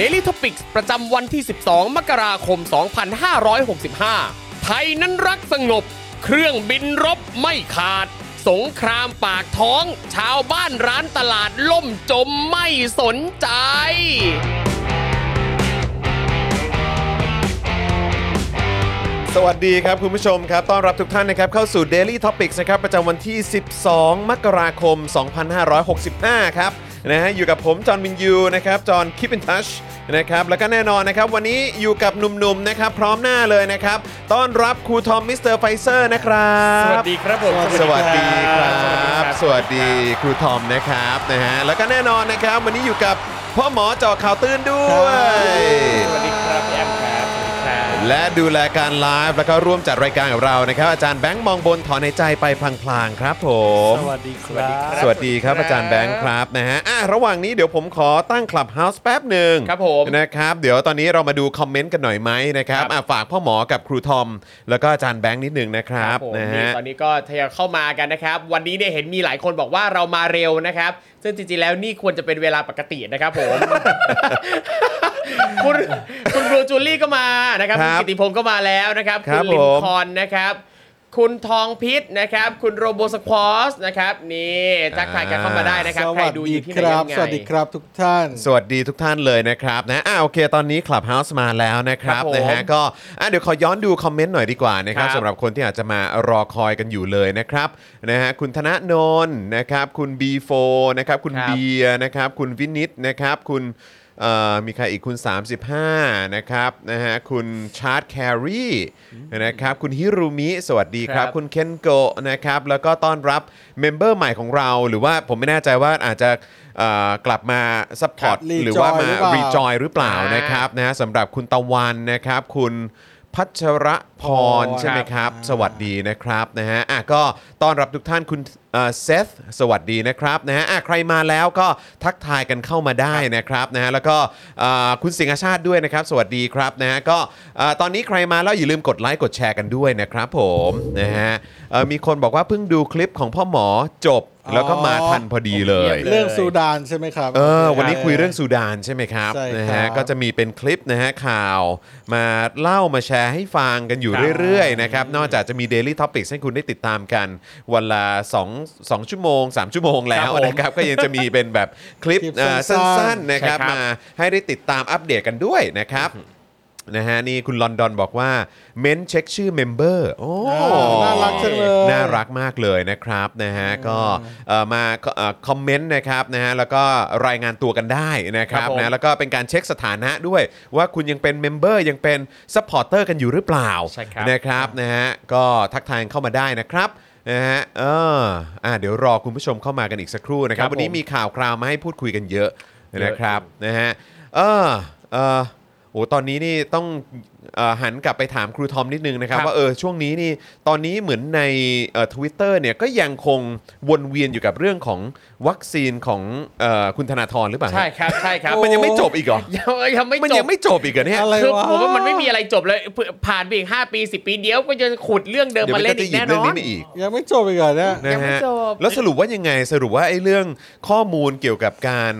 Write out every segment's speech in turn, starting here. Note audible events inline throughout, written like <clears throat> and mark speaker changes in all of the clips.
Speaker 1: Daily Topics ประจำวันที่ 12 มกราคม 2565 ไทยนั้นรักสงบ เครื่องบินรบไม่ขาด สงครามปากท้อง ชาวบ้านร้านตลาดล่มจมไม่สนใจ
Speaker 2: สวัสดีครับ คุณผู้ชมครับ ต้อนรับทุกท่านนะครับ เข้าสู่ Daily Topics นะครับ ประจำวันที่ 12 มกราคม 2565 ครับนะฮะอยู่กับผม จอห์นวินยูนะครับ จอห์นคิปอินทัชนะครับแล้วก็แน่นอนนะครับ วันนี้อยู่กับหนุ่มๆนะครับ พร้อมหน้าเลยนะครับ ต้อนรับครูทอมมิสเตอร์ไฟเซอร์นะครับ
Speaker 1: สวัสดีครับผม
Speaker 2: สวัสดีครับ สวัสดีครูทอมนะครับนะฮะแล้วก็แน่นอนนะครับ วันนี้อยู่กับพ่อหมอเจอข่าวตื้นด้วย
Speaker 1: สวัสดีครับแอมครับ
Speaker 2: และดูแลการไลฟ์แล้วก็ร่วมจัดรายการกับเรานะครับ อาจารย์แบงค์มองบนถอนในใจไปพลางๆครับผม
Speaker 3: สวัสดีครับ
Speaker 2: สวัสดีครับอาจารย์แบงค์ครับนะฮะอ่ะระหว่างนี้เดี๋ยวผมขอตั้งคลับเฮาส์แป๊บหนึ่ง
Speaker 1: ครับผม
Speaker 2: นะครับ เดี๋ยวตอนนี้เรามาดูคอมเมนต์กันหน่อยไหมนะครับ
Speaker 1: ครับ
Speaker 2: อ่ะฝากพ่อหมอกับครูทอม แล้วก็อาจารย์แบงค์นิดหนึงนะครับ
Speaker 1: ผม
Speaker 2: นะ
Speaker 1: นี่
Speaker 2: ฮะ
Speaker 1: ตอนนี้ก็ทยอยเข้ามากันนะครับ วันนี้เนี่ยเห็นมีหลายคนบอกว่าเรามาเร็วนะครับ ซึ่งจริงๆแล้วนี่ควรจะเป็นเวลาปกตินะครับผม คุณคุณบลูจูลี่ก็มานะครับ
Speaker 2: ค
Speaker 1: คุณ
Speaker 2: รับ
Speaker 1: กิติพงศ์ก็มาแล้วนะครับ
Speaker 2: ครั
Speaker 1: ณ
Speaker 2: บ
Speaker 1: ลิน
Speaker 2: ผม
Speaker 1: คอนนะครับ คุณทองพิษนะครับ คุณโรโบสควอสนะครับ นี่ทักทายกันเข้ามาได้นะครับ ใครดูอยู่ที่ไหนยังไง
Speaker 3: สวัสดีครับทุกท่าน
Speaker 2: สวัสดีทุกท่านเลยนะครับนะอ่าโอเคตอนนี้ Clubhouse มาแล้วนะครับ
Speaker 1: ครับผม
Speaker 2: นะฮะก็อ่ะเดี๋ยวขอย้อนดูคอมเมนต์หน่อยดีกว่านะครั
Speaker 1: ค
Speaker 2: บ
Speaker 1: รับ
Speaker 2: สำหรับคนที่อาจจะมารอคอยกันอยู่เลยนะครับนะฮะคุณธนนนท์นะครับ คุณ B4 นะครับ คุณ
Speaker 1: ครับ
Speaker 2: เบียร์นะครับ คุณวินิตนะครับ คุณเอ่อมีใครอีกคุณ 35 นะครับนะฮะคุณชาร์ตแครีนะครับ คุณฮิรุมิ สวัสดีครับ
Speaker 1: ครับ
Speaker 2: คุณเคนโกะนะครับ แล้วก็ต้อนรับเมมเบอร์ใหม่ของเรา หรือว่าผมไม่แน่ใจว่าอาจจะเอ่อกลับมาซัพพอร์ต
Speaker 3: ครับ
Speaker 2: หรือว่ามา
Speaker 3: rejoin หรือเปล่า
Speaker 2: รีจอยหรือเปล่า
Speaker 1: อ่าน
Speaker 2: นะครับนะฮะสำหรับคุณตะวันนะครับ คุณพัชรพร
Speaker 3: พร
Speaker 2: ใช่ไหมครับ สวัสดีนะครับนะฮะอ่ะก็ต้อนรับทุกท่านคุณเซธสวัสดีนะครับนะฮะอ่ะใครมาแล้วก็ทักทายกันเข้ามาได้นะครับนะฮะแล้วก็เอ่อคุณสิงห์อาชาติด้วยนะครับ สวัสดีครับนะฮะก็เอ่อตอนนี้ใครมาแล้วอย่าลืมกดไลค์กดแชร์กันด้วยนะครับผมนะฮะเอ่อมีคนบอกว่าเพิ่งดูคลิปของพ่อหมอจบแล้วก็มาทันพอดีเลย
Speaker 1: เยี่ยมลย
Speaker 3: เรื่องซูดานใช่ไหมครับ
Speaker 2: เออวันนี้คุยเรื่องสุดานใช่ไหมครับ
Speaker 3: ใช่ครับ
Speaker 2: นะฮะก็จะมีเป็นคลิปนะฮะข่าว มาเล่ามาแชร์ให้ฟังกันอยู่เรื่อยๆนะครับนอกจากจะมี Daily Topics ให้คุณได้ติดตามกัน วันละ2 2ชั่วโมง 3 ชั่วโมงแล้ว
Speaker 1: ครับผม
Speaker 2: นะครับก็ยังจะมีเป็นแบบคลิป
Speaker 3: <laughs> คลิป
Speaker 2: เอ่อ
Speaker 3: สั้นๆ
Speaker 2: สั้นๆนะครับ
Speaker 1: ใช่ครับ
Speaker 2: มาให้ได้ติดตามอัปเดตกันด้วยนะครับนะฮะนี่คุณลอนดอนบอกว่าเม้นเช็คชื่อเมมเบอร์โอ้
Speaker 3: เออน่ารักจังเลย
Speaker 2: น่ารักมากเลยนะครับนะฮะก็เอ่อมาเอ่อคอมเมนต์นะครับนะฮะแล้วก็รายงานตัวกันได้นะครั
Speaker 1: ครับ
Speaker 2: บ
Speaker 1: ผม
Speaker 2: นะแล้วก็เป็นการเช็คสถานะด้วยว่าคุณยังเป็นเมมเบอร์ยังเป็นซัพพอร์เตอร์กันอยู่หรือเปล่า
Speaker 1: ใช่ครับ
Speaker 2: นะครับนะฮะก็ทักทายเข้ามาได้นะครับนะฮะเอออ่ะเดี๋ยวรอคุณผู้ชมเข้ามากันอีกสักครู่นะครับ
Speaker 1: ครับผม
Speaker 2: วันนี้มีข่าวคราวมาให้พูดคุยกันเยอะ
Speaker 1: เยอะ
Speaker 2: นะครับนะฮะเออเออ โอ้ตอนนี้นี่ต้องเออหันกลับไปถามครูทอมนิดนึงนะครับ
Speaker 4: ครับ
Speaker 2: ว่าเออช่วงนี้นี่ตอนนี้เหมือนในทวิตเตอร์เนี่ยก็ยังคงวนเวียนอยู่กับเรื่องของวัคซีนของเออคุณธนาธรหรือเปล่า
Speaker 4: ใช่ครับใช่ครับ
Speaker 2: มันยังไม่จบอีกเหรอ
Speaker 4: ยังยังไม่
Speaker 2: มัน
Speaker 4: จ
Speaker 2: ยั
Speaker 4: บ
Speaker 2: งไม่จบอีกเหรอเนี่ย
Speaker 3: อะไร
Speaker 4: คือ
Speaker 3: วะ
Speaker 4: ผมว่ามันไม่มีอะไรจบเลยเผื่อผ่านไปอีกห้าปีสิปีเดียวก็จะขุดเรื่องเดิม
Speaker 2: เดี๋ยว
Speaker 4: มา
Speaker 2: มัน
Speaker 4: เล่
Speaker 2: ก็
Speaker 4: น
Speaker 2: จะ
Speaker 4: อี
Speaker 2: ห
Speaker 4: ก
Speaker 2: ยิบ
Speaker 4: แน่น
Speaker 2: เรื่อง
Speaker 4: อน
Speaker 2: นี้มาอีก
Speaker 3: ยังไม่จบอีกเหรอเนี่ย
Speaker 2: นะ
Speaker 4: ยังไม่
Speaker 2: ฮะ
Speaker 4: จบ
Speaker 2: แล้วสรุปว่ายังไงสรุปว่าไอ้เรื่องข้อมูลเกี่ยวกับการ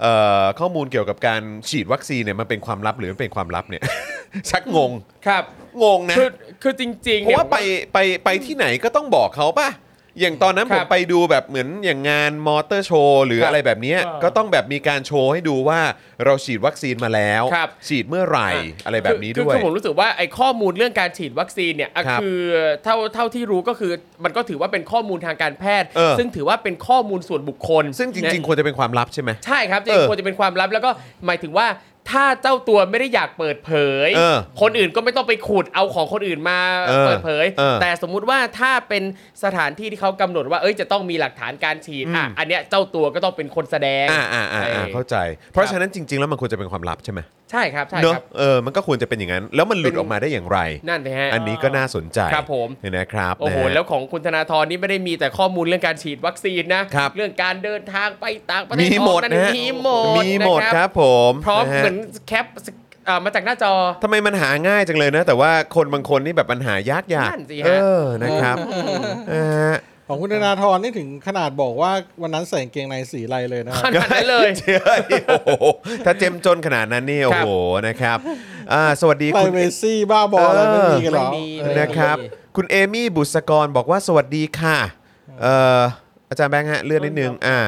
Speaker 2: เอ่อข้อมูลเกี่ยวกับการฉีดวัคซีนเนี่ยมันเป็นความลับหรือมันเป็นความลับเนี่ย ชักงง
Speaker 4: ครับ
Speaker 2: งงนะ
Speaker 4: คือคือจริงๆ
Speaker 2: เพราะว่า
Speaker 4: นี่ย
Speaker 2: ไปไปไปที่ไหนก็ต้องบอกเขาป่ะอย่างตอนนั้น
Speaker 4: ค
Speaker 2: ผ
Speaker 4: รับ
Speaker 2: มไปดูแบบเหมือนอย่างงานมอเตอร์โชว์หรือ
Speaker 4: ครับ
Speaker 2: อะไรแบบเนี้ย
Speaker 4: เออ
Speaker 2: ก็ต้องแบบมีการโชว์ให้ดูว่าเราฉีดวัคซีนมาแล้ว
Speaker 4: ครับ
Speaker 2: ฉีดเมื่อไหร่อะไรแบบนี้
Speaker 4: คือ
Speaker 2: ด้วย
Speaker 4: คือผมรู้สึกว่าไอ้ข้อมูลเรื่องการฉีดวัคซีนเนี่ยอ่ะ
Speaker 2: ครับ
Speaker 4: คือเท่าเท่าที่รู้ก็คือมันก็ถือว่าเป็นข้อมูลทางการแพทย์
Speaker 2: เออ
Speaker 4: ซึ่งถือว่าเป็นข้อมูลส่วนบุคคล
Speaker 2: ซึ่งจริง ๆ
Speaker 4: นะ
Speaker 2: ควรจะเป็นความลับใช่ไหม
Speaker 4: ใช่ครับจ
Speaker 2: เอ
Speaker 4: ริง
Speaker 2: อ
Speaker 4: ๆควรจะเป็นความลับแล้วก็หมายถึงว่าถ้าเจ้าตัวไม่ได้อยากเปิดเผย
Speaker 2: เออ
Speaker 4: คนอื่นก็ไม่ต้องไปขุดเอาของคนอื่นมา
Speaker 2: เออ
Speaker 4: เปิดเผย
Speaker 2: เออ
Speaker 4: แต่สมมุติว่าถ้าเป็นสถานที่ที่เขากำหนดว่าเอ้ยจะต้องมีหลักฐานการฉีดอ่ะ
Speaker 2: อืม
Speaker 4: อันเนี้ยเจ้าตัวก็ต้องเป็นคนแสดง
Speaker 2: อ่าอ่าอ่าอ่าเข้าใจ เพราะฉะนั้นจริง ๆ แล้วมันควรจะเป็นความลับใช่ไหม
Speaker 4: ใช่ครับใช่
Speaker 2: เนอะ
Speaker 4: ครับ
Speaker 2: เออมันก็ควรจะเป็นอย่างนั้น แล้วมันหลุด
Speaker 4: เป็น
Speaker 2: ออกมาได้อย่างไร
Speaker 4: นั่นเลยฮะ
Speaker 2: อันนี้ก็น่าสนใจ
Speaker 4: ครับผม
Speaker 2: เนี่ยนะครับ
Speaker 4: โอ้โห
Speaker 2: นะฮะ
Speaker 4: แล้วของคุณธนาธรนี่ไม่ได้มีแต่ข้อมูลเรื่องการฉีดวัคซีนนะ
Speaker 2: ครับ
Speaker 4: เรื่องการเดินทางไปต่างประเทศ
Speaker 2: มีหมด
Speaker 4: ออก
Speaker 2: นะ
Speaker 4: นั่น
Speaker 2: ฮะ
Speaker 4: มีหมด
Speaker 2: มีหมด
Speaker 4: นะครับ
Speaker 2: ผม
Speaker 4: พร้อม
Speaker 2: ะฮะ
Speaker 4: เหมือนแคปเอ่อมาจากหน้าจอ
Speaker 2: ทำไมมันหาง่ายจังเลยนะ แต่ว่าคนบางคนนี่แบบปัญหายากยาก
Speaker 4: นั่นสิฮะ
Speaker 2: เออนะครับนะฮะ
Speaker 3: ของคุณธนาธรนี่ถึงขนาดบอกว่าวันนั้นใส่กางเกงในสีอะไรเลยนะค
Speaker 4: ข
Speaker 3: รับ
Speaker 4: นาดนั้นเลย
Speaker 2: เจ๋ยโอ้โหถ้าเจ็มจนขนาดนั้นนี่โอ้โหนะครับอ่าสวัสดี
Speaker 3: ไพร
Speaker 2: คุณ
Speaker 3: เวซี่บ้าบออะไรไม่มีกันหรอ
Speaker 4: ไม่มี
Speaker 3: เออ
Speaker 2: นะครับ คุณเอมี่บุษกรบอกว่าสวัสดีค่ะเอ่ออาจารย์แบงค์ฮะเลื่อนนิดนึงอ่า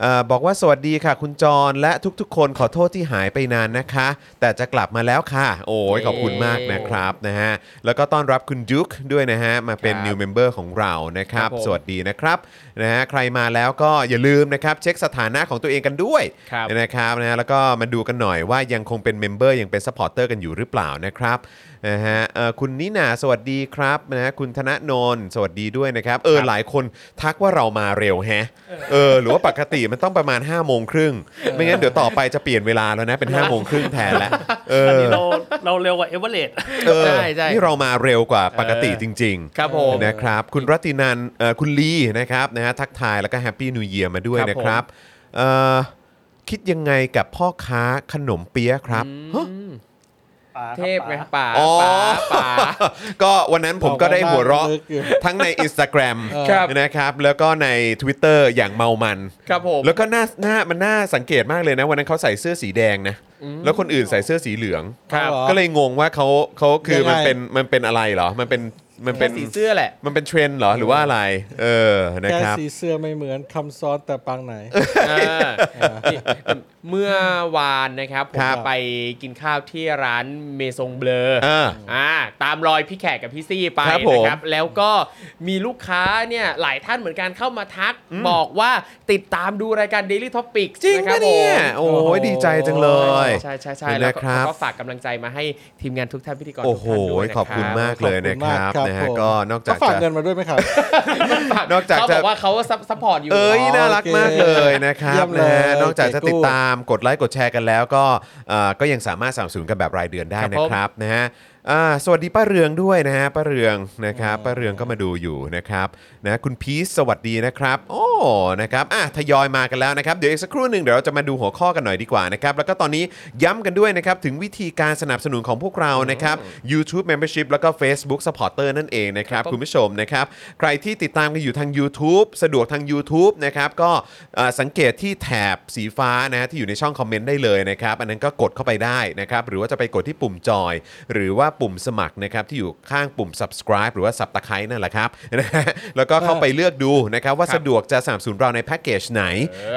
Speaker 2: เอ่อบอกว่าสวัสดีค่ะ คุณจรและทุกๆ คนขอโทษที่หายไปนานนะคะ แต่จะกลับมาแล้วค่ะ โอ้ยขอบคุณมากนะครับนะฮะแล้วก็ต้อนรับคุณยุคด้วยนะฮะมาเป็น
Speaker 4: ครับ
Speaker 2: new member ของเรานะครับ
Speaker 4: ครับผม
Speaker 2: สวัสดีนะครับนะฮะใครมาแล้วก็อย่าลืมนะครับ เช็คสถานะของตัวเองกันด้วย
Speaker 4: ครับ
Speaker 2: นะครับนะฮะแล้วก็มาดูกันหน่อยว่ายังคงเป็นเมมเบอร์ยังเป็น s u p p อร์เตอร์กันอยู่หรือเปล่านะครับนะฮะเอ่อคุณนิน่าสวัสดีครับนะฮะคุณธนนนท์สวัสดีด้วยนะครับเออหลายคนทักว่าเรามาเร็วแฮะเออหรือว่าปกติมันต้องประมาณ5้าโมงครึ่งไม่งั้นเดี๋ยวต่อไปจะเปลี่ยนเวลาแล้วนะเป็น5้าโมงครึ่งแทนแล้วเออ
Speaker 5: เราเราเร็วกว่าเอเวอเรสต์
Speaker 2: เออ
Speaker 4: ใช่ใช่
Speaker 2: นี่เรามาเร็วกว่าปกติจริง ๆ
Speaker 4: ครับผม
Speaker 2: นะครับคุณรัตินันเอ่อคุณลีนะครับนะฮะทักทายแล้วก็แฮปปี้นิวเยียร์มาด้วย
Speaker 4: ครับ
Speaker 2: นะครับเอ่อคิดยังไงกับพ่อค้าขนมเปี๊ยะครับฮะ
Speaker 4: เทพไงป่า
Speaker 2: อ๋อ
Speaker 4: ป่าป่า
Speaker 2: ก็วันนั้นผมก็ได้หัวเราะ
Speaker 3: บอกว่าน่าจะลึกอยู่
Speaker 2: ทั้งใน Instagram
Speaker 4: <laughs> ครับ
Speaker 2: นะครับแล้วก็ใน Twitter อย่างเมามัน
Speaker 4: ครับผม
Speaker 2: แล้วก็น่าน่ามันน่าสังเกตมากเลยนะ วันนั้นเขาใส่เสื้อสีแดงนะแล้วคนอื่นใส่เสื้อสีเหลือง
Speaker 4: ครับ
Speaker 3: อ๋อ
Speaker 2: ก็เลยงงว่าเขาเขาคือมัน
Speaker 3: ยังไง
Speaker 2: เป็นมันเป็นอะไรเหรอมันเป็นมันเป็น
Speaker 4: แค่สีเสื้อแหละ
Speaker 2: มันเป็นเทรนด์เหรอหรือว่าอะไร เออนะ
Speaker 3: แค่
Speaker 2: ครับ
Speaker 3: สีเสื้อไม่เหมือนคำซอสแต่ปางไหน
Speaker 4: เออนี่เมื่อวานนะครับผ
Speaker 2: ค
Speaker 4: ม
Speaker 2: รับ
Speaker 4: ไปกินข้าวที่ร้านเมซงเบลอ
Speaker 2: เออ
Speaker 4: อ่าตามรอยพี่แขกกับพี่ซี่ไป
Speaker 2: ครับผม
Speaker 4: นะครับ แล้วก็มีลูกค้าเนี่ยหลายท่านเหมือนกันเข้ามาทัก บอกว่าติดตามดูรายการ Daily Topics
Speaker 2: จริง
Speaker 4: นะครั
Speaker 2: ปะ
Speaker 4: บ
Speaker 2: เนี่ย
Speaker 4: ผม
Speaker 2: โอ้ยดีใจจังเลย
Speaker 4: ใช่ใช่ใช่
Speaker 2: เห็น
Speaker 4: แล้
Speaker 2: นะ
Speaker 4: วก็
Speaker 2: ครับ
Speaker 4: ก็ฝากกำลังใจมาให้ทีมงานทุกท่านพิธีกร
Speaker 2: โอ้โห
Speaker 4: ทุกท่านด้วยนะ
Speaker 2: ขอบคุณมากเลยนะครับ
Speaker 3: ขอบ
Speaker 2: นะ
Speaker 3: คุ
Speaker 2: ฮะ
Speaker 3: ณมากครับผม
Speaker 2: ก็นอกจาก
Speaker 3: ก็ฝาก
Speaker 2: จะ
Speaker 3: เงินมาด้วยไหมครับ
Speaker 2: น
Speaker 4: น
Speaker 2: อ
Speaker 4: อก ก
Speaker 2: จา
Speaker 4: จาก ก
Speaker 2: จะ
Speaker 4: จะบอกว่าเขาซัพพอร์ตอยู่
Speaker 2: เอ้ย
Speaker 3: อ๋อ
Speaker 2: น่ารัก
Speaker 3: โอเค
Speaker 2: มากเลยนะครับ
Speaker 3: เยี่ยมเลย
Speaker 2: นะฮะนอกจากจะ
Speaker 3: เก๋กู้
Speaker 2: ติดตามกดไลค์กดแชร์กันแล้วก็เอ่อก็ยังสามารถสามสูนกันแบบรายเดือนได้
Speaker 4: ครับ
Speaker 2: นะ
Speaker 4: ผม
Speaker 2: ครับนะฮะอ่าสวัสดีป้าเรืองด้วยนะฮะป้าเรืองนะครับป้าเรืองก็มาดูอยู่นะครับนะคุณพีชสวัสดีนะครับ โอ้นะครับอ่ะทยอยมากันแล้วนะครับ เดี๋ยวอีกสักครู่หนึ่งเดี๋ยวเราจะมาดูหัวข้อกันหน่อยดีกว่านะครับแล้วก็ตอนนี้ย้ำกันด้วยนะครับถึงวิธีการสนับสนุนของพวกเรานะครับ YouTube Membership แล้วก็ Facebook Supporter นั่นเองนะครับคุณผู้ชมนะครับ ใครที่ติดตามกันอยู่ทาง YouTube สะดวกทาง YouTube นะครับก็เอ่อสังเกตที่แถบสีฟ้านะฮะที่อยู่ในช่องคอมเมนต์ได้เลยนะครับ อันนั้นก็กดเข้าไปได้นะครับ หรือว่าจะไปกดที่ปุ่มจอย หรือว่าปุ่มสมัครนะครับ ที่อยู่ข้างปุ่ม subscribe หรือว่า s u b ตะไคร้นั่นแหละครับ <laughs> นะฮะแล้วก็เข้าไปเลือกดูนะครับ ว่า
Speaker 4: ครับ
Speaker 2: สะดวกจะสนับสนุนเราในแพ็กเกจไหน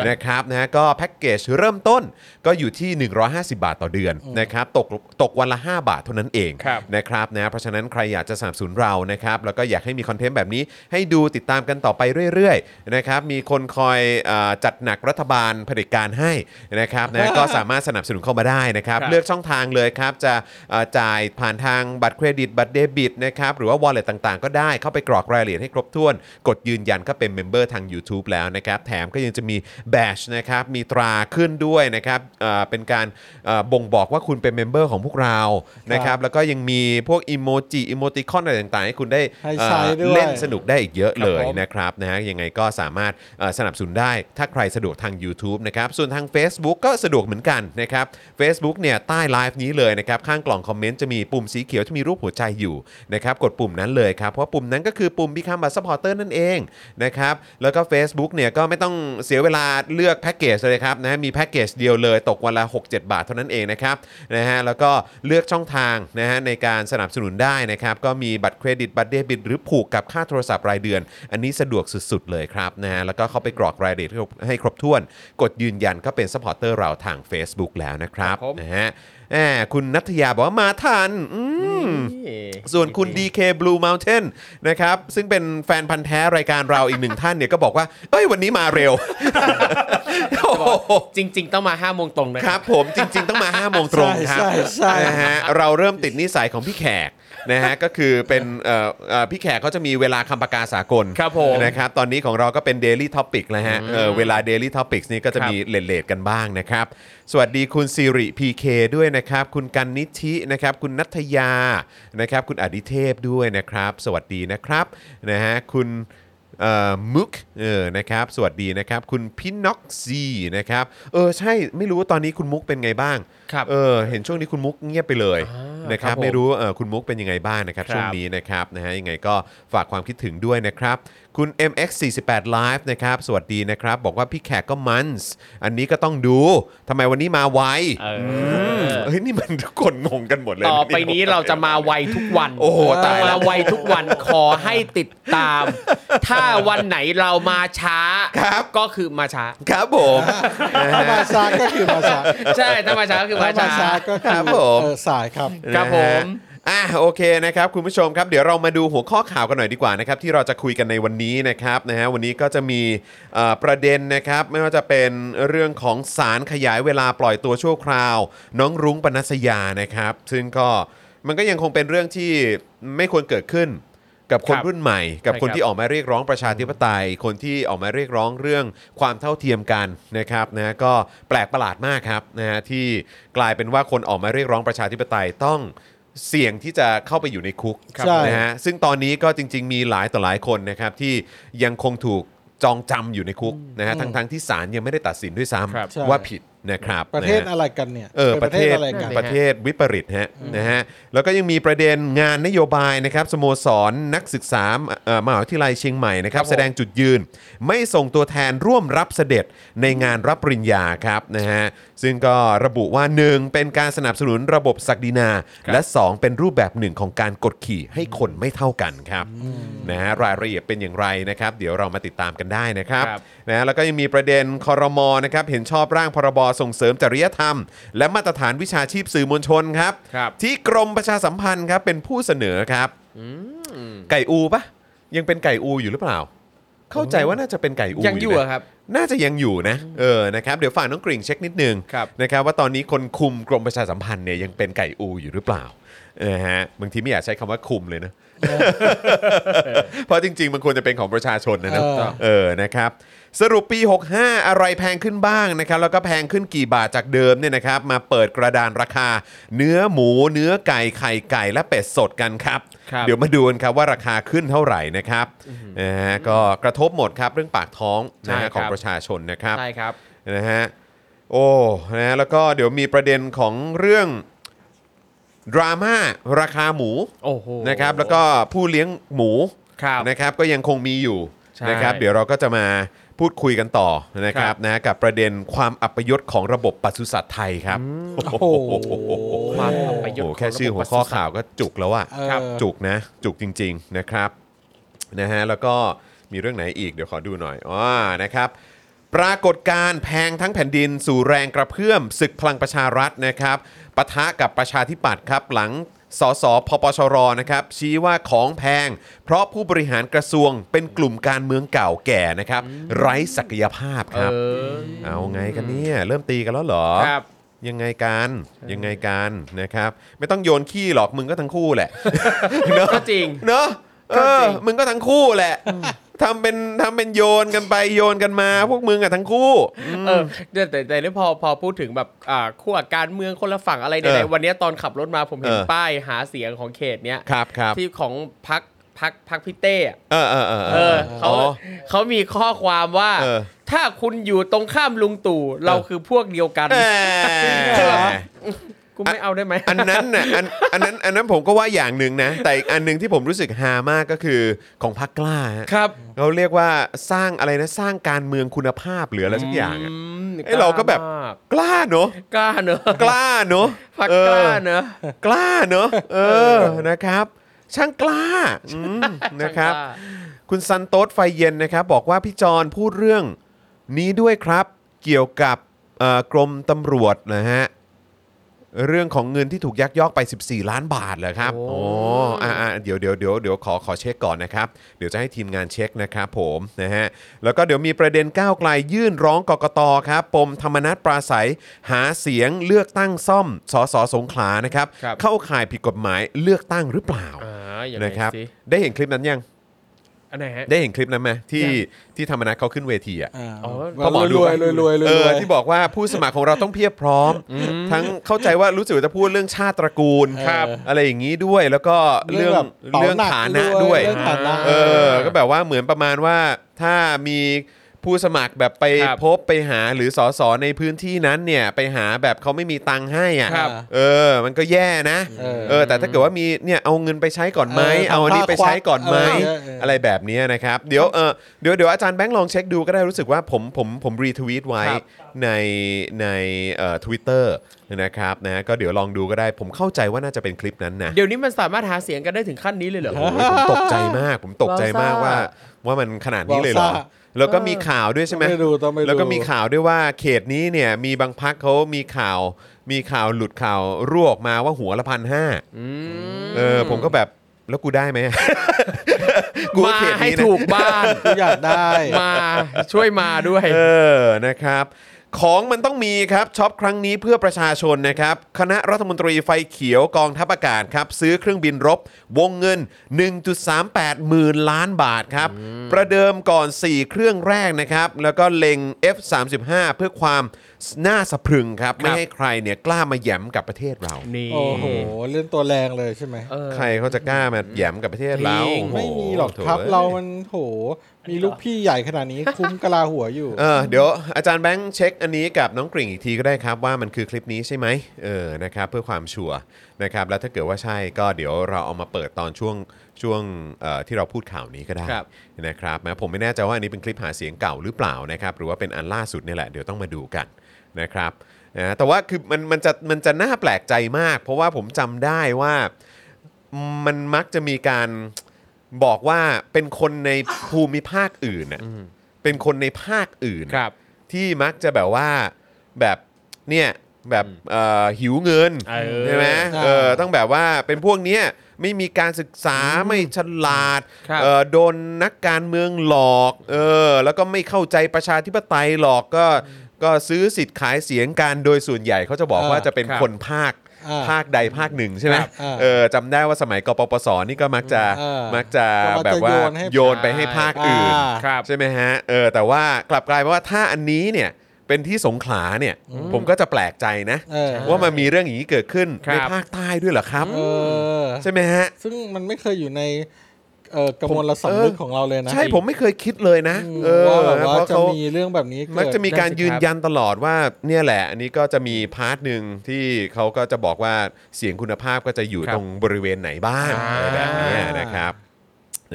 Speaker 2: นะครับนะฮะก็แพ็กเกจเริ่มต้นก็อยู่ที่ 150 บาทต่อเดือนนะครับตกตกวันละ 5 บาทเท่านั้นเอง
Speaker 4: ครับ
Speaker 2: นะครับนะเพราะฉะนั้นใครอยากจะสนับสนุนเรานะครับแล้วก็อยากให้มีคอนเทนต์แบบนี้ให้ดูติดตามกันต่อไปเรื่อยๆนะครับมีคนคอยเออจัดหนักรัฐบาลเผด็จการให้ <laughs> นะครับนะ ก็สามารถสนับสนุนเข้ามาได้นะครับ
Speaker 4: ครับ
Speaker 2: เลือกช่องทางเลยครับจะเอ่อจ่ายผ่าน ทางบัตรเครดิต บัตรเดบิตนะครับหรือว่า wallet ต่างๆ ก็ได้เข้าไปกรอกรายละเอียดให้ครบถ้วน กดยืนยันก็เป็นเมมเบอร์ทาง YouTube แล้วนะครับ แถมก็ยังจะมีแบ d ชนะครับมีตราขึ้นด้วยนะครับเอ่อเป็นการเอ่อบ่งบอกว่าคุณเป็นเมมเบอร์ของพวกเรานะครับแล้วก็ยังมีพวกอิโมจิอิโมติคอนอะไรต่างๆ ให้คุณได้
Speaker 3: ให้ใช้ด้วย
Speaker 2: เอ่อเล่นสนุกได้อีกเยอะเล
Speaker 1: ค
Speaker 2: ย
Speaker 1: รับผม
Speaker 2: นะครับนะฮะยังไงก็สามารถเอ่อสนับสนุนได้ถ้าใครสะดวกทาง YouTube นะครับส่วนทาง Facebook ก็สะดวกเหมือนกันนะครับ Facebook เนี่ยใต้ไลฟ์นี้เลยนะครับ ข้างกล่องคอมเมนต์จะมีปุ่มสีเขียวที่มีรูปหัวใจอยู่นะครับกดปุ่มนั้นเลยครับ เพราะปุ่มนั้นก็คือปุ่ม Become a supporter นั่นเองนะครับแล้วก็ Facebook เนี่ยก็ไม่ต้องเสียเวลาเลือกแพ็กเกจเลยครับนะฮะมีแพ็กเกจเดียวเลยตกวันละ 6-7 บาทเท่านั้นเองนะครับนะฮะแล้วก็เลือกช่องทางนะฮะในการสนับสนุนได้นะครับก็มีบัตรเครดิตบัตรเดบิตหรือผูกกับค่าโทรศัพท์รายเดือน อันนี้สะดวกสุดๆเลยครับนะฮะแล้วก็เข้าไปกรอกรายละเอียดให้ครบให้ครบถ้วน กดยืนยันก็เป็นสปอร์เตอร์เราทาง Facebook แล้วนะครับ
Speaker 1: ครับผม
Speaker 2: นะฮะแหมคุณนัทยาบอกว่ามาทันอืม ส่วนคุณ DK Blue Mountain นะครับซึ่งเป็นแฟนพันธ์แท้รายการเราอีกหนึ่งท่านเนี่ยก็บอกว่า เอ้ยวันนี้มาเร็ว โอ้โห
Speaker 1: จริง ๆ ต้องมา5้าโมงตรงนะ
Speaker 2: ค
Speaker 1: ค
Speaker 2: รั
Speaker 1: รั
Speaker 2: บบ ผมจริง ๆ ต้องมา5โมงตรงครับ
Speaker 3: ใช่ใช่ใช่
Speaker 2: นะฮะเราเริ่มติดนิสัยของพี่แขกนะฮะก็คือเป็นเอ่อเอ่อพี่แขกเขาจะมีเวลาคำประกาสากล
Speaker 1: ครับผม
Speaker 2: นะครับตอนนี้ของเราก็เป็น Daily Topic แล้วฮะเออเวลา Daily Topics นี่ก็จะ
Speaker 1: ครับ
Speaker 2: มีเลทๆกันบ้างนะครับ สวัสดีคุณสิริ PK ด้วยนะครับ คุณกันนิธินะครับ คุณนัทยานะครับ คุณอดิเทพด้วยนะครับ สวัสดีนะครับนะฮะคุณเอ่อมุกเออนะครับ สวัสดีนะครับ คุณพินอกซีนะครับเออใช่ไม่รู้ว่าตอนนี้คุณมุกเป็นไงบ้าง
Speaker 1: ครับ
Speaker 2: เออเห็นช่วงนี้คุณมุกเงียบไปเลยนะครั
Speaker 1: ค
Speaker 2: บ
Speaker 1: รับผม
Speaker 2: ไม่รู้เออคุณมุกเป็นยังไงบ้างนะครับช่วงนี้นะครับนะฮะยังไงก็ฝากความคิดถึงด้วยนะครับ คุณ MX48 Live นะครับ สวัสดีนะครับ บอกว่าพี่แขกก็มันส์อันนี้ก็ต้องดูทำไมวันนี้มาไว
Speaker 5: เออ
Speaker 2: เออเฮ้ย นี่มันทุกคนงงกันหมดเลย
Speaker 1: ต่อไปนี้เราจะมาไวทุกวัน
Speaker 2: โอ้โหตายแล้
Speaker 1: มาว ไวทุกวันขอให้ติดตาม
Speaker 2: <laughs>
Speaker 1: ถ้าวันไหนเรามาช้าก็คือมาช้า
Speaker 2: ครับผม
Speaker 3: ถ้ามาซาก็คือมาซา
Speaker 1: ใช่ถ้ามาช้าก็คือ
Speaker 3: ถ้า
Speaker 1: มาช้า
Speaker 3: มาซาก็คือ
Speaker 2: ครับผม
Speaker 3: เออสายครับ
Speaker 1: ครับผม
Speaker 2: นะฮะอ่ะโอเคนะครับ คุณผู้ชมครับ เดี๋ยวเรามาดูหัวข้อข่าวกันหน่อยดีกว่านะครับ ที่เราจะคุยกันในวันนี้นะครับนะฮะวันนี้ก็จะมีเอ่อประเด็นนะครับ ไม่ว่าจะเป็นเรื่องของสารขยายเวลาปล่อยตัวชั่วคราว น้องรุ้งปนัสยานะครับ ซึ่งก็มันก็ยังคงเป็นเรื่องที่ไม่ควรเกิดขึ้น กับคน
Speaker 1: ครับ
Speaker 2: รุ่นใหม่ กับ
Speaker 1: ใช่
Speaker 2: คน
Speaker 1: ครับ
Speaker 2: ที่ออกมาเรียกร้องประชาธิปไตย คนที่ออกมาเรียกร้องเรื่องความเท่าเทียมกันนะครับนะก็แปลกประหลาดมากครับนะฮะที่กลายเป็นว่าคนออกมาเรียกร้องประชาธิปไตยต้องเสี่ยงที่จะเข้าไปอยู่ในคุก
Speaker 3: ใช่
Speaker 2: นะฮะซึ่งตอนนี้ก็จริง ๆ มีหลายต่อหลายคนนะครับที่ยังคงถูกจองจำอยู่ในคุกนะฮะทั้งๆที่ศาลยังไม่ได้ตัดสินด้วยซ้
Speaker 1: ครับ
Speaker 3: ใช่
Speaker 2: ำว่าผิดนะครับ
Speaker 3: ประเทศ
Speaker 2: นฮ
Speaker 3: อะไรกันเนี่ย
Speaker 2: เออ
Speaker 3: ป็น
Speaker 2: ป
Speaker 3: ประ ระ
Speaker 2: เท
Speaker 3: เท
Speaker 2: ศ
Speaker 3: ศอะไรกัน
Speaker 2: ประเทศวิปริตฮะนะฮะแล้วก็ยังมีประเด็นงานนโยบายนะครับสโมสรนักศึกษาเอ่อมหาวิทยาลัยเชียงใหม่นะครั
Speaker 1: ค
Speaker 2: บ
Speaker 1: รับผม
Speaker 2: แสดงจุดยืน ไม่ส่งตัวแทนร่วมรับเสด็จในงานรับปริญญาครับนะฮะซึ่งก็ระบุว่า 1. เป็นการสนับสนุนระบบศักดินา และ 2 เป็นรูปแบบหนึ่งของการกดขี่ให้คนไม่เท่ากันครับนะฮะรายละเอียดเป็นอย่างไรนะครับ เดี๋ยวเรามาติดตามกันได้นะครับ
Speaker 1: ครับ
Speaker 2: นะแล้วก็ยังมีประเด็นคอรมอนะครับเห็นชอบร่างพรบส่งเสริมจริยธรรม และมาตรฐานวิชาชีพสื่อมวลชนครับ
Speaker 1: ครับ
Speaker 2: ที่กรมประชาสัมพันธ์ครับเป็นผู้เสนอครับไก่อูปะยังเป็นไก่อูอยู่หรือเปล่า เข้าใจว่าน่าจะเป็นไก่อู
Speaker 1: ยังอยู่
Speaker 2: นะ
Speaker 1: เหรอครับ
Speaker 2: น่าจะยังอยู่นะ เออ นะครับ เดี๋ยวฝากน้องกริ่งเช็คนิดนึง
Speaker 1: ครับ
Speaker 2: นะครับว่าตอนนี้คนคุมกรมประชาสัมพันธ์เนี่ยยังเป็นไก่อูอยู่หรือเปล่านะฮะ บางทีไม่อยากใช้คำว่าคุมเลยนะ เพราะจริง ๆ มันควรจะเป็นของประชาชนนะนะ
Speaker 3: เออ
Speaker 2: เออ นะครับ สรุปปี 65 อะไรแพงขึ้นบ้างนะครับ แล้วก็แพงขึ้นกี่บาทจากเดิมเนี่ยนะครับ มาเปิดกระดานราคา เนื้อหมู เนื้อไก่ ไข่ไก่และเป็ดสดกันครับ
Speaker 1: ครับ
Speaker 2: เดี๋ยวมาดูกันครับว่าราคาขึ้นเท่าไหร่นะครับนะฮะ ก็กระทบหมดครับเรื่องปากท้อง
Speaker 1: ใช่
Speaker 2: นะฮะของ
Speaker 1: ครับ
Speaker 2: ประชาชนนะครับ
Speaker 1: ใช่ครับ
Speaker 2: นะฮะโอ้นะฮะแล้วก็เดี๋ยวมีประเด็นของเรื่องดราม่าราคาหมู
Speaker 1: โอ้โห
Speaker 2: นะครับแล้วก็ผู้เลี้ยงหมู
Speaker 1: ครับ
Speaker 2: นะครับก็ยังคงมีอยู่
Speaker 1: ใช่
Speaker 2: นะครับเดี๋ยวเราก็จะมาพูดคุยกันต่อนะค
Speaker 1: ค
Speaker 2: รั
Speaker 1: รั
Speaker 2: บบ นะกับประเด็นความอัปยศของระบบปศุสัตว์ไทยครับ
Speaker 3: โอ้โห
Speaker 1: ความอัป
Speaker 2: โอ้
Speaker 1: ยศข
Speaker 2: โห
Speaker 1: อง
Speaker 2: แค่ชื่อหัว
Speaker 1: ระบบ
Speaker 2: ข้อ
Speaker 1: ปศุสัตว์
Speaker 2: ข่าวก็จุกแล้วอะ
Speaker 3: เออ
Speaker 1: ครับ
Speaker 2: จุกนะจุกจริง ๆนะครับนะฮะแล้วก็มีเรื่องไหนอีกเดี๋ยวขอดูหน่อยอ๋อนะครับ ปรากฏการณ์แพงทั้งแผ่นดินสู่แรงกระเพื่อมศึกพลังประชารัฐนะครับปะทะกับประชาธิปัตย์ครับ หลังสสพปชรนะครับ ชี้ว่าของแพง เพราะผู้บริหารกระทรวงเป็นกลุ่มการเมืองเก่าแก่นะครับ ไร้ศักยภาพครับ
Speaker 1: เออ
Speaker 2: เอาไงกันเนี่ย เริ่มตีกันแล้วเหรอ
Speaker 1: ครับ
Speaker 2: ยังไงกันยังไงกันนะครับ ไม่ต้องโยนขี้หรอกมึงก็ทั้งคู่
Speaker 1: <laughs>
Speaker 2: แหละ เนอะ
Speaker 1: ก็จริง
Speaker 2: เนอะเอ
Speaker 1: ก็จ
Speaker 2: อ
Speaker 1: ริง
Speaker 2: มึงก็ทั้งคู่แหละทำเป็นทำเป็นโยนกันไปโยนกันมา พวกมึงอะทั้งคู่
Speaker 1: เออแต่แต่แต่เนี่ยพอพอพูดถึงแบบอ่าขั้วการเมืองคนละฝั่งอะไรใด
Speaker 2: เออ
Speaker 1: ๆวันเนี้ยตอนขับรถมาผมเห็น
Speaker 2: เออ
Speaker 1: ป้ายหาเสียงของเขตเนี้ย
Speaker 2: ครับครับ
Speaker 1: ที่ของพักพักพักพี่เต้อะ
Speaker 2: เออเออเออ
Speaker 1: เออเขา
Speaker 2: อ๋อ
Speaker 1: เขามีข้อความว่า
Speaker 2: เออ
Speaker 1: ถ้าคุณอยู่ตรงข้ามลุงตู่เราคือพวกเดียวกัน
Speaker 2: แหม
Speaker 1: กูไม่เอาได้ไหม
Speaker 2: อันนั้นน่ะอันอันนั้นอันนั้นผมก็ว่าอย่างหนึ่งนะ แต่อีกอันหนึ่งที่ผมรู้สึกฮามากก็คือของพักกล้าฮะ
Speaker 1: ครับ
Speaker 2: เราเรียกว่าสร้างอะไรนะสร้างการเมืองคุณภาพหรืออะไรสักอย่างอะ
Speaker 1: ม
Speaker 2: ไอ้เราก็แบบ
Speaker 1: ล้มาก
Speaker 2: กล้าเนอะ
Speaker 1: กล้าเนอะ
Speaker 2: กล้าเนอะ
Speaker 1: พัก
Speaker 2: เออก
Speaker 1: ล้าเนอะ
Speaker 2: กล้าเนอะเออนะครับ ช่างกล้าอืมนะครับ คุณซันโต๊ดไฟเย็นนะครับบอกว่าพี่จอนพูดเรื่องนี้ด้วยครับเกี่ยวกับเอ่อกรมตำรวจนะฮะเรื่องของเงินที่ถูกยักยอกไป 14 ล้านบาทเหรอครับ
Speaker 1: โอ้
Speaker 2: โอ้อ่าเดี๋ยวเดี๋ยวเดี๋ยวเดี๋ยวขอขอเช็คก่อนนะครับ เดี๋ยวจะให้ทีมงานเช็คนะครับผมนะฮะแล้วก็เดี๋ยวมีประเด็นก้าวไกลยื่นร้องกกตครับปมธรรมนัตปราศัยหาเสียงเลือกตั้งซ่อมสสสงขลานะครับ
Speaker 1: ครับ
Speaker 2: เข้าข่ายผิดกฎหมายเลือกตั้งหรือเปล่า
Speaker 1: อ่าอย่างไร
Speaker 2: นะครับ
Speaker 1: สิ
Speaker 2: ได้เห็นคลิปนั้นยัง
Speaker 1: อันไหนฮะ
Speaker 2: <laughs> ได้เห็นคลิปนั้นไหม
Speaker 1: ย
Speaker 2: ที่
Speaker 1: ั
Speaker 2: ที่ธรรมนัฐเขาขึ้นเวทีอ่ะ
Speaker 3: อ่า
Speaker 1: อ๋อ
Speaker 2: พ่อหมอดู
Speaker 3: ร
Speaker 2: ไห
Speaker 3: ว
Speaker 2: ม
Speaker 3: ยรวยรวยรวย
Speaker 2: เออ
Speaker 3: รวย
Speaker 2: ที่บอกว่าผู้สมัครของเราต้องเพียบพร้อม ทั้งเข้าใจว่ารู้สึกว่าจะพูดเรื่องชาติตระกูล
Speaker 1: ครับ
Speaker 2: อะไรอย่างนี้ด้วยแล้วก็เรื่อง
Speaker 3: แบบเป๋า
Speaker 2: เรื่อง
Speaker 3: หนัก
Speaker 2: ฐานะด้วย
Speaker 3: เรื่องฐานะ
Speaker 2: เออก็แบบว่าเหมือนประมาณว่าถ้ามีผู้สมัครแบบไป
Speaker 1: ครับ
Speaker 2: พบไปหาหรือสอสอในพื้นที่นั้นเนี่ยไปหาแบบเขาไม่มีตังค์ให้อ่ะ
Speaker 1: ครับ
Speaker 2: เออ มันก็แย่นะ
Speaker 3: เออ
Speaker 2: เออแต่ถ้าเกิดว่ามีเนี่ยเอาเงินไปใช้ก่อนไหม
Speaker 3: เออ
Speaker 2: เอาอันนี้ไปใช้ก่อนไหม
Speaker 3: เออเออเอออ
Speaker 2: อะไรแบบเนี้ยนะครับเดี๋ยวเออเดี๋ยวเดี๋ยวอาจารย์แบงค์ลองเช็คดูก็ได้รู้สึกว่าผมผมผมรีทวีตไว้
Speaker 1: ครับ
Speaker 2: ในในเอ่อทวิตเตอร์นะครับนะก็เดี๋ยวลองดูก็ได้ผมเข้าใจว่าน่าจะเป็นคลิปนั้นนะ
Speaker 1: เดี๋ยวนี้มันสามารถหาเสียงกันได้ถึงขั้นนี้เลยเหรอ
Speaker 2: โอ้โหผมตกใจมาก ผมตกใจมาก
Speaker 1: วา
Speaker 2: ว่า
Speaker 1: ซ่
Speaker 2: ว่ามันขนาดนี้เลยเหรอ
Speaker 3: วาซ่า
Speaker 2: แล้วก็มีข่าวด้วยใช่ไหม
Speaker 3: ต้องปดูต้องไปดู
Speaker 2: แล้วก็มีข่าวด้วยว่าเขตนี้เนี่ยมีบางพักเขามีข่าว มีข่าวหลุดข่าวรั่วออกมาว่าหัวละพันห้า
Speaker 1: อืม
Speaker 2: เออ ผมก็แบบแล้วกูได้ไหม กูก็
Speaker 1: มา
Speaker 2: เขต
Speaker 1: ให้
Speaker 2: นี้นะ
Speaker 1: ถูกบ้าน
Speaker 3: กูอยากได้
Speaker 1: มาช่วยมาด้วย
Speaker 2: เออ นะครับ ของมันต้องมีครับช็อปครั้งนี้เพื่อประชาชนนะครับ คณะรัฐมนตรีไฟเขียวกองทัพอากาศครับ ซื้อเครื่องบินรบ วงเงิน 1.38 หมื่นล้านบาทครับ ประเดิมก่อน 4 เครื่องแรกนะครับ แล้วก็เล็ง F35 เพื่อความน่าสะพรึงครับ ไม่ให้ใครเนี่ยกล้ามาแหยมกับประเทศเรา
Speaker 1: นี่
Speaker 3: โอ้โห เล่นตัวแรงเลยใช่ไหม
Speaker 1: เออ
Speaker 2: ใครเขาจะกล้ามาแหยมกับประเทศเรา
Speaker 1: จริง
Speaker 2: โโ
Speaker 3: ไม่มีหรอกครับ
Speaker 2: โถ่ย
Speaker 3: เรามันโห มีลูกพี่ใหญ่ขนาดนี้ คุ้มกะลาหัวอยู่
Speaker 2: เออเดี๋ยวอาจารย์แบงค์เช็คอันนี้กับน้องกริ่งอีกทีก็ได้ครับว่ามันคือคลิปนี้ใช่ไหมเออนะครับเพื่อความชัวร์นะครับแล้วถ้าเกิดว่าใช่ก็เดี๋ยวเราเอามาเปิดตอนช่วงช่วงเอ่อที่เราพูดข่าวนี้ก็ได้
Speaker 1: ครับ
Speaker 2: นะครับแม้ผมไม่แน่ใจว่าอันนี้เป็นคลิปหาเสียงเก่าหรือเปล่านะครับหรือว่าเป็นอันล่าสุดเนี่ยแหละเดี๋ยวต้องมาดูกันนะครับนะแต่ว่าคือมันมันจะมันจะน่าแปลกใจมาก เพราะว่าผมจำได้ว่า มันมักจะมีการบอกว่าเป็นคนในภูมิภาคอื่นน่ะเป็นคนในภาคอื่นน่ะ
Speaker 1: ครับ
Speaker 2: ที่มักจะแบบว่าแบบเนี่ยแบบเอ่อหิวเงิน
Speaker 1: เออ
Speaker 2: ใช่ไหม
Speaker 3: ใช่
Speaker 2: เออต้องแบบว่าเป็นพวกเนี้ยไม่มีการศึกษาไม่ฉลาด
Speaker 1: ครับ
Speaker 2: เออโดนนักการเมืองหลอกเออแล้วก็ไม่เข้าใจประชาธิปไตยหลอกก็ก็ซื้อสิทธิ์ขายเสียงการโดยส่วนใหญ่เขาจะบอกว่าจะเป็น
Speaker 1: ครับ
Speaker 2: คนภาค
Speaker 3: อ่า
Speaker 2: ภาคใดภาคหนึ่งใช่ไหม
Speaker 3: ครับอ่า
Speaker 2: เออจำได้ว่าสมัยกปปสนี่ก็มักจะ
Speaker 3: เออ
Speaker 2: มักจะ
Speaker 3: ก็มักจะ
Speaker 2: แบบว่า
Speaker 3: โยนให้
Speaker 2: โยนไปให้ภาคอื่น
Speaker 3: อ่า
Speaker 1: ครับ
Speaker 2: ใช่ไหมฮะเออแต่ว่ากลับกลายเป็นว่าถ้าอันนี้เนี่ยเป็นที่สงขลาเนี่ยผมก็จะแปลกใจนะ
Speaker 3: เออ
Speaker 2: ว่ามันมีเรื่องอย่างนี้เกิดขึ้น
Speaker 1: ครับ
Speaker 2: ในภาคใต้ด้วยเหรอครับ
Speaker 3: เออ
Speaker 2: ใช่ไหมฮะ
Speaker 3: ซึ่งมันไม่เคยอยู่ในเอ่อกระมวล
Speaker 2: ผม
Speaker 3: ละสำนึกของเราเลยนะ
Speaker 2: ใช่ผมไม่เคยคิดเลยนะ
Speaker 3: อืม
Speaker 2: เออ
Speaker 3: ว่าแบบว่า
Speaker 2: เพราะ
Speaker 3: จะ
Speaker 2: เขา
Speaker 3: มีเรื่องแบบนี้เกิด
Speaker 2: มักจะมีการ
Speaker 1: ได้สิครับ
Speaker 2: ยืนยันตลอดว่าเนี่ยแหละ อันนี้ก็จะมีพาร์ทหนึ่งที่เขาก็จะบอกว่าเสียงคุณภาพก็จะอยู่
Speaker 1: ครับ
Speaker 2: ตรงบริเวณไหนบ้าง
Speaker 1: อ่า
Speaker 2: อะไรแบบเนี้ยนะครับ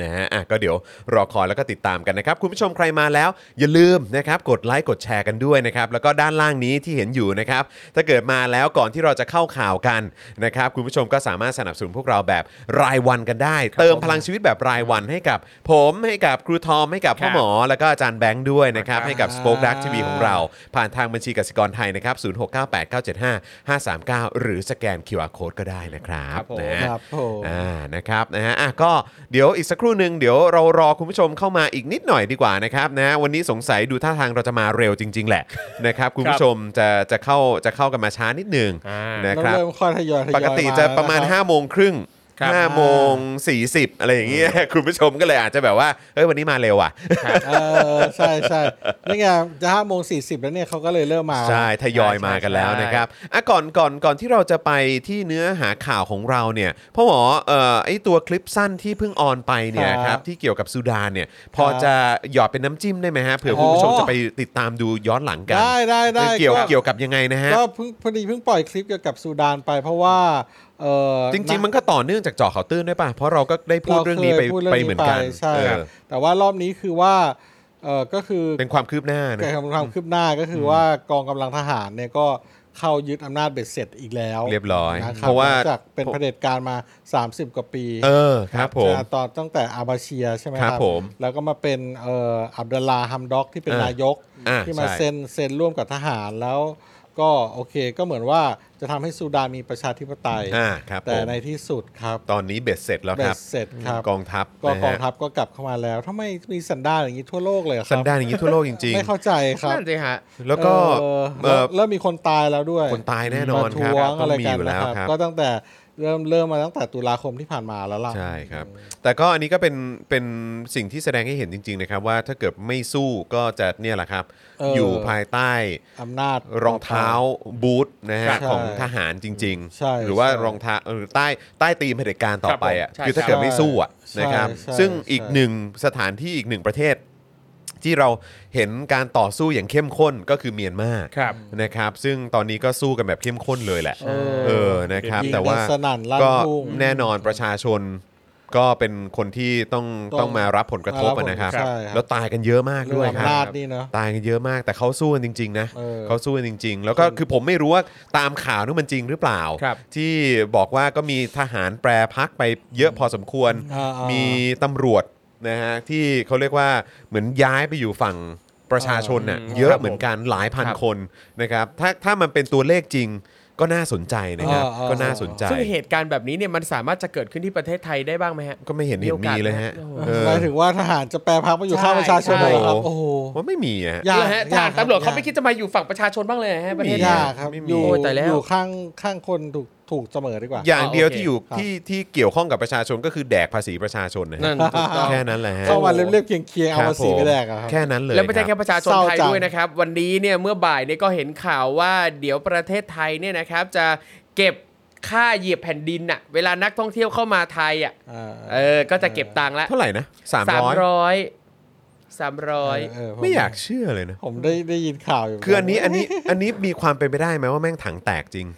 Speaker 2: นะฮะอ่ะก็เดี๋ยวรอคอยแล้วก็ติดตามกันนะครับ คุณผู้ชมใครมาแล้ว อย่าลืมนะครับกดไลค์กดแชร์กันด้วยนะครับ แล้วก็ด้านล่างนี้ที่เห็นอยู่นะครับ ถ้าเกิดมาแล้วก่อนที่เราจะเข้าข่าวกันนะครับ คุณผู้ชมก็สามารถสนับสนุนพวกเราแบบรายวันกันได้ เติมพลังชีวิตแบบรายวันให้กับ ผมให้กับครูทอมให้กับพ่อหมอแล้วก็อาจารย์แบงค์ด้วยนะครับให้กับ Spoke Dark TV ของเรา ผ่านทางบัญชีกสิกรไทยนะครับ 0698975539 หรือสแกน QR Code ก็ได้นะครั
Speaker 1: ค
Speaker 2: บ
Speaker 1: รับผม
Speaker 2: นะฮะ
Speaker 3: ครับผม
Speaker 2: อ่านะครับนะฮะอ่ะก็เดี๋ยวอีกสักครู่ รู่หนึ่งเดี๋ยวเรารอคุณผู้ชมเข้ามาอีกนิดหน่อยดีกว่านะครับนะวันนี้สงสัยดูท่าทางเราจะมาเร็วจริง ๆ แหละ นะครับคุณผู้ชมจะจะเข้าจะเข้ากันมาช้านิดหนึง
Speaker 1: อ่า
Speaker 2: นะครับ
Speaker 3: เริ่มค่อยทยอยทยอย
Speaker 2: ปกติจะประมาณ
Speaker 3: นคบ
Speaker 2: 5้าโมงครึ่ง
Speaker 1: ครับ
Speaker 2: ห้าโมงสี่สิบอะไรอย่างเงี้ย คุณผู้ชมก็เลยอาจจะแบบว่าเฮ้ยวันนี้มาเร็วอ่ะ
Speaker 3: เออใช่ใช่นี่ไงจะห้าโมงสี่สิบแล้วเนี่ยเขาก็เลยเริ่มมา
Speaker 2: ใช่ทยอยมากันแล้วนะครับอ่ะก่อนก่อนก่อนที่เราจะไปที่เนื้อหาข่าวของเราเนี่ยพ่อหมอเอ่อไอตัวคลิปสั้นที่เพิ่งออนไปเนี่ย
Speaker 3: ครับ
Speaker 2: ครับที่เกี่ยวกับซูดานเนี่ย พอจะหยอดเป็นน้ำจิ้มได้ไหมฮะเผื่อ
Speaker 3: โอ้
Speaker 2: คุณผู้ชมจะไปติดตามดูย้อนหลังกัน
Speaker 3: ได้ได้ได้
Speaker 2: เกี่ยวเกี่ยวกับยังไงนะฮะ
Speaker 3: ก็เพิ่งพอดีเพิ่งปล่อยคลิปเกี่ยวกับซูดานไปเพราะว่าเออ
Speaker 2: จริง ๆ มันก็ต่อเนื่องจากเจาะข่าวตื้นด้วยป่ะเพราะเราก็ได้พูด
Speaker 3: า
Speaker 2: เรื่องนี้
Speaker 3: ค
Speaker 2: ไป
Speaker 3: ยพูด
Speaker 2: ไป
Speaker 3: รื่ง
Speaker 2: เหมือนกัน
Speaker 3: ใช่
Speaker 2: เออ
Speaker 3: ครับแต่ว่ารอบนี้คือว่าเออก็คือ
Speaker 2: เป็นความคืบหน้านะ
Speaker 3: เกิดความคืบหน้าก็คือว่ากองกำลังทหารเนี่ยก็เข้ายึดอำนาจเบ็ดเสร็จอีกแล้ว
Speaker 2: เรียบร้อย
Speaker 3: นคบ
Speaker 2: เพราะว่า
Speaker 3: หลังจากเป็นเผด็จการมา 30 กว่าปี
Speaker 2: เออครับผม
Speaker 3: จะตอนตั้งแต่อาบาเชียใช่ไหมค
Speaker 2: ครั
Speaker 3: รั
Speaker 2: บบ ผม
Speaker 3: แล้วก็มาเป็นเอ่ออับดุลลาฮัมด็อกที่เป็น
Speaker 2: อ่าน
Speaker 3: นายก
Speaker 2: อ่า
Speaker 3: ที่มา
Speaker 2: ใช่
Speaker 3: เซ็นเซ็นร่วมกับทหารแล้ว ก็โอเคก็เหมือนว่าจะทำให้ซูดานมีประชาธิปไตย
Speaker 2: อ่าครับ
Speaker 3: แต่
Speaker 2: ผม
Speaker 3: ในที่สุดครับ
Speaker 2: ตอนนี้เบ็ดเสร็จแล้วค
Speaker 3: เบ็
Speaker 2: รับ
Speaker 3: ดเสร็จครับ
Speaker 2: กองทัพ
Speaker 3: ก็
Speaker 2: นะฮะ
Speaker 3: กองทัพก็กลับเข้ามาแล้วทำไมมีสันดานอย่างนี้ทั่วโลกเลยอะค
Speaker 2: สั
Speaker 3: รั
Speaker 2: น
Speaker 3: บ
Speaker 2: ดานอย่างนี้ทั่วโลกจริง
Speaker 3: ไม่เข้าใจครับ
Speaker 1: นั่นสิฮะ
Speaker 2: ๆ แล้วก็
Speaker 3: เอ่อ
Speaker 2: เอ่อ
Speaker 3: เริ่มมีคนตายแล้วด้วย
Speaker 2: คนตายแน่นอน
Speaker 3: มาท
Speaker 2: ครับ
Speaker 3: วง
Speaker 2: ต้อ
Speaker 3: อะ
Speaker 2: ง
Speaker 3: ไร
Speaker 2: มี
Speaker 3: กัน
Speaker 2: อยู่แล้
Speaker 3: นะ
Speaker 2: ว
Speaker 3: ครับ
Speaker 2: ครับ
Speaker 3: ก็ตั้งแต่เริ่มเริ่มมาตั้งแต่ตุลาคมที่ผ่านมาแล้วล่ะ
Speaker 2: ใช่ครับ แต่ก็อันนี้ก็เป็นเป็นสิ่งที่แสดงให้เห็นจริง ๆ นะครับ ว่าถ้าเกิดไม่สู้ก็จะเนี่ยแหละครับ
Speaker 3: เออ
Speaker 2: อ
Speaker 3: อ
Speaker 2: ยู่ภายใต้
Speaker 3: อำนาจ
Speaker 2: รองเท้าบูทนะฮะ
Speaker 3: ครับ
Speaker 2: ของ
Speaker 3: ใช่
Speaker 2: ทหารจริง
Speaker 3: ใช่
Speaker 2: ๆ หรือว่า
Speaker 3: ใช่
Speaker 2: รองเท้าหรือใต้ใต้ตีมเผด็จการต่อไปอ่ะ
Speaker 1: ครับผมใช่
Speaker 2: คือถ้าเกิดไม่สู้อ่ะ
Speaker 3: ใช่
Speaker 2: นะครับ
Speaker 3: ใช่
Speaker 2: ซึ่งอีก
Speaker 3: ใช่
Speaker 2: หนึ่งสถานที่อีกหนึ่งประเทศ ที่เราเห็นการต่อสู้อย่างเข้มข้นก็คือเมียนมา
Speaker 1: ครับ
Speaker 2: นะครับ ซึ่งตอนนี้ก็สู้กันแบบเข้มข้นเลยแหละ
Speaker 3: เออ
Speaker 2: เออ นะครับ
Speaker 3: ยิง
Speaker 2: แต่ว่า
Speaker 3: กันสนั่นลั่น
Speaker 2: ก็
Speaker 3: ทุ่ง
Speaker 2: แน่นอนประชาชนก็เป็นคนที่ต้อง
Speaker 3: ต้อง
Speaker 2: ต้องมารับผลกระทบอะ
Speaker 3: มารับผล
Speaker 2: นะครับ
Speaker 3: ใช่ครับ
Speaker 2: แล้วตายกันเยอะมาก
Speaker 3: เรื่
Speaker 2: ด้
Speaker 3: อ
Speaker 2: วย
Speaker 3: ง
Speaker 2: ครั
Speaker 3: อำนา
Speaker 2: บ
Speaker 3: จนี่เนาะ
Speaker 2: ตายกันเยอะมากแต่เขาสู้กันจริง ๆ นะ
Speaker 3: เออ
Speaker 2: สู้กันจริง ๆ แล้วก็คือผมไม่รู้ว่าตามข่าวนี่มันจริงหรือเปล่า
Speaker 1: ครับ
Speaker 2: ที่บอกว่าก็มีทหารแปรพักไปเยอะพอสมควร
Speaker 3: อ่าๆ
Speaker 2: มีตำรวจนะฮะที่เขาเรียกว่าเหมือนย้ายไปอยู่ฝั่งประชาชนน่ะ
Speaker 1: อ่า
Speaker 2: เยอะ
Speaker 1: ครับผม
Speaker 2: เหมือนกันหลายพัน
Speaker 1: ครับ
Speaker 2: คนนะครับถ้าถ้ามันเป็นตัวเลขจริงก็น่าสนใจนะครับ
Speaker 3: อ่าๆ
Speaker 2: ก็น่าสนใจ
Speaker 1: ซึ่งเหตุการณ์แบบนี้เนี่ยมันสามารถจะเกิดขึ้นที่ประเทศไทยได้บ้างไหมฮะ
Speaker 2: ก็ไม่เห็นเห็นมีเลยฮะ
Speaker 1: มีโอกาส
Speaker 2: เออ
Speaker 3: หมายถึงว่าทหารจะแปรพักมาอยู่ข้างประชาชน
Speaker 1: ใช่
Speaker 3: เลยครับ โอ้โห
Speaker 2: ว่าไม่มีอะฮะ
Speaker 3: ยาก
Speaker 1: เหรอฮะทหาร
Speaker 3: ยากครับ
Speaker 1: ตำรวจเขา
Speaker 3: ยาก
Speaker 1: ไม่คิดจะมาอยู่ฝั่งประชาชนบ้างเลยเหรอฮะประเทศ
Speaker 2: ไม่มี
Speaker 1: นี้
Speaker 3: ยากครับ
Speaker 2: ไม่มี
Speaker 3: อยู่
Speaker 1: โอ้ยตายแล้ว
Speaker 3: อยู่ข้างข้างคนถูกถูกเสมอดีกว่า
Speaker 2: อย่างเดียว
Speaker 1: อ่าโอเค
Speaker 2: ที่อยู่
Speaker 3: ครับ
Speaker 2: ที่ที่เกี่ยวข้องกับประชาชนก็คือแดกภาษีประชาชนนะฮะ
Speaker 1: นั่นถูกต้อง
Speaker 2: แค่นั้นแหละฮะ
Speaker 3: เข้ามาเรียบๆเคียงเคียงๆเอา
Speaker 2: ครับ
Speaker 3: ภาษีไป
Speaker 2: ผม
Speaker 3: แลกอะครับ
Speaker 2: แค่นั้นเลย
Speaker 1: แล้วไม่ใช่
Speaker 2: ค
Speaker 1: แค่
Speaker 2: รับ
Speaker 1: ประชาชน
Speaker 3: เศร้า
Speaker 1: ไทย
Speaker 3: จัง
Speaker 1: ด้วยนะครับ วันนี้เนี่ยเมื่อบ่ายเนี่ยก็เห็นข่าวว่าเดี๋ยวประเทศไทยเนี่ยนะครับ จะเก็บค่าเหยียบแผ่นดินอะเวลานักท่องเที่ยวเข้ามาไทยอะ
Speaker 3: อ่า
Speaker 1: เออก็จะเก็บตังค์ละ
Speaker 2: เท่าไหร่นะสาม
Speaker 1: สาม
Speaker 2: ร้อย
Speaker 1: ร้อยสามร้อย
Speaker 3: เผ
Speaker 2: ไม่อยากเชื่อเลยนะ
Speaker 3: ผมได้ได้ยินข่าวอยู่
Speaker 2: คืออันนี้อันนี้อันนี้มีความเป็นไปได้ไหมว่าแม่งถังแตกจริง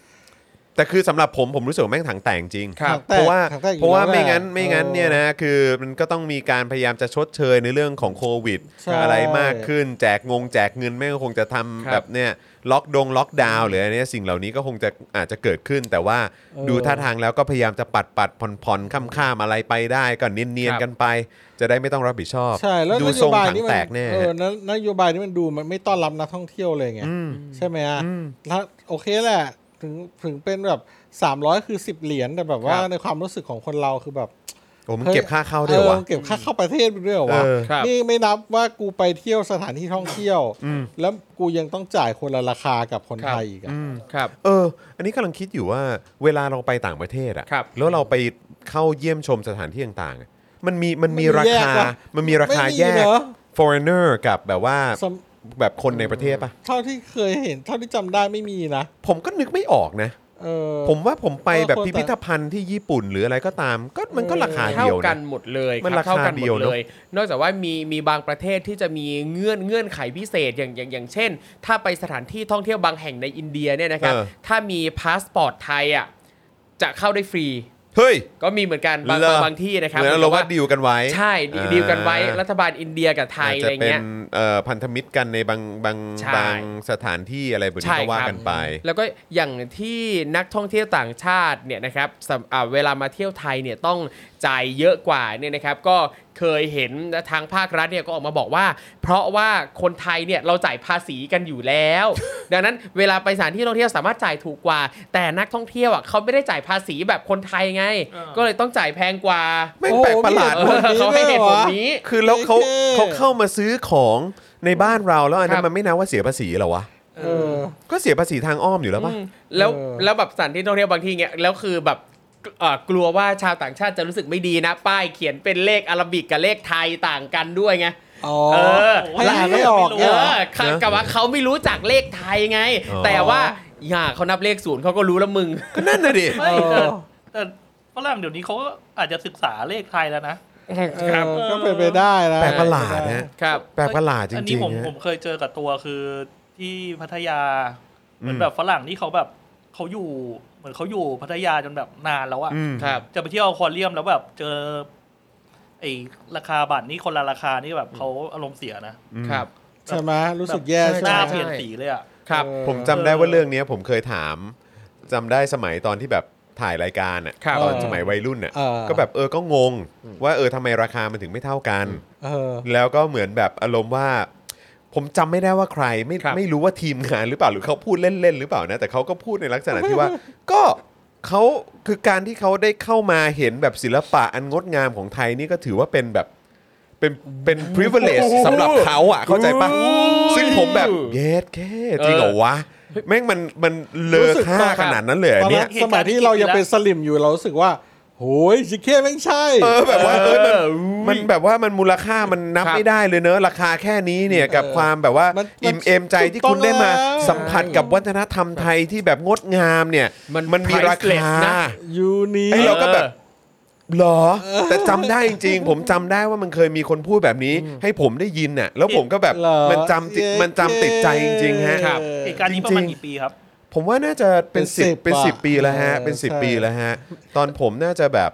Speaker 2: แต่คือสำหรับผมผมรู้สึกว่าแม่งถังแตกจริง
Speaker 1: ครับ
Speaker 2: เพราะว่า
Speaker 3: ถังแตกอยู่
Speaker 2: เพราะว่า
Speaker 3: แล้ว
Speaker 2: ไม่งั้น
Speaker 3: แหละ
Speaker 2: ไม่งั้น
Speaker 3: ออ
Speaker 2: เนี่ยนะคือมันก็ต้องมีการพยายามจะชดเชยในเรื่องของโควิด
Speaker 3: ใช่
Speaker 2: อะไรมากขึ้นแจกงงแจกเงินแม่งก็คงจะทำ
Speaker 1: ครับ
Speaker 2: แบบเนี่ยล็อกดงล็อกดาวน์หรืออะไรเนี่ยสิ่งเหล่านี้ก็คงจะอาจจะเกิดขึ้น แต่ว่าดูท่าทางแล้วก็พยายามจะปัดปัดผ่อนผ่อนข้ามข้ามอะไรไปได้ก็เนียน
Speaker 1: ครับ
Speaker 2: ๆกันไป จะได้ไม่ต้องรับผิดชอบ
Speaker 3: ใช่แล้ว
Speaker 2: ดู
Speaker 3: น
Speaker 2: ท
Speaker 3: โย
Speaker 2: รง
Speaker 3: บาย
Speaker 2: ถัง
Speaker 3: นี่มั
Speaker 2: แต
Speaker 3: น
Speaker 2: กแน่
Speaker 3: เออ
Speaker 2: ฮะ
Speaker 3: นั้นนโยบายนี่มันดูมันไม่ต้อนรับนักท่องเที่ยวเลยไงใช่ไหมฮะถ้าโอเคแหละถึงถึงเป็นแบบ 300 คือ 10 เหรียญแต่แบบว่า
Speaker 1: ครับ
Speaker 3: ในความรู้สึกของคนเราคือแบบ
Speaker 2: โอ้มันเก็บค่าเข้าด้วย
Speaker 3: ออ
Speaker 2: วะ
Speaker 3: มันเก็บค่าเข้าประเทศไปด้วยเหรอวะ
Speaker 2: เออ
Speaker 1: ครับ
Speaker 3: นี่ไม่นับว่ากูไปเที่ยวสถานที่ท่องเที่ยว แล้วกูยังต้องจ่ายคนละราคากับคนไทยอีกอะ
Speaker 1: ครับ
Speaker 2: เออ อันนี้กำลังคิดอยู่ว่าเวลาเราไปต่างประเทศอะ
Speaker 1: ครับ
Speaker 2: แล้วเราไปเข้าเยี่ยมชมสถานที่ต่างๆอะมันมีมันมีรา
Speaker 3: แยก
Speaker 2: คา
Speaker 3: วะ
Speaker 2: มันมีราคา
Speaker 3: ไม่มี
Speaker 2: แยก
Speaker 3: เนอะ
Speaker 2: foreigner กับแบบว่า
Speaker 3: สำ
Speaker 2: แบบคนในประเทศปะ
Speaker 3: เท่าที่เคยเห็นเท่าที่จำได้ไม่มีนะ
Speaker 2: ผมก็นึกไม่ออกนะ
Speaker 3: เออ
Speaker 2: ผมว่าผมไปแบบ
Speaker 3: เออคน
Speaker 2: พิพิธภัณฑ์ที่ญี่ปุ่นหรืออะไรก็ตาม ก็มันก็ราคา
Speaker 1: เท่า
Speaker 2: เดียว
Speaker 1: กั
Speaker 2: นะ
Speaker 1: นหมดเลย
Speaker 2: มัน
Speaker 1: ครับ
Speaker 2: ราคา
Speaker 1: เท่ากันหม
Speaker 2: เดียว
Speaker 1: ด
Speaker 2: เน
Speaker 1: เล
Speaker 2: อะ
Speaker 1: ย นอกจากว่ามีมีบางประเทศที่จะมีเงื่อนเงื่อนไขพิเศษอย่างอย่างอย่างเช่น ถ้าไปสถานที่ท่องเที่ยวบางแห่งในอินเดียเนี่ยนะครับ
Speaker 2: เออ
Speaker 1: ถ้ามีพาสปอร์ตไทยอ่ะจะเข้าได้ฟรี
Speaker 2: เฮ้ย
Speaker 1: ก็มีเหมือนกันบาง
Speaker 2: เหรอ
Speaker 1: บางบางที่นะครับ
Speaker 2: เหมือนเราว่าดีลกันไว้
Speaker 1: ใช่ดีดีลกันไว้รัฐบาลอินเดียกับไทย
Speaker 2: อาจ
Speaker 1: อะ
Speaker 2: จะ
Speaker 1: ไร
Speaker 2: เป็
Speaker 1: เงี้
Speaker 2: น
Speaker 1: ย
Speaker 2: เอ่อพันธมิตรกันในบางบาง
Speaker 1: ใช่
Speaker 2: บางสถานที่อะไรแบบนี้ก็ว่ากันไป
Speaker 1: แล้วก็อย่างที่นักท่องเที่ยวต่างชาติเนี่ยนะครับสำอ่าเวลามาเที่ยวไทยเนี่ยต้องจ่ายเยอะกว่าเนี่ยนะครับ ก็
Speaker 4: เคยเห็นนะทางภาครัฐเนี่ยก็ออกมาบอกว่า เพราะว่าคนไทยเนี่ยเราจ่ายภาษีกันอยู่แล้ว ดังนั้นเวลาไปสถานที่ท่องเที่ยวสามารถจ่ายถูกกว่า แต่นักท่องเที่ยวอ่ะเขาไม่ได้จ่ายภาษีแบบคนไทยไง
Speaker 5: เออ
Speaker 4: ก็เลยต้องจ่ายแพงกว่า
Speaker 2: ไม่งแปลกประหลาด
Speaker 4: เอ
Speaker 2: เว้ย
Speaker 4: อเขาให้เหตุผลนี้
Speaker 2: คือแล้วเขา
Speaker 3: เท่
Speaker 2: เขาเข้ามาซื้อของในบ้านเราแล้วอันนั้
Speaker 4: ครั
Speaker 2: น
Speaker 4: บ
Speaker 2: มันไม่นับว่าเสียภาษีเหรอวะ
Speaker 3: เออ
Speaker 2: ก็เสียภาษีทางอ้อมอยู่แล้วป่ะ
Speaker 4: อืมแล้ว
Speaker 3: เออ
Speaker 4: แล้วแบบสถานที่ท่องเที่ยวบางที่เงี้ยแล้วคือแบบเอ่อกลัวว่าชาวต่างชาติจะรู้สึกไม่ดีนะ ป้ายเขียนเป็นเลขอาราบิกกับเลขไทยต่างกันด้วยไง
Speaker 3: อ๋อ
Speaker 4: เออ
Speaker 3: ให้อ่านไม่ออก
Speaker 4: เอ
Speaker 3: เนี่ยเหรอ
Speaker 4: อค่ะ
Speaker 2: เนอะ
Speaker 4: กับว่าเขาไม่รู้จักเลขไทยไง
Speaker 2: อ๋อ
Speaker 4: แต่ว่าอย่าเขานับเลขศูนย์เขาก็รู้แล้วมึง
Speaker 2: ก็นั่นน่ะดิ
Speaker 5: ไม่
Speaker 3: เอ
Speaker 5: แต่
Speaker 3: อ
Speaker 5: แต่ฝรั่งเดี๋ยวนี้เขาก็อาจจะศึกษาเลขไทยแล้วนะ
Speaker 3: เออก็เป็นไปได้นะ
Speaker 2: แปลกประหลาดนะ
Speaker 4: ครับ
Speaker 2: แปลกประหลาดจ
Speaker 5: อัน
Speaker 2: ริ
Speaker 5: นี้
Speaker 2: ง
Speaker 5: ผม
Speaker 2: ๆ
Speaker 5: ผ
Speaker 2: ฮะ
Speaker 5: มเคยเจอกับตัวคือที่พัทยา เหมือ
Speaker 2: อื
Speaker 5: น
Speaker 2: ม
Speaker 5: แบบฝรั่งที่เขาแบบเขาอยู่ เหมือนเขาอยู่พัทยาจนแบบนานแล้วอะ
Speaker 2: อืม
Speaker 4: ครับ
Speaker 5: จะไปเที่ยวอควาเรียมแล้วแบบเจอ ไอ้ราคาบัตรนี่คนละราคานี่แบบเขาอารมณ์เสียนะ
Speaker 4: ครับ
Speaker 3: ใช่ไหมรู้สึกแย่
Speaker 5: แบบ
Speaker 3: ใช่
Speaker 5: ห
Speaker 3: ไห
Speaker 5: น้าม เปลี่ยนสีเลยอะ
Speaker 4: ครับ
Speaker 3: เออ
Speaker 2: ผมจำได้ว่าเรื่องเนี้ยผมเคยถามจำได้สมัยตอนที่แบบถ่ายรายการอ่ะ
Speaker 4: ครับ
Speaker 2: ตอน
Speaker 4: เออ
Speaker 2: สมัยวัยรุ่นอ่ะ
Speaker 3: เออ
Speaker 2: ก็แบบเออก็งง ว่าเออทำไมราคามันถึงไม่เท่ากัน
Speaker 3: เออ
Speaker 2: แล้วก็เหมือนแบบอารมณ์ว่า ผมจำไม่ได้ว่าใครไม่
Speaker 4: ครับ
Speaker 2: ไม่รู้ว่าทีมงานหรือเปล่าหรือเขาพูดเล่นๆหรือเปล่านะแต่เขาก็พูดในลักษณะที่ว่า <laughs> ก็เขาคือการที่เขาได้เข้ามาเห็นแบบศิลปะอันงดงามของไทยนี่ก็ถือว่าเป็นแบบเป็นเป็น privilege สำหรับเขาอ่ะเข้าใจปะซึ่งผมแบบเยสแค่จริงเหรอวะ แม่งมันมันเล
Speaker 3: รู้
Speaker 2: อ
Speaker 3: สึก
Speaker 2: ค่าขนาดนั้นเลยเหร
Speaker 3: ตอ
Speaker 2: อน เนี่
Speaker 3: นั้
Speaker 2: ย
Speaker 3: นสมัยที่เรายังเป็นสลิมอยู่เรารู้สึกว่าโหยชิคเก้แม่งใช่
Speaker 2: เออแบบว่าเออมัน
Speaker 4: เออ
Speaker 2: มันแบบว่ามันมูลค่ามันนับ
Speaker 4: ครับ
Speaker 2: ไม่ได้เลยเนอะราคาแค่นี้เนี่ยกับ
Speaker 3: เออ
Speaker 2: ความแบบว่าม
Speaker 3: นมัน
Speaker 2: อิ่มเอมใจที่คุณได้มา
Speaker 3: ถูกต้องแล้ว
Speaker 2: สัมผัสกับวัฒนธรรมไทยที่แบบงดงามเนี่ย
Speaker 4: มัน
Speaker 2: มีราคา
Speaker 4: priceless นะ
Speaker 3: ยูนี
Speaker 2: ไอ้เราก็แบบ
Speaker 4: เออ
Speaker 2: หรอ แต่จำได้จริงๆ ผมจำได้ว่ามันเคยมีคนพูดแบบนี้ ให้ผมได้ยินน่ะแล้วผมก็แบบมันจำติดมันจำติดใจจริงๆฮะ
Speaker 4: ครับ
Speaker 5: เหตุการณ์นี้ประมาณ
Speaker 2: จริงๆ
Speaker 5: กี่ปีครับ
Speaker 2: ผมว่าน่าจะเป็น
Speaker 3: เป็น
Speaker 2: สิบ
Speaker 3: 10
Speaker 2: เป็นสิบ
Speaker 3: ว่ะ
Speaker 2: ปีแล้วฮะ
Speaker 3: เออ
Speaker 2: เป็นสิบ
Speaker 3: ใช่
Speaker 2: ปีแล้วฮะ ตอนผมน่าจะแบบ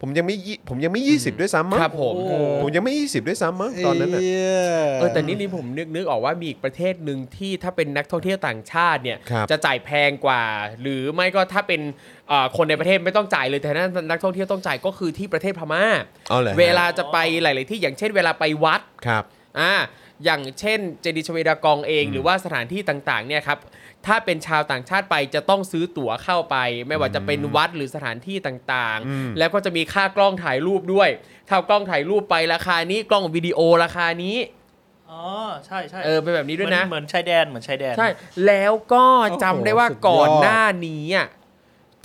Speaker 2: ผมยังไม่ยี่ผมยังไม่ยี่สิบด้วยซ้ำมั้ง
Speaker 4: ครับผม
Speaker 5: โอ้
Speaker 2: ผมยังไม่ยี่สิบด้วยซ้ำมั้งตอนนั้นน่ะ
Speaker 3: เหี้ย
Speaker 4: เออแต่นี่นี่ผมนึกนึกออกว่ามีอีกประเทศหนึ่งที่ถ้าเป็นนักท่องเที่ยวต่างชาติเนี่ย
Speaker 2: ครับ
Speaker 4: จะจ่ายแพงกว่า หรือไม่ก็ถ้าเป็นเอ่อคนในประเทศไม่ต้องจ่ายเลยแต่ถ้านักท่องเที่ยวต้องจ่ายก็คือที่ประเทศพม่า
Speaker 2: เอาเลยฮะ
Speaker 4: เวลาจะไปหลาย ๆ ที่อย่างเช่นเวลาไปวัด
Speaker 2: ครับ
Speaker 4: อ่าอย่างเช่นเจดีย์ชเวดากองเอง หรือว่าสถานที่ต่าง ๆ เนี่ยครับถ้าเป็นชาวต่างชาติไปจะต้องซื้อตั๋วเข้าไป ไม่ว่าจะเป็นวัดหรือสถานที่ต่าง
Speaker 2: อืม
Speaker 4: ๆ แล้วก็จะมีค่ากล้องถ่ายรูปด้วยถ้ากล้องถ่ายรูปไปราคานี้กล้องวิดีโอราคานี้
Speaker 5: อ๋อ ใช่ใช่
Speaker 4: เออเป็นแบบนี้ด้วยนะ
Speaker 5: เหมือนชายแดนเหมือนชายแดน
Speaker 4: ใช่ แล้วก็จำได้ว่า
Speaker 3: โอ้โหสุดยอด
Speaker 4: ก่อนหน้านี้อะ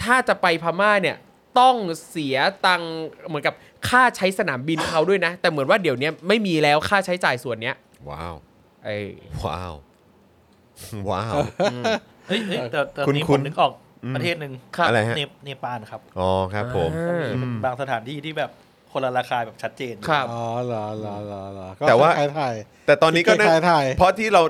Speaker 4: ถ้าจะไปพม่าเนี่ยต้องเสียตังค์เหมือนกับค่าใช้สนามบินเขาด้วยนะ แต่เหมือนว่าเดี๋ยวนี้ไม่มีแล้วค่าใช้จ่ายส่วนเนี้ย
Speaker 2: ว้าว
Speaker 4: ไอ้
Speaker 2: ว้าว <laughs> ว้าว
Speaker 5: เฮ้ยเฮ้ยแต่แต่
Speaker 2: คุณ
Speaker 5: นี้
Speaker 2: คุ
Speaker 5: ผ
Speaker 2: ณ
Speaker 5: มนึกออก
Speaker 2: อืม
Speaker 5: ประเทศหนึ่ง
Speaker 2: ครับอะไรฮะ
Speaker 5: เนเนปาลครับ
Speaker 2: อ๋อครับผม
Speaker 4: <laughs> อ่า
Speaker 5: มีบางสถานที่ที่แบบคนละราคาแบบชัดเจน
Speaker 4: ครับ
Speaker 3: อ๋อเหรอเหรอเหรอเหรอ
Speaker 2: แต่ว่า
Speaker 3: ไทยไทย
Speaker 2: แต่ตอนนี้ก็นั่ง
Speaker 3: ที่ไทย
Speaker 2: เพราะที่เรา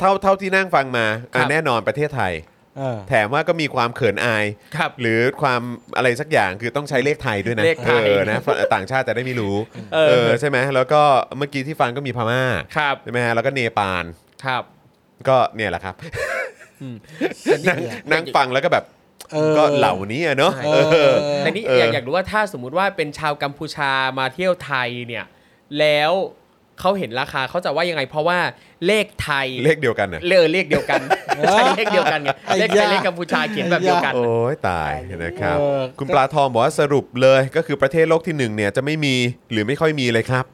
Speaker 2: เท่าเท่าที่นั่งฟังมาอ่ะ
Speaker 4: ครับ
Speaker 2: แน่นอนประเทศไทย
Speaker 3: ๆเออ
Speaker 2: แถมว่าก็มีความเขินอาย
Speaker 4: ครับ
Speaker 2: หรือความอะไรสักอย่างคือต้องใช้เลขไทยด้วยนะ
Speaker 4: เลขไทย
Speaker 2: ออ
Speaker 4: <laughs>
Speaker 2: นะฝรั่งต่างชาติจะได้ไม่รู้
Speaker 4: เออ
Speaker 2: ใช่ไหมแล้วก็เมื่อกี้ที่ฟังก็มีพม่า
Speaker 4: ครับ
Speaker 2: ใช่ไหมฮะแล้วก็เนปาล
Speaker 4: ครับ
Speaker 2: ก็เนี่ยแหละครับ <laughs> นั่ง
Speaker 3: เนี่ย
Speaker 2: นั่งฟังแล้วก็แบบ
Speaker 3: เออ
Speaker 2: ก็เหล่านี้อะเนาะ
Speaker 4: ใช่
Speaker 2: เออ
Speaker 4: แต่นี่
Speaker 2: เออ
Speaker 4: อ
Speaker 2: อ
Speaker 4: ยากอยากรู้ว่าถ้าสมมุติว่าเป็นชาวกัมพูชามาเที่ยวไทยเนี่ย แล้วเขาเห็นราคาเขาจะว่ายังไง เพราะว่าเลขไทย
Speaker 2: เลขเดียวกันน่ะ
Speaker 4: เลขเลขเดียวกัน ใช่เลขเดียวกันไง
Speaker 3: ไอ้
Speaker 4: เลขไทย
Speaker 3: ยา
Speaker 4: เลขกัมพูชาเขียนแบบเดียวกัน
Speaker 2: โอ้ยตายนะครับ
Speaker 3: เออ
Speaker 2: คุณปลาทองบอกว่าสรุปเลยก็คือประเทศโลกที่หนึ่งเนี่ยจะไม่มีหรือไม่ค่อยมีเลยครับ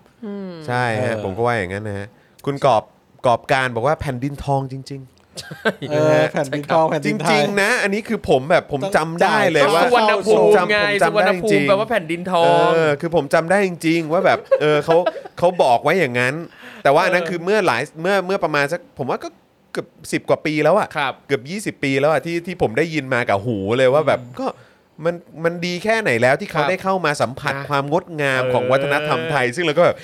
Speaker 2: ใช่ฮะ
Speaker 3: เออ
Speaker 2: ผมก็ว่าอย่างนั้นนะฮะคุณกอบกอบการบอกว่าแผ่นดินทองจริง ๆ
Speaker 3: เออแผ่นดินทองแผ่น
Speaker 2: จ
Speaker 3: ดินไท
Speaker 2: ริ
Speaker 3: ย
Speaker 2: งๆนะ อันนี้คือผมแบบผมจำได้เลยว่า
Speaker 4: สุวรรณภูมิ
Speaker 2: จำ
Speaker 4: ไง
Speaker 2: ผม
Speaker 4: สุ
Speaker 2: จำ
Speaker 4: วรรณ
Speaker 2: ได้จ
Speaker 4: ภู
Speaker 2: ริ
Speaker 4: มิ
Speaker 2: ง
Speaker 4: แปลว่าแผ่นดิน
Speaker 2: เ
Speaker 4: ท
Speaker 2: อ
Speaker 4: อง
Speaker 2: อคือผมจำได้จริง ๆ ว่าแบบเออเขาเขาบอกไว้อย่างนั้น แต่ว่าอันนั้น
Speaker 4: เออ
Speaker 2: คือเมื่อหลายเมื่อเมื่อประมาณสักผมว่าก็เกือบสิบ10 กว่าปีแล้วอะ
Speaker 4: ครับ
Speaker 2: เกือบ 20 ปีแล้วอะที่ที่ผมได้ยินมากับหูเลยว่าแบบก็มันมันดีแค่ไหนแล้วที่เขา
Speaker 4: ครับ
Speaker 2: ได้เข้ามาสัมผัส
Speaker 4: นะ
Speaker 2: ความงดงาม
Speaker 4: เออ
Speaker 2: ของวัฒนธรรมไทย ซึ่งเราก็แบบ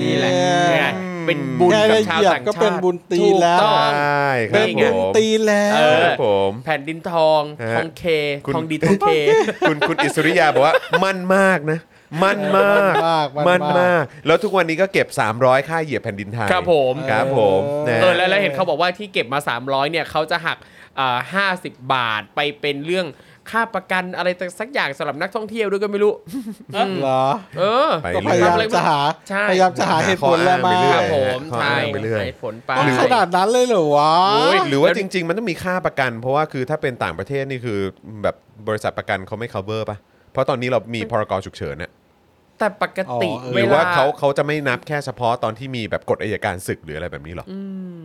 Speaker 4: นี่แหละ
Speaker 2: เนี่ย
Speaker 4: เป็นบุญกั
Speaker 3: แค่ได้
Speaker 4: บชาว
Speaker 3: เหยียบ
Speaker 4: ต่างชาติ
Speaker 3: ก็เป็นบุญตี
Speaker 4: ถูก
Speaker 3: แล้ว
Speaker 4: ต้อง
Speaker 2: ใช่ค
Speaker 3: เป็
Speaker 2: รับผ
Speaker 3: นบุญ
Speaker 2: ม
Speaker 3: ตีแล้
Speaker 4: เอ
Speaker 3: ว
Speaker 4: อ
Speaker 2: ครับผม
Speaker 4: แผ่นดินทอง
Speaker 2: ฮะ
Speaker 4: ทองเค
Speaker 2: คุณ
Speaker 4: ทองดีทองเค
Speaker 2: คุณคุณอิสริยาบอกว่ามั่นมากนะ มั่นมาก
Speaker 3: มั่นมากมั่
Speaker 2: มั่น
Speaker 3: นมาก
Speaker 2: มาก แล้วทุกวันนี้ก็เก็บ 300 ค่าเหยียบแผ่นดินไทย
Speaker 4: ครับผม
Speaker 2: ครับผมนะ
Speaker 4: เออแล้ว
Speaker 2: ฮะ
Speaker 4: แล้วเห็นเขาบอกว่าที่เก็บมา 300เนี่ยเขาจะหักอ่าห้าสิบบาทไปเป็นเรื่อง ค่าประกันอะไรต่างสักอย่างสำหรับนักท่องเที่ยวด้วยก็ไม่รู้
Speaker 3: เหรอ
Speaker 4: เออ
Speaker 2: ไป
Speaker 3: ก็
Speaker 2: เรื่อย
Speaker 3: พายามจะหา
Speaker 4: ใช่
Speaker 3: พยายามจะหาเหตุผลแหละมา
Speaker 2: หาข้ออ้างไปเรื่
Speaker 4: ค
Speaker 2: อ
Speaker 4: รั
Speaker 2: ย
Speaker 4: บผม
Speaker 2: ขอ
Speaker 4: ใช่
Speaker 2: อ้างไปเรื่อย
Speaker 4: ให้ผลไป
Speaker 3: ต้องขนาดนั้นเลยเหรอวะ
Speaker 4: โอ้ย
Speaker 2: หรือว่าจริง ๆ มันต้องมีค่าประกัน เพราะว่าคือถ้าเป็นต่างประเทศนี่คือแบบบริษัทประกันเขาไม่ cover ป่ะ เพราะตอนนี้เรามีพรกฉุกเฉินเนี่ย
Speaker 4: แต่ปกติ
Speaker 3: อ๋อเออ
Speaker 2: ห
Speaker 4: เว
Speaker 2: รือ
Speaker 4: ลา
Speaker 2: ว่าเขาเขาจะไม่นับแค่เฉพาะตอนที่มีแบบกฎอัยการศึกหรืออะไรแบบนี้หรอ
Speaker 4: อืม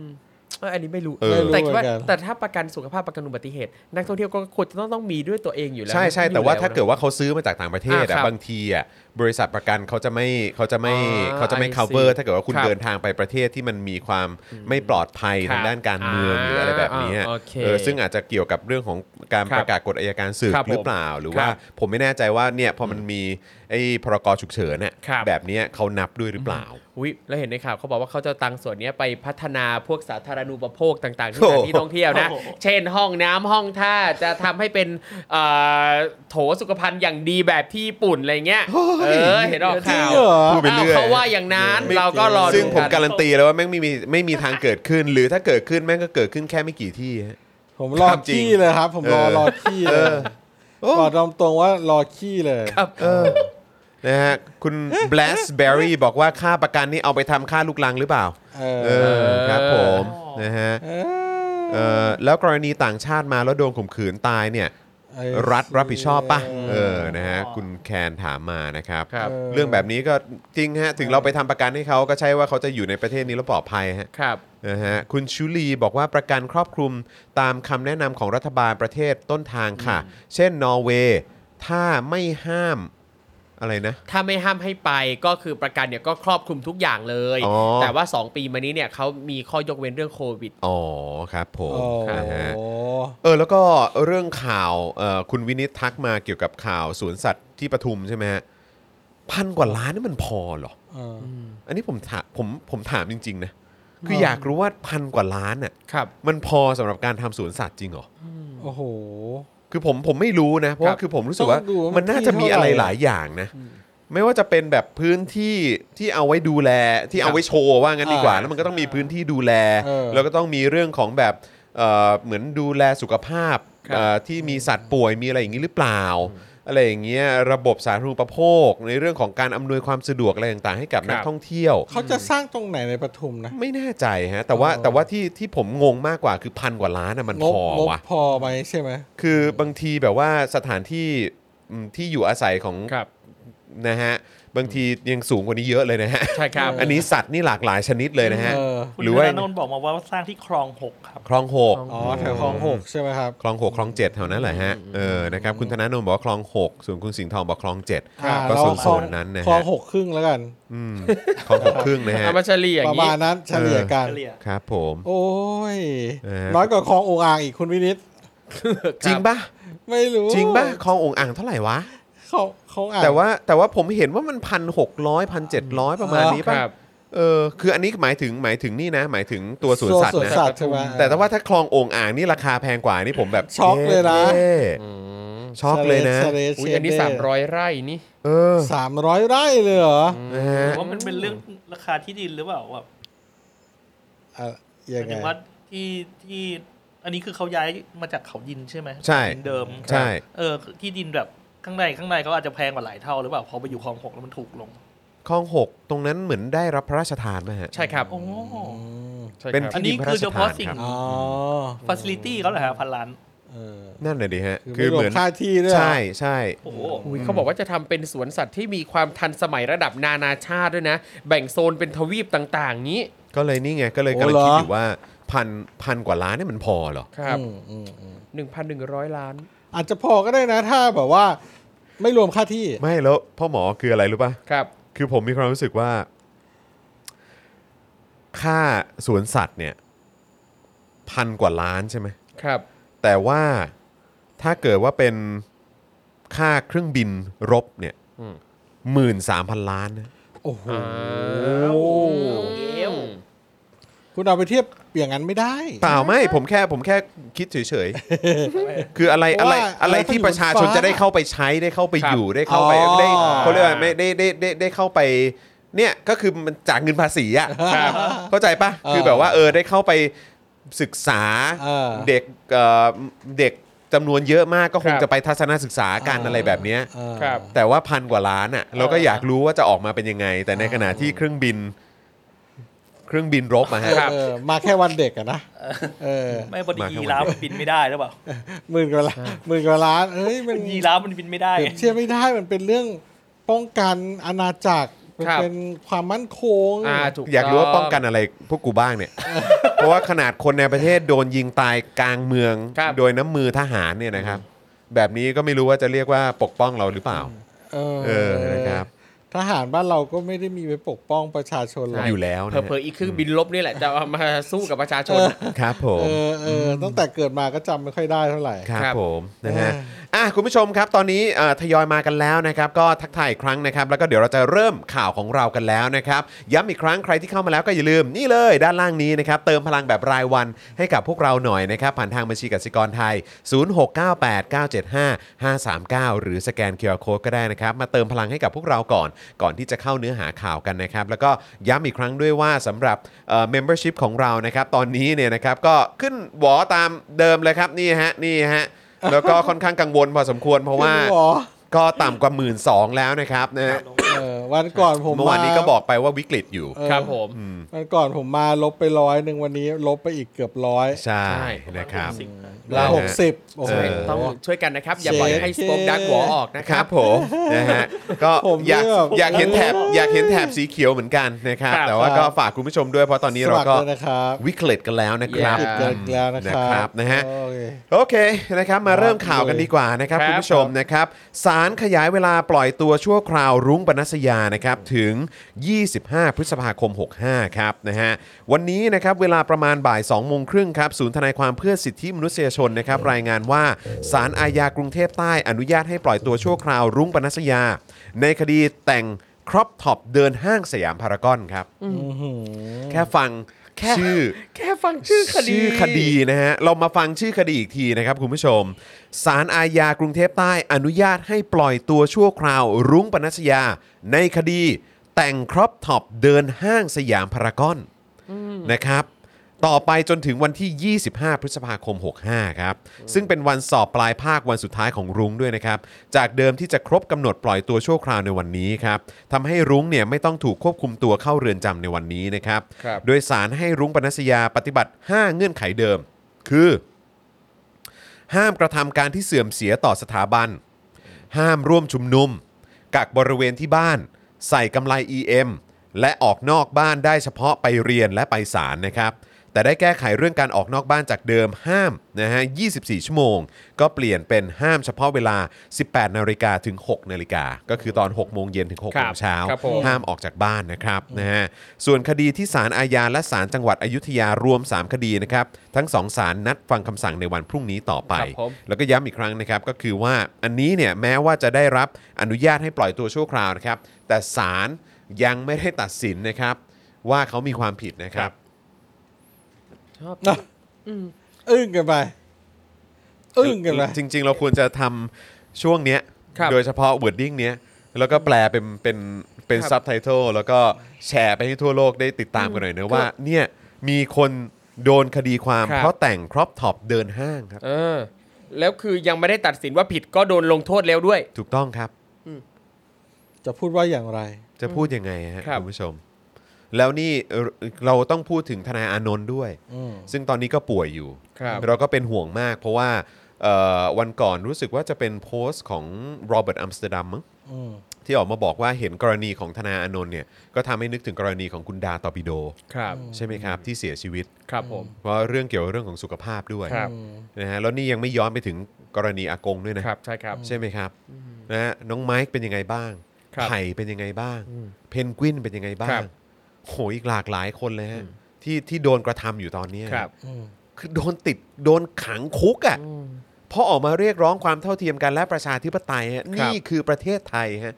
Speaker 4: เอออันนี้ไม่รู้
Speaker 2: เออ
Speaker 4: แต่คิดว่า
Speaker 3: ไม่รู้เหมือนกัน
Speaker 4: แต่ถ้าประกันสุขภาพประกันอุบัติเหตุ นักท่องเที่ยวก็ควรจะต้องต้องมีด้วยตัวเองอยู่แล้ว
Speaker 2: ใช่ใช่
Speaker 4: อยู่
Speaker 2: แต่ว่า
Speaker 4: ล้
Speaker 2: ถ้าเกิดว่าเขาซื้อมาจากต่างประเทศ
Speaker 4: อ่า
Speaker 2: อ่ะ
Speaker 4: ครับ
Speaker 2: บางทีอ่ะบริษัทประกันเขาจะไม่เขาจะไม่
Speaker 4: อ่า
Speaker 2: เขาจะไม่
Speaker 4: I see
Speaker 2: cover ถ้าเกิดว่าคุณ
Speaker 4: ครับ
Speaker 2: เดินทางไปประเทศที่มันมีความไม่ปลอดภัย
Speaker 4: ครั
Speaker 2: ทา
Speaker 4: บ
Speaker 2: งด้านการเมือง
Speaker 4: อ่า
Speaker 2: หรืออะไรแบบนี้
Speaker 4: โอเค
Speaker 2: เออซึ่งอาจจะเกี่ยวกับเรื่องของการ
Speaker 4: ครับ
Speaker 2: ประกาศกฎอัยการศึก
Speaker 4: ครับผม
Speaker 2: หรือเปล่า หรือว่า
Speaker 4: ครับ
Speaker 2: ผมไม่แน่ใจว่าเนี่ยพอมันมีไอ้พรกฉุกเฉินเนี่ย
Speaker 4: ครับ
Speaker 2: แบบเนี้ยเขานับด้วยหรือเปล่า
Speaker 4: อุ้ยแล้วเห็นในข่าวเขาบอกว่าเขาจะเอาตังค์ส่วนเนี้ยไปพัฒนาพวกสาธารณูปโภคต่างๆที่สถานที่
Speaker 2: โอ้โห
Speaker 4: ท่องเที่ยวนะ
Speaker 5: โอ้โห
Speaker 4: เช่นห้องน้ำห้องท่าจะทำให้เป็นเอ่อโถสุขภัณฑ์อย่างดีแบบที่ญี่ปุ่นอะไรเงี้ยเออเห็นออก
Speaker 3: จริ
Speaker 4: ข่าง ว
Speaker 3: เหรอ
Speaker 2: พูดไปเรื่อย
Speaker 4: อ้าวเขาว่าอย่างนั้น
Speaker 3: ไม่
Speaker 4: เราก็รอดู
Speaker 2: ซึ่งผม
Speaker 4: กั
Speaker 2: กาน รันตีเลยว่าแม่งไม่มีไม่มีทางเกิดขึ้น หรือถ้าเกิดขึ้นแม่งก็เกิดขึ้นแค่ไม่กี่ที่ฮะ
Speaker 3: ผมรอ
Speaker 2: ครับจริง
Speaker 3: ขี้เลยครับ ผมรอ
Speaker 2: เออ
Speaker 3: รอขี้เลยบอกตามตรงว่ารอขี้เลย
Speaker 2: เออนะฮะ คุณ Blackberry บอกว่าค่าประกันนี่เอาไปทำค่าลูกลังหรือเปล่า
Speaker 3: เออ
Speaker 2: เออครับผมนะฮะเออแล้วกรณีต่างชาติมาแล้วโดนข่มขืนตายเนี่ย
Speaker 3: ไอ้
Speaker 2: รัฐรับผิดชอบปะเออนะฮะ คุณแคนถามมานะครับ
Speaker 4: ครับ
Speaker 2: เรื่องแบบนี้ก็จริงฮะ ถึงเราไปทำประกันให้เขาก็ใช่ว่าเขาจะอยู่ในประเทศนี้แล้วปลอดภัยฮะ
Speaker 4: ครับ
Speaker 2: นะฮะคุณชุลีบอกว่าประกันครอบคลุมตามคำแนะนำของรัฐบาลประเทศต้นทางค่ะ เช่น นอร์เวย์ ถ้าไม่ห้ามอะไรนะ
Speaker 4: ถ้าไม่ห้ามให้ไปก็คือประกันเนี่ยก็ครอบคลุมทุกอย่างเลย
Speaker 2: อ๋อ
Speaker 4: แต่ว่า 2 ปีมานี้เนี่ยเขามีข้อยกเว้นเรื่องโควิด
Speaker 2: อ๋อครับผม
Speaker 3: โอ้โห
Speaker 2: นะฮะเออแล้วก็เรื่องข่าวเอ่อคุณวินิตทักมาเกี่ยวกับข่าวสวนสัตว์ที่ปทุมใช่ไหมฮะพันกว่าล้านนี่มันพอเหรอ
Speaker 3: เออ
Speaker 2: อันนี้ผมถามผมผมถามจริง ๆ นะ คือ
Speaker 3: เออ
Speaker 2: อ
Speaker 3: อ
Speaker 2: ยากรู้ว่าพันกว่าล้านน่ะ
Speaker 4: ครับ
Speaker 2: มันพอสำหรับการทำสวนสัตว์จริงเหรอ
Speaker 3: โอ้โห
Speaker 2: คือผมผมไม่รู้นะ เพราะว่า
Speaker 4: ครับ
Speaker 2: คือผมรู้สึกว่า
Speaker 3: ต้องดูว่ามั
Speaker 2: มัน
Speaker 3: น
Speaker 2: น่าจะมี
Speaker 3: ที่เท่า
Speaker 2: อะไร
Speaker 3: ไหร่
Speaker 2: หลายอย่างนะ ไม่ว่าจะเป็นแบบพื้นที่ที่เอาไว้ดูแลที่เอาไว้โชว์ว่างั้นดีกว่า แล้วมันก็ต้องมีพื้นที่ดูแล
Speaker 3: เออ
Speaker 2: แล้วก็ต้องมีเรื่องของแบบเอ่อเหมือนดูแลสุขภาพ
Speaker 4: ครับ
Speaker 2: เอ่อที่มีสัตว์ป่วยมีอะไรอย่างนี้หรือเปล่า อะไรอย่างเงี้ยระบบสาธารณูปโภค ในเรื่องของการอำนวยความสะดวกอะไรต่างๆ ให้กับ
Speaker 4: ครับ
Speaker 2: นักท่องเที่ยว
Speaker 3: เขาจะสร้างตรงไหนในปทุมนะ
Speaker 2: ไม่แน่ใจฮะแต่ว่า
Speaker 3: เออ
Speaker 2: แต่ว่าที่ที่ผมงงมากกว่าคือพันกว่าล้านนะมัน
Speaker 3: ง
Speaker 2: พ
Speaker 3: บ
Speaker 2: อง
Speaker 3: บ
Speaker 2: วะ
Speaker 3: พอไหมใช่ไหม
Speaker 2: คือบางทีแบบว่าสถานที่อืมที่อยู่อาศัยของ
Speaker 4: ครับ
Speaker 2: นะฮะบางทียังสูงกว่านี้เยอะเลย
Speaker 3: <laughs>
Speaker 2: นะฮะ
Speaker 4: ใช่ครับ
Speaker 3: เ
Speaker 2: อันนี้สัตว์นี่หลากหลายชนิดเลยนะฮะ
Speaker 3: เออ
Speaker 5: คุณ
Speaker 2: หรือว่า
Speaker 5: ธนนท์บอกมาว่าสร้างที่คลองหกครับ
Speaker 2: คลองหก
Speaker 3: อ๋อแถวคลองหกใช่ไหมครับ
Speaker 2: คลองหกคลองเจ็ดแถวนั้นแหละฮะเออนะครับคุณธนาโนมบอกว่าคลองหกส่วนคุณสิงห์ทองบอกคลองเจ็ด
Speaker 3: อ่า
Speaker 2: ก็
Speaker 3: เรา
Speaker 2: ส่วน
Speaker 3: คล
Speaker 2: ส่
Speaker 3: อ
Speaker 2: ว
Speaker 3: ง
Speaker 2: นนั้นนะ
Speaker 3: คลอ
Speaker 2: ฮะ
Speaker 3: งหกครึ่งแล้วกัน
Speaker 2: อืมคลองหกครึ่งนะฮะ
Speaker 4: เอามาเฉลี่ยอ
Speaker 3: ป
Speaker 4: ย่า
Speaker 3: ระ
Speaker 4: ง
Speaker 3: มา
Speaker 4: นี้
Speaker 3: ณนั้นเฉลี่ยกัน
Speaker 5: เฉลี่ย
Speaker 2: ครับผม
Speaker 3: โอ้ย
Speaker 2: เออ
Speaker 3: น้อยกว่าคลององอ่างอีกคุณวินิต
Speaker 2: จริงปะ
Speaker 3: ไม่รู้
Speaker 2: จริงปะคลององค์อ่างเท่าไหร่วะ
Speaker 3: คลองคลองอ่าง
Speaker 2: แต่ว่าแต่ว่าผมเห็นว่ามันพันหกร้อยพันเจ็ดร้อยประมาณนี้
Speaker 4: ครั
Speaker 2: ป่ะ
Speaker 4: บ
Speaker 2: เออคืออันนี้หมายถึงหมายถึงนี่นะ หมายถึงตัวสวนสัตว์นะ
Speaker 3: ใช่ไหม
Speaker 2: แต่ถ้าว่าถ้าคลองโองอ่างนี่ราคาแพงกว่านี่ผมแบบ
Speaker 3: ช็อกเลยนะ
Speaker 2: อ๊ช็อกเลยนะ
Speaker 3: สร
Speaker 4: อุ้ยอันนี้ 300 ไร่นี่
Speaker 2: เออ
Speaker 3: สามร้อยไร่เลยเหรอ
Speaker 2: นะฮะ
Speaker 5: ว่ามันเป็นเรื่องราคาที่ดินหรือเปล่าแบบ
Speaker 3: อ่ะ
Speaker 5: ห
Speaker 3: ยั
Speaker 5: มาง ย
Speaker 3: ไง
Speaker 5: ถึงว่าที่ที่ อันนี้คือเขาย้ายมาจากเขาดินใช่ไหม
Speaker 2: ใช่
Speaker 5: ดินเดิม
Speaker 2: ใช่
Speaker 5: เออที่ดินแบบข้างในข้างในเขาอาจจะแพงกว่าหลายเท่าหรือเปล่าพอไปอยู่คลองหกแล้วมันถูกลง
Speaker 2: คลองหกตรงนั้นเหมือนได้รับพระราชทานไหมฮะ
Speaker 4: ใช่ครับ
Speaker 5: โอ้
Speaker 3: อืม
Speaker 4: ใช่
Speaker 2: เป็น
Speaker 4: ครับ
Speaker 5: อันนี้คือเฉพาะสิ่ง
Speaker 3: อ๋อ
Speaker 5: ฟัสซิลิตี้เขาเหรอฮะพันล้าน
Speaker 3: เออ
Speaker 2: นั่นเลยดิฮะ
Speaker 3: คื
Speaker 2: คือ อ
Speaker 3: ไม่ร
Speaker 2: เห
Speaker 3: ว
Speaker 2: มือ
Speaker 3: ม
Speaker 2: น
Speaker 3: ค่าที่ด้วยเหรอ
Speaker 2: ใช่ใช่
Speaker 5: โอ้โห
Speaker 4: อุ๊ยเขาบอกว่าจะทำเป็นสวนสัตว์ที่มีความทันสมัยระดับนานาชาติด้วยนะ แบ่งโซนเป็นทวีปต่างๆนี้
Speaker 2: ก็เลยนี่ไงก็เลยกำลังคิดอยู่ว่าพันพันกว่าล้านนี่มันพอเหรอ
Speaker 4: ครับ
Speaker 3: อืมอืมอืม
Speaker 4: 1,100 ล้าน
Speaker 3: อาจจะพอก็ได้นะถ้าแบบว่า ไม่รวมค่าที่
Speaker 2: ไม่แล้วพ่อหมอคืออะไรรู้ป่ะ
Speaker 4: ครับ
Speaker 2: คือผมมีความรู้สึกว่า ค่าสวนสัตว์เนี่ยพันกว่าล้านใช่ไหม
Speaker 4: ครับ
Speaker 2: แต่ว่าถ้าเกิดว่าเป็นค่าเครื่องบินรบเนี่ย
Speaker 4: อืม
Speaker 2: หมื่นสามพันล้านนะ
Speaker 3: โอ้โห
Speaker 4: อ้
Speaker 3: โอ้
Speaker 4: าว
Speaker 3: คุณเอาไปเทียบอย่างนั้นไม่ได้
Speaker 2: เปล่าไม่ผมแค่ผมแค่คิดเฉยๆ คืออะไรอะไร
Speaker 3: เพราะว่า
Speaker 2: อะไรที่ประชาชน
Speaker 3: อะไรที่
Speaker 2: จะได้เข้าไปใช้ได้เข้าไปอยู่ได้เข้าไป
Speaker 3: อ๋อ
Speaker 2: ได้เขาเรียกว่าไม่ได้ได้ได้ได้เข้าไปเนี่ยก็คือมันจากเงินภาษีอ่ะ
Speaker 4: ครับ
Speaker 2: เข้าใจปะคือแบบว่าเออได้เข้าไปศึกษา
Speaker 3: เออ
Speaker 2: เด็กเอ่อเด็ก จำนวนเยอะมากก็คง
Speaker 4: ครับ
Speaker 2: จะไปทัศนศึกษากันอะไรแบบเนี้ย
Speaker 3: เออ
Speaker 4: ครับ
Speaker 2: แต่ว่าพันกว่าล้านอ่ะเราก็อยากรู้ว่าจะออกมาเป็นยังไง แต่ในขณะที่เครื่องบิน เครื่องบินรบอะฮะ
Speaker 4: ครับ
Speaker 3: เออมาแค่วันเด็กอะนะ เออ
Speaker 5: ไม่พอดี
Speaker 2: มาแค่วันเดียว
Speaker 5: ยีราฟมันบินไม่ได้หรือเปล่า
Speaker 3: หมื่นกว่าล้านหมื่นกว่าล้านเฮ้ยมัน
Speaker 5: ยีราฟมันบินไม่ได้
Speaker 3: เปรียบเทียบไม่ได้มันเป็นเรื่องป้องกันอาณาจักรมัน
Speaker 4: ครับ
Speaker 3: เป็นความมั่นคง
Speaker 4: อ่าถูก
Speaker 2: อยากรู้ว่าป้องกันอะไรพวกกูบ้างเนี่ย เพราะว่าขนาดคนในประเทศโดนยิงตายกลางเมือง โดยน้ำมือทหารเนี่ยนะครับ แบบนี้ก็ไม่รู้ว่าจะเรียกว่าปกป้องเราหรือเปล่า
Speaker 3: เออ
Speaker 2: เออนะครับ
Speaker 3: ทหารบ้านเราก็ไม่ได้มีไว้ปกป้องประชาชนหรอก
Speaker 2: อยู่แล้วนะ
Speaker 4: เผลอๆอีกเครื่องบินลบนี่แหละจะเอามาสู้กับประชาชน
Speaker 2: ครับผม
Speaker 3: เออเออตั้งแต่เกิดมาก็จำไม่ค่อยได้เท่าไหร่
Speaker 2: ครับ
Speaker 4: ครับ
Speaker 2: ผมนะฮะ
Speaker 3: เออ
Speaker 2: อ่ะคุณผู้ชมครับ ตอนนี้เอ่อทยอยมากันแล้วนะครับ ก็ทักทายอีกครั้งนะครับ แล้วก็เดี๋ยวเราจะเริ่มข่าวของเรากันแล้วนะครับ ย้ำอีกครั้งใครที่เข้ามาแล้วก็อย่าลืมนี่เลยด้านล่างนี้นะครับ เติมพลังแบบรายวันให้กับพวกเราหน่อยนะครับ ผ่านทางบัญชีกสิกรไทย 0698975539 หรือสแกน QR Code ก็ได้นะครับ มาเติมพลังให้กับพวกเราก่อน ก่อนที่จะเข้าเนื้อหาข่าวกันนะครับ แล้วก็ย้ำอีกครั้งด้วยว่าสำหรับเอ่อ membership ของเรานะครับ ตอนนี้เนี่ยนะครับก็ขึ้นหวอตามเดิมเลยครับนี่ฮะนี่ฮะ <laughs> แล้วก็ค่อนข้างกังวลพอสมควรเพราะว่า
Speaker 3: จริงเหรอ
Speaker 2: ก็ต่ำกว่าหมื่นสองแล้วนะครับนะฮะ
Speaker 3: เออวันก่อนผม
Speaker 2: เมื่อวานนี้ก็บอกไปว่าวิกฤตอยู่
Speaker 3: เออ
Speaker 4: ครับผม
Speaker 3: วันก่อนผมมาลบไปร้อยหนึ่งวันนี้ลบไปอีกเกือบร้อย
Speaker 2: ใช่
Speaker 4: ใช่
Speaker 2: นะครับ
Speaker 5: สิบนะ
Speaker 2: เรา
Speaker 3: หกสิบโอ้โห
Speaker 2: เอ
Speaker 4: ต้องช่วยกันนะครับ อย่าปล่อยให้
Speaker 3: เชฟ
Speaker 4: สปอคดักหัวออกนะ
Speaker 2: ค
Speaker 4: ค
Speaker 2: รั
Speaker 4: รั
Speaker 2: บบ ผมนะฮะก็
Speaker 3: ผม
Speaker 2: อยาก
Speaker 3: เลือก
Speaker 2: อยากเห็นแถบอยากเห็นแถบสีเขียวเหมือนกันนะครับ
Speaker 4: ครับ
Speaker 2: แต่ว่าก็
Speaker 3: ครับ
Speaker 2: ฝากคุณผู้ชมด้วยเพราะตอนนี้เรา
Speaker 3: สมัค
Speaker 2: ก็
Speaker 3: ด้วยนะครับ
Speaker 2: วิกฤตกันแล้วนะครับ
Speaker 3: ติดกันอีกแล้วนะครับ
Speaker 2: นะครับนะฮะ
Speaker 3: โอเค
Speaker 2: โอเคนะครับมาเริ่มข่าวกันดีกว่านะครับ
Speaker 4: ครับ
Speaker 2: คุณผู้ชมนะครับศาลขยายเวลาปล่อยตัวชั่วคราวรุ้งปนัสยานะครับถึง 25 พฤษภาคม 65 ครับนะฮะวันนี้นะครับเวลาประมาณบ่าย2โมงครึ่งครับศูนย์ทนายความเพื่อสิทธิมนุษยชนนะครับรายงานว่าศาลอาญากรุงเทพใต้อนุญาตให้ปล่อยตัวชั่วคราวรุ้งปนัสยา ในคดีแต่งครอปท็อปเดินห้างสยามพารากอนครับแค่ฟัง
Speaker 4: แค่
Speaker 2: ชื่อ
Speaker 4: แค่ฟังชื่อคดี
Speaker 2: ชื่อคดีนะฮะ เรามาฟังชื่อคดีอีกทีนะครับคุณผู้ชม ศาลอาญากรุงเทพใต้อนุญาตให้ปล่อยตัวชั่วคราวรุ้งปนัสยา ในคดีแต่งครอปท็อปเดินห้างสยามพารากอนนะครับ ต่อไปจนถึงวันที่ 25 พฤษภาคม 65 ครับ ซึ่งเป็นวันสอบปลายภาควันสุดท้ายของรุ้งด้วยนะครับ จากเดิมที่จะครบกำหนดปล่อยตัวชั่วคราวในวันนี้ครับทำให้รุ้งเนี่ยไม่ต้องถูกควบคุมตัวเข้าเรือนจำในวันนี้นะครับ
Speaker 4: ครับ
Speaker 2: โดยสารให้รุ้งปนัสยาปฏิบัติ 5 เงื่อนไขเดิม คือ ห้ามกระทำการที่เสื่อมเสียต่อสถาบัน ห้ามร่วมชุมนุม กักบริเวณที่บ้าน ใส่กำไล EM และออกนอกบ้านได้เฉพาะไปเรียนและไปศาลนะครับ แต่ได้แก้ไขเรื่องการออกนอกบ้านจากเดิมห้ามนะฮะ 24 ชั่วโมง ก็เปลี่ยนเป็นห้ามเฉพาะเวลา 18 นาฬิกาถึง 6 นาฬิกา ก็คือตอน 6 โมงเย็นถึง 6 โมงเช้า
Speaker 4: ครับผม
Speaker 2: ห้ามออกจากบ้านนะครับนะฮะส่วนคดีที่ศาลอาญาและศาลจังหวัดอยุธยารวม 3 คดีนะครับ ทั้งสองศาลนัดฟังคำสั่งในวันพรุ่งนี้ต่อไป
Speaker 4: ครับผม
Speaker 2: แล้วก็ย้ำอีกครั้งนะครับ ก็คือว่าอันนี้เนี่ยแม้ว่าจะได้รับอนุญาตให้ปล่อยตัวชั่วคราวนะครับ แต่ศาลยังไม่ได้ตัดสินนะครับ ว่าเขามีความผิดนะครับ
Speaker 4: ชอบ
Speaker 3: นะอึ้งกันไป อึ้งกันไป
Speaker 2: จริง ๆ เราควรจะทำช่วงเนี้ย
Speaker 4: ครับ
Speaker 2: โดยเฉพาะ wording เนี้ย แล้วก็แปลเป็นเป็นเป็น
Speaker 4: ครับ
Speaker 2: ซับไตเติลแล้วก็แชร์ไปให้ทั่วโลกได้ติดตามกันหน่อยนะว่า เนี่ยมีคนโดนคดีความ
Speaker 4: ครับ
Speaker 2: เพราะแต่งครอปท็อปเดินห้างครับ
Speaker 4: เออ แล้วคือยังไม่ได้ตัดสินว่าผิดก็โดนลงโทษแล้วด้วย
Speaker 2: ถูกต้องครับ
Speaker 3: จะพูดว่าอย่างไร
Speaker 2: จะพูดยังไงฮะ
Speaker 4: ครับ
Speaker 2: คุณผู้ชม แล้วนี่เอ่อเราต้องพูดถึงทนายอานนท์ด้วย
Speaker 3: อืม
Speaker 2: ซึ่งตอนนี้ก็ป่วยอยู่
Speaker 4: ครับ
Speaker 2: เราก็เป็นห่วงมาก เพราะว่าเอ่อวันก่อนรู้สึกว่าจะเป็นโพสต์ของโรเบิร์ตอัมสเตอร์ดัมมั้ง
Speaker 3: อืม
Speaker 2: ที่ออกมาบอกว่าเห็นกรณีของธนาอานนท์เนี่ยก็ทำให้นึกถึงกรณีของคุณดาตอร์ปิโด
Speaker 4: ครับ
Speaker 2: ใช่ไหมครับ ที่เสียชีวิต
Speaker 4: ครับผม
Speaker 2: เพราะเรื่องเกี่ยวกับเรื่องของสุขภาพด้วย
Speaker 4: ครับ
Speaker 2: นะฮะแล้วนี่ยังไม่ย้อนไปถึงกรณีอากงด้วยนะครับ
Speaker 4: ใช่ครับ
Speaker 2: ใช่ไหมครับนะฮะน้องไมค์เป็นยังไงบ้าง
Speaker 4: ครับ
Speaker 2: ไผ่เป็นยังไงบ้าง เพนกวินเป็นยังไงบ้างโหอีกหลากหลายคนเลยฮะที่ที่โดนกระทำอยู่ตอนเนี้ย
Speaker 4: ครับ
Speaker 2: คือโดนติดโดนขังคุกอะ่ะเพราะออกมาเรียกร้องความเท่าเทียมกันและประชาธิปไตยฮะ
Speaker 4: ครับ
Speaker 2: นี่คือประเทศไทยฮะ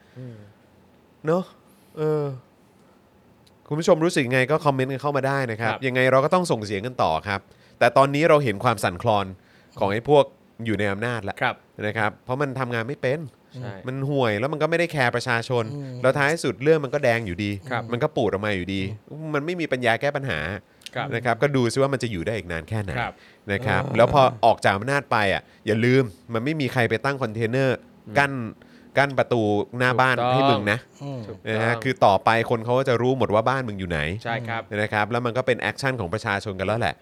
Speaker 2: เนาะเออ คุณผู้ชมรู้สึกยังไงก็คอมเมนต์กันเข้ามาได้นะครับ ยังไงเราก็ต้องส่งเสียงกันต่อครับ แต่ตอนนี้เราเห็นความสั่นคลอนของไอ้พวกอยู่ในอำนาจแล้ว
Speaker 4: ครับ
Speaker 2: นะครับ เพราะมันทำงานไม่เป็น
Speaker 4: ใช่
Speaker 2: มันห่วยแล้วมันก็ไม่ได้แคร์ประชาชน แล้วท้ายสุดเรื่องมันก็แดงอยู่ดี
Speaker 4: ครับ
Speaker 2: มันก็ปูดออกมาอยู่ดี มันไม่มีปัญญาแก้ปัญหา
Speaker 4: ครับ
Speaker 2: นะครับก็ดูซิว่ามันจะอยู่ได้อีกนานแค่ไหน
Speaker 4: ครับ
Speaker 2: นะครับแล้วพอออกจากอำนาจไปอ่ะอย่าลืมมันไม่มีใครไปตั้งคอนเทนเนอร์กั้นกั้นประตูหน้าบ้าน
Speaker 4: ถูกต้อง
Speaker 2: ให้มึงนะ
Speaker 3: อืม
Speaker 2: นะฮะคือต่อไปคนเขาก็จะรู้หมดว่าบ้านมึงอยู่ไหน
Speaker 4: ใช่ครับ
Speaker 2: นะครับแล้วมันก็เป็นแอคชั่นของประชาชนกันแล้วแหละ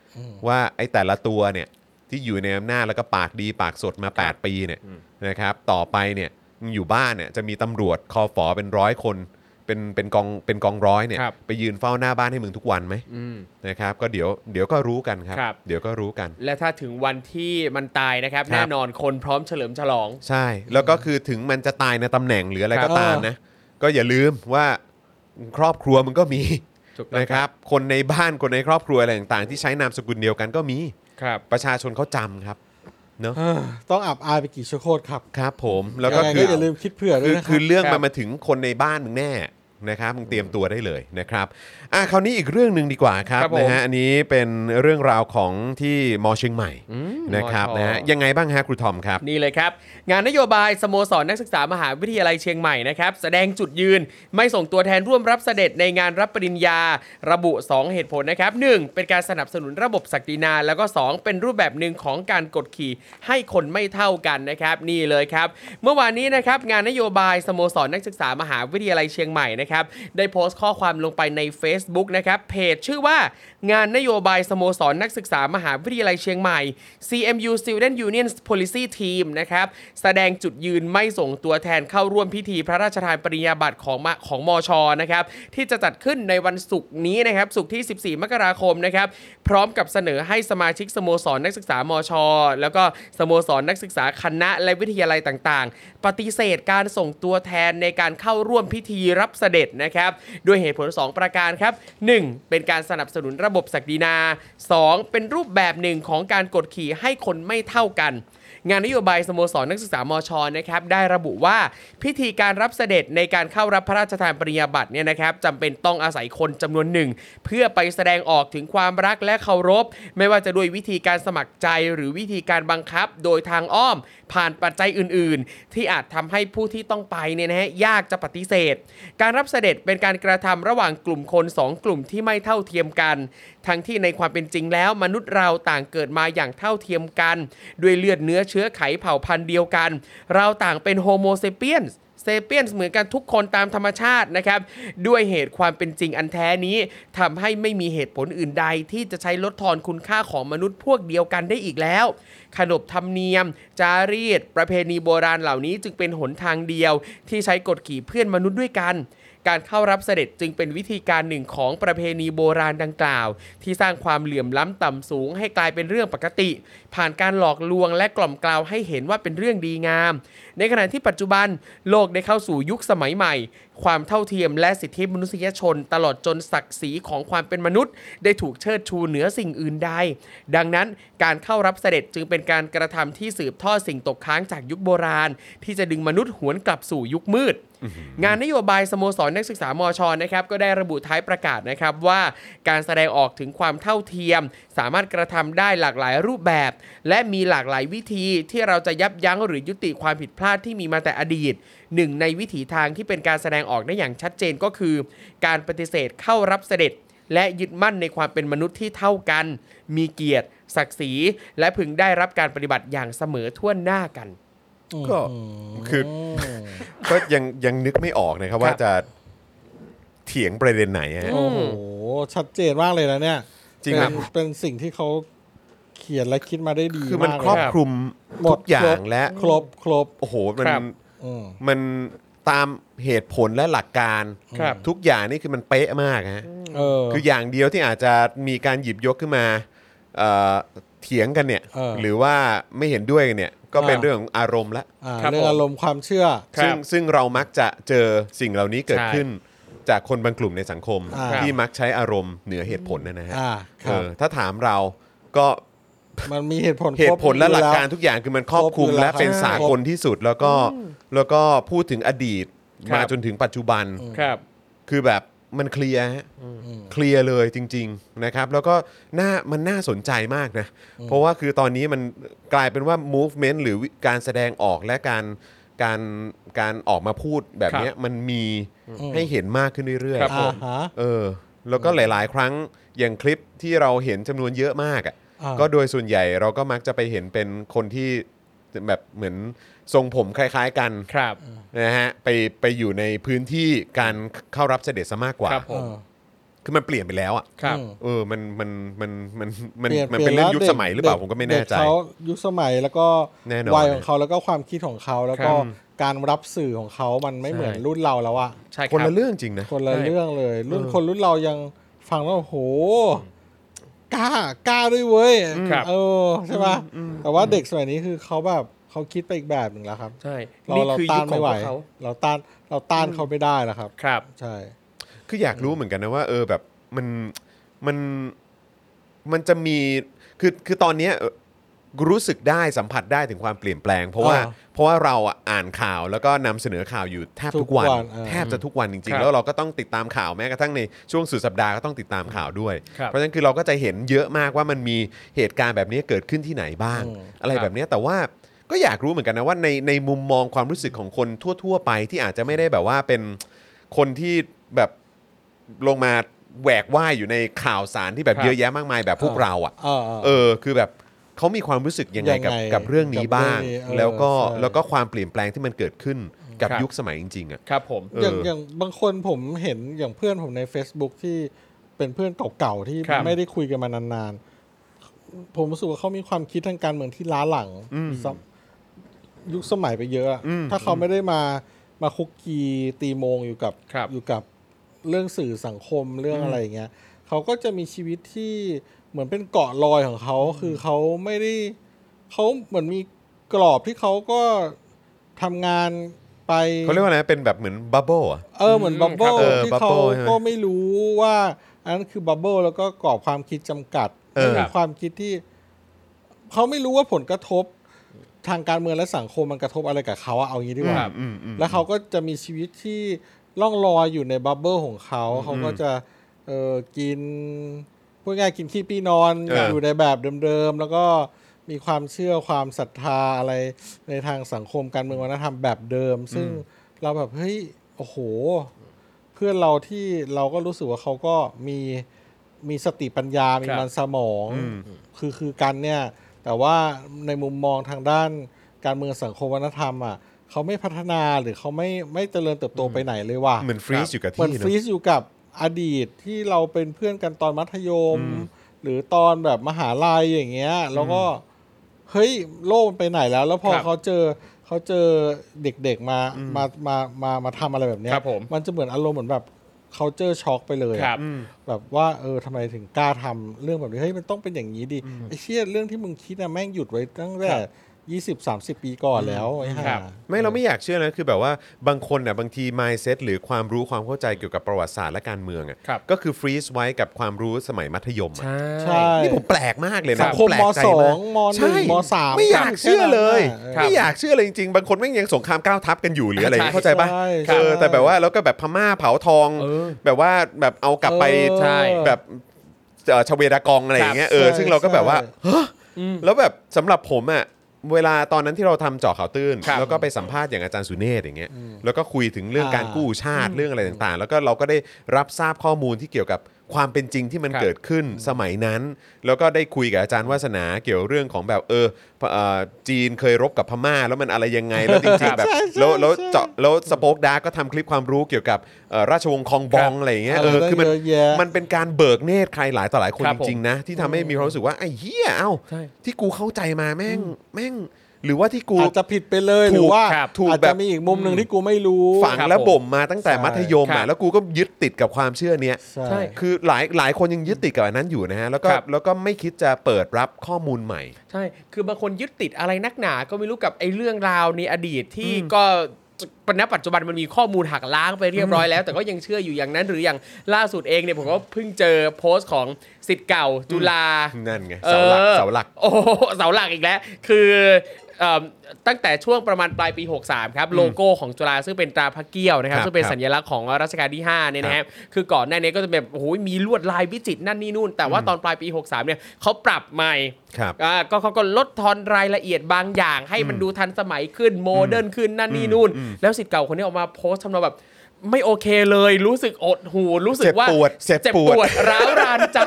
Speaker 2: ว่าไอ้แต่ละตัวเนี่ยที่อยู่ในอำนาจแล้วก็ปากดีปากสดมา 8 ปีเนี่ยนะครับต่อไปเนี่ยมึงอยู่บ้านเนี่ยจะมีตำรวจคอฝอเป็นร้อยคน เป็นเป็นกองเป็นกองร้อยเนี่ย
Speaker 4: ครับ
Speaker 2: ไปยืนเฝ้าหน้าบ้านให้มึงทุกวันไหม
Speaker 4: อืม
Speaker 2: นะครับก็เดี๋ยวเดี๋ยวก็รู้กันครับ
Speaker 4: ครับ
Speaker 2: เดี๋ยวก็รู้กัน
Speaker 4: และถ้าถึงวันที่มันตายนะครับ
Speaker 2: ครับ
Speaker 4: แน่นอนคนพร้อมเฉลิมฉลอง
Speaker 2: ใช่ แล้วก็คือถึงมันจะตายในตำแหน่งหรืออะไร
Speaker 4: ครั
Speaker 2: ก็
Speaker 4: บ
Speaker 2: ตามนะ ก็อย่าลืมว่าครอบครัวมันก็มี
Speaker 4: ถูกต้อง
Speaker 2: นะครับ คนในบ้านคนในครอบครัวอะไรต่างๆ ที่ใช้นามสกุลเดียวกันก็มี
Speaker 4: ครับ
Speaker 2: ประชาชนเขาจำครับเนาะ
Speaker 3: เออต้องอับอายไปกี่ชั่วโคตรครับ
Speaker 2: ครับผมแล้วก็
Speaker 3: ยัง
Speaker 2: คื
Speaker 3: ไง
Speaker 2: อ
Speaker 3: อย่าลืมคิดเผื่อด้ว
Speaker 2: คื
Speaker 3: ย
Speaker 2: อ
Speaker 3: นะค
Speaker 2: คื
Speaker 3: รั
Speaker 2: อบ เรื่อง
Speaker 4: ค
Speaker 2: มั
Speaker 4: รั
Speaker 2: น
Speaker 4: บ
Speaker 2: มาถึงคนในบ้านมึงแน่นะครับมึงเตรียมตัวได้เลยนะครับอ่ะคราวนี้อีกเรื่องหนึ่งดีกว่าครับ
Speaker 4: ครับผม
Speaker 2: นะฮะอันนี้เป็นเรื่องราวของที่มอเชียงใหม่ นะครับ
Speaker 4: มช
Speaker 2: นะฮะยังไงบ้างฮะครูทอมครับ
Speaker 4: นี่เลยครับ งานนโยบายสโมสรนักศึกษามหาวิทยาลัยเชียงใหม่นะครับ แสดงจุดยืนไม่ส่งตัวแทนร่วมรับเสด็จในงานรับปริญญา ระบุ 2 เหตุผลนะครับ 1. เป็นการสนับสนุนระบบศักดินา แล้วก็ 2 เป็นรูปแบบหนึ่งของการกดขี่ให้คนไม่เท่ากันนะครับนี่เลยครับ เมื่อวานนี้นะครับงานนโยบายสโมสรนักศึกษามหาวิทยาลัยเชียงใหม่นะครับได้โพสต์ข้อความลงไปใน Facebook นะครับเพจชื่อว่า งานนโยบายสโมสรนักศึกษามหาวิทยาลัยเชียงใหม่ CMU Student Union Policy Team นะครับแสดงจุดยืนไม่ส่งตัวแทนเข้าร่วมพิธีพระราชทานปริญญาบัตรของมของมชนะครับที่จะจัดขึ้นในวันศุกร์นี้นะครับศุกร์ที่ 14 มกราคมนะครับพร้อมกับเสนอให้สมาชิกสโมสรนักศึกษามช แล้วก็สโมสรนักศึกษาคณะและวิทยาลัยต่างๆ ปฏิเสธการส่งตัวแทนในการเข้าร่วมพิธีรับเสด็จนะครับด้วยเหตุผล 2 ประการครับ 1. เป็นการสนับสนุนระบบศักดินา 2. เป็นรูปแบบหนึ่งของการกดขี่ให้คนไม่เท่ากัน งานนโยบายสโมสรนักศึกษามชนะครับได้ระบุว่าพิธีการรับเสด็จในการเข้ารับพระราชทานปริญญาบัตรเนี่ยนะครับจำเป็นต้องอาศัยคนจำนวนหนึ่ง เพื่อไปแสดงออกถึงความรักและเคารพ ไม่ว่าจะด้วยวิธีการสมัครใจหรือวิธีการบังคับโดยทางอ้อม ผ่านปัจจัยอื่น ๆ ที่อาจทำให้ผู้ที่ต้องไปเนี่ยนะฮะยากจะปฏิเสธ การรับเสด็จเป็นการกระทำระหว่างกลุ่มคนสองกลุ่มที่ไม่เท่าเทียมกัน ทั้งที่ในความเป็นจริงแล้วมนุษย์เราต่างเกิดมาอย่างเท่าเทียมกัน ด้วยเลือดเนื้อเชื้อไขเผ่าพันธุ์เดียวกัน เราต่างเป็นโฮโมเซเปียนเซเปียนเหมือนกันทุกคนตามธรรมชาตินะครับ ด้วยเหตุความเป็นจริงอันแท้นี้ทำให้ไม่มีเหตุผลอื่นใด ที่จะใช้ลดทอนคุณค่าของมนุษย์พวกเดียวกันได้อีกแล้ว ขนบธรรมเนียม จารีต ประเพณีโบราณเหล่านี้จึงเป็นหนทางเดียว ที่ใช้กดขี่เพื่อนมนุษย์ด้วยกัน การเข้ารับเสด็จจึงเป็นวิธีการหนึ่งของประเพณีโบราณดังกล่าว ที่สร้างความเหลื่อมล้ำต่ำสูงให้กลายเป็นเรื่องปกติ ผ่านการหลอกลวงและกล่อมกล่าวให้เห็นว่าเป็นเรื่องดีงาม ในขณะที่ปัจจุบันโลกได้เข้าสู่ยุคสมัยใหม่ ความเท่าเทียมและสิทธิมนุษยชน ตลอดจนศักดิ์ศรีของความเป็นมนุษย์ ได้ถูกเชิดชูเหนือสิ่งอื่นใด ดังนั้นการเข้ารับเสด็จจึงเป็นการกระทำที่สืบทอดสิ่งตกค้างจากยุคโบราณ ที่จะดึงมนุษย์หวนกลับสู่ยุคมืด งานนโยบายสโมสรนักศึกษามชนะครับก็ได้ระบุท้ายประกาศนะครับว่าการแสดงออกถึงความเท่าเทียม สามารถกระทำได้หลากหลายรูปแบบ และมีหลากหลายวิธีที่เราจะยับยั้งหรือยุติความผิดพลาดที่มีมาแต่อดีต หนึ่งในวิถีทางที่เป็นการแสดงออกได้อย่างชัดเจนก็คือ การปฏิเสธเข้ารับเสด็จ และยึดมั่นในความเป็นมนุษย์ที่เท่ากัน มีเกียรติศักดิ์ศรี และพึงได้รับการปฏิบัติอย่างเสมอทั่วหน้ากัน
Speaker 2: ก็คือก็ยังยังนึกไม่ออกนะครับว่าจะเถียงประเด็นไหนอะฮะ
Speaker 3: โอ้โห ชัดเจนมากเลยนะเนี่ย
Speaker 2: จริงครับ
Speaker 3: เป็นเป็นสิ่งที่เขาเขียนและคิดมาได้ดี
Speaker 2: คือมัน
Speaker 3: าก
Speaker 2: ค
Speaker 3: เลย
Speaker 2: รอบคลุม
Speaker 3: หม
Speaker 2: ทุ
Speaker 3: ด
Speaker 2: กอย่า
Speaker 3: ครง บ
Speaker 2: และ
Speaker 3: ครบครบ
Speaker 2: โอ้โหมัน
Speaker 4: ครับ
Speaker 3: อืม
Speaker 2: มันตามเหตุผลและหลักการ
Speaker 4: ครับ
Speaker 2: ทุกอย่างนี่คือมันเป๊ะมากฮะ
Speaker 3: เออ
Speaker 2: คืออย่างเดียวที่อาจจะมีการหยิบยกขึ้นมาเอ่อเถียงกันเนี่ย
Speaker 3: เออ
Speaker 2: หรือว่าไม่เห็นด้วยกันเนี่ย ก็เป็น
Speaker 3: อ่า
Speaker 2: เรื่องของอารมณ์ละ
Speaker 3: อ่า
Speaker 4: ครับ
Speaker 3: เรื่องอารมณ์ความเชื่อ
Speaker 4: ครับ
Speaker 2: ซึ่งซึ่งเรามักจะเจอสิ่งเหล่านี้เกิด
Speaker 4: ใช่
Speaker 2: ขึ้นจากคนบางกลุ่มในสังคม
Speaker 3: อ่า
Speaker 2: ที่มักใช้อารมณ์เหนือเหตุผลนะนะฮะ
Speaker 3: อ่าค
Speaker 2: เอ
Speaker 3: รับ
Speaker 2: อถ้าถามเราก็
Speaker 3: มันมีเหตุผล
Speaker 2: เหตุผล
Speaker 3: คบ
Speaker 2: และหลัก
Speaker 3: อยู่
Speaker 2: การทุกอย่างคือมันครอบคลุม
Speaker 3: ครบอยู่
Speaker 2: และ
Speaker 3: แล้ว
Speaker 2: เป็น
Speaker 3: ครับ
Speaker 2: สากลที่สุดแล้วก็แล้วก็พูดถึงอดีต
Speaker 4: ครับ
Speaker 2: มาจนถึงปัจจุบัน
Speaker 4: ครับ
Speaker 2: คือแบบมันเคลียร์ฮะเคลียร์เลยจริง ๆนะครับ แล้วก็น่ามันน่าสนใจมากนะ เพราะว่าคือตอนนี้มันกลายเป็นว่า movement หรือการแสดงออกและการการการออกมาพูดแบบเนี้ยมันมีให้เห็นมากขึ้นเรื่อย
Speaker 4: ครับ
Speaker 2: ๆ
Speaker 3: อ่าฮะ
Speaker 2: เออแล้วก็หลาย ๆ ครั้งอย่างคลิปที่เราเห็นจำนวนเยอะมากอะ
Speaker 3: อ่า
Speaker 2: ก็โดยส่วนใหญ่เราก็มักจะไปเห็นเป็นคนที่แบบเหมือนทรงผมคล้าย ๆกัน
Speaker 4: ครับ
Speaker 2: นะฮะไปไปอยู่ในพื้นที่การเข้ารับเสด็จซะมากกว่า
Speaker 4: ครับผม
Speaker 3: เออ
Speaker 2: คือมันเปลี่ยนไปแล้วอ่ะ
Speaker 4: ครับ
Speaker 3: อืม
Speaker 2: เออมันมันมันมันมัน
Speaker 3: ปลี่ย
Speaker 2: มันเป็นเรื่อง
Speaker 3: ป
Speaker 2: ยุค
Speaker 3: แว
Speaker 2: สมัยหรือเปล่า
Speaker 3: ด็ก
Speaker 2: ผมก็ไม่แน่ใจ
Speaker 3: เด็กเขายุคสมัยแล้วก็
Speaker 2: แน่นอน
Speaker 3: วัยของเขาแล้วก็ความคิดของเขาแล้ว
Speaker 2: ค
Speaker 3: ก็
Speaker 2: รับ
Speaker 3: การรับสื่อของเขามันไม่เหมือน
Speaker 4: ใช่
Speaker 3: รุ่นเราแล้วอะ
Speaker 4: ใช่ค
Speaker 2: คน
Speaker 4: รับ
Speaker 2: ละเรื่องจริงนะ
Speaker 3: คนละ
Speaker 4: ใช่
Speaker 3: เรื่องเลย รุ่นคนรุ่นเรายังฟังแล้วโอ้โหกล้ากล้าด้วยเว้ย
Speaker 4: ครับ
Speaker 3: เออใช่ปะแต่ว่าเด็กสมัยนี้คือเขาแบบเขาคิดไปอีกแบบหนึ่งแล้วครับ
Speaker 4: ใช่
Speaker 3: เรา
Speaker 4: นี่
Speaker 3: เรา
Speaker 4: คือ
Speaker 3: ต้า
Speaker 4: ยุ
Speaker 3: น
Speaker 4: คขอ
Speaker 3: ไม่
Speaker 4: ง
Speaker 3: ไห
Speaker 4: พ
Speaker 3: ว
Speaker 4: วกเขา
Speaker 3: เราต้านเราต้านเขาไม่ได้แล้วครับ
Speaker 4: ครับ
Speaker 3: ใช่
Speaker 2: คืออยากรู้เหมือนกันนะว่าเออแบบมันมันมันจะมีคือคือตอนเนี้ยเอ่อรู้สึกได้สัมผัสได้ถึงความเปลี่ยนแปลง เพราะว่าเพราะว่าเราอะอ่านข่าวแล้วก็นำเสนอข่าวอยู่แทบทุกวัน
Speaker 3: เออ
Speaker 2: แทบจะทุกวันจริ
Speaker 4: ค
Speaker 2: ง
Speaker 4: รั
Speaker 2: ๆ
Speaker 4: บ
Speaker 2: แล้วเราก็ต้องติดตามข่าวแม้กระทั่งในช่วงสุดสัปดาห์ก็ต้องติดตามข่าวด้วย
Speaker 4: ครับ
Speaker 2: เพราะฉะนั้นคือเราก็จะเห็นเยอะมากว่ามันมีเหตุการณ์แบบนี้เกิดขึ้นที่ไหนบ้าง
Speaker 3: อืม
Speaker 2: อะไร
Speaker 4: ครับ
Speaker 2: แบบเนี้ยแต่ว่าก็อยากรู้เหมือนกันนะว่าในในมุมมองความรู้สึกของคนทั่ว ๆ ไปที่อาจจะไม่ได้แบบว่าเป็นคนที่แบบลงมาแหวกว่ายอยู่ในข่าวสารที่แบบ
Speaker 4: ครับ
Speaker 2: เยอะแยะมากมายแบบพวกเราอ่ะ
Speaker 3: เออเออ
Speaker 2: เออคือแบบเขามีความรู้สึกยังไงกับ
Speaker 3: ยังไง
Speaker 2: กับเรื่องนี้บ้าง
Speaker 3: กับเรื่องนี้เออ
Speaker 2: แล้วก็
Speaker 3: ใช่
Speaker 2: แล้วก็ความเปลี่ยนแปลงที่มันเกิดขึ้นกับ
Speaker 4: ครับ
Speaker 2: ยุคสมัยจริงๆอ่ะ
Speaker 4: ครับผม
Speaker 2: เออ
Speaker 3: อ
Speaker 2: อ
Speaker 3: ย่างอย่างบางคนผมเห็นอย่างเพื่อนผมใน Facebook ที่เป็นเพื่อนเก่าๆ ที่
Speaker 4: ครับ
Speaker 3: ไม่ได้คุยกันมานานๆ ผมรู้สึกว่าเขามีความคิดทางการเมืองที่ล้าหลังสำยุคสมัยไปเยอะอะ
Speaker 2: อืม
Speaker 3: ถ้าเขาไม่ได้มามาคุกกีตีโมงอยู่กับ
Speaker 4: ครับ
Speaker 3: อยู่กับเรื่องสื่อสังคมเรื่องอะไรอย่างเงี้ยเขาก็จะมีชีวิตที่เหมือนเป็นเกาะลอยของเขาคือเขาไม่ได้เขาเหมือนมีกรอบที่เขาก็ทำงานไป
Speaker 2: เขาเรียกว่าอะไรนะเป็นแบบเหมือนบับเบิ้ลอ่ะ
Speaker 3: เออเหมือนบับเบิล
Speaker 2: เออ
Speaker 3: ที่
Speaker 2: bubble
Speaker 3: เขา
Speaker 2: ใช่ไหม
Speaker 3: ก็ไม่รู้ว่าอันนั้นคือบับเบิลแล้วก็กรอบความคิดจำกัด
Speaker 2: เออ
Speaker 3: นั่นคือความคิดที่ เขาไม่รู้ว่าผลกระทบทางการเมืองและสังคมมันกระทบอะไรกับเขาอะเอางี้ดีกว่า
Speaker 2: อืมอืม
Speaker 3: แล้วเขาก็จะมีชีวิตที่ล่องลอยอยู่ในบับเบิลของเขา เขาก็จะเออกินพูดง่ายๆกินขี้ปี้นอน
Speaker 2: เอออ
Speaker 3: ยู่ในแบบเดิมๆ แล้วก็มีความเชื่อความศรัทธาอะไรในทางสังคมการเมืองวัฒนธรรมแบบเดิม ซึ่งเราแบบเฮ้ยโอ้โห เพื่อนเราที่เราก็รู้สึกว่าเขาก็มีมีสติปัญญา มี
Speaker 4: ครับ
Speaker 3: มันสมอง คือคือกันเนี่ย แต่ว่าในมุมมองทางด้านการเมืองสังคมวัฒนธรรมอ่ะเขาไม่พัฒนาหรือเขาไม่ไม่เจริญเติบโตไปไหนเลยว่ะ
Speaker 2: เหมือนฟรีซอยู่กับ
Speaker 3: เหมื
Speaker 2: ที่
Speaker 3: อน
Speaker 2: เนอะ
Speaker 3: ฟรีซอยู่กับอดีตที่เราเป็นเพื่อนกันตอนมัธยม หรือตอนแบบมหาลัยอย่างเงี้ย แล้วก็เฮ้ยโลกมันไปไหนแล้ว แล้วพอ
Speaker 4: ครับ
Speaker 3: เขาเจอเขาเจอเด็กๆมามามามามาทำอะไรแบบเนี้ย
Speaker 4: ครับผม
Speaker 3: มันจะเหมือนอารมณ์เหมือนแบบเขาเจอช็อกไปเลยอะ
Speaker 4: ครับ
Speaker 3: แบบว่าเออทำไมถึงกล้าทำเรื่องแบบนี้เฮ้ยมันต้องเป็นอย่างนี้ดิไอ้เชี่ยเรื่องที่มึงคิดนะแม่งหยุดไว้ตั้งแต่ยี่สิบสามสิบปีก่อนแล้วไอ้ห่า
Speaker 4: ครับ
Speaker 2: ไม่เราไม่อยากเชื่อนะคือแบบว่าบางคนน่ะบางที mindset หรือความรู้ความเข้าใจเกี่ยวกับประวัติศาสตร์และการเมืองอะ
Speaker 4: ครับ
Speaker 2: ก็คือฟรีซไว้กับความรู้สมัยมัธยมอะ
Speaker 4: ใช่
Speaker 3: ใช่
Speaker 2: นี่ผมแปลกมากเลยนะ
Speaker 4: สังคม
Speaker 2: ผแปลกใจ
Speaker 3: มสอ
Speaker 2: า
Speaker 3: ง
Speaker 2: ก
Speaker 3: มหนึ่ง
Speaker 2: ใช่
Speaker 3: มสาม
Speaker 2: ไม่อยากเชื่อเลย
Speaker 3: ครับ
Speaker 2: ไม่อยากเชื่อเลยจริงๆ บางคนแม่งยังสงครามก้าวทัพกันอยู่หรืออะไรอย่างเงี้ย
Speaker 4: ใช่
Speaker 2: เข้าใจปะ
Speaker 3: ใช่
Speaker 2: เออ
Speaker 3: ใช่
Speaker 2: แต่แบบว่าแล้วก็แบบพม่าเผาทอง
Speaker 4: เออ
Speaker 2: แบบว่าแบบเอากลับไป
Speaker 3: เออ
Speaker 4: ใช่
Speaker 2: แบบเอ่อชเวดากองอะไรอย่างเงี้ยเออ
Speaker 3: ใช่
Speaker 2: ซึ่งเราก็แบบว่า
Speaker 3: ใช่
Speaker 2: แล้วแบบสำหรับผมอะเวลาตอนนั้นที่เราทำเจาะข่าวตื้น
Speaker 4: ครับ
Speaker 2: แล้วก็ไปสัมภาษณ์อย่างอาจารย์สุเนศอย่างเงี้ยแล้วก็คุยถึงเรื่อง
Speaker 3: อ่า
Speaker 2: การกู้ชาติเรื่องอะไรต่างๆ แล้วก็เราก็ได้รับทราบข้อมูลที่เกี่ยวกับความเป็นจริงที่มัน
Speaker 4: ครับ
Speaker 2: เกิดขึ้นสมัยนั้น แล้วก็ได้คุยกับอาจารย์วาสนาเกี่ยวเรื่องของแบบเออเอ่อจีนเคยรบกับพม่า แล้วมันอะไรยังไงแล้วจริงๆแบบ
Speaker 3: ใช่ใช่
Speaker 2: แล้วแล้ว
Speaker 3: ใช่
Speaker 2: เจาะแล้วสปอคดาร์กก็ทำคลิปความรู้เกี่ยวกับเอ่อราชวงศ์คองบองอะไรอย่างเงี้ยเออคือมัน
Speaker 3: เยะแยะ
Speaker 2: มันเป็นการเบิกเนตรใครหลายต่อหลายคน
Speaker 4: ครับ
Speaker 2: จ
Speaker 4: ผม
Speaker 2: ริงๆนะที่ทำให้มีความรู้สึกว่าไอ้เหี้ยเอ้า
Speaker 4: ใช่
Speaker 2: ที่กูเข้าใจมาแม่งแม่ง หรือว่าที่กู
Speaker 3: อาจจะผิดไปเลยหรือว่า
Speaker 4: ครับ
Speaker 2: ถูก
Speaker 3: อาจ
Speaker 2: แบ
Speaker 3: จะ
Speaker 2: บ
Speaker 3: มีอีกมุมหนึ่งที่กูไม่รู้
Speaker 2: ฝัง
Speaker 4: ครับ
Speaker 2: และ
Speaker 4: ผม
Speaker 2: บ่มมาตั้งแต่มัธยม
Speaker 4: ครั
Speaker 2: อ่ะ
Speaker 4: บ
Speaker 2: แล้วกูก็ยึดติดกับความเชื่อเนี้ย
Speaker 3: ใช่
Speaker 2: คือหลายหลายคนยังยึดติดกับอันนั้นอยู่นะฮะแล้วก็
Speaker 4: ครับ
Speaker 2: แล้วก็ไม่คิดจะเปิดรับข้อมูลใหม่
Speaker 4: ใช่ คือบางคนยึดติดอะไรนักหนา ก็ไม่รู้กับไอ้เรื่องราวในอดีตที่ก็ปัจจุบันปัจจุบันมันมีข้อมูลหักล้างไปเรียบร้อยแล้ว แต่ก็ยังเชื่ออยู่อย่างนั้น หรืออย่างล่าสุดเองเนี่ยผมก็เพิ่งเจอโพสต์ของสิทธิ์เก่าจุฬา
Speaker 2: นั่นไงเสาหลัก
Speaker 4: ออ
Speaker 2: เสาหลัก
Speaker 4: โอ้โหเสาหลักอีกแล้ว คือเอิ่มตั้งแต่ช่วงประมาณปลายปี 63 ครับ โลโก้ของจุฬาซึ่งเป็นตราพระเกี้ยวนะครั
Speaker 2: ค
Speaker 4: บ
Speaker 2: รับ
Speaker 4: ซึ่งเป็น
Speaker 2: ครับ
Speaker 4: สัญลักษณ์ของรัชกาลที่ 5 เนี่ยนะครับ คือก่อนหน้านี้ก็จะแบบโอ้โหมีลวดลายวิจิตรนั่นนี่นู่น แต่ว่าตอนปลายปี 63 เนี่ยเขาปรับใหม่
Speaker 2: ครับ
Speaker 4: อ่าก็เขาก็ลดทอนรายละเอียดบางอย่าง ให้มันดูทันสมัยขึ้นโมเดิร์นขึ้นนั่นนี่นู่น แล้วสิทธิ์เก่าคนนี้ออกมาโพสต์ทำนองแบบ ไม่โอเคเลย รู้สึกอดหูรู้สึกว่า
Speaker 2: เจ็บปวดเจ็บปวด
Speaker 4: ร้าวรานใจ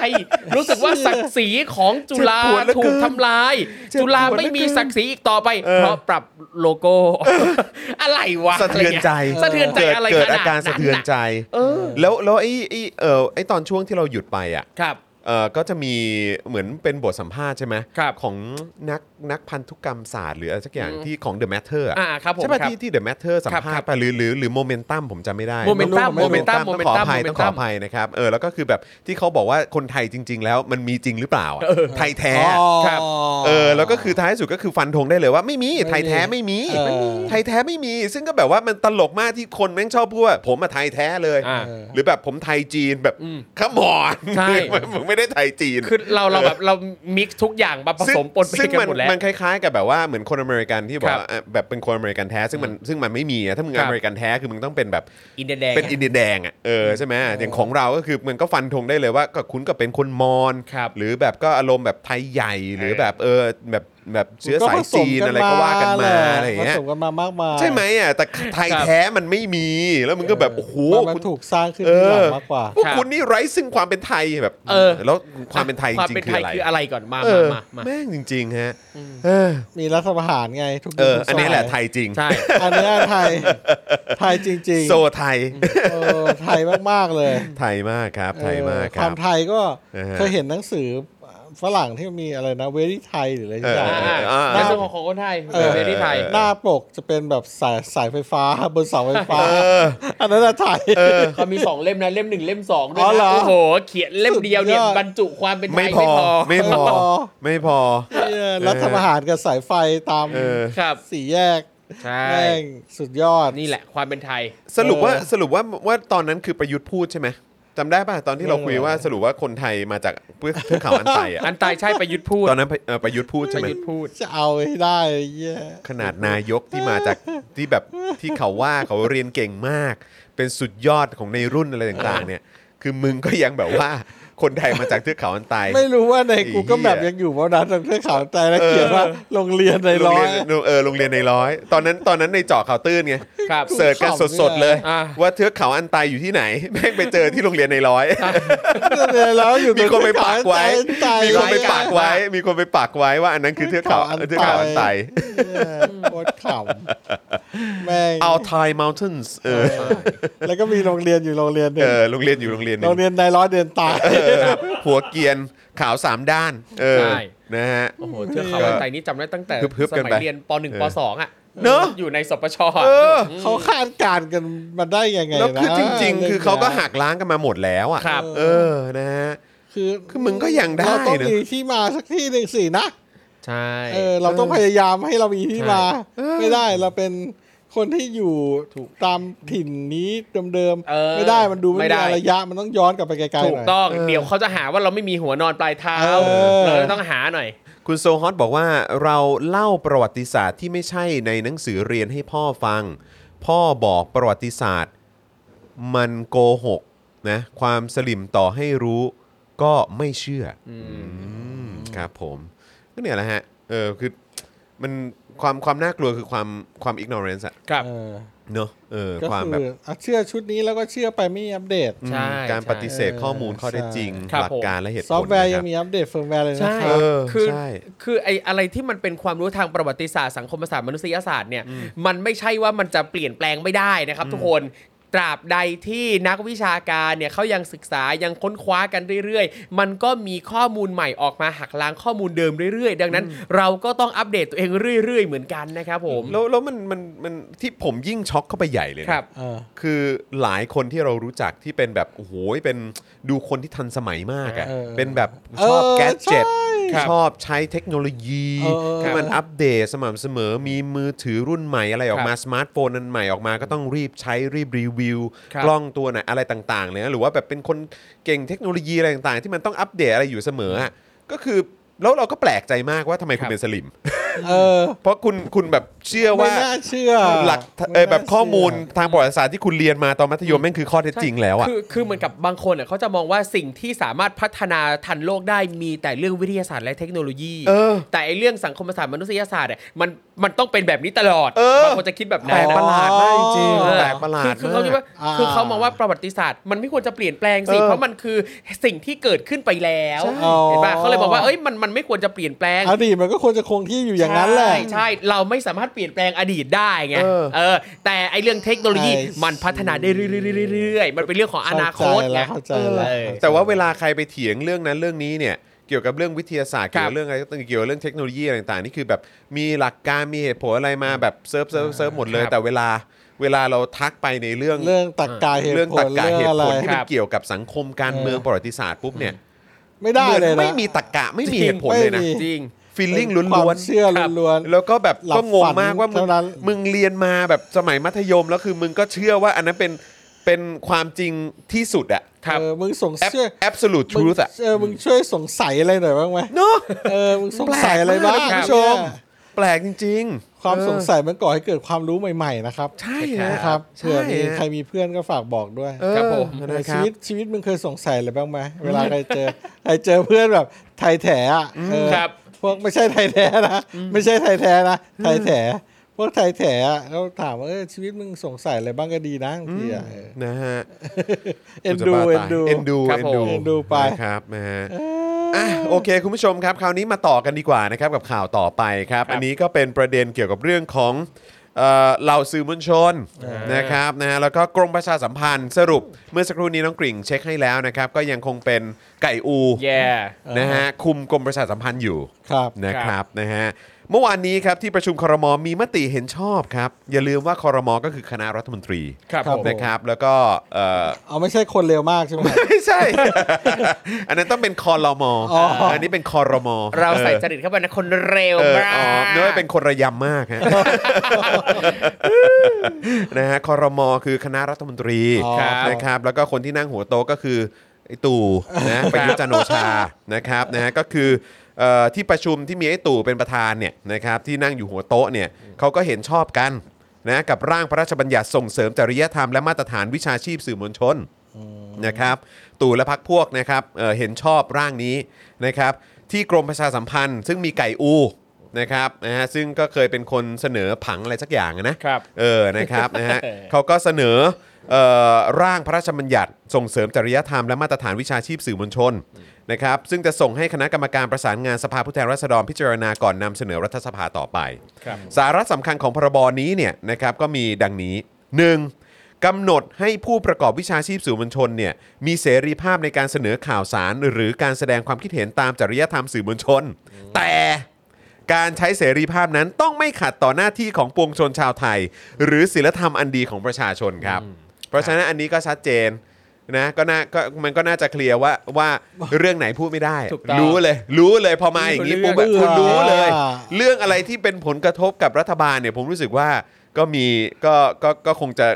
Speaker 4: รู้สึกว่าศักดิ์ศรีของจุฬา
Speaker 2: เจ็บปวดเหลือ
Speaker 4: ถู
Speaker 2: เกิ
Speaker 4: ก
Speaker 2: น
Speaker 4: ทำลาย
Speaker 2: เจ็บปวด
Speaker 4: จุฬาไม่มีศักดิ์ศรีอีกต่อไป
Speaker 2: เออ
Speaker 4: เพราะปรับโลโก้ อะไรวะ
Speaker 2: สะเทือนใจ
Speaker 4: อะไรเงี้ยสะเทือนใจ
Speaker 2: เกิด
Speaker 4: อะไร
Speaker 2: เกิ
Speaker 4: ข
Speaker 2: ดอา
Speaker 4: นาด
Speaker 2: การสะ
Speaker 4: นั้น
Speaker 2: เทือน
Speaker 4: น่ะ
Speaker 2: ใจ
Speaker 4: เออ
Speaker 2: แล้วแล้วไอ้ไอ้เออไอ้ตอนช่วงที่เราหยุดไปอ่ะ
Speaker 4: ครับ
Speaker 2: เออก็จะมีเหมือนเป็นบทสัมภาษณ์ใช่ไหม
Speaker 4: ครับ
Speaker 2: ของนักนักพันธุกรรมศาสตร์หรืออะไรสักอย่างที่ของ The Matter อะ
Speaker 4: อ่าครับผม
Speaker 2: ใช่ป่ะ
Speaker 4: ครับ
Speaker 2: ที่ที่ The Matter สัม
Speaker 4: ครับ
Speaker 2: ภา
Speaker 4: ค
Speaker 2: ษ
Speaker 4: รับ
Speaker 2: ณ์ป่ะหรือหรือหรือโมเมนตัมผมจำไม่ได้
Speaker 4: Momentum Momentum
Speaker 2: ต้องขออภัย
Speaker 4: Momentum
Speaker 2: ต้องขออภัยนะครับเออแล้วก็คือแบบที่เขาบอกว่าคนไทยจริง ๆ แล้วมันมีจริงหรือเปล่าอะไทยแท้อะ
Speaker 4: ครับ
Speaker 2: เออแล้วก็คือท้ายสุดก็คือฟันธงได้เลยว่าไม่มีไทยแท้ไม่มี
Speaker 3: เออ
Speaker 2: ไม่มีไทยแท้ไม่มี ซึ่งก็แบบว่ามันตลกมากที่คนแม่งชอบพูดว่าผมมาไทยแท้เลย
Speaker 4: อ่า
Speaker 2: หรือแบบผมไทยจีนแบบขมอน
Speaker 4: ใช่
Speaker 2: มึงไม่ได้ไทยจีน
Speaker 4: คือเราเราแบบเรามิกซ์ทุกอย่างมาผ
Speaker 2: ซึ่ง
Speaker 4: สมปนเป
Speaker 2: ซึ่ง
Speaker 4: กัน
Speaker 2: มัน
Speaker 4: หมดแล้ว
Speaker 2: มันคล้ายๆ กับแบบว่าเหมือนคนอเมริกันที่บอก
Speaker 4: ครับ
Speaker 2: ว่าเอ่อแบบเป็นคนอเมริกันแท้ซึ่งมันซึ่งมันไม่มีอะถ้ามึง
Speaker 4: ครั
Speaker 2: อบ เมริกันแท้คือมึงต้องเป็นแบบ
Speaker 4: อินเดียแดง
Speaker 2: เป็นอินเดียแดงอ่ะเออใช่ไหมอย่างของเราก็คือมันก็ฟันธงได้เลยว่าก็คุณก็เป็นคนมอญ
Speaker 4: ครับ
Speaker 2: หรือแบบก็อารมณ์แบบไทยใหญ่หรือแบบเออแบบแบบเชื้อสายจีนอะไรก็ว่ากันมาอะไรอย่างเงี้
Speaker 3: ผ
Speaker 2: ย
Speaker 3: สมกันมามากมาย
Speaker 2: ใช่ไหมอ่ะแต่ไทย
Speaker 4: ครับ
Speaker 2: แท้มันไม่มีแล้วมึงก็แบบโอ้โห
Speaker 3: มันมัน
Speaker 2: คุณ
Speaker 3: ถูกสร้างขึ้น
Speaker 2: เอ
Speaker 3: ทีหลั
Speaker 2: อง
Speaker 3: มากกว่า
Speaker 2: พวกคุณนี่ไร้ซึ่งความเป็นไทยแบบ
Speaker 4: เออ
Speaker 2: แล้วความเป็นไทยจ
Speaker 4: ความ
Speaker 2: ริง
Speaker 4: เป็น
Speaker 2: ๆ
Speaker 4: ไท
Speaker 2: คือย อะไร
Speaker 4: คืออะไรก่อนมา
Speaker 2: เอ
Speaker 4: มา
Speaker 2: อ
Speaker 4: มามา
Speaker 2: แม่งจริงๆฮะเออ
Speaker 3: มีรัฐประหารไงทุกยุค
Speaker 2: เออ
Speaker 3: ทุกสมัย
Speaker 2: อันนี้แหละไทยจริง
Speaker 4: ใช่
Speaker 3: อันเนี้ยไท
Speaker 2: <laughs>
Speaker 3: ย ไทยจริงๆ
Speaker 2: โซไทย
Speaker 3: เออไทยมากๆเลย
Speaker 2: ไทยมากครับ <laughs> ไทยมากค
Speaker 3: ค
Speaker 2: รั
Speaker 3: วา
Speaker 2: บ
Speaker 3: มไทยก็
Speaker 2: เออ
Speaker 3: เคยเห็นหนังสือฝรั่งที่มีอะไรนะเวรี่ไทยหรืออะไรสักอย่าง
Speaker 4: อ่า
Speaker 2: เออ
Speaker 4: ในส่วนของของคนไทย
Speaker 3: เออ
Speaker 4: เวทีไทย
Speaker 3: หน้าปกจะเป็นแบบสายสายไฟฟ้าบนเสาไฟฟ้า
Speaker 2: เออ
Speaker 3: อันนั้นน่ะไทย
Speaker 4: เขามีสองเล่มนะเล่มหนึ่งเล่มสองด้วย
Speaker 3: อ๋อเหร
Speaker 4: นะ
Speaker 3: อ
Speaker 4: โอ้โห เขียนเล่มเดียวเนี่ย
Speaker 3: สุดยอด
Speaker 4: บรรจุความเป็นไทย
Speaker 2: ไม่
Speaker 4: ไม่
Speaker 2: พ
Speaker 4: พ
Speaker 2: อ
Speaker 4: อ
Speaker 2: ไม่พอ
Speaker 3: ไม่พอ
Speaker 2: ไม่พอ
Speaker 3: เหี้ยรัฐประหารกับสายไฟตาม
Speaker 2: เออ
Speaker 4: ครับ
Speaker 3: สี่แยก
Speaker 4: ใช่
Speaker 3: แม่งสุดยอด
Speaker 4: นี่แหละความเป็นไทย
Speaker 2: สรุปว่า
Speaker 3: เออ
Speaker 2: สรุปว่าว่าตอนนั้นคือประยุทธ์พูดใช่ไหมจำได้ป่ะตอนที่เรา
Speaker 3: เออ
Speaker 2: คุยว่าสรุปว่าคนไทยมาจากเพื่อเพื่อเขาอันไตอ่ะ
Speaker 4: อันตายใช่ประยุทธ์พูด
Speaker 2: ตอนนั้นประเอ่อประยุทธ์พูดใช่
Speaker 4: ป
Speaker 2: ไหม
Speaker 4: ระยุทธ์พูด
Speaker 3: จะเอาให้ได้เหี้ย
Speaker 2: ขนาดนายกที่มาจากที่แบบที่เขาว่าเขาเรียนเก่งมาก เป็นสุดยอดของในรุ่นอะไรต่างๆ เนี่ย คือมึงก็ยังแบบว่าคนไทยมาจากเทือกเขาอันไต
Speaker 3: ไม่รู้ว่าใน
Speaker 2: ไอ้
Speaker 3: กูก็
Speaker 2: เหี้ย
Speaker 3: แบบยังอยู่เพราะนั้นตรงเทือกเขาใจแล้ว
Speaker 2: เออ
Speaker 3: เขียนว่าโรงเรียนใน
Speaker 2: โรง
Speaker 3: ร้อ
Speaker 2: เรี
Speaker 3: ย
Speaker 2: ยนเออโรงเรียนในร้อย ตอนนั้นตอนนั้นในเจาะข่าวตื้นไง
Speaker 4: ครับ
Speaker 2: เสิร์ชกันสดๆเลย
Speaker 4: อ่า
Speaker 2: ว่าเทือกเขาอันไตอยู่ที่ไหน <laughs> แม่งไปเจอที่โรงเรียนในร้อย
Speaker 3: เรียนแล้วอยู่
Speaker 2: มีคนไปปากไว้
Speaker 3: ใจ
Speaker 2: มีคนไป
Speaker 3: ใจ
Speaker 2: ปากไว้ มีคนไปปากไว้ว่าอันนั้นคือเทือกเขาเทือกเขาอันไต
Speaker 3: เหี้ยโคตรขำแม่ง
Speaker 2: เอาไทยม u n t เ i นส์เออ
Speaker 3: แล้วก็มีโรงเรียนอยู่โรงเรียนหนึ่
Speaker 2: เอง อ โรงเรียนอยู่โรงเรียนหนึ
Speaker 3: โรง
Speaker 2: ง
Speaker 3: เรียนในร้อยเดือนตาย
Speaker 2: หัวเกรียนขาวสามด้าน เออ
Speaker 4: ใช่
Speaker 2: นะฮะ
Speaker 4: โอ้โหเทือกเขาอันตายนี่จำได้ตั้งแต่
Speaker 2: ฮึบๆ
Speaker 4: ส
Speaker 2: กัน
Speaker 4: มัย
Speaker 2: ไป
Speaker 4: เรียนป .1 ป .2 อ่ะ
Speaker 2: เนอะ
Speaker 4: อยู่ในสปช
Speaker 2: เออ
Speaker 3: เขาคาดการณ์กันมาได้ยังไง
Speaker 2: แล้ว
Speaker 3: นะ
Speaker 2: คือจริง ๆ คือเขาก็หักล้างกันมาหมดแล้วอ่ะ
Speaker 4: ครับ
Speaker 2: เออ นะฮะ
Speaker 3: คือ
Speaker 2: คือมึงก็ยังได้
Speaker 3: เราต้อง
Speaker 2: เนอะ
Speaker 3: มีที่มาสักที่หนึ่งสินะ
Speaker 4: ใช่
Speaker 3: เออเราต้องพยายามให้เรามีที่มา ไม่ได้เราเป็นคนที่อยู่ตามถิ่นนี้เดิม
Speaker 4: เออ
Speaker 3: ๆไม่ได้มันดู
Speaker 4: ไม่
Speaker 3: ไม่
Speaker 4: ได้
Speaker 3: มีระยะมันต้องย้อนกลับไปไกลๆห
Speaker 4: ถูก
Speaker 3: น่อย
Speaker 4: ต้อง
Speaker 2: เออ
Speaker 4: เดี๋ยวเขาจะหาว่าเราไม่มีหัวนอนปลายเท้า
Speaker 3: เออ
Speaker 4: เราจะต้องหาหน่อย
Speaker 2: คุณโซฮอตบอกว่าเราเล่าประวัติศาสตร์ที่ไม่ใช่ในหนังสือเรียนให้พ่อฟัง พ่อบอกประวัติศาสตร์ มันโกหกนะความสลิมต่อให้รู้ก็ไม่เชื่ออมครับผม ก็เนี่ยแหละฮะเออคือมันความความน่ากลัวคือความความ ignorance อะ
Speaker 4: ครับ
Speaker 3: เออ
Speaker 2: เนอะเออ
Speaker 3: ก็
Speaker 2: ความ
Speaker 3: คื
Speaker 2: แบบ
Speaker 3: ออ่ะเชื่อชุดนี้แล้วก็เชื่อไปไม่มีอัปเดต
Speaker 2: อืม
Speaker 4: ใช่
Speaker 2: การ
Speaker 4: ใช่
Speaker 2: ปฏิเสธข้อมูล
Speaker 3: เออ
Speaker 2: ข้อเท็จ
Speaker 3: ใช่
Speaker 2: จริง
Speaker 4: ครับ
Speaker 2: หลัก
Speaker 4: ผม
Speaker 2: การและเหตุผล
Speaker 3: ซอฟต์แวร์
Speaker 2: นะค
Speaker 3: ยั
Speaker 2: รั
Speaker 3: ง
Speaker 2: บ
Speaker 3: มีอัปเดตเฟิร์มแวร์เลยนะ
Speaker 4: ใช่
Speaker 3: ค
Speaker 2: เอ
Speaker 3: รับ
Speaker 2: อ
Speaker 4: คือ
Speaker 2: ใช่
Speaker 4: คือไออะไรที่มันเป็นความรู้ทางประวัติศาสตร์สังคมศาสตร์มนุษยศาสตร์เนี่ยมันไม่ใช่ว่ามันจะเปลี่ยนแปลงไม่ได้นะครับ ทุกคนตราบใดที่นักวิชาการเนี่ยเขายังศึกษายังค้นคว้ากันเรื่อยๆ มันก็มีข้อมูลใหม่ออกมาหักล้างข้อมูลเดิมเรื่อยๆ ดังนั้น เราก็ต้องอัปเดตตัวเองเรื่อยๆ เหมือนกันนะครับผม
Speaker 2: แล้วแล้วมันมันมันที่ผมยิ่งช็อกเข้าไปใหญ่เลยนะ
Speaker 4: ครับ
Speaker 3: เออ
Speaker 2: คือหลายคนที่เรารู้จักที่เป็นแบบโอ้โหเป็นดูคนที่ทันสมัยมากอะ
Speaker 3: เออ
Speaker 2: เป็นแบบ
Speaker 3: เอ
Speaker 2: ช
Speaker 3: อ
Speaker 2: อบแกดเจ็ต
Speaker 4: ใช่ครับ
Speaker 2: ชอบใช้เทคโนโลยี
Speaker 3: เออ
Speaker 2: ที่มันอัปเดตสม่ำเสมอมีมือถือรุ่นใหม่อะไรออกมา
Speaker 4: ครับ
Speaker 2: สมาร์ทโฟนนันใหม่ออกมาก็ต้องรีบใช้รีบรีวิว
Speaker 4: ครับ
Speaker 2: กล้องตัวไหนอะไรต่างๆเลยนะหรือว่าแบบเป็นคนเก่งเทคโนโลยีอะไรต่างๆ ที่มันต้องอัปเดตอะไรอยู่เสมออะก็คือแล้วเราก็แปลกใจมากว่าทำไมคุ
Speaker 4: ครั
Speaker 2: ณ
Speaker 4: บ
Speaker 2: เป็นสลิม <laughs>
Speaker 3: เออ
Speaker 2: เพราะคุณคุณแบบเชื่อ
Speaker 3: ไม่
Speaker 2: ว่า
Speaker 3: น่าเชื่อ
Speaker 2: หลัก
Speaker 3: ไม่
Speaker 2: เออ
Speaker 3: น่า
Speaker 2: แบบข้อมูล
Speaker 3: เชื่
Speaker 2: ทางประวัติศาสตร์ที่คุณเรียนมาตอนมัธยมแม่งคือข้อเท็จจริงแล้วอ่ะ
Speaker 4: คือคือเหมือนกับบางคนเน่ยเขาจะมองว่าสิ่งที่สามารถพัฒนาทันโลกได้มีแต่เรื่องวิทยาศาสตร์และเทคโนโลยี
Speaker 2: เออ
Speaker 4: แต่ไอเรื่องสังคมศาสตร์มนุษยศาสตร์เนี่ยมัน มันต้องเป็นแบบนี้ตลอด
Speaker 2: เออ
Speaker 4: บางคนจะคิดแบบ
Speaker 2: แปล
Speaker 4: นั้น
Speaker 2: กประหลาดมากจริง
Speaker 4: เอ
Speaker 2: ๆ
Speaker 4: อ
Speaker 2: แปลกประหลาด
Speaker 4: คือคือเขาคิด
Speaker 2: มาก
Speaker 4: ว่าคือ
Speaker 3: อ่า
Speaker 4: เขามองว่าประวัติศาสตร์ มันไม่ควรจะเปลี่ยนแปลงสิ
Speaker 2: เออ
Speaker 4: เพราะมันคือสิ่งที่เกิดขึ้นไปแล้ว
Speaker 3: ใช่
Speaker 4: เห็นป่ะเขาเลยบอกว่าเอ้ยมันมันไม่ควรจะเปลี่ยนแปลง
Speaker 3: อดีตมันก็ควรจะคงที่อยู่อย่างนั้นแหละ
Speaker 4: ใช่ใช่เราไม่สามารถเปลี่ยนแปลงอดีตได้ไง
Speaker 2: เออ
Speaker 4: เออ แต่ไอเรื่องเทคโนโลยี
Speaker 3: ใช่
Speaker 4: มันพัฒนาได้เรื่อยๆๆๆมันเป็นเรื่องของอนาคตไง
Speaker 3: เข้าใจแล้ว
Speaker 4: เออ
Speaker 3: เข้าใจแล้ว
Speaker 2: แต่ว่าเวลาใครไปเถียงเรื่องนั้นเรื่องนี้เนี่ยเกี่ยวกับเรื่องวิทยาศาสตร์
Speaker 4: ครั
Speaker 2: เกี่ยว
Speaker 4: บ
Speaker 2: กับเรื่องอะไรเกี่ยวกับเรื่องเทคโนโลยีอะไรต่างๆนี่คือแบบมีหลักการมีเหตุผลอะไรมาแบบเซิร์ฟเซิร์ฟเซิร์ฟหมดเลย
Speaker 4: ครับ
Speaker 2: แต่เวลาเวลาเราทักไปในเรื่อง
Speaker 3: เรื่องตักกายเหตุ
Speaker 2: เรื่องต
Speaker 3: ผ
Speaker 2: ร
Speaker 3: ล
Speaker 2: รกะเหตุ
Speaker 3: อะไร
Speaker 2: ผลที่มั
Speaker 4: ครั
Speaker 2: น
Speaker 4: บ
Speaker 2: เกี่ยวกับสังคมการเมืองประวัติศาสตร์ปุ๊บเนี่ย
Speaker 3: ไม่ได้
Speaker 2: เหมือน
Speaker 3: เลยนะ
Speaker 2: ไม่มีตรรกะไม่มี
Speaker 4: จริง
Speaker 2: เหตุผลเลยนะ
Speaker 3: ไม่มี
Speaker 4: จริง
Speaker 2: ฟีลลิ่ง
Speaker 3: เป็
Speaker 2: ล้
Speaker 3: คว วาน
Speaker 2: ๆ
Speaker 3: มเชื่อ
Speaker 4: ครับ
Speaker 3: ล้วน
Speaker 2: แล้วก็แบบ
Speaker 3: หลับ
Speaker 2: ก็งงมาก
Speaker 3: ฝัน
Speaker 2: ว่ามึง
Speaker 3: เท่านั้น
Speaker 2: มึงเรียนมาแบบสมัยมัธยมแล้วคือมึงก็เชื่อว่าอันนั้นเป็นเป็นความจริงที่สุดอะ
Speaker 3: ๆเออมึงสง
Speaker 2: แอบ
Speaker 3: เชื่อ
Speaker 2: แอบสูตรท
Speaker 3: มึง
Speaker 2: รูธอะ
Speaker 3: เออมึงช่วยสงสัยอะไรหน่อยบ้างไหม
Speaker 2: เนาะ
Speaker 3: เออมึงสงสัยอะไรบ้าง
Speaker 2: แปลกมกเลยคุณผู้
Speaker 3: เนี่ย
Speaker 2: ชม แปลกจริงๆ
Speaker 3: ความ
Speaker 2: เออ
Speaker 3: สงสัยมันก่อให้เกิดความรู้ใหม่ๆนะครับ
Speaker 2: ใช่ฮะ
Speaker 3: นะครับ
Speaker 2: ใช่
Speaker 3: เผื่อมี
Speaker 2: ฮะ
Speaker 3: ใครมีเพื่อนก็ฝากบอกด้วย
Speaker 2: เออ
Speaker 4: ครับผม
Speaker 2: นะครั
Speaker 3: ชี
Speaker 2: บ
Speaker 3: วิตชีวิตมึงเคยสงสัยอะไรบ้างไหมเวลาใครเจอ ใครเจอเพื่อนแบบไทยแถอะเออ
Speaker 4: ครับ
Speaker 3: พวกไม่ใช่ไทยแถนะไม่ใช่ไทยแถนะไทยแถพวกไทยแถอะเขาถามว่าเออชีวิตมึงสงสัยอะไรบ้างก็ดีนะบางทีอะเออ
Speaker 2: นะฮะ
Speaker 3: เอ็นดู
Speaker 2: กู
Speaker 3: เอ็
Speaker 2: จะ
Speaker 3: น
Speaker 2: บ้า
Speaker 3: ดู
Speaker 2: ตายเอ็นดูเอ็นดู
Speaker 4: ครับผม
Speaker 3: เอ็นดูไป
Speaker 2: นะครับนะฮะอ่ะโอเค คุณผู้ชมครับ คราวนี้มาต่อกันดีกว่านะครับกับข่าวต่อไปครับ อันนี้ก็เป็นประเด็นเกี่ยวกับเรื่องของเอ่อเหล่าสื่อมวลชนนะครับนะฮะแล้วก็กรมประชาสัมพันธ์สรุปเมื่อสักครู่นี้น้องกริ่งเช็คให้แล้วนะครับ ก็ยังคงเป็นไก่อู
Speaker 4: แย่
Speaker 2: นะฮะคุมกรมประชาสัมพันธ์อยู่
Speaker 3: ครับ
Speaker 2: นะค
Speaker 4: ครั
Speaker 2: รับบ นะฮะเมื่อวานนี้ครับที่ประชุมครมมีมติเห็นชอบครับอย่าลืมว่าครมก็คือคณะรัฐมนตรี
Speaker 4: ครับ
Speaker 3: ครับ
Speaker 4: ผม
Speaker 2: นะครับแล้วก็เอ่อ
Speaker 3: เอาไม่ใช่คนเร็วมากใช่ไหม
Speaker 2: ไม่ใช่ อันนั้นต้องเป็นคอรมอ
Speaker 3: อ๋ออั
Speaker 2: อันนี้เป็นคอรมอ
Speaker 4: เราใส่จริตเข้าไปนะคนเร็ว
Speaker 2: เออ
Speaker 4: มาก
Speaker 2: อ๋อเนื้อเป็นคนระยำมากฮะ นะฮะคอรมอคือคณะรัฐมนตรี
Speaker 3: อ๋อครับ
Speaker 2: นะครับแล้วก็คนที่นั่งหัวโตะก็คือไอ้ตู่นะประยุทธ์จันทร์โอชานะครับนะฮะก็คือเอ่อที่ประชุมที่มีไอ้ตู่เป็นประธานเนี่ยนะครับที่นั่งอยู่หัวโต๊ะเนี่ยเขาก็เห็นชอบกันนะกับร่างพระราชบัญญัติส่งเสริมจริยธรรมและมาตรฐานวิชาชีพสื่อมวลชน นะครับตู่และพักพวกนะครับเอ่อเห็นชอบร่างนี้นะครับที่กรมประชาสัมพันธ์ ซึ่งมีไก่อูนะครับนะฮะซึ่งก็เคยเป็นคนเสนอผังอะไรสักอย่างอะนะครับ เออนะครับ <laughs> นะฮะ เขาก็เสนอเอ่อร่างพระราชบัญญัติ ส่งเสริมจริยธรรมและมาตรฐานวิชาชีพสื่อมวลชนนะครับซึ่งจะส่งให้คณะกรรมการประสานงานสภาผู้แทนราษฎรพิจารณาก่อนนำเสนอรัฐสภาต่อไป
Speaker 4: ครับ
Speaker 2: สาระสำคัญของพรบนี้เนี่ยนะครับก็มีดังนี้ 1. กำหนดให้ผู้ประกอบวิชาชีพสื่อมวลชนเนี่ยมีเสรีภาพในการเสนอข่าวสาร หรือการแสดงความคิดเห็นตามจริยธรรมสื่อมวลชน แต่การใช้เสรีภาพนั้นต้องไม่ขัดต่อหน้าที่ของปวงชนชาวไทย หรือศีลธรรมอันดีของประชาชนครับ เพราะฉะนั้นอันนี้ก็ชัดเจนนะก็น่าก็มันก็น่าจะเคลียร์ว่าว่าเรื่องไหนพูดไม่ได้
Speaker 4: ถูกต้อง
Speaker 2: รู้เลย รู้เลยพอมาอย่างนี้ปุ๊บแบบ
Speaker 3: เรื่อง
Speaker 2: คุณรู้เลย เรื่องอะไรที่เป็นผลกระทบกับรัฐบาลเนี่ยผมรู้สึกว่าก็มีก็ก็ก็คงจะ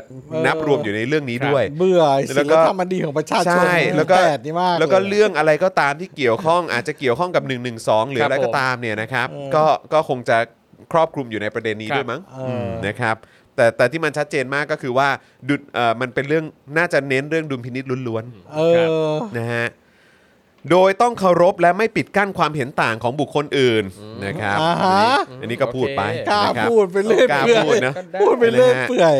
Speaker 2: นับรวมอยู่ในเรื่องนี้ด้วย
Speaker 3: เบื่อไอ้
Speaker 2: แล้
Speaker 3: ศิ
Speaker 2: ว
Speaker 3: ล
Speaker 2: ก็
Speaker 3: ธรรมอันดีของประชาชน
Speaker 2: ใช่แล้วก็
Speaker 3: แปดนี่มาก
Speaker 2: แล้วก็
Speaker 3: ย
Speaker 2: เรื่องอะไรก็ตามที่เกี่ยวข้อง <laughs> อาจจะเกี่ยวข้องกับ 1 1 2 หรือ
Speaker 4: ครับ
Speaker 2: อะไรก็
Speaker 4: ผม
Speaker 2: ตามเนี่ยนะครับ
Speaker 3: เออ
Speaker 2: ก็ก็คงจะครอบคลุมอยู่ในประเด็นนี้
Speaker 4: ครับ
Speaker 2: ด้วยมั้ง
Speaker 3: เออ
Speaker 2: นะครับแต่แต่ที่มันชัดเจนมากก็คือว่าดุลเอ่อมันเป็นเรื่องน่าจะเน้นเรื่องดุลพินิษล้วน
Speaker 3: เออ
Speaker 2: ๆนะฮะโดยต้องเคารพและไม่ปิดกั้นความเห็นต่างของบุคคลอื่นนะครับ
Speaker 3: อ่าฮะ
Speaker 2: อันนี้ก็พูดไป
Speaker 4: โอ
Speaker 2: นะค
Speaker 4: เค
Speaker 3: กล้า
Speaker 2: รับ
Speaker 3: พูดไปเรื่อย
Speaker 2: กล้า
Speaker 3: เปื่อ
Speaker 2: พูด
Speaker 3: ย
Speaker 2: นะ
Speaker 3: พูดไปเรื่อยเปื่อย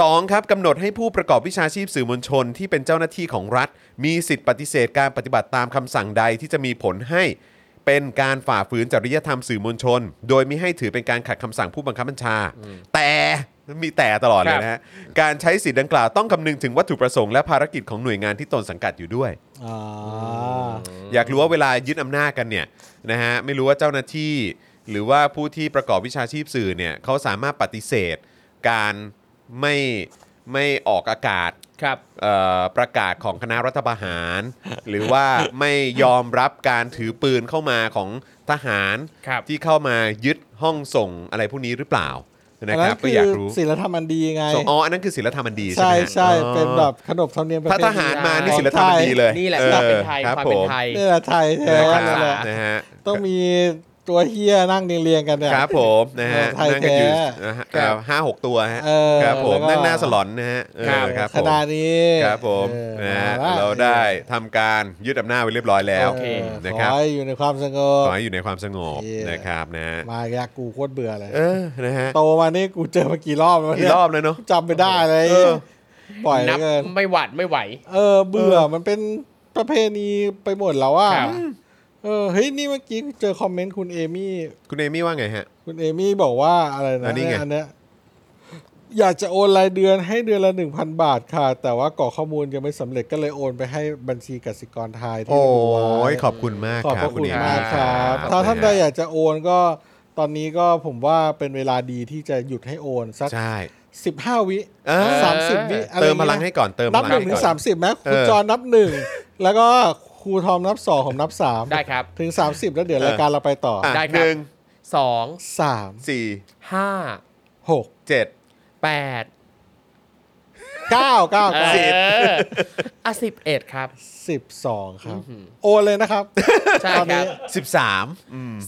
Speaker 2: สองครับกำหนดให้ผู้ประกอบวิชาชีพสื่อมวลชนที่เป็นเจ้าหน้าที่ของรัฐ มีสิทธิปฏิเสธการปฏิบัติตามคำสั่งใดที่จะมีผลให้เป็นการฝ่าฝืนจริยธรรมสื่อมวลชน โดยไม่ให้ถือเป็นการขัดคำสั่งผู้บังคับบัญชา แต่มีแต่ตลอดเลยนะฮะการใช้สิทธิดังกล่าวต้องคำนึงถึงวัตถุประสงค์และภารกิจของหน่วยงานที่ตนสังกัดอยู่ด้วย
Speaker 3: อ่า
Speaker 2: อยากรู้ว่าเวลายึดอำนาจกันเนี่ยนะฮะไม่รู้ว่าเจ้าหน้าที่ หรือว่าผู้ที่ประกอบวิชาชีพสื่อเนี่ยเขาสามารถปฏิเสธ การไม่ไม่ออกอากาศ
Speaker 4: ครับ
Speaker 2: เอ่อประกาศของคณะรัฐประหาร หรือว่าไม่ยอมรับการถือปืนเข้ามาของทหาร
Speaker 4: ครับ
Speaker 2: ที่เข้ามายึดห้องส่งอะไรพวกนี้หรือเปล่า
Speaker 3: อั
Speaker 2: นะ
Speaker 3: น
Speaker 2: ค
Speaker 3: นั้
Speaker 2: รั
Speaker 3: น
Speaker 2: บก็
Speaker 3: คืออย
Speaker 2: อากรู้
Speaker 3: ศีลธรรมอันดีไง
Speaker 2: ส่งอ๋ออันนั้นคือศิลธรรมอันดีใช่
Speaker 3: ใช่
Speaker 2: ไหมฮะ
Speaker 3: ใช่
Speaker 2: อ๋อ
Speaker 3: เป็นแบบขนบธรรมเนียมประเพ
Speaker 2: ถ้า
Speaker 3: ณี
Speaker 2: ทหารมานี่ศิลธรรมอันดีเลย
Speaker 4: นี่แหละ
Speaker 2: ออ
Speaker 4: ความเป็นไทย
Speaker 2: รับ
Speaker 4: ความเป็น
Speaker 2: ผ
Speaker 4: ไทย
Speaker 3: นี่แหละไทยแท้
Speaker 2: นะค
Speaker 3: นั่นแห
Speaker 2: รับ
Speaker 3: ละ
Speaker 2: นะฮะ
Speaker 3: ต้องมี ตัวเฮียนั่งเรียงๆกันเนี่ย
Speaker 2: ครับผมนะฮะ
Speaker 3: ไทย
Speaker 2: นั่งกันอยู่
Speaker 3: แท้
Speaker 2: นะฮะ
Speaker 3: ครับ
Speaker 2: ห้าหกตัวฮะ
Speaker 3: เออ
Speaker 2: ครับผม
Speaker 3: แล้วก็
Speaker 2: นั่งหน้าสลอนนะฮะเออ
Speaker 4: ครับ
Speaker 2: ครับผ
Speaker 3: ข
Speaker 2: ม
Speaker 3: นาดนี้
Speaker 2: ครับผม
Speaker 3: เออ
Speaker 2: นะฮะ
Speaker 3: มละ
Speaker 2: เราได้ทำการยึดอำนาจไว้เรียบร้อยแล้ว
Speaker 3: เออ
Speaker 2: นะครับ
Speaker 3: ขอให้อยู่ในความสงบ
Speaker 2: ขอให้อยู่ในความสงบ
Speaker 3: เออ
Speaker 2: นะครับนะฮะ
Speaker 3: มาอีกแล้วกูโคตรเบื่อเลย
Speaker 2: เออนะฮะ
Speaker 3: โตมานี่กูเจอมากี่รอบแล้ว
Speaker 2: อี
Speaker 3: เนี่
Speaker 2: ก
Speaker 3: ย
Speaker 2: รอบเลยเนาะ
Speaker 3: จำไม่ได้เลย
Speaker 2: เออ
Speaker 3: ปล่อยเหลื
Speaker 4: นั
Speaker 3: อบ เกิน
Speaker 4: ไม่หวัดไม่ไหว
Speaker 3: เออเบื่อมันเป็นประเพณีไปหมดแล้วอ่ะ
Speaker 4: ครับ
Speaker 3: เออเฮ้ยนี่เมื่อกี้เจอคอมเมนต์คุณเอมี่
Speaker 2: คุณเอมี่ว่าไงฮะ
Speaker 3: คุณเอมี่บอกว่าอะไร
Speaker 2: อั
Speaker 3: นะ
Speaker 2: นนี้ไง
Speaker 3: อันเนี้ยอยากจะโอนรายเดือนให้เดือนละหนึ่งพันบาทค่ะ แต่ว่ากรอกข้อมูลยังไม่สำเร็จก็เลยโอนไปให้บัญชีกสิกรไทยที่
Speaker 2: โอ้
Speaker 3: ระบุไว้
Speaker 2: ยขอบคุณมาก
Speaker 3: ขอบ
Speaker 2: ครั
Speaker 3: พ
Speaker 2: บ
Speaker 3: ระคุณ
Speaker 2: เอ
Speaker 3: มากครับถ้าท่านใดอยากจะโอนก็ตอนนี้ก็ผมว่าเป็นเวลาดีที่จะหยุดให้โอนสัก
Speaker 2: ใช่
Speaker 3: สิบห้าวิ
Speaker 2: เออ
Speaker 3: สามสิบวิอะไร
Speaker 2: เติม
Speaker 3: อย่า
Speaker 2: พ
Speaker 3: ย
Speaker 2: ลังให้ก่อนเติมพ
Speaker 3: นับ
Speaker 2: ลัง
Speaker 3: หนึ่ง
Speaker 2: ให้
Speaker 3: ถึ
Speaker 2: ก่
Speaker 3: ง
Speaker 2: อน
Speaker 3: สามสิบไหมครู
Speaker 2: เออ
Speaker 3: จอนับหนึ่งแล้วก็ครูทอมนับสองผมนับสาม
Speaker 4: ได้ครับ
Speaker 3: ถึงสามสิบแล้วเดี๋ยวรายการเราไปต่อ
Speaker 2: อ่ะ
Speaker 4: ได้ค
Speaker 2: ห
Speaker 4: รับ
Speaker 2: นึ่ง
Speaker 4: สอง
Speaker 3: สาม
Speaker 2: สี่
Speaker 4: ห้า
Speaker 3: หก
Speaker 2: เจ็ด
Speaker 4: แปด
Speaker 3: เก้าเก้าเก้า
Speaker 4: เอออ่ะสิบเอ็ดครับ
Speaker 3: สิบสองครับ โอนเลยนะครับ
Speaker 4: ใช่
Speaker 3: ตอน
Speaker 4: ครั
Speaker 3: นี้
Speaker 4: บ
Speaker 2: สิบสาม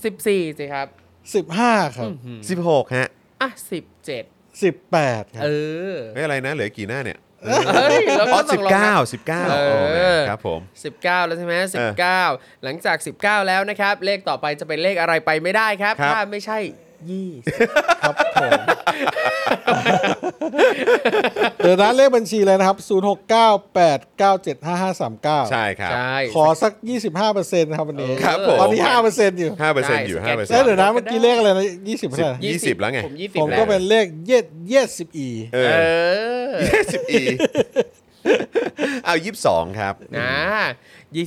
Speaker 4: สิบสี่สิครับ
Speaker 3: สิบห้าครับ
Speaker 2: สิบหกฮะ
Speaker 4: อ่ะสิบเจ็ด
Speaker 3: สิบแปดครั
Speaker 4: เอบ อ
Speaker 2: ไม่อะไรนะเหลือกี่หน้าเนี่ย
Speaker 4: เฮ้ยเรา
Speaker 2: อ๋อ
Speaker 4: ก็ต้
Speaker 2: สิ
Speaker 4: อบ งลอง
Speaker 2: เก้า
Speaker 4: นับ
Speaker 2: สิบเก้า
Speaker 4: เออ
Speaker 2: ครับผม
Speaker 4: 19 แล้วใช่ไหม19 หลังจาก 19 แล้วนะครับ เลขต่อไปจะเป็นเลขอะไรไปไม่ได้ครับ
Speaker 2: ครับ
Speaker 4: ถ้าไม่ใช่ยี่
Speaker 3: ครับผม เดี๋ยวนะเลขบัญชีเลยนะครับศูนย์หกเก้าแปดเก้าเจ็ดห้าห้าสามเก้า
Speaker 2: ใช่ครับ
Speaker 4: ใช่
Speaker 3: ขอสักยี่สิบห้าเปอร์เซ็นต์ครับวันนี้
Speaker 2: ครับผม
Speaker 3: ตอนนี้ห้าเปอร์เซ็นต์อยู่
Speaker 2: ห้าเปอร์เซ็นต์
Speaker 4: ได้
Speaker 2: อยู่
Speaker 4: สแก
Speaker 2: ห้าน เปอร์เซ็น
Speaker 3: แล้ว
Speaker 2: ต์
Speaker 3: เดี๋ยวนะเมื่อกี้เลขอะไรนะยี่สิบเท่าไหร่
Speaker 2: ยี่สิบแล้วไง
Speaker 4: ผม20
Speaker 3: ผม
Speaker 4: แล้ว
Speaker 3: ก็เป็นเลขเย็ดเย็ดสิบอี
Speaker 2: เอ
Speaker 4: เอ
Speaker 2: อ
Speaker 4: อ
Speaker 2: ยี่สิบอีเอายี่สิบสองครับ
Speaker 4: นะ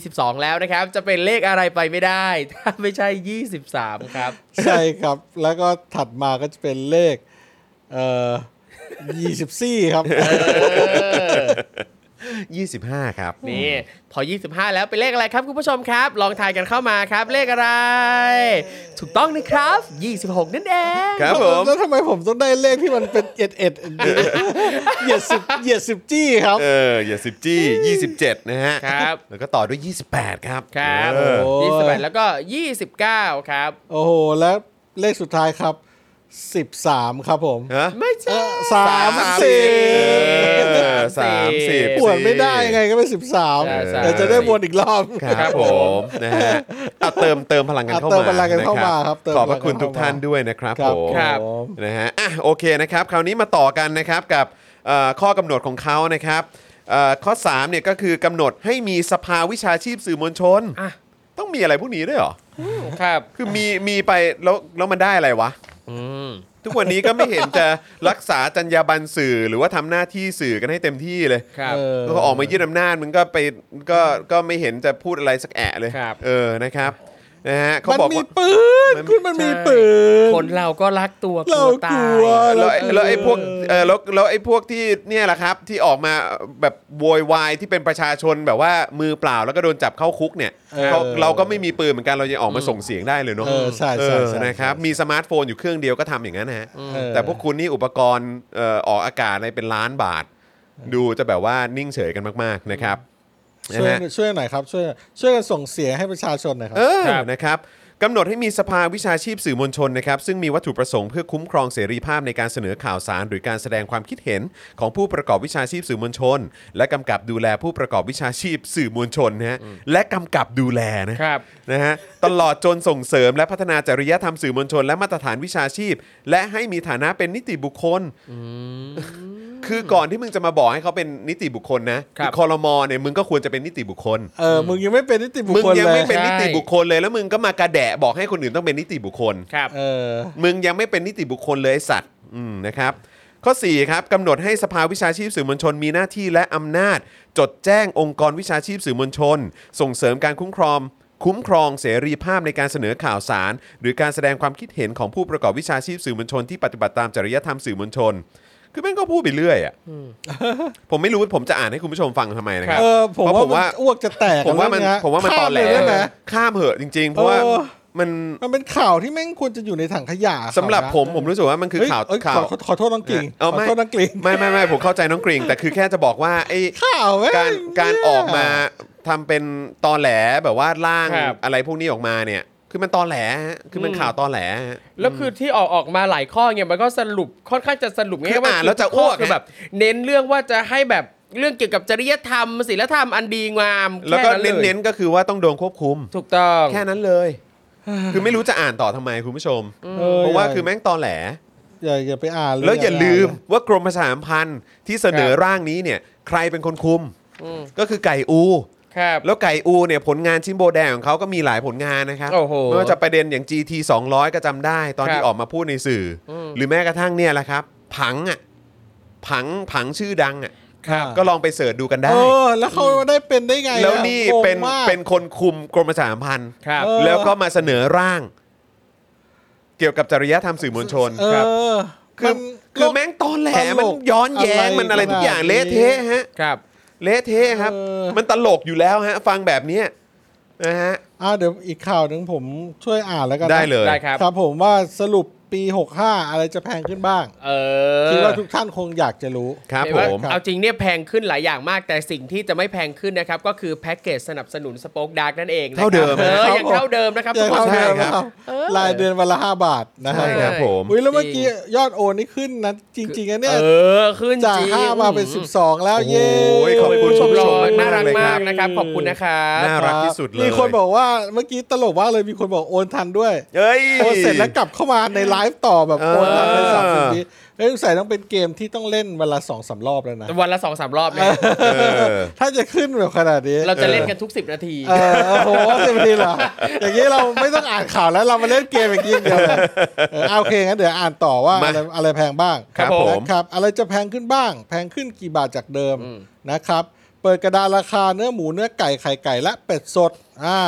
Speaker 4: 22 แล้วนะครับ จะเป็นเลขอะไรไปไม่ได้ ถ้าไม่ใช่ 23 ครับ
Speaker 3: ใช่ครับ แล้วก็ถัดมาก็จะเป็นเลขเอ่อยี่สิบสี่ครับ
Speaker 2: ยี่สิบห้าครับ
Speaker 4: นี่พอ 25 แล้วเป็นเลขอะไรครับคุณผู้ชมครับ ลองทายกันเข้ามาครับ เลขอะไร ถูกต้องนะครับ 26 นั่นเอง
Speaker 2: ครับผม
Speaker 3: แล้วทำไมผมต้องได้เลขที่มันเป็นเอ็ดเอ็ดเหยียดสิบเหยียดสิบจี้ครับ
Speaker 2: เอออย่าสิบจี้ยี่สิบเจ็ดนะฮะ
Speaker 4: ครับ
Speaker 2: แล้วก็ต่อด้วยยี่สิบแปดครับ
Speaker 4: ครับ
Speaker 2: เออ
Speaker 4: 28 แล้วก็ 29 ครับ
Speaker 3: โอ้โห แล้วเลขสุดท้ายครับสิบสามครับผม
Speaker 2: ฮะ
Speaker 4: ไม่ใช่
Speaker 3: สาม
Speaker 2: สิ
Speaker 3: สิ
Speaker 2: บบ เออสามสิบ
Speaker 3: ปวดไม่ได้ไงก็เป็นสิบสาม
Speaker 4: ใช่ใช่
Speaker 3: แต่จะได้วนอีกรอบ
Speaker 2: ครับผมนะฮะอ่ะเติมเติมพลังกันเข้า
Speaker 3: อ่ะเติ
Speaker 2: มาม
Speaker 3: พลังกันเข้ามา
Speaker 2: ะ
Speaker 3: ครับเติม
Speaker 2: ขอบพระ
Speaker 3: พลังกัน
Speaker 2: คุณทุกท่าน
Speaker 3: เข้ามา
Speaker 2: ด้วยนะครับ
Speaker 3: ครับ
Speaker 2: ผ
Speaker 3: ผม
Speaker 4: ครับ
Speaker 3: ม
Speaker 2: นะฮะ อ่ะ โอเคนะครับ คราวนี้มาต่อกันนะครับกับเอ่อข้อกำหนดของเขานะครับเอ่อข้อ3เนี่ยก็คือกำหนดให้มีสภาวิชาชีพสื่อมวลชน
Speaker 4: อ่ะ
Speaker 2: ต้องมีอะไรพวกนี้ด้วยเหรอ
Speaker 4: ครับ
Speaker 2: คือมีมีไปแล้วแล้วมันได้อะไรวะ
Speaker 4: อืม
Speaker 2: ทุกวันนี้ก็ไม่เห็นจะรักษาจรรยาบรรณสื่อหรือว่าทำหน้าที่สื่อกันให้เต็มที่เลย
Speaker 4: ครับ
Speaker 3: เออ
Speaker 2: แล้วก็ออกมายึดอำนาจมันก็ไปก็ก็ไม่เห็นจะพูดอะไรสักแอะเลย
Speaker 4: ครับ
Speaker 2: เออนะครับนะฮะเขา
Speaker 3: มัน
Speaker 2: บอก
Speaker 3: มี
Speaker 2: ว่า
Speaker 3: ปืน
Speaker 2: มัน
Speaker 3: คุณมันมีปืน
Speaker 4: คนเราก็รักตัวก
Speaker 3: เรา
Speaker 4: ลัวตา
Speaker 3: ลั
Speaker 4: ย
Speaker 3: ว
Speaker 2: แล้วไอ้แล้วไอ้พวก
Speaker 3: เออ
Speaker 2: เออแล้วแล้วไอ้พวกที่เนี่ยแหละครับที่ออกมาแบบโวยวายที่เป็นประชาชนแบบว่ามือเปล่าแล้วก็โดนจับเข้าคุกเนี่ยเขาเราก็ไม่มีปืนเหมือนกันเรายังออกมาส่งเสียงได้เลยเนาะ
Speaker 3: เออใช่ใช่
Speaker 2: เออ
Speaker 3: ใช่
Speaker 2: นะครับมีสมาร์ทโฟนอยู่เครื่องเดียวก็ทำอย่างนั้นนะฮะ
Speaker 3: เออ
Speaker 2: แต่พวกคุณนี่อุปกรณ์เอ่อออกอากาศอะไรเป็นล้านบาท ดูจะแบบว่านิ่งเฉยกันมากๆนะครับนะ
Speaker 3: ช่วย
Speaker 2: ฮะ
Speaker 3: ช่วยหน่อยครับ ช่วยช่วยกันส่งเสียงให้ประชาชนหน่อยครับ
Speaker 2: เออ
Speaker 4: ครับ
Speaker 2: นะครับกำหนดให้มีสภาวิชาชีพสื่อมวลชนนะครับ ซึ่งมีวัตถุประสงค์เพื่อคุ้มครองเสรีภาพในการเสนอข่าวสาร หรือการแสดงความคิดเห็นของผู้ประกอบวิชาชีพสื่อมวลชน และกำกับดูแลผู้ประกอบวิชาชีพสื่อมวลชนนะฮะและกำกับดูแลนะครับ นะฮะตลอดจนส่งเสริมและพัฒนาจริยธรรมสื่อมวลชน และมาตรฐานวิชาชีพ และให้มีฐานะเป็นนิติบุคคล คือก่อนที่มึงจะมาบอกให้เขาเป็นนิติบุคคลนะครับ คอรมอเนี่ยมึงก็ควรจะเป็นนิติบุคคล
Speaker 3: เออ มึงยังไม่เป็นนิติบุค
Speaker 2: มึง
Speaker 3: คล
Speaker 2: ยัง
Speaker 3: เล
Speaker 2: ไม่
Speaker 3: ย
Speaker 2: เป็น
Speaker 4: ใช่
Speaker 2: นิติบุคคลเลยแล้วมึงก็มากระแดะบอกให้คนอื่นต้องเป็นนิติบุคคล
Speaker 4: ครับ
Speaker 3: เออ
Speaker 2: มึงยังไม่เป็นนิติบุคคลเลยไอ้สัตว์อืมนะครับ ข้อ 4 ครับกำหนดให้สภาวิชาชีพสื่อมวลชน มีหน้าที่และอำนาจ จดแจ้งองค์กรวิชาชีพสื่อมวลชน ส่งเสริมการคุ้มครองคุ้มครองเสรีภาพในการเสนอข่าวสาร หรือการแสดงความคิดเห็นของผู้ประกอบวิชาชีพสื่อมวลชน ที่ปฏิบัติตามจริยธรรมสื่อมวลชน คือแม่งก็พูดไปเรื่อยอ่ะผมไม่รู้ผมจะอ่านให้คุณผู้ชมฟังทำไมนะครั
Speaker 3: เออ ผมว่า
Speaker 2: เพระ
Speaker 3: มันอ้วกจะแตก
Speaker 2: ผมว่ามัน
Speaker 3: เรื่องเย
Speaker 2: ผมว่ามันตอนแหล
Speaker 3: ข้เลยได้ไหม
Speaker 2: ข้ามเหอะจริง ๆ เพราะว่า
Speaker 3: เออ
Speaker 2: มัน
Speaker 3: มันเป็นข่าวที่แม่งควรจะอยู่ในถังขยะ
Speaker 2: สำหรับ
Speaker 3: ข่าวนะ
Speaker 2: ผมผมรู้สึกว่ามันคือ
Speaker 3: เฮ้ย
Speaker 2: ข่าว
Speaker 3: เอ้ย
Speaker 2: ข่า
Speaker 3: ข
Speaker 2: ว
Speaker 3: อขอโทษน้องกลิ่ง
Speaker 2: เอา
Speaker 3: ขอ
Speaker 2: ไม่
Speaker 3: โทษน้องกลิ่ง
Speaker 2: ไม่ไม่ไม่ผมเข้าใจน้องกริ่ง แต่คือแค่จะบอกว่าไอ้
Speaker 3: ข่าวแม่ง
Speaker 2: การการออกมาทำเป็นตอนแหลแบบว่าร่าง
Speaker 4: ครับ
Speaker 2: อะไรพวกนี้ออกมาเนี่ย คือมันตอแหลฮะคือมันข่าวตอแหลฮะ
Speaker 4: แล้วคือที่ออกออกมาหลายข้อเนี่ยมันก็สรุปค่อนข้างจะสรุป
Speaker 2: คือ
Speaker 4: ง่ายๆว่า
Speaker 2: อ่านแล้วจะอ้วก
Speaker 4: ข้คือ
Speaker 2: ฮะ
Speaker 4: แบบ เน้นเรื่องว่าจะให้แบบเรื่องเกี่ยวกับจริยธรรมศีลธรรมอันดีงาม
Speaker 2: แล้วก็
Speaker 4: ค่ลย
Speaker 2: เน้นๆก็คือว่าต้องโดนควบคุม
Speaker 4: ถูกต้อง
Speaker 2: แค่นั้นเลย คือไม่รู้จะอ่านต่อทำไมคุณผู้ชม
Speaker 3: ออ
Speaker 2: เพราะว่า
Speaker 3: ย่
Speaker 2: คือแม่งตอแหล
Speaker 3: อย่าอย่าไปอ่านเ
Speaker 2: แล้วอย่าลืมว่ากรมประชาสัมพันธ์ที่เสนอ
Speaker 4: ครับ
Speaker 2: ร่างนี้เนี่ย ใครเป็นคนคุม
Speaker 4: อืม
Speaker 2: ก็คือไก่อู
Speaker 4: ครับ
Speaker 2: แล้วไก่อูเนี่ยผลงานชิ้นโบแดงของเขาก็มีหลายผลงานนะครับ
Speaker 4: โอ้โห
Speaker 2: ไม่ว่าจะประเด็นอย่าง GT 200 ก็จำได้ ตอน
Speaker 4: ครับ
Speaker 2: ที่ออกมาพูดในสื่ออ
Speaker 4: ม
Speaker 2: หรือแม้กระทั่งเนี่ยแหละครับ ผังอ่ะผังผังชื่อดังอ่ะ
Speaker 3: ครับ
Speaker 2: ก็ลองไปเสิร์ชดูกันได้
Speaker 3: เออ แล้วเขาได้เป็นได้ไงอะ
Speaker 2: แล้วนี่
Speaker 3: โกง
Speaker 2: เป็น
Speaker 3: มาก
Speaker 2: เป็นคนคุมกรมประชาสัมพันธ์
Speaker 4: ครับ
Speaker 3: เออ
Speaker 2: แล้วก็มาเสนอร่าง เกี่ยวกับจริยธรรมสื่อมวลชน
Speaker 3: เอ
Speaker 2: ครับ
Speaker 3: อ
Speaker 2: คือ
Speaker 3: มัน
Speaker 2: คือ
Speaker 3: โลก
Speaker 2: แม่งตอนแหล
Speaker 3: ตลก
Speaker 2: มันย้อนแย้ง
Speaker 3: อะไร
Speaker 2: มันอะไรทุกอย่าง
Speaker 3: ขนาดนี้
Speaker 2: เละเทะฮะ
Speaker 4: ครับ
Speaker 2: เละเทะครับ
Speaker 3: เออ
Speaker 2: มันตลกอยู่แล้วฮะ ฟังแบบเนี้ยนะฮะ
Speaker 3: อ่าเดี๋ยวอีกข่าวหนึ่งผมช่วยอ่านแล้วกันนะ
Speaker 2: ได้เลย
Speaker 4: ได้ครับ
Speaker 3: ครับผมว่าสรุปปี 65 อะไรจะแพงขึ้นบ้าง
Speaker 4: เออ
Speaker 3: คิดว่าทุกท่านคงอยากจะรู้
Speaker 2: ครับ
Speaker 4: เห็น
Speaker 2: ผ
Speaker 4: ว่าม เอาจริงเนี่ยแพงขึ้นหลายอย่างมาก แต่สิ่งที่จะไม่แพงขึ้นนะครับ ก็คือแพ็กเกจสนับสนุนสป็อคดาร์กนั่นเองนะครับ
Speaker 2: เท่าเดิม
Speaker 4: เอ
Speaker 2: ครับ
Speaker 4: อยังเท่าเดิมนะครับ
Speaker 3: เจ
Speaker 4: ทุ
Speaker 3: อก
Speaker 4: คน
Speaker 3: เท่าเดิม
Speaker 2: ใช่ครับ
Speaker 3: ครับรายเดือนวันละห้าบาทนะฮะ
Speaker 2: ใช่ครับผม
Speaker 3: อุ้ยแล้วเมื่อกี้ยอดโอนนี่ขึ้นนะจริงๆนะเนี่ย
Speaker 4: เออ ขึ้น
Speaker 3: จาก
Speaker 4: จริง
Speaker 3: ห้ามาเป็น 12 แล้วเย้
Speaker 2: โอ้ยขอบคุณ
Speaker 4: ชมร
Speaker 2: ช
Speaker 4: ม
Speaker 2: มมากๆ
Speaker 4: น่ารัก
Speaker 2: เลยครับ
Speaker 4: มากนะครับ ขอบคุณนะครับ
Speaker 2: น่ารักที่สุดเลย
Speaker 3: มีคนบอกว่าเมื่อกี้ตลกว่ากเลยมีคนบอกโอนทันด้วย
Speaker 2: เอ้ย
Speaker 3: โอนเสร็จแล้วกลับเข้ามาในไลฟ์ต่อแบบ
Speaker 2: เออ
Speaker 3: โอนทันเลยสามสิบทีเอ้ยสงสัยต้องเป็นเกมที่ต้องเล่นเวลาสองสามรอบแล้วนะ
Speaker 4: วันละสองสามรอบเนี่ย
Speaker 2: เออ
Speaker 3: ถ้าจะขึ้นแบบขนาดนี้
Speaker 4: เราจะเล่นกันทุก 10 นาที
Speaker 3: เออโอ้โหสิบนาทีเหรออย่างนี้เราไม่ต้องอ่านข่าวแล้วเรามาเล่นเกมอย่างนี้อย่างเดียวเลยเออเอาโอเคงั้นเดี๋ยวอ่านต่อว่า
Speaker 2: มา
Speaker 3: อะไรอะไรแพงบ้าง
Speaker 2: ครับผม
Speaker 3: นะครับ อะไรจะแพงขึ้นบ้าง แพงขึ้นกี่บาทจากเดิมนะครับ เปิดกระดานราคาเนื้อหมูเนื้อไก่ไข่ไก่และเป็ดสดอ่า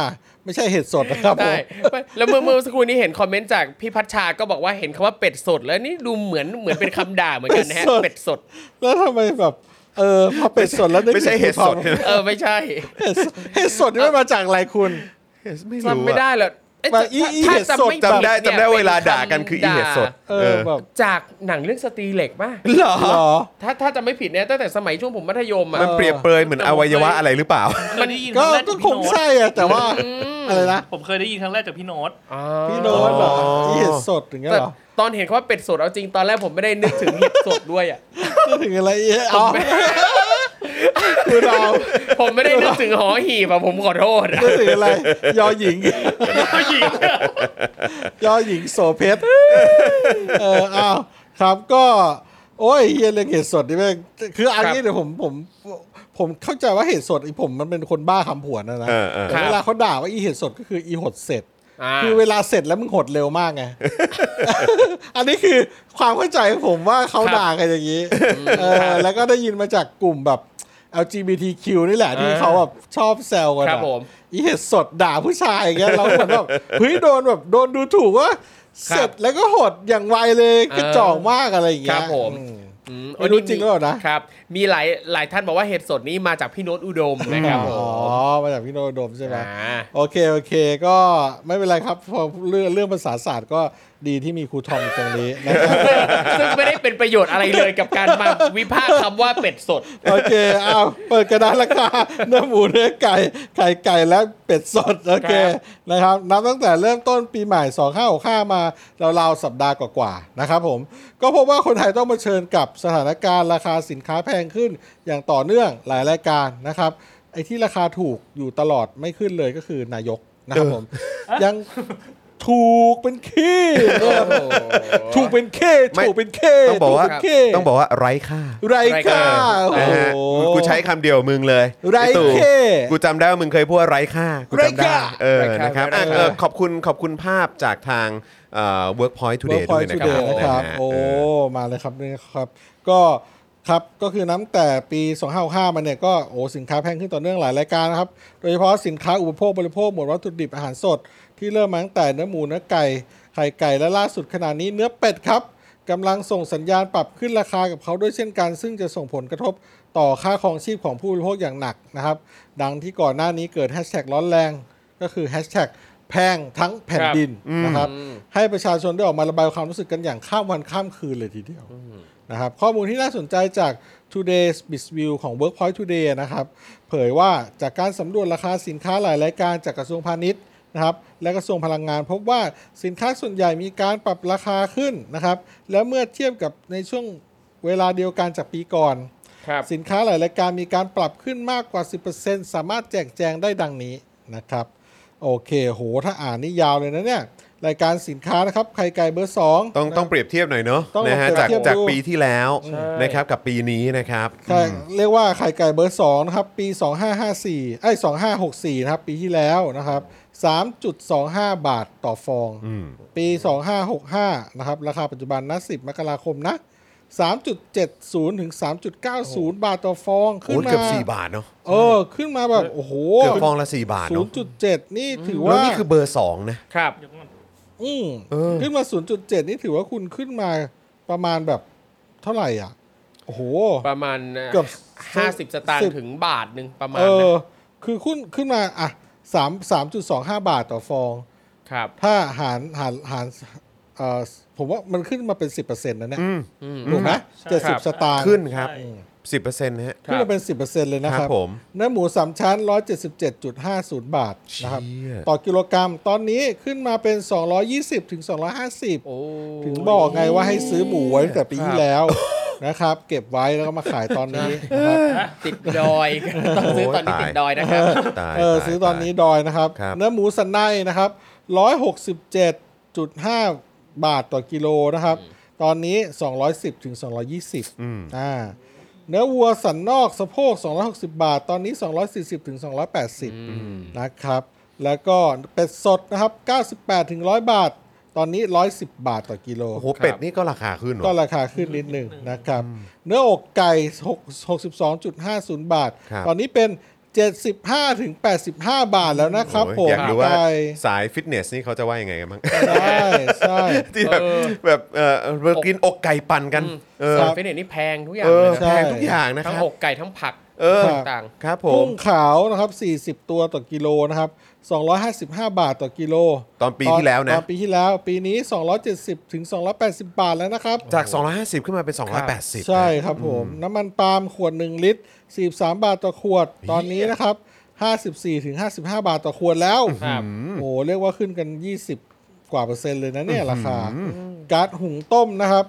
Speaker 3: ไม่ใช่เห็ดสดนะครับผ
Speaker 4: ได้
Speaker 3: ม
Speaker 4: แล้วเมื่อเมื่อสักครู่นี้เห็นคอมเมนต์จากพี่พัชชาก็บอกว่าเห็นคำว่าเป็ดสด แล้วนี่ดูเหมือนเหมือนเป็นคำด่าเหมือนกันนะฮะ
Speaker 3: เป็
Speaker 4: เป็
Speaker 3: ด
Speaker 4: ด
Speaker 3: ส
Speaker 4: ส
Speaker 3: ด
Speaker 4: ด
Speaker 3: แล้วทำไมแบบเออพอเป็ดสดแล้วนึก
Speaker 2: ไม่ใช่
Speaker 3: ถึง
Speaker 2: เห็ดสด
Speaker 3: ภู
Speaker 2: ใช่ไหม
Speaker 4: เออ ไม่ใช่
Speaker 3: เห็ดสดเห็ดสดนี่มันมาจากอะไรคุณ
Speaker 2: ไม่
Speaker 4: จำไม่ได้หรอกเอ๊ะ
Speaker 3: ว่าอีอี
Speaker 4: ถ้า
Speaker 3: เห็ดสด
Speaker 4: ำไม่ผิ
Speaker 2: จำได้
Speaker 4: นี่ย
Speaker 2: จำได้
Speaker 4: ป็น
Speaker 2: เวลาด่ากันคืออี
Speaker 4: ำ
Speaker 2: เห็ดสด
Speaker 3: เออแบบ
Speaker 4: จากหนังเรื่องสตรีเหล็กป่ะ
Speaker 2: เหรอ
Speaker 3: หรอ
Speaker 4: ถ้าถ้าจะไม่ผิดเนี่ยตั้งแต่สมัยช่วงผมมัธยมอ่ะ
Speaker 2: มันเปรียบเปรยเหมือนอวัยวะอะไรหรือเปล่า
Speaker 5: เคยได้ยินค
Speaker 3: ก็
Speaker 5: รั้งแรก
Speaker 3: ก็
Speaker 5: จาก
Speaker 3: คง
Speaker 5: พี่โน้ต
Speaker 3: ใช่อะแต่ว่าอะไรนะ
Speaker 5: ผมเคยได้ยินครั้งแรกจากพี่โน้ต
Speaker 3: พี่โน้ตเหรอที่เห็ดสดอย่างเงี้ย
Speaker 4: แต่
Speaker 3: เหรอ
Speaker 4: ตอนเห็นเขาว่าเป็ดสดเอาจริงตอนแรกผมไม่ได้นึกถึงเห็ดสดด้วยอ่ะ
Speaker 3: นึกถึงอะไรเอ๊ะอ๋อ <laughs> คุณเอา
Speaker 4: ผมไม่ได้นึกถึงหอหีบอ่ะผมขอโทษอะ
Speaker 3: นึกถึงอะไร ยอหญิง <laughs> ยอหญิงโสเพชรเอออ้าวครับก็ โอ้ยเฮียเรื่องเห็ดสดนี่แม่งคืออันนี้เดี๋ยวผมผม ผมเข้าใจว่าเห็ดสดไอผมมันเป็นคนบ้าคำผวนนะนะ
Speaker 2: เออเออ
Speaker 3: แต่เวลาเขาด่าว่าอีเห็ดสดก็คืออีหดเสร็จ
Speaker 4: า
Speaker 3: คือเวลาเสร็จแล้วมึงหดเร็วมากไง <laughs> อันนี้คือความเข้าใจของผมว่าเขาด่ากันอย่างนี้ เออ แล้วก็ได้ยินมาจากกลุ่มแบบ LGBTQ นี่แหละที่เขาแบบชอบแซวกัน
Speaker 4: ครับ
Speaker 3: อะ
Speaker 4: ผม
Speaker 3: อีเห็ดสดด่าผู้ชายอย่างเงี้ยเราเหมือนแบบเฮ้ยโดนแบบโดนดูถูกว่า เสร็จแล้วก็หดอย่างไวเลยกระจอกมากอะไรอย่าง
Speaker 4: ค
Speaker 3: เงี้ย
Speaker 4: รับผม
Speaker 3: อื
Speaker 4: อื
Speaker 3: ไม่รู้จริงหรือเปล่านะ
Speaker 4: ครับ มีหลายหลายท่านบอกว่าเห็ดสดนี้มาจากพี่โน้ตอุดมนะครับผ
Speaker 3: อ๋อ
Speaker 4: ม
Speaker 3: มาจากพี่โนโดมใช่ไหม
Speaker 4: อ่า
Speaker 3: โอเค โอเค ก็ไม่เป็นไรครับพอเรื่องเรื่องภาษาศาสตร์ก็ดีที่มีครูทอมอยู่ตรงนี้นะครับ
Speaker 4: ซึ่งไม่ได้เป็นประโยชน์อะไรเลยกับการมาวิพากษ์คำว่าเป็ดสด
Speaker 3: โอเคเอาเปิดกระดานราคา <laughs> เนื้อหมูเนื้อไก่ ไข่ไก่และเป็ดสด โอเค
Speaker 4: ครับ
Speaker 3: นะครับ นับตั้งแต่เริ่มต้นปีใหม่ 2565 มาราวๆสัปดาห์กว่าๆ นะครับผม ก็พบว่าคนไทยต้องเผชิญกับสถานการณ์ราคาสินค้าแพงขึ้น อย่างต่อเนื่องหลายรายการนะครับ ไอ้ที่ราคาถูกอยู่ตลอดไม่ขึ้นเลยก็คือนายกนะครับผม ยังถูกเป็นขี้เนี่ยถูกเป็นเข้
Speaker 2: ไม่
Speaker 3: ถูกเป็นเข้
Speaker 2: ต้องบอกว่า
Speaker 3: ถูเป็นเข้
Speaker 2: ต้องบอกว่าไร้ค่า
Speaker 3: ไรค่าโอ้
Speaker 2: นะ
Speaker 3: โห
Speaker 2: ฮะกูใช้คำเดียวมึงเลย
Speaker 3: ไร้
Speaker 2: อ้ตู่
Speaker 3: เท่
Speaker 2: กูจำได้ว่ามึงเคยพูดว่าไร้ค่ากูจำ
Speaker 3: ไร้
Speaker 2: ได้
Speaker 3: ค่า
Speaker 2: เออ
Speaker 4: ไร้ค่า
Speaker 2: นะครับอ่ะ
Speaker 4: ไร้ค่า
Speaker 2: เออขอบคุณขอบคุณภาพจากทางเอ่อ Workpoint Today ด้วย
Speaker 3: Workpoint
Speaker 2: นะค
Speaker 3: Today
Speaker 2: รับ
Speaker 3: นะครับ
Speaker 2: นะฮะ
Speaker 3: โอ้
Speaker 2: เออ
Speaker 3: มาเลยครับนี่ครับ ก็ครับ ก็คือน้ำแต่ปี 2565มาเนี่ยก็โอ้สินค้าแพงขึ้นต่อเนื่องหลายรายการนะครับ โดยเฉพาะสินค้าอุปโภคบริโภคหมวดวัตถุดิบอาหารสด ที่เริ่มมาตั้งแต่เนื้อหมูเนื้อไก่ไข่ไก่และล่าสุดขณะนี้เนื้อเป็ดครับกำลังส่งสัญญาณปรับขึ้นราคากับเขาด้วยเช่นกัน ซึ่งจะส่งผลกระทบต่อค่าครองชีพของผู้บริโภคอย่างหนักนะครับ ดังที่ก่อนหน้านี้เกิดแฮชแท็กร้อนแรง ก็คือแฮชแท็กแพงทั้งแผ่นดินนะครับ ให้ประชาชนได้ออกมาระบายความรู้สึกกันอย่างข้ามวันข้ามคืนเลยทีเดียวนะครับข้อมูลที่น่าสนใจจาก Today's b i z v i e w ของ Workpoint Today นะครับ เผยว่าจากการสำรวจราคาสินค้าหลายรายการจากกระทรวงพาณิชย์ นะครับและกระทรวงพลังงานพบว่าสินค้าส่วนใหญ่มีการปรับราคาขึ้นนะครับและเมื่อเทียบกับในช่วงเวลาเดียวกันจากปีก่อน
Speaker 4: ครับ
Speaker 3: สินค้าหลายรายการมีการปรับขึ้นมากกว่า 10%สามารถแจกแจงได้ดังนี้นะครับ โอเคโหถ้าอ่านนี่ยาวเลยนะเนี่ย รายการสินค้านะครับไข่ไก่เบอร์สอง
Speaker 2: ต้องต้องเปรียบเทียบหน่อยเนาะ
Speaker 3: ต้อง
Speaker 2: นะฮะ
Speaker 3: เปรียบ
Speaker 2: จาก
Speaker 3: เทียบ
Speaker 2: จาก
Speaker 3: ดู
Speaker 2: ปีที่แล้ว
Speaker 4: ใช่
Speaker 2: นะครับกับปีนี้นะครับ
Speaker 3: ใช่
Speaker 2: อืม
Speaker 3: เรียกว่าไข่ไก่เบอร์สองนะครับ ปี 2554ไอ้ย2564 นะครับ ปีที่แล้วนะครับ 3.25 บาทต่อฟอง
Speaker 2: อืม
Speaker 3: ปี 2565 นะครับ ราคาปัจจุบันนะ 10 มกราคมนะ 3.70 ถึง 3.90 บาทต่อฟองขึ้น
Speaker 2: โอ้ย
Speaker 3: มา
Speaker 2: เกือบ 4 บาทเนาะ
Speaker 3: เออขึ้นมาแบบโอ้โห
Speaker 2: เกือบฟองละ 4 บาท
Speaker 3: ศู
Speaker 2: เนาะ
Speaker 3: นย์จุดเจ็ดนี่ถือ
Speaker 2: แล้
Speaker 3: ว่า
Speaker 2: วนี่คือเบอร์ 2 นะ
Speaker 4: ครับ
Speaker 5: เดี๋ยวก่อน
Speaker 3: อืม
Speaker 2: เออ
Speaker 3: ขึ้นมาศูนย์จุดเจ็ดนี่ถือว่าคุณขึ้นมาประมาณแบบเท่าไหร่อ่ะ โอ้โห
Speaker 4: ประมาณ
Speaker 3: เกือบ
Speaker 4: ห้าสิบสตาง
Speaker 3: สิ
Speaker 4: ค์
Speaker 3: บ
Speaker 4: ถึงบาทหนึ่งประมาณ
Speaker 3: เอ
Speaker 4: นะ
Speaker 3: อ คือขึ้นขึ้นมาอ่ะสามสามจุดสองห้าบาทต่อฟอง
Speaker 4: ครับ
Speaker 3: ถ้าหารหารหารเอ่อผมว่ามันขึ้นมาเป็นสิบเปอร์เซ็นต์นะเนี่ย
Speaker 2: อืม
Speaker 4: อืม
Speaker 3: ถูกไหม
Speaker 5: ใช่
Speaker 3: เจ็ดสิ
Speaker 4: ครับ บ
Speaker 3: สตางค์
Speaker 2: ขึ้นครับ
Speaker 5: ใช่
Speaker 2: 10%นะฮะ
Speaker 4: ค
Speaker 3: ขึ้น
Speaker 4: รับ
Speaker 3: มาเป็นสิบเปอร์เซ็นต์เลยนะ
Speaker 2: ค
Speaker 3: ค
Speaker 2: รั
Speaker 3: รั
Speaker 2: บบ ผม
Speaker 3: เนื้อหมูสามชั้นร้อยเจ็ดสิบเจ็ดจุดห้าศูนย์บาทนะครับ
Speaker 2: เชี่ย
Speaker 3: ต่อกิโลกรัมตอนนี้ขึ้นมาเป็นสองร้อยยี่สิบถึงสองร้อยห้าสิบ
Speaker 4: โอ้
Speaker 3: ถึงบอกไงว่าให้ซื้อหมูไว้ตั้งแต่ปีที่แล้วนะครับ เก็บไว้แล้วก็มาขายตอน
Speaker 2: <laughs>
Speaker 3: นี้นะครับ
Speaker 4: ติดดอย <laughs> ต้องซื้อตอนนี้
Speaker 2: โอ้ยตาย
Speaker 4: ติดดอยนะครับ
Speaker 2: ตาย
Speaker 3: เออ
Speaker 2: าย
Speaker 3: ซื้อตอน
Speaker 2: าย
Speaker 3: นี้ดอยนะครับ
Speaker 2: ครับ
Speaker 3: เนื้อหมูสันในนะครับ167.5 บาทต่อกิโลนะครับ ตอนนี้ 210ถึง220
Speaker 2: อืม
Speaker 3: อ่าเนื้อวัวสันนอกสะโพก 260 บาท ตอนนี้ 240ถึง280นะครับ แล้วก็เป็ดสดนะครับ98ถึง100 บาท ตอนนี้ 110 บาทต่อกิโล
Speaker 2: โอ้โหเป็ดนี่ก็ราคาขึ้นเหร
Speaker 3: ก็
Speaker 2: อ
Speaker 3: ราคาขึ้นนิดหนึ่งนะครับ เนื้ออกไก่6 62.50 บาท
Speaker 2: ครับ
Speaker 3: ตอนนี้เป็น 75ถึง85 บาทแล้วนะครับ
Speaker 2: โอ้ย
Speaker 3: ผม
Speaker 2: อยากรู้ว่า
Speaker 3: ไก่
Speaker 2: สายฟิตเนสนี่เขาจะว่ายังไงกันบ้าง
Speaker 3: ใช่ใช่
Speaker 2: ที่แบบ
Speaker 4: เออ
Speaker 2: แบบเออเรากินอกไก่ปั่นกัน เออ
Speaker 4: สายเฟรนเนตนี่แพงทุกอย่าง
Speaker 2: เอ
Speaker 4: เล
Speaker 2: อย
Speaker 4: นะ
Speaker 2: แพงทุกอย่างนะค
Speaker 4: ทั้ง
Speaker 2: รับ
Speaker 4: อกไก่ทั้งผัก
Speaker 2: เออ
Speaker 4: ต่าง
Speaker 2: ครับผ
Speaker 3: กุ้
Speaker 2: ม
Speaker 3: งขาวนะครับ 40 ตัวต่อกิโลนะครับ 255 บาทต่อกิโล
Speaker 2: ตอนปีที่แล้วนะ
Speaker 3: ตอนปีที่แล้ว ปีนี้ 270ถึง280 บาทแล้วนะครับ
Speaker 2: จาก 250 ขึ้นมาเป็น 280
Speaker 3: ใช่ครับผม น้ำมันปาล์มขวด 1 ลิตร 43 บาทต่อขวด ตอนนี้นะครับ 54ถึง55 บาทต่อขวดแล้ว
Speaker 4: ๆครับ
Speaker 3: โอ้เรียกว่าขึ้นกัน 20 กว่าเปอร์เซ็นต์เลยนะเนี่ยราคา ก๊าซหุงต้มนะครับ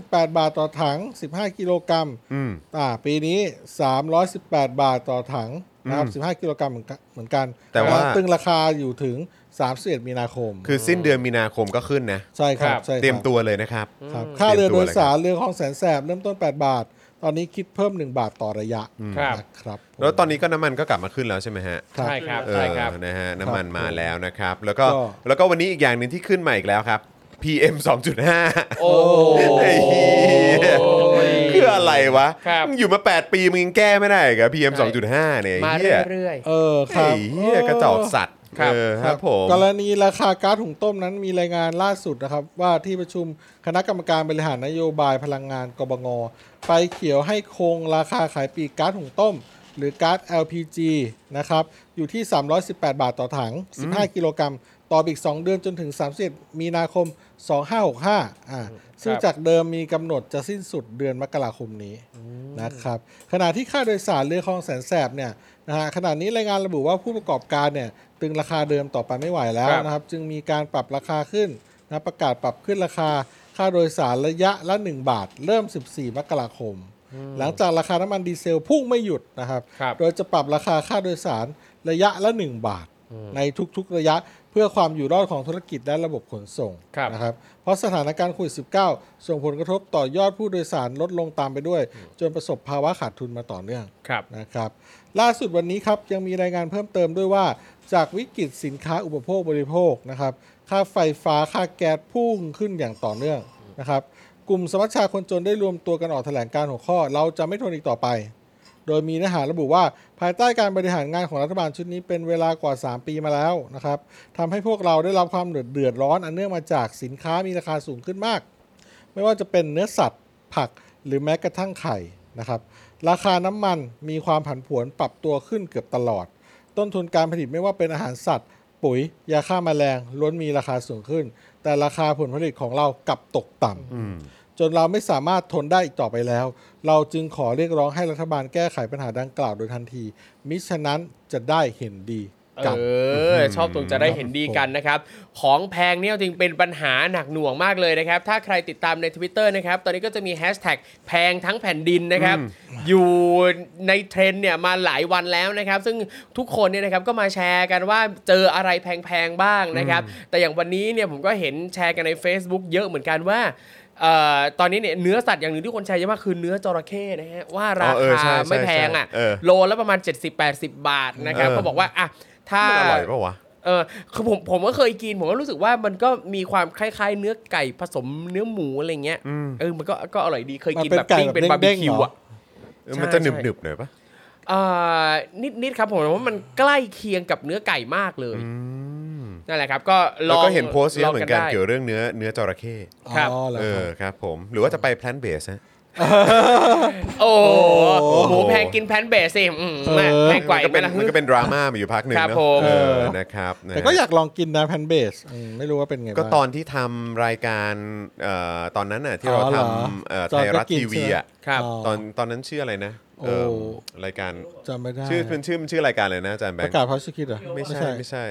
Speaker 3: 318 บาทต่อถัง 15 กิโลกรัม
Speaker 2: อืม
Speaker 3: อ่าปีนี้ 318 บาทต่อถังนะครับ15 กิโลกรัมเหมือนกันเหมือนกัน
Speaker 2: แต่ว่า
Speaker 3: ตึงราคาอยู่ถึง 31 มีนาคม
Speaker 2: คือสิ้นเดือนมีนาคมก็ขึ้นนะ
Speaker 3: ใช่ค
Speaker 4: ค
Speaker 3: รั
Speaker 4: รับ บ
Speaker 3: ใช่ครับ
Speaker 2: เตรียมตัวเลยนะครับ
Speaker 3: ครับ
Speaker 2: เตรียมตัว
Speaker 3: ค่าเรือโดยสาร
Speaker 2: เลยครับ
Speaker 3: เรือของแสนแสบเริ่มต้น 8 บาท ตอนนี้คิดเพิ่ม 1 บาทต่อระยะ
Speaker 4: ครับ
Speaker 3: นะครับ
Speaker 2: แล้วตอนนี้ก็น้ำมันก็กลับมาขึ้นแล้วใช่ไหมฮะ
Speaker 3: ครับ
Speaker 4: ใช่ครับ
Speaker 2: เออ
Speaker 4: ใช่ครับ
Speaker 2: นะฮะ
Speaker 3: ครับ
Speaker 2: น้ำมันมาแล้วนะครับ แล้วก็
Speaker 3: ก็
Speaker 2: แล้วก็วันนี้อีกอย่างหนึ่งที่ขึ้นมาอีกแล้วครับ PM 2.5
Speaker 4: โอ้
Speaker 2: ไอ้เหี้ย
Speaker 4: ย
Speaker 2: คืออะไรวะ
Speaker 4: ครับ
Speaker 2: มึงอยู่มา 8 ปีมึงยังแก้ไม่ได้กับ PM
Speaker 4: ใช่
Speaker 2: 2.5 เนี่ย
Speaker 4: มา
Speaker 2: ไอ้เหี้ย
Speaker 4: เรื่อย
Speaker 3: เออค
Speaker 2: ไอ้
Speaker 3: รับ
Speaker 2: เหี้ยกระจอกสัตว์
Speaker 4: ครับ
Speaker 2: เออครับผม
Speaker 3: กรณีราคาก๊าซหุงต้มนั้นมีรายงานล่าสุดนะครับ ว่าที่ประชุมคณะกรรมการบริหารนโยบายพลังงานกบงไปเขียวให้คงราคาขายปลีกก๊าซหุงต้ม หรือก๊าซ LPG นะครับ อยู่ที่ 318 บาทต่อถัง 15 กิโลกรัม ต่ออีก 2 เดือนจนถึง 31 มีนาคม 2565อ่าซึ่ง
Speaker 4: ครับ
Speaker 3: จากเดิมมีกำหนดจะสิ้นสุดเดือนมกราคมนี้นะครับ ขณะที่ค่าโดยสารเรือคลองแสนแสบเนี่ยนะฮะขณะนี้รายงานระบุว่าผู้ประกอบการเนี่ยตึงราคาเดิมต่อไปไม่ไหวแล้ว
Speaker 4: ครับ
Speaker 3: นะครับ จึงมีการปรับราคาขึ้นนะประกาศปรับขึ้นราคา ค่าโดยสารระยะละ 1 บาท เริ่ม 14 มกราคม หลังจากราคาน้ำมันดีเซลพุ่งไม่หยุดนะครับ
Speaker 4: ครับ
Speaker 3: โดยจะปรับราคาค่าโดยสารระยะละ 1 บาท ในทุกๆระยะเพื่อความอยู่รอดของธุรกิจและระบบขนส่ง
Speaker 4: ครับ
Speaker 3: นะครับ เพราะสถานการณ์โควิด -19 ส่งผลกระทบต่อยอดผู้โดยสารลดลงตามไปด้วย จนประสบภาวะขาดทุนมาต่อเนื่อง
Speaker 4: ครับ
Speaker 3: นะครับล่าสุดวันนี้ครับยังมีรายงานเพิ่มเติมด้วยว่า จากวิกฤตสินค้าอุปโภคบริโภคนะครับค่าไฟฟ้าค่าแก๊สพุ่งขึ้นอย่างต่อเนื่องนะครับกลุ่มสมัชชาคนจนได้รวมตัวกันออกแถลงการณ์หัวข้อ เราจะไม่ทนอีกต่อไป โดยมีเนื้อหาระบุว่าภายใต้การบริหารงานของรัฐบาลชุดนี้เป็นเวลากว่า 3 ปีมาแล้วนะครับทำให้พวกเราได้รับความเดือดร้อนอันเนื่องมาจากสินค้ามีราคาสูงขึ้นมาก ไม่ว่าจะเป็นเนื้อสัตว์ ผักหรือแม้กระทั่งไข่นะครับ ราคาน้ำมันมีความผันผวนปรับตัวขึ้นเกือบตลอด ต้นทุนการผลิตไม่ว่าเป็นอาหารสัตว์ ปุ๋ย ยาฆ่าแมลง ล้วนมีราคาสูงขึ้น แต่ราคาผลผลิตของเรากลับตกต่ำจนเราไม่สามารถทนได้อีกต่อไปแล้ว เราจึงขอเรียกร้องให้รัฐบาลแก้ไขปัญหาดังกล่าวโดยทันที มิฉะนั้นจะได้เห็นดี กัน
Speaker 4: เออชอบตรงจะได้เห็นดีกันนะครับ ของแพงเนี่ยจริงเป็นปัญหาหนักหน่วงมากเลยนะครับ ถ้าใครติดตามใน Twitter นะครับ ตอนนี้ก็จะมีแฮชแท็กแพงทั้งแผ่นดินนะครับ อยู่ในเทรนด์เนี่ยมาหลายวันแล้วนะครับ ซึ่งทุกคนเนี่ยนะครับก็มาแชร์กันว่าเจออะไรแพงๆบ้างนะครับ แต่อย่างวันนี้เนี่ยผมก็เห็นแชร์กันใน Facebook เยอะเหมือนกันว่าเอ่อตอนนี้เนี่ยเนื้อสัตว์อย่างหนึ่งที่คนแชร์เยอะมากคือเนื้อจระเข้นะฮะว่ารา
Speaker 2: อ๋อเออใช่
Speaker 4: คา
Speaker 2: ใช่
Speaker 4: ไม่แพงอ่ะ
Speaker 2: ใช่เออ
Speaker 4: โลละประมาณ 70-80 บาทนะครับ
Speaker 2: เออ
Speaker 4: เขาบอกว่าอ่ะถ้า
Speaker 2: มันอร่อยปะวะ
Speaker 4: เออคือผมผมก็เคยกิน ผมก็รู้สึกว่ามันก็มีความคล้ายๆ เนื้อไก่ผสมเนื้อหมูอะไรเงี้ย เออ มันก็ก็อร่อยดี เคยกิน
Speaker 3: มันเป็
Speaker 4: แบบ
Speaker 3: น
Speaker 4: ปิ้ง
Speaker 3: ไก่แบบ
Speaker 4: เป็นบาร์บีคิวอ่ะ
Speaker 3: เด้ง
Speaker 2: เออมันจะ
Speaker 4: ใช่
Speaker 2: หนึบหนึบๆหน่อยปะ
Speaker 4: อ่านิดนิดครับผมว่ามันใกล้เคียงกับเนื้อไก่มากเลย นั่นแหละครับ ก็ล
Speaker 2: แล้
Speaker 4: อ
Speaker 2: ว
Speaker 4: ง
Speaker 2: ก็เห็นโพสต์เยอะ
Speaker 4: ลง
Speaker 2: เหมือนกัน
Speaker 4: ได้
Speaker 2: เกี่ยวเรื่องเนื้อเนื้อจระเข้
Speaker 4: ครับ
Speaker 3: อ๋อเหรอ
Speaker 2: เอ
Speaker 3: ค
Speaker 2: อ
Speaker 3: รับ
Speaker 2: ครับผมหรือว่าจะไปแพลนเบสฮะ
Speaker 4: โอ้โหหมูแพงกินแพนเบสสิอืมแม่แพงกว่า
Speaker 2: มัน
Speaker 4: อี
Speaker 2: ก็
Speaker 4: กไหม
Speaker 2: เป็น
Speaker 4: ล่ะ
Speaker 2: มันก็เป็นดราม่ามาอยู่พักหนึ่ง
Speaker 4: ครับ
Speaker 2: เนอะ
Speaker 4: ผม
Speaker 2: เออนะครับนะฮะ
Speaker 3: แต่ก็อยากลองกินนะแพนเบสอืมไม่รู้ว่าเป็นไง
Speaker 2: ก็
Speaker 3: บ้าง
Speaker 2: ตอนที่ทำรายการเอ่อตอนนั้นน่ะที่
Speaker 3: อ๋อ
Speaker 2: เราท
Speaker 3: เหรอ
Speaker 2: ำเอ่อ
Speaker 3: จอ
Speaker 2: ไท
Speaker 3: ห์น
Speaker 2: ยรัฐ
Speaker 3: ก็กิน
Speaker 2: ทีวีอ่ะ
Speaker 4: ครับ
Speaker 3: อ๋อ
Speaker 2: ตอนตอนนั้นชื่ออะไรนะ
Speaker 3: โอ้
Speaker 2: เอิ่มรายการ
Speaker 3: จำไม่ได้
Speaker 2: ชื่อเป็นชื่อมันชื่อรายการอะไรนะอาจารย์แบ
Speaker 3: ป
Speaker 2: ง
Speaker 3: ระ
Speaker 2: ค์
Speaker 3: กาศพาสคิดเหรอ
Speaker 2: ไม่ใช่ไม่ใช่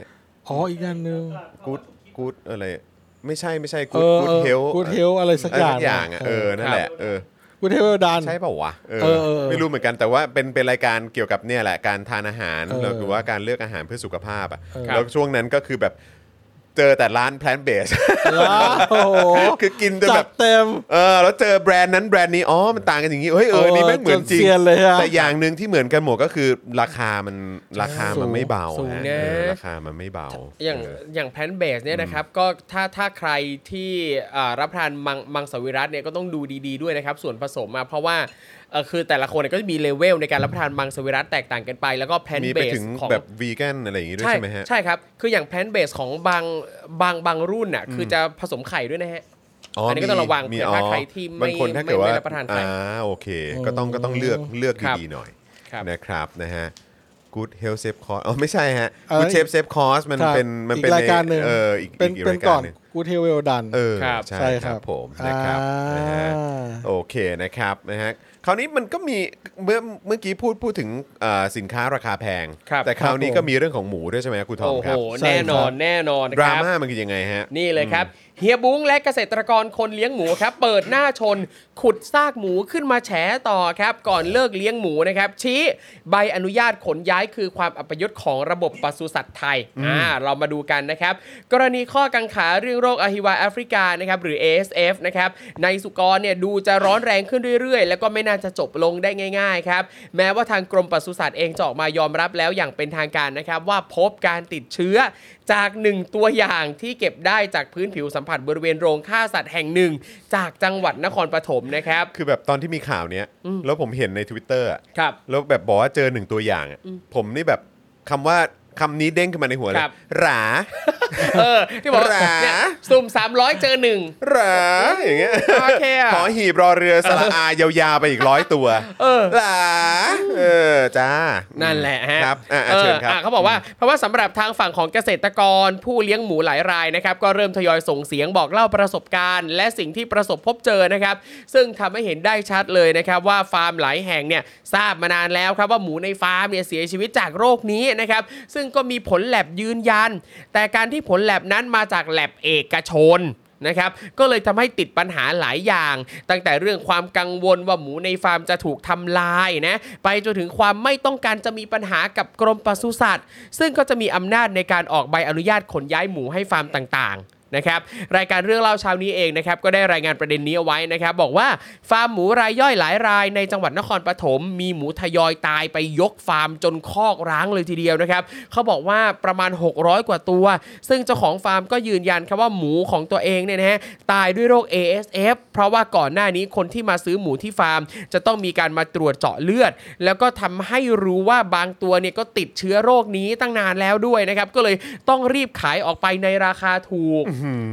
Speaker 3: อ๋ออีกอันหนึง
Speaker 2: กู๊ดกู๊ดอะไร ไม่ใช่ไม่ใช่
Speaker 3: เอ
Speaker 2: กู๊ด
Speaker 3: อ
Speaker 2: กู๊ดเฮล
Speaker 3: กูดเทลอะไรสักอย่าง
Speaker 2: อย่างอ่ะเออนั่นแหละเออ
Speaker 3: กูดเทลดัน
Speaker 2: ใช่เปล่าวะเออ
Speaker 3: เออเออเออ
Speaker 2: ไม่รู้เหมือนกันแต่ว่าเป็นเป็นรายการเกี่ยวกับเนี่ยแหละการทานอาหาร
Speaker 3: เออ
Speaker 2: หรือว่าการเลือกอาหารเพื่อสุขภาพอ่ะ
Speaker 3: เออ
Speaker 2: แล้วช่วงนั้นก็คือแบบเจอแต่ร้านแพลนเบส
Speaker 3: ว้าว <laughs> โอ้โห
Speaker 2: คือกินจน
Speaker 3: จั
Speaker 2: แบบ
Speaker 3: ดเต็ม
Speaker 2: เออแล้วเจอแบรนด์นั้นแบรนด์นี้อ๋อมันต่างกันอย่างนี้เฮ้ยเออนี่แม่งเหมือนจริง
Speaker 3: เซียนเลยอะ
Speaker 2: แต่อย่างหนึ่งที่เหมือนกันหมดก็คือราคามันราคามันไม่เบา
Speaker 4: สูง
Speaker 2: ฮะ
Speaker 4: นะ
Speaker 2: เออราคามันไม่เบา
Speaker 4: อย่าง
Speaker 2: เออ
Speaker 4: อย่างแพนเบสเนี่ยนะครับก็ถ้าถ้าใครที่อ่ารับประทานมังมังสวิรัตเนี่ยก็ต้องดูดีๆด้วยนะครับส่วนผสมอะเพราะว่าเอ่อคือแต่ละคนเนี่ยก็จะมีเลเวลในการรับประทานมังสวิรัตแตกต่างกันไป แล้วก็แพน
Speaker 2: มี
Speaker 4: เบ
Speaker 2: ไป
Speaker 4: ส
Speaker 2: ถึง
Speaker 4: ของ
Speaker 2: แบบวีแกนอะไรอย่างงี้ด้วย
Speaker 4: ใช่
Speaker 2: ใช่ไหมฮะ
Speaker 4: ใช่ครับ คืออย่างแพนเบสของบางบางบางรุ่นน่ะคือจะผสมไข่ด้วยนะฮะ อันนี้ก็ต้องระวัง
Speaker 2: มี
Speaker 4: เผื่อถ้าใครที่ไม่
Speaker 2: บางคนถ้าเกิดว่า
Speaker 4: ไม่ไม่รับประทานไข่
Speaker 2: อ่าโอเค ก็ต้องก็ต้องเลือกเลือก
Speaker 4: ครับ
Speaker 2: ดีๆหน่อย
Speaker 4: ครับ
Speaker 2: นะครับนะฮะ Good Health Safe Cost อ๋อไม่ใช่ฮะ
Speaker 3: เอ้ย
Speaker 2: Good Shape Safe Cost มัน
Speaker 3: ครับ
Speaker 2: เป็นมันเป็น
Speaker 3: อีกรายการหนึ่ง
Speaker 2: เอออีก
Speaker 3: เป็น
Speaker 2: อีก
Speaker 3: เป็
Speaker 2: ราน ย
Speaker 3: ก่
Speaker 2: กา
Speaker 3: อ
Speaker 2: ร
Speaker 3: น
Speaker 2: หนึ่ง
Speaker 3: กูเทลดัน
Speaker 2: เออ
Speaker 4: ครับ
Speaker 2: ใช่ครับผมนะครับนะฮะ โอเคนะครับนะฮะคราวนี้มันก็มีเมื่อเมื่อกี้พูดพูดถึงเอ่อสินค้าราคาแพง
Speaker 4: ครับ
Speaker 2: แต่คราวนี้
Speaker 3: ครับผม
Speaker 2: ก็มีเรื่องของหมูด้วยใช่ไหมครับครูทอม
Speaker 4: โอ้โห
Speaker 2: ครับ
Speaker 4: แน่นอน
Speaker 3: ใช่ครับ
Speaker 4: แน่นอนนะ
Speaker 2: ด
Speaker 4: ค
Speaker 2: รา
Speaker 4: รับ
Speaker 2: ม่ามันคือยังไงฮะ
Speaker 4: นี่เลยครับ เฮียบุ้งและเกษตรกรคนเลี้ยงหมูครับ เปิดหน้าชน ขุดซากหมูขึ้นมาแฉต่อครับ ก่อนเลิกเลี้ยงหมูนะครับ ชี้ใบอนุญาตขนย้ายคือความอัปยศของระบบปศุสัตว์ไทยอ่าเรามาดูกันนะครับ กรณีข้อกังขาเรื่องโรคอหิวาแอฟริกานะครับหรือ ASF นะครับในสุกรเนี่ยดูจะร้อนแรงขึ้นเรื่อยๆ แล้วก็ไม่น่าจะจบลงได้ง่ายๆครับแม้ว่าทางกรมปศุสัตว์เองจะออกมายอมรับแล้วอย่างเป็นทางการนะครับ ว่าพบการติดเชื้อ จาก 1 ตัวอย่างที่เก็บได้จากพื้นผิวสัมผัสบริเวณโรงฆ่าสัตว์แห่งหนึ่ง จากจังหวัดนครปฐมนะครับ
Speaker 2: คือแบบตอนที่มีข่าวเนี้ยแล้วผมเห็นใน Twitter อะ
Speaker 4: ครับ
Speaker 2: แล้วแบบบอกว่าเจอหนึ่งตัวอย่างอะผมนี่แบบคำว่าคำนี้เด้งขึ้นมาในหัวเลย
Speaker 4: ครับ
Speaker 2: หรา
Speaker 4: เออ ที่บอกว่า
Speaker 2: หรา
Speaker 4: เนี่ยสุ่ม 300 เจอหนึ่ง
Speaker 2: หราอย่างเงี้ย
Speaker 4: โอเคอะ
Speaker 2: ขอหีบรอเรือสระอายาวๆไปอีก
Speaker 4: <laughs>
Speaker 2: ร้อยตัวหราเออจ้า นั่
Speaker 4: นั่นแหละฮะ
Speaker 2: ครับอ่ะอ่ะ
Speaker 4: ออ
Speaker 2: เชิญครับ
Speaker 4: อ่ะเขาบอกว่าเพราะว่าสำหรับทางฝั่งของเกษตรกรผู้เลี้ยงหมูหลายรายนะครับ ก็เริ่มทยอยส่งเสียงบอกเล่าประสบการณ์ และสิ่งที่ประสบพบเจอนะครับ ซึ่งทำให้เห็นได้ชัดเลยนะครับ ว่าฟาร์มหลายแห่งเนี่ยทราบมานานแล้วครับว่าหมูในฟาร์มเนี่ยเสียชีวิตจากโรคนี้นะครับ ซึ่งก็มีผลแลบยืนยัน แต่การที่ผลแลบนั้นมาจากแลบเอกชน นะครับก็เลยทำให้ติดปัญหาหลายอย่าง ตั้งแต่เรื่องความกังวลว่าหมูในฟาร์มจะถูกทำลายนะไปจนถึงความไม่ต้องการจะมีปัญหากับกรมปศุสัตว์ ซึ่งก็จะมีอำนาจในการออกใบอนุญาตขนย้ายหมูให้ฟาร์มต่างๆนะครับรายการเรื่องเล่าเช้านี้เองนะครับก็ได้รายงานประเด็นนี้เอาไว้นะครับ บอกว่าฟาร์มหมูรายย่อยหลายรายในจังหวัดนครปฐมมีหมูทยอยตายไปยกฟาร์มจนคอกร้างเลยทีเดียวนะครับเขาบอกว่าประมาณ 600 กว่าตัว ซึ่งเจ้าของฟาร์มก็ยืนยันครับว่าหมูของตัวเองเนี่ยนะฮะตายด้วยโรค ASF เพราะว่าก่อนหน้านี้คนที่มาซื้อหมูที่ฟาร์ม จะต้องมีการมาตรวจเจาะเลือด แล้วก็ทำให้รู้ว่าบางตัวเนี่ยก็ติดเชื้อโรคนี้ตั้งนานแล้วด้วยนะครับ ก็เลยต้องรีบขายออกไปในราคาถูก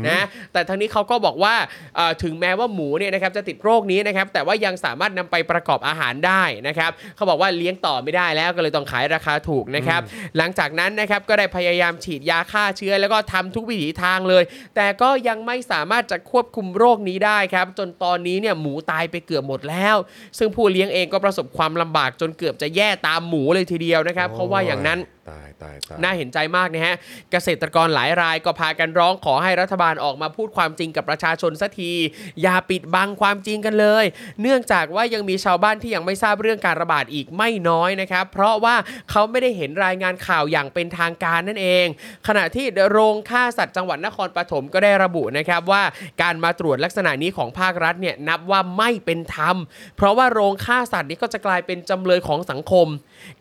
Speaker 4: นะแต่ทั้งนี้เขาก็บอกว่าเอ่อถึงแม้ว่าหมูเนี่ยนะครับจะติดโรคนี้นะครับแต่ว่ายังสามารถนำไปประกอบอาหารได้นะครับเขาบอกว่าเลี้ยงต่อไม่ได้แล้วก็เลยต้องขายราคาถูกนะครับ หลังจากนั้นนะครับก็ได้พยายามฉีดยาฆ่าเชื้อ แล้วก็ทำทุกวิถีทางเลย แต่ก็ยังไม่สามารถจะควบคุมโรคนี้ได้ครับ จนตอนนี้เนี่ยหมูตายไปเกือบหมดแล้ว ซึ่งผู้เลี้ยงเองก็ประสบความลำบากจนเกือบจะแย่ตามหมูเลยทีเดียวนะครับ เขาว่าอย่างนั้น
Speaker 2: ตายตายตาย
Speaker 4: น่าเห็นใจมากนะฮะ เกษตรกรหลายรายก็พากันร้องขอให้รัฐบาลออกมาพูดความจริงกับประชาชนสักที อย่าปิดบังความจริงกันเลย เนื่องจากว่ายังมีชาวบ้านที่ยังไม่ทราบเรื่องการระบาดอีกไม่น้อยนะครับ เพราะว่าเขาไม่ได้เห็นรายงานข่าวอย่างเป็นทางการนั่นเอง ขณะที่โรงฆ่าสัตว์จังหวัดนครปฐมก็ได้ระบุนะครับว่าการมาตรวจลักษณะนี้ของภาครัฐเนี่ยนับว่าไม่เป็นธรรม เพราะว่าโรงฆ่าสัตว์นี้ก็จะกลายเป็นจำเลยของสังคม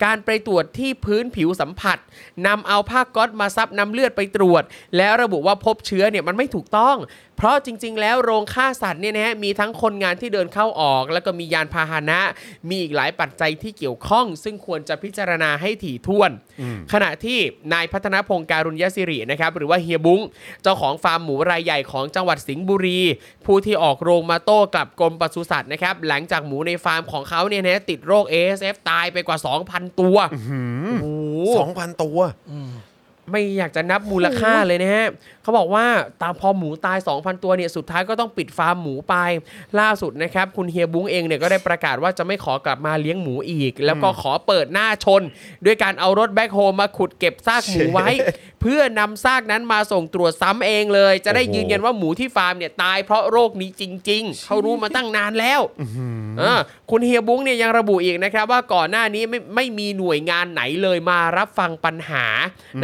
Speaker 4: การไปตรวจที่พื้นผิวสัมผัสนำเอาผ้าก๊อตมาซับน้ำเลือดไปตรวจ แล้วระบุว่าพบเชื้อเนี่ยมันไม่ถูกต้อง เพราะจริง ๆ แล้วโรงฆ่าสัตว์เนี่ยนะฮะมีทั้งคนงานที่เดินเข้าออก แล้วก็มียานพาหนะ มีอีกหลายปัจจัยที่เกี่ยวข้อง ซึ่งควรจะพิจารณาให้ถี่ถ้วน ขณะที่นายพัฒนพงศ์การุญยศิรินะครับหรือว่าเฮียบุ้งเจ้าของฟาร์มหมูรายใหญ่ของจังหวัดสิงห์บุรี ผู้ที่ออกโรงมาโต้กลับกรมปศุสัตว์นะครับหลังจากหมูในฟาร์มของเขาเนี่ยนะติดโรค ASF ตายไปกว่า 2,000 ตัวโอ้โห
Speaker 2: สองพันตัว
Speaker 4: ไม่อยากจะนับมูลค่าเลยนะฮะ เขาบอกว่าตามพอหมูตาย 2,000 ตัวเนี่ยสุดท้ายก็ต้องปิดฟาร์มหมูไป ล่าสุดนะครับ คุณเฮียบุ้งเองเนี่ยก็ได้ประกาศว่าจะไม่ขอกลับมาเลี้ยงหมูอีก แล้วก็ขอเปิดหน้าชน ด้วยการเอารถแบ็คโฮลมาขุดเก็บซากหมูไว้ เพื่อนำซากนั้นมาส่งตรวจซ้ำเองเลย จะได้
Speaker 2: โอ้โห
Speaker 4: ยืนยันว่าหมูที่ฟาร์มเนี่ยตายเพราะโรคนี้จริง ๆ เขารู้มาตั้งนานแล้ว อ่าคุณเฮียบุ้งเนี่ยยังระบุอีกนะครับว่าก่อนหน้านี้ไม่ไม่มีหน่วยงานไหนเลยมารับฟังปัญหา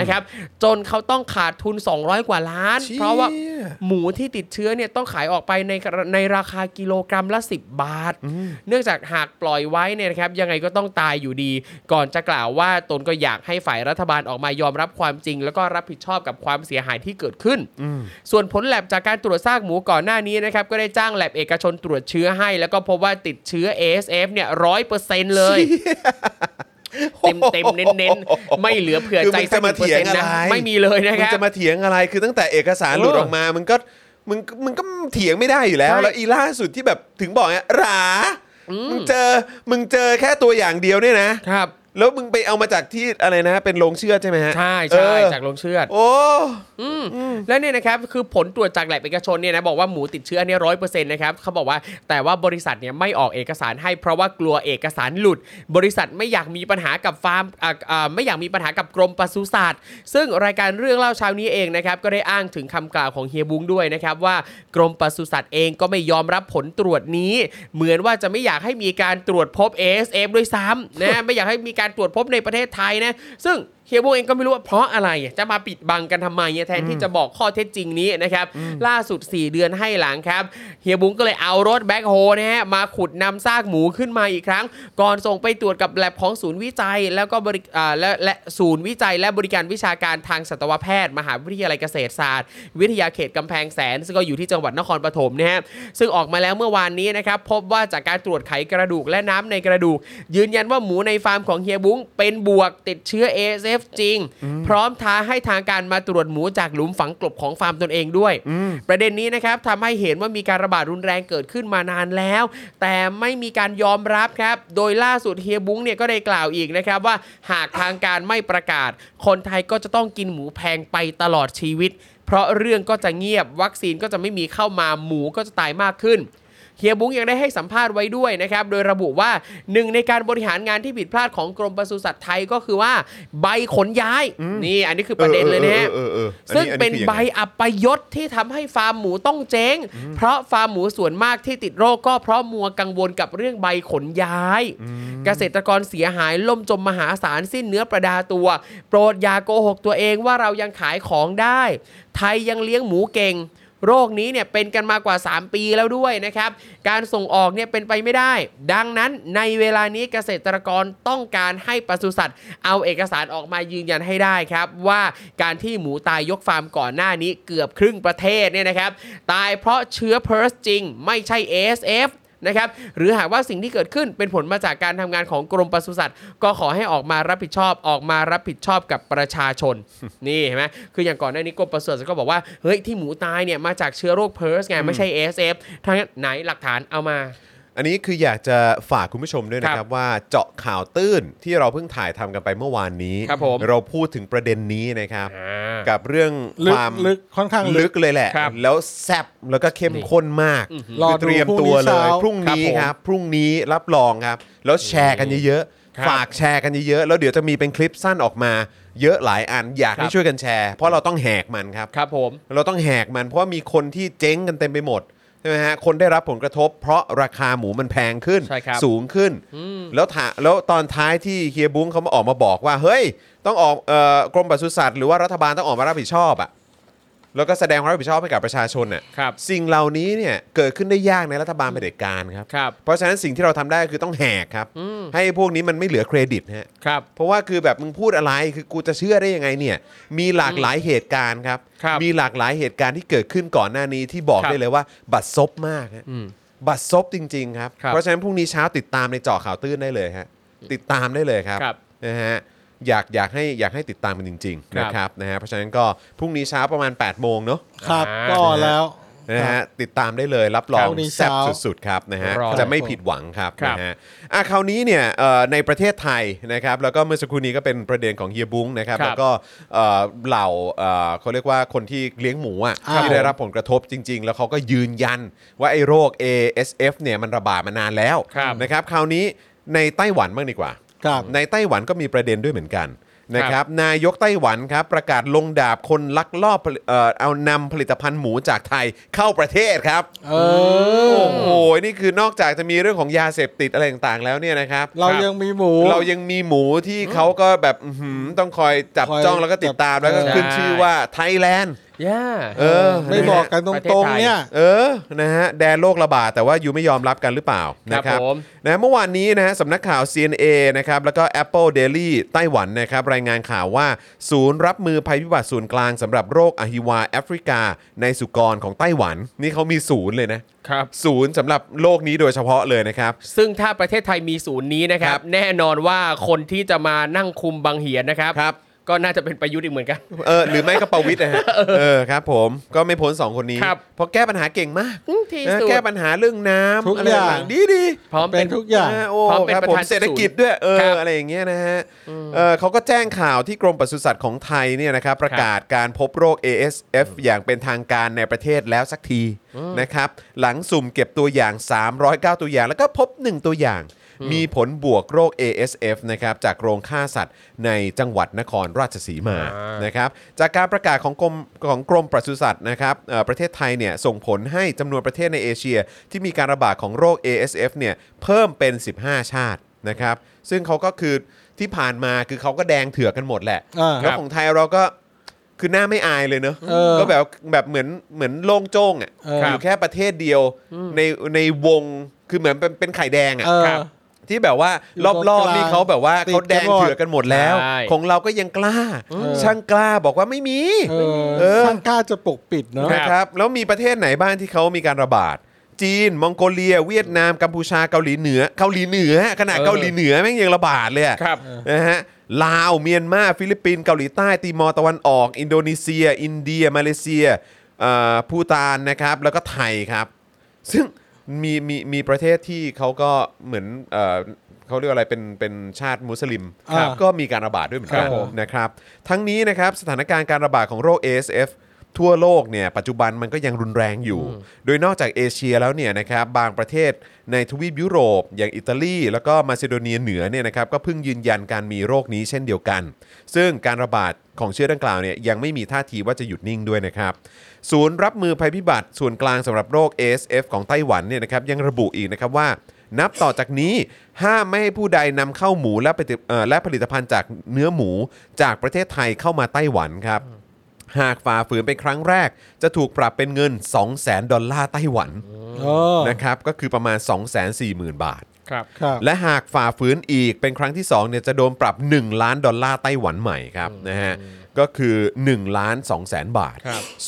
Speaker 4: นะครับ จนเขาต้องขาดทุน 200 กว่าล้าน
Speaker 2: เชี่ย
Speaker 4: เพราะว่าหมูที่ติดเชื้อเนี่ยต้องขายออกไปในในราคากิโลกรัมละ 10 บาท เนื่องจากหากปล่อยไว้เนี่ยนะครับ ยังไงก็ต้องตายอยู่ดี ก่อนจะกล่าวว่าตนก็อยากให้ฝ่ายรัฐบาลออกมายอมรับความจริง แล้วก็รับผิดชอบกับความเสียหายที่เกิดขึ้น ส่วนผลแลบจากการตรวจซากหมูก่อนหน้านี้นะครับ ก็ได้จ้างแลบเอกชนตรวจเชื้อให้ แล้วก็พบว่าติดเชื้อ ASF เนี่ยร้อยเปอร์เซ็นต์เลย เต็มเต็มๆเน้นๆ ไม่เหลือเผื่อ
Speaker 2: คือ
Speaker 4: ใจ
Speaker 2: มึง
Speaker 4: สั
Speaker 2: จะ
Speaker 4: ก
Speaker 2: มา
Speaker 4: เปอ
Speaker 2: เถี
Speaker 4: ร์
Speaker 2: ยง
Speaker 4: เซ็นต์
Speaker 2: อะไร
Speaker 4: นะไม่มีเลยนะค
Speaker 2: มึง
Speaker 4: รับ
Speaker 2: จะมาเถียงอะไรคือตั้งแต่เอกสารหลุดออกมามึงก็มึงมึงก็เถียงไม่ได้อยู่แล้ว
Speaker 4: ใช่
Speaker 2: แล้วอีล่าสุดที่แบบถึงบอกเนี่ยหรามึงเจอมึงเจอแค่ตัวอย่างเดียวเนี่ยนะครับ แล้วมึงไปเอามาจากที่อะไรนะ เป็นโรงเชือดใช่ไหมฮะ
Speaker 4: ใช่
Speaker 2: เอ
Speaker 4: ใช่
Speaker 2: อ
Speaker 4: จากโรงเชือด
Speaker 2: โอ้
Speaker 4: และเนี่ยนะครับคือผลตรวจจากแหลบเอกชนเนี่ยนะบอกว่าหมูติดเชื้อเนี่ยร้อยเปอร์เซ็นต์นะครับเขาบอกว่าแต่ว่าบริษัทเนี่ยไม่ออกเอกสารให้เพราะว่ากลัวเอกสารหลุด บริษัทไม่อยากมีปัญหากับฟาร์มอ่ะอ่าไม่อยากมีปัญหากับกรมปศุสัตว์ซึ่งรายการเรื่องเล่าเช้านี้เองนะครับก็ได้อ้างถึงคำกล่าวของเฮียบุ้งด้วยนะครับว่ากรมปศุสัตว์เองก็ไม่ยอมรับผลตรวจนี้ เหมือนว่าจะไม่อยากให้มีการตรวจพบ ASF ด้วยซ้ำนะไม่อยากให้มีการตรวจพบในประเทศไทยนะซึ่ง เฮียโบเองก็ไม่รู้ว่าเพราะอะไรอ่ะจะมาปิดบังกันทำไมอ่ะแทนที่จะบอกข้อเท็จจริงนี้นะครับ ล่าสุด 4 เดือนให้หลังครับ เฮียบุ้งก็เลยเอารถแบ็คโฮนะฮะมาขุดนำซากหมูขึ้นมาอีกครั้ง ก่อนส่งไปตรวจกับแลบของศูนย์วิจัย แล้วก็บริอ่าและและศูนย์วิจัย และบริการวิชาการทางสัตวแพทย์ มหาวิทยาลัยเกษตรศาสตร์ วิทยาเขตกำแพงแสน ซึ่งก็อยู่ที่จังหวัดนครปฐมนะฮะซึ่งออกมาแล้วเมื่อวานนี้นะครับพบว่าจากการตรวจไขกระดูกและน้ำในกระดูก ยืนยันว่าหมูในฟาร์มของเฮียบุ้งเป็นบวกติดเชื้อ ASF จริง พร้อมท้าให้ทางการมาตรวจหมูจากหลุมฝังกลบของฟาร์มตนเองด้วย ประเด็นนี้นะครับทำให้เห็นว่ามีการระบาดรุนแรงเกิดขึ้นมานานแล้ว แต่ไม่มีการยอมรับครับ โดยล่าสุดเฮียบุ้งเนี่ยก็ได้กล่าวอีกนะครับว่าหากทางการไม่ประกาศ คนไทยก็จะต้องกินหมูแพงไปตลอดชีวิต เพราะเรื่องก็จะเงียบวัคซีนก็จะไม่มีเข้ามาหมูก็จะตายมากขึ้น เฮียบุ้งยังได้ให้สัมภาษณ์ไว้ด้วยนะครับ โดยระบุว่าหนึ่งในการบริหารงานที่ผิดพลาดของกรมปศุสัตว์ไทยก็คือว่าใบขนย้าย นี่อันนี้คือประเด็นเลยนะฮะ
Speaker 2: ออเออออออ
Speaker 4: ซึ่ง
Speaker 2: อั
Speaker 4: เป็น
Speaker 2: คือยั
Speaker 4: ใบ
Speaker 2: ไ
Speaker 4: อัปยศที่ทำให้ฟาร์มหมูต้องเจ๊ง เพราะฟาร์มหมูส่วนมากที่ติดโรคก็เพราะมัวกังวลกับเรื่องใบขนย้าย เกษตรกรเสียหายล่มจมมหาศาลสิ้นเนื้อประดาตัว โปรดอย่าโกหกตัวเองว่าเรายังขายของได้ ไทยยังเลี้ยงหมูเก่ง โรคนี้เนี่ยเป็นกันมากว่า 3 ปีแล้วด้วยนะครับ การส่งออกเนี่ยเป็นไปไม่ได้ ดังนั้นในเวลานี้เกษตรกรต้องการให้ปศุสัตว์ เอาเอกสารออกมายืนยันให้ได้ครับ ว่าการที่หมูตายยกฟาร์มก่อนหน้านี้เกือบครึ่งประเทศเนี่ยนะครับ ตายเพราะเชื้อเพิร์สจริง ไม่ใช่ ASF นะครับหรือหากว่าสิ่งที่เกิดขึ้นเป็นผลมาจากการทำงานของกรมปศุสัตว์ ก็ขอให้ออกมารับผิดชอบออกมารับผิดชอบกับประชา <laughs> ชน นี่เห็นไหมคืออย่างก่อนหน้านี้กรมปศุสัตว์ก็บอกว่าเฮ้ยที่หมูตายเนี่ยมาจากเชื้อโรคเพิร์สไงไม่ใช่ ASF ทั้งนั้นไหนหลักฐานเอามา
Speaker 2: อันนี้คืออยากจะฝากคุณผู้ชมด้วยนะครับ ว่าเจาะข่าวตื้นที่เราเพิ่งถ่ายทำกันไปเมื่อวานนี้
Speaker 4: ครับผม
Speaker 2: เราพูดถึงประเด็นนี้นะครับ
Speaker 4: อ่า
Speaker 2: กับเรื่อง
Speaker 3: ลึ
Speaker 2: ค
Speaker 3: ก
Speaker 2: วาม
Speaker 3: ลึกค่อนข้างลึ
Speaker 2: ลึ
Speaker 3: ก
Speaker 2: กเลยแหละ
Speaker 4: ครับ
Speaker 2: แล้วแซบแล้วก็เข้มข้นมาก
Speaker 3: รอ
Speaker 2: คือ
Speaker 3: ดู
Speaker 2: เตรียม
Speaker 3: พ
Speaker 2: ตั
Speaker 3: รุ่ง
Speaker 2: วเลย
Speaker 3: นี้เช้า
Speaker 2: พรุ่งนี้
Speaker 4: ค
Speaker 2: ค
Speaker 4: รับผม
Speaker 2: รับ พรุ่งนี้รับรองครับ แล้วแชร์กันเยอะๆ
Speaker 4: ครับ
Speaker 2: ฝากแชร์กันเยอะๆแล้วเดี๋ยวจะมีเป็นคลิปสั้นออกมา เยอะหลายอันอยาก
Speaker 4: ครั
Speaker 2: ให้
Speaker 4: บ
Speaker 2: ช่วยกันแชร์ เพราะเราต้องแหกมันครับ
Speaker 4: ครับผม
Speaker 2: เราต้องแหกมันเพราะว่ามีคนที่เจ๊งกันเต็มไปหมดใช่ไหมฮะคนได้รับผลกระทบ เพราะราคาหมูมันแพงขึ้น
Speaker 4: ใช่ครับ
Speaker 2: สูงขึ้น แล้วถาแล้วตอนท้ายที่เฮียบุ้งเขามาออกมาบอกว่า เฮ้ย ต้องออกเอ่อกรมปศุสัตว์หรือว่ารัฐบาลต้องออกมารับผิดชอบอะแล้วก็แสดงความรับผิดชอบให้กับประชาชนน่ะ
Speaker 4: ครับ
Speaker 2: สิ่งเหล่านี้เนี่ยเกิดขึ้นได้ยากในรัฐบาลเผด็จการครับ
Speaker 4: ครับ
Speaker 2: เพราะฉะนั้นสิ่งที่เราทำได้คือต้องแหกครับให้พวกนี้มันไม่เหลือเครดิตฮะ
Speaker 4: ครับ
Speaker 2: เพราะว่าคือแบบมึงพูดอะไรคือกูจะเชื่อได้ยังไงเนี่ย มีหลากหลายเหตุการณ์ครับ
Speaker 4: ครับ
Speaker 2: มีหลากหลายเหตุการณ์ที่เกิดขึ้นก่อนหน้านี้ที่บอก
Speaker 4: ครับ
Speaker 2: ได้เลยว่า บัตรซบมากฮะ
Speaker 4: อืม
Speaker 2: บัตรซบจริงๆครับ
Speaker 4: ครับ
Speaker 2: เพราะฉะนั้นพรุ่งนี้เช้าติดตามในเจาะข่าวตื้นได้เลยฮะติดตามได้เลยครับ
Speaker 4: ครับ
Speaker 2: นะฮะอยากอยากให้อยากให้ติดตามกันจริงๆ
Speaker 4: ครับ
Speaker 2: นะครับนะฮะเพราะฉะนั้นก็พรุ่งนี้เช้าประมาณ 8 โมงเนาะ
Speaker 3: ครับ
Speaker 4: อ่า
Speaker 3: ก็แล้ว
Speaker 2: นะ
Speaker 3: ค
Speaker 2: ฮะ
Speaker 3: รับ
Speaker 2: ติดตามได้เลยรับรอง
Speaker 3: พรุ่งนี้
Speaker 2: แซ่บ
Speaker 3: เช้า
Speaker 2: สุดๆครับนะฮะ
Speaker 4: รอ
Speaker 2: จะไม่ผิดหวังครับ
Speaker 4: ครับ
Speaker 2: นะฮะ อ่ะคราวนี้เนี่ยเอ่อในประเทศไทยนะครับแล้วก็เมื่อสักครู่นี้ก็เป็นประเด็นของเฮียบุ้งนะครับ
Speaker 4: ครับ
Speaker 2: แล้วก็เอ่อเหล่าเอ่อเขาเรียกว่าคนที่เลี้ยงหมูอ่ะ
Speaker 3: ครับ
Speaker 2: ที่ได้รับผลกระทบจริง ๆ แล้วเขาก็ยืนยันว่าไอ้โรค ASF เนี่ยมันระบาดมานานแล้ว
Speaker 4: ครับ
Speaker 2: นะครับคราวนี้ในไต้หวันบ้างดีกว่า
Speaker 3: ครับ
Speaker 2: ในไต้หวันก็มีประเด็นด้วยเหมือนกันนะครับนายกไต้หวันครับประกาศลงดาบคนลักลอบผลิตเอ่อเอานำผลิตภัณฑ์หมูจากไทยเข้าประเทศครับ
Speaker 3: เออ
Speaker 2: โอ้โหนี่คือนอกจากจะมีเรื่องของยาเสพติดอะไรต่างๆแล้วเนี่ยนะครับ
Speaker 3: เรายังมีหมู
Speaker 2: เรายังมีหมูที่เขาก็แบบอื้อหือต้องคอยจับ
Speaker 3: คอย
Speaker 2: จ้องแล้วก็ติดตามแล้วก็
Speaker 3: ใช่
Speaker 2: ขึ้นชื่อว่าไทยแลนด์
Speaker 4: ย่า
Speaker 2: เออ
Speaker 3: ไม่
Speaker 2: นะฮะ
Speaker 3: บอกกันตรงๆเนี่ย
Speaker 2: เออนะฮะแดนโรคระบาดแต่ว่ายูไม่ยอมรับกันหรือเปล่านะค
Speaker 4: ครั
Speaker 2: รับบ
Speaker 4: ผม
Speaker 2: นะเมื่อวานนี้นะฮะสำนักข่าว CNA นะครับแล้วก็ Apple Daily ไต้หวันนะครับรายงานข่าวว่าศูนย์รับมือภัยพิบัติส่วนกลางสำหรับโรคอหิวาแอฟริกา ในสุกรของไต้หวัน นี่เขามีศูนย์เลยนะครับ ศูนย์สำหรับโลกนี้โดยเฉพาะเลยนะครับ
Speaker 4: ซึ่งถ้าประเทศไทยมีศูนย์นี้นะครับ
Speaker 2: ครับ
Speaker 4: แน่นอนว่าคนที่จะมานั่งคุมบางเหียนนะครับ
Speaker 2: ครับ
Speaker 4: ก็น่าจะเป็นประยุทธ์อีกเหมือนกัน
Speaker 2: เออหรือไม่ก็ประวิทย์นะฮะ เออครับผมก็ไม่พ้นสองคนนี้
Speaker 4: ครับ
Speaker 2: เพราะแก้ปัญหาเก่งมาก
Speaker 4: อืมที่สุด
Speaker 2: นะแก้ปัญหาเรื่องน้ำ
Speaker 3: ทุก
Speaker 2: อะไร
Speaker 3: อย่าง
Speaker 2: ต่างๆดีดี
Speaker 4: พร้อม
Speaker 3: เป็
Speaker 4: เป็น น
Speaker 3: ทุกอย่าง
Speaker 2: นะโอ้
Speaker 4: พร้อมเป็น
Speaker 2: ครับ
Speaker 4: ประ
Speaker 2: ผม
Speaker 4: ธาน
Speaker 2: เศรษฐกิจด้วยเอ
Speaker 4: ครั
Speaker 2: อบ อะไรอย่างเงี้ยนะฮะเออเขาก็แจ้งข่าวที่กรมปศุสัตว์ของไทยเนี่ยนะครับประกาศการพบโรค ASF อย่างเป็นทางการในประเทศแล้วสักทีนะครับหลังสุ่มเก็บตัวอย่าง 309 ตัวอย่าง แล้วก็พบ 1 ตัวอย่าง มีผลบวกโรค ASF นะครับจากโรงฆ่าสัตว์ในจังหวัดนครราชสีมา
Speaker 4: อ่า
Speaker 2: นะครับจากการประกาศของกรมของกรมปศุสัตว์นะครับเอ่อประเทศไทยเนี่ยส่งผลให้จำนวนประเทศในเอเชีย ที่มีการระบาดของโรค ASF เนี่ยเพิ่มเป็น 15 ชาตินะครับ ซึ่งเขาก็คือที่ผ่านมาคือเขาก็แดงเถือกกันหมดแหละ
Speaker 3: อ่า
Speaker 2: แล้วของไทยเราก็คือหน้าไม่อายเลยเนอะ
Speaker 3: เออ
Speaker 2: ก็แบบแบบเหมือนเหมือนโล่งโจ้งอะ
Speaker 3: เอออ
Speaker 2: ยู่แค่ประเทศเดียวในในวงคือเหมือนเป็นเป็นไข่แดง
Speaker 3: เอ
Speaker 2: อะ
Speaker 3: อ
Speaker 2: ที่แบบว่ารอบๆนี่เขาแบบว่าเขาแดงเถือกกันหมดแล้ว
Speaker 4: ใช่
Speaker 2: ของเราก็ยังกล้า
Speaker 3: เออ
Speaker 2: ช่างกล้าบอกว่าไม่มี
Speaker 3: เอ
Speaker 2: เอ
Speaker 3: อ
Speaker 2: อ
Speaker 3: ช่างกล้าจะปกปิดเนาะ
Speaker 2: นะครับแล้วมีประเทศไหนบ้างที่เขามีการระบาด จีน มองโกเลีย เวียดนาม กัมพูชาเกาหลีเหนือเกาหลีเหนือ ขนาด
Speaker 4: เออ
Speaker 2: เกาหลีเหนือแม่งยังระบาดเลยอะ
Speaker 4: ครับ
Speaker 2: นะฮะลาวเมียนมาฟิลิปปินส์เกาหลีใต้ติมอร์ตะวันออก อินโดนีเซีย อินเดีย มาเลเซียเอ่อภูตานนะครับ แล้วก็ไทยครับ ซึ่งมีมีมีประเทศที่เขาก็เหมือนเอ่อเขาเรียกว่าอะไรเป็นเป็นชาติมุสลิม
Speaker 3: ครับ
Speaker 2: ก็มีการระบาดด้วยเหมือนกัน
Speaker 4: ครับผม
Speaker 2: นะครับทั้งนี้นะครับสถานการณ์การระบาดของโรค ASF ทั่วโลกเนี่ยปัจจุบันมันก็ยังรุนแรงอยู่ โดยนอกจากเอเชียแล้วเนี่ยนะครับบางประเทศในทวีปยุโรป อย่างอิตาลี แล้วก็มาซิโดเนียเหนือเนี่ยนะครับก็เพิ่งยืนยันการมีโรคนี้เช่นเดียวกัน ซึ่งการระบาดของเชื้อดังกล่าวเนี่ยยังไม่มีท่าทีว่าจะหยุดนิ่งด้วยนะครับ ศูนย์รับมือภัยพิบัติส่วนกลางสำหรับโรค ASF ของไต้หวันเนี่ยนะครับยังระบุอีกนะครับว่า นับต่อจากนี้ห้ามไม่ให้ผู้ใดนำเข้าหมูและผลิตเอ่อและผลิตภัณฑ์จากเนื้อหมูจากประเทศไทยเข้ามาไต้หวันครับ หากฝ่าฝืนเป็นครั้งแรก จะถูกปรับเป็นเงิน 2 0 0แสนดอลลาร์ไต้หวัน
Speaker 3: เออ
Speaker 2: นะครับก็คือประมาณ 2 4 0 0 0 0 บาท
Speaker 4: ครับ
Speaker 3: ครับ
Speaker 2: และหากฝ่าฝืนอีกเป็นครั้งที่2เนี่ยจะโดนปรับ 1 ล้านดอลลาร์ไต้หวันใหม่ครับนะฮะก็คือ1ล้าน2แสนบาท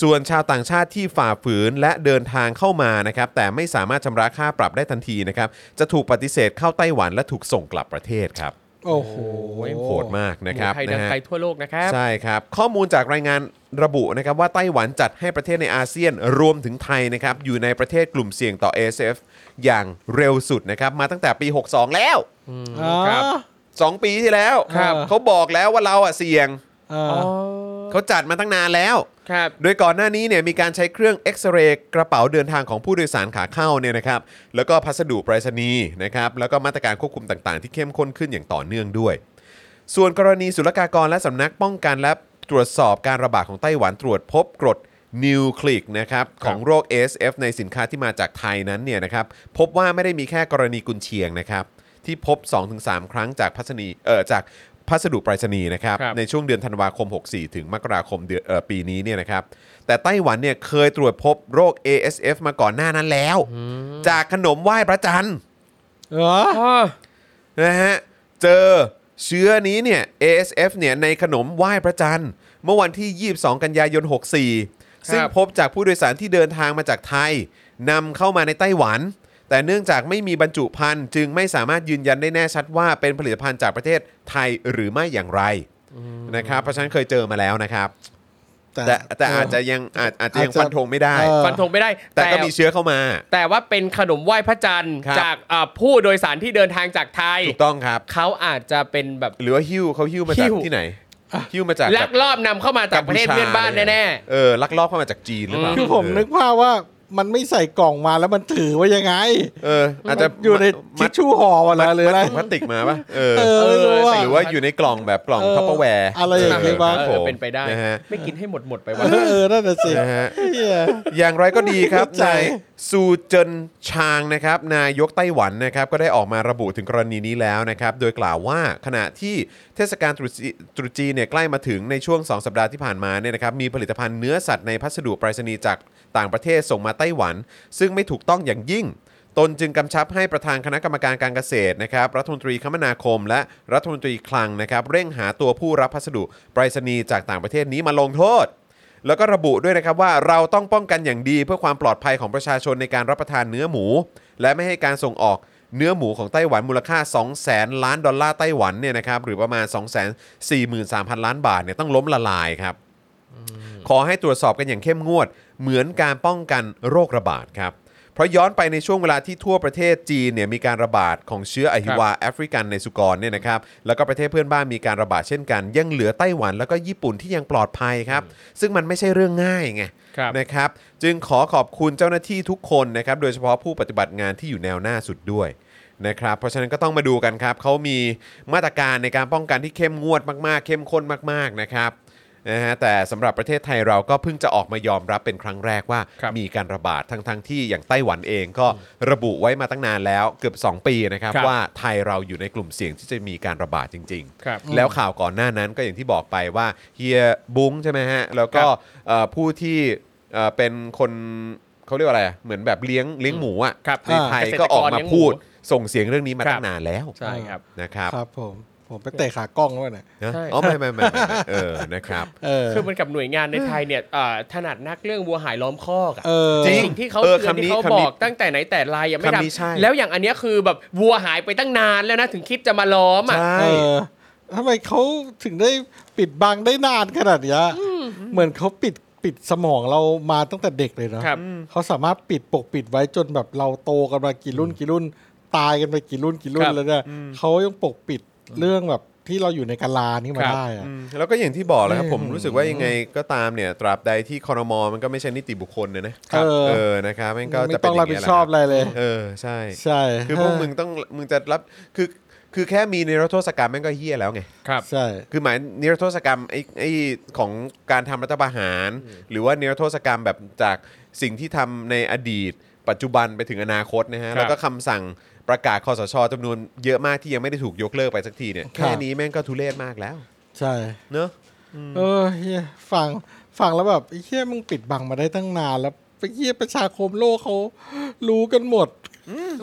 Speaker 2: ส่วนชาวต่างชาติที่ฝ่าฝืนและเดินทางเข้ามานะครับแต่ไม่สามารถชำระค่าปรับได้ทันทีนะครับจะถูกปฏิเสธเข้าไต้หวัน และถูกส่งกลับประเทศครับ
Speaker 3: โอ้โห
Speaker 2: โหดมากนะครับ
Speaker 4: หมูไทยดั
Speaker 2: นะ
Speaker 4: ง
Speaker 2: ฮะ
Speaker 4: ไกลทั่วโลกนะครับ
Speaker 2: ใช่ครับ ข้อมูลจากรายงานระบุนะครับว่าไต้หวันจัดให้ประเทศในอาเซียนรวมถึงไทยนะครับอยู่ในประเทศกลุ่มเสี่ยงต่อ ASF อย่างเร็วสุดนะครับมาตั้งแต่ปี 62 แล้ว
Speaker 3: อ๋อ
Speaker 4: ครับ
Speaker 2: 2 ปีที่แล้ว
Speaker 3: ครับ
Speaker 2: เขาบอกแล้วว่าเราอ่ะเสี่ยง
Speaker 3: เออ
Speaker 2: เขาจัดมาตั้งนานแล้ว
Speaker 4: ครับ
Speaker 2: โดยก่อนหน้านี้เนี่ยมีการใช้เครื่องเอ็กซเรย์กระเป๋าเดินทางของผู้โดยสารขาเข้าเนี่ยนะครับแล้วก็พัสดุไปรษณีย์นะครับแล้วก็มาตรการควบคุมต่างๆ ที่เข้มข้นขึ้นอย่างต่อเนื่องด้วย ส่วนกรณีศุลกากรและสำนักป้องกันและตรวจสอบการระบาดของไต้หวันตรวจพบกรดนิวคลิกนะครับของโรค ASF ในสินค้าที่มาจากไทยนั้นเนี่ยนะครับพบว่าไม่ได้มีแค่กรณีกุนเชียงนะครับที่พบ 2-3 ครั้งจากพัสนีเอ่อจากพัสดุไปรษณีย์นะครับ
Speaker 4: ครับ
Speaker 2: ในช่วงเดือนธันวาคม 64 ถึงมกราคมเดือนเอ่อปีนี้เนี่ยนะครับแต่ไต้หวันเนี่ยเคยตรวจพบโรค ASF มาก่อนหน้านั้นแล้ว จากขนมไหว้พระจันทร์
Speaker 3: เหรอ
Speaker 4: อ๋อ
Speaker 2: นะฮะ เจอเชื้อนี้เนี่ย ASF เนี่ยในขนมไหว้พระจันทร์ เมื่อวันที่ 22 กันยายน 64 ซึ่งพบจากผู้โดยสารที่เดินทางมาจากไทยนำเข้ามาในไต้หวัน แต่เนื่องจากไม่มีบรรจุภัณฑ์จึงไม่สามารถยืนยันได้แน่ชัดว่าเป็นผลิตภัณฑ์จากประเทศไทยหรือไม่อย่างไรนะครับเพราะฉะนั้นเคยเจอมาแล้วนะครับ แต่แต่อาจจะยังอาจอาจจะยัง
Speaker 3: อาจจะ
Speaker 2: ฟันธงไม่ได้
Speaker 3: เออ
Speaker 4: ฟันธงไม่ได้
Speaker 2: แต่ก็มีเชื้อเข้ามา
Speaker 4: แต่ว่าเป็นขนมไหว้พระจันทร์
Speaker 2: ครับ
Speaker 4: จากอ่าผู้โดยสารที่เดินทางจากไทย
Speaker 2: ถูกต้องครับ
Speaker 4: เขาอาจจะเป็นแบบ
Speaker 2: หรือว่าหิ้วเขาหิ้วมาจาก
Speaker 4: หิ้ว
Speaker 2: ที่ไหนหิ้วมาจากแบบ
Speaker 4: ลักลอบนำเข้ามาจากประเทศเพื่อนบ้านแน่
Speaker 2: ๆเออ ลักลอบเข้ามาจากจีนหรือเปล่า
Speaker 3: คือผมนึกภาพว่ามันไม่ใส่กล่องมาแล้วมันถือไว้ยังไง
Speaker 2: เออ อาจจะ
Speaker 3: อยู่ในทิ
Speaker 2: มั
Speaker 3: ช
Speaker 2: ด
Speaker 3: ชู่ห่อมา
Speaker 2: มัด
Speaker 3: หรืออะไร
Speaker 2: ถุงพลาสติกมาปะเออ
Speaker 3: เออไม่รู้
Speaker 4: เออ
Speaker 3: ว่า
Speaker 2: หรือว่าอยู่ในกล่องแบบกล่อง
Speaker 3: เออ
Speaker 2: ทัพเปอร์แวร์
Speaker 3: อะไรอย่างงี้บ้าง
Speaker 2: ครั
Speaker 4: เอ
Speaker 2: ผ
Speaker 4: อ
Speaker 2: ม
Speaker 4: เป็นไปได้
Speaker 2: นะฮะ
Speaker 4: ๆ ไม่กินให้หมดหมดไป
Speaker 3: เอ
Speaker 4: วัน
Speaker 3: อเออนั่นน่ะสิ
Speaker 2: นะฮะ
Speaker 3: เหี้ย
Speaker 2: อย่างไรก็ดีครับ
Speaker 3: เข้าใจ
Speaker 2: นายซูเจินชางนะครับนายกไต้หวันนะครับก็ได้ออกมาระบุถึงกรณีนี้แล้วนะครับ โดยกล่าวว่าขณะที่เทศกาลตรุษจีตรุษจีนเนี่ยใกล้มาถึงในช่วง 2 สัปดาห์ที่ผ่านมาเนี่ยนะครับมีผลิตภัณฑ์เนื้อสัตว์ในพัสดุไปรษณีย์จากต่างประเทศส่งมาไต้หวัน ซึ่งไม่ถูกต้องอย่างยิ่ง ตนจึงกำชับให้ประธานคณะกรรมการการเกษตรนะครับรัฐมนตรีคมนาคม และรัฐมนตรีคลังนะครับเร่งหาตัวผู้รับพัสดุไปรษณีย์จากต่างประเทศนี้มาลงโทษ แล้วก็ระบุด้วยนะครับว่าเราต้องป้องกันอย่างดีเพื่อความปลอดภัยของประชาชนในการรับประทานเนื้อหมู และไม่ให้การส่งออกเนื้อหมูของไต้หวันมูลค่า 2 0 0แสนล้านดอลลาร์ไต้หวันเนี่ยนะครับหรือประมาณ 2 4 3 0 0 0 ล้านบาทเนี่ยต้องล้มละลายครับ ขอให้ตรวจสอบกันอย่างเข้มงวด เหมือนการป้องกันโรคระบาดครับ เพราะย้อนไปในช่วงเวลาที่ทั่วประเทศจีนเนี่ยมีการระบาดของเชื้ออหิวาแอฟริกันในสุกรเนี่ยนะครับแล้วก็ประเทศเพื่อนบ้านมีการระบาดเช่นกัน ยังเหลือไต้หวันแล้วก็ญี่ปุ่นที่ยังปลอดภัยครับ ซึ่งมันไม่ใช่เรื่องง่ายไง
Speaker 4: ครับ
Speaker 2: นะครับจึงขอขอบคุณเจ้าหน้าที่ทุกคนนะครับโดยเฉพาะผู้ปฏิบัติงานที่อยู่แนวหน้าสุดด้วยนะครับเพราะฉะนั้นก็ต้องมาดูกันครับเขามีมาตรการในการป้องกันที่เข้มงวดมากๆ เข้มข้นมากๆนะครับ นะฮะแต่สำหรับประเทศไทยเราก็เพิ่งจะออกมายอมรับเป็นครั้งแรกว่า
Speaker 4: ครับ
Speaker 2: มีการระบาดทั้งทั้งที่อย่างไต้หวันเองก็ระบุไว้มาตั้งนานแล้วเกือบ 2 ปีนะครับ ว่าไทยเราอยู่ในกลุ่มเสี่ยงที่จะมีการระบาดจริง ๆ
Speaker 4: ครับ
Speaker 2: แล้วข่าวก่อนหน้านั้นก็อย่างที่บอกไปว่าเฮียบุ้งใช่ไหมฮะ แล้วก็เอ่อผู้ที่เอ่อเป็นคนเขาเรียกว่าอะไรอะเหมือนแบบเลี้ยงเลี้ยงหมูอ่ะ
Speaker 4: ครับ
Speaker 2: ในไทย
Speaker 4: เกษตรกร
Speaker 2: ก็ออกมา
Speaker 4: เลี้ยงหมู
Speaker 2: พูดส่งเสียงเรื่องนี้มา
Speaker 4: ครับ
Speaker 2: ตั้งนานแล้ว
Speaker 4: ใช่ครับ
Speaker 2: นะครับ
Speaker 3: ครับผม ผมไปเตะขากล้องด้วยเนี่ย
Speaker 2: นะ
Speaker 4: ใช่
Speaker 2: อ๋อไม่ไม่ไม่ไม่เออนะครับ
Speaker 3: เออ
Speaker 4: คือมันกับหน่วยงานในไทยเนี่ยเอ่อถนัดนักเรื่องวัวหายล้อมคอกอะ
Speaker 3: เออ
Speaker 2: จริ
Speaker 4: สิ่งที่เขา
Speaker 2: เออ
Speaker 4: เตือน
Speaker 2: คำนี้
Speaker 4: ที่เขา
Speaker 2: คำนี้
Speaker 4: บอกตั้งแต่ไหนแต่ไรยังไม่
Speaker 2: คำนี้ใช่
Speaker 4: ทำแล้วอย่างอันเนี้ยคือแบบวัวหายไปตั้งนานแล้วนะถึงคิดจะมาล้อมอ่ะ
Speaker 2: ใช่
Speaker 3: เออทำไมเขาถึงได้ปิดบังได้นานขนาดเนี้ยเหมือนเขาปิดปิดสมองเรามาตั้งแต่เด็กเลยนะครับ เขาสามารถปิดปกปิดไว้จนแบบเราโตกันมากี่รุ่นกี่รุ่น ตายกันไปกี่รุ่นกี่รุ่
Speaker 4: คน รับ
Speaker 3: แล้วเนี่ยเขายังปกปิดเรื่องแบบที่เราอยู่ในกาลานี่
Speaker 4: ค
Speaker 3: มา
Speaker 4: รับ
Speaker 3: ได้อะ
Speaker 2: อืมแล้วก็อย่างที่บอกแหล้วครับ
Speaker 3: เออ
Speaker 2: ผมรู้สึกว่ายังไงก็ตามเนี่ยตราบใดที่คอรมอมันก็ไม่ใช่นิติบุคคลนะนะ
Speaker 3: เออ
Speaker 2: เออนะครับมันก็
Speaker 3: ไม่
Speaker 2: จะเป็
Speaker 3: ต้
Speaker 2: น
Speaker 3: อง
Speaker 2: อ
Speaker 3: รั
Speaker 2: ย่า
Speaker 3: บ
Speaker 2: ง
Speaker 3: ผิด
Speaker 2: เงี้ยแหละ
Speaker 3: ชอบอะไรเลย
Speaker 2: เออใช่
Speaker 3: ใช่
Speaker 2: คือพวกมึงต้องมึงจะรับคือคือแค่มีนิรโทษกรรมแม่งก็เฮี้ยแล้วไง
Speaker 4: ครับ
Speaker 3: ใช่
Speaker 2: คือหมายนิรโทษกรรมไอ้ไอ้ของการทำรัฐประหาร หรือว่านิรโทษกรรมแบบจากสิ่งที่ทำในอดีต ปัจจุบันไปถึงอนาคตนะฮะ
Speaker 4: ครับ
Speaker 2: แล้วก็คำสั่งประกาศคอสชจำนวนเยอะมากที่ยังไม่ได้ถูกยกเลิกไปสักทีเนี่ย
Speaker 3: ครับ
Speaker 2: แค่นี้แม่งก็ทุเรศมากแล้ว
Speaker 3: ใช่
Speaker 2: เนอะ
Speaker 3: เออเฮียฟังฟังแล้วแบบไอ้เฮียมึงปิดบังมาได้ตั้งนานแล้วไอ้เฮียประชาคมโลกเขารู้กันหมด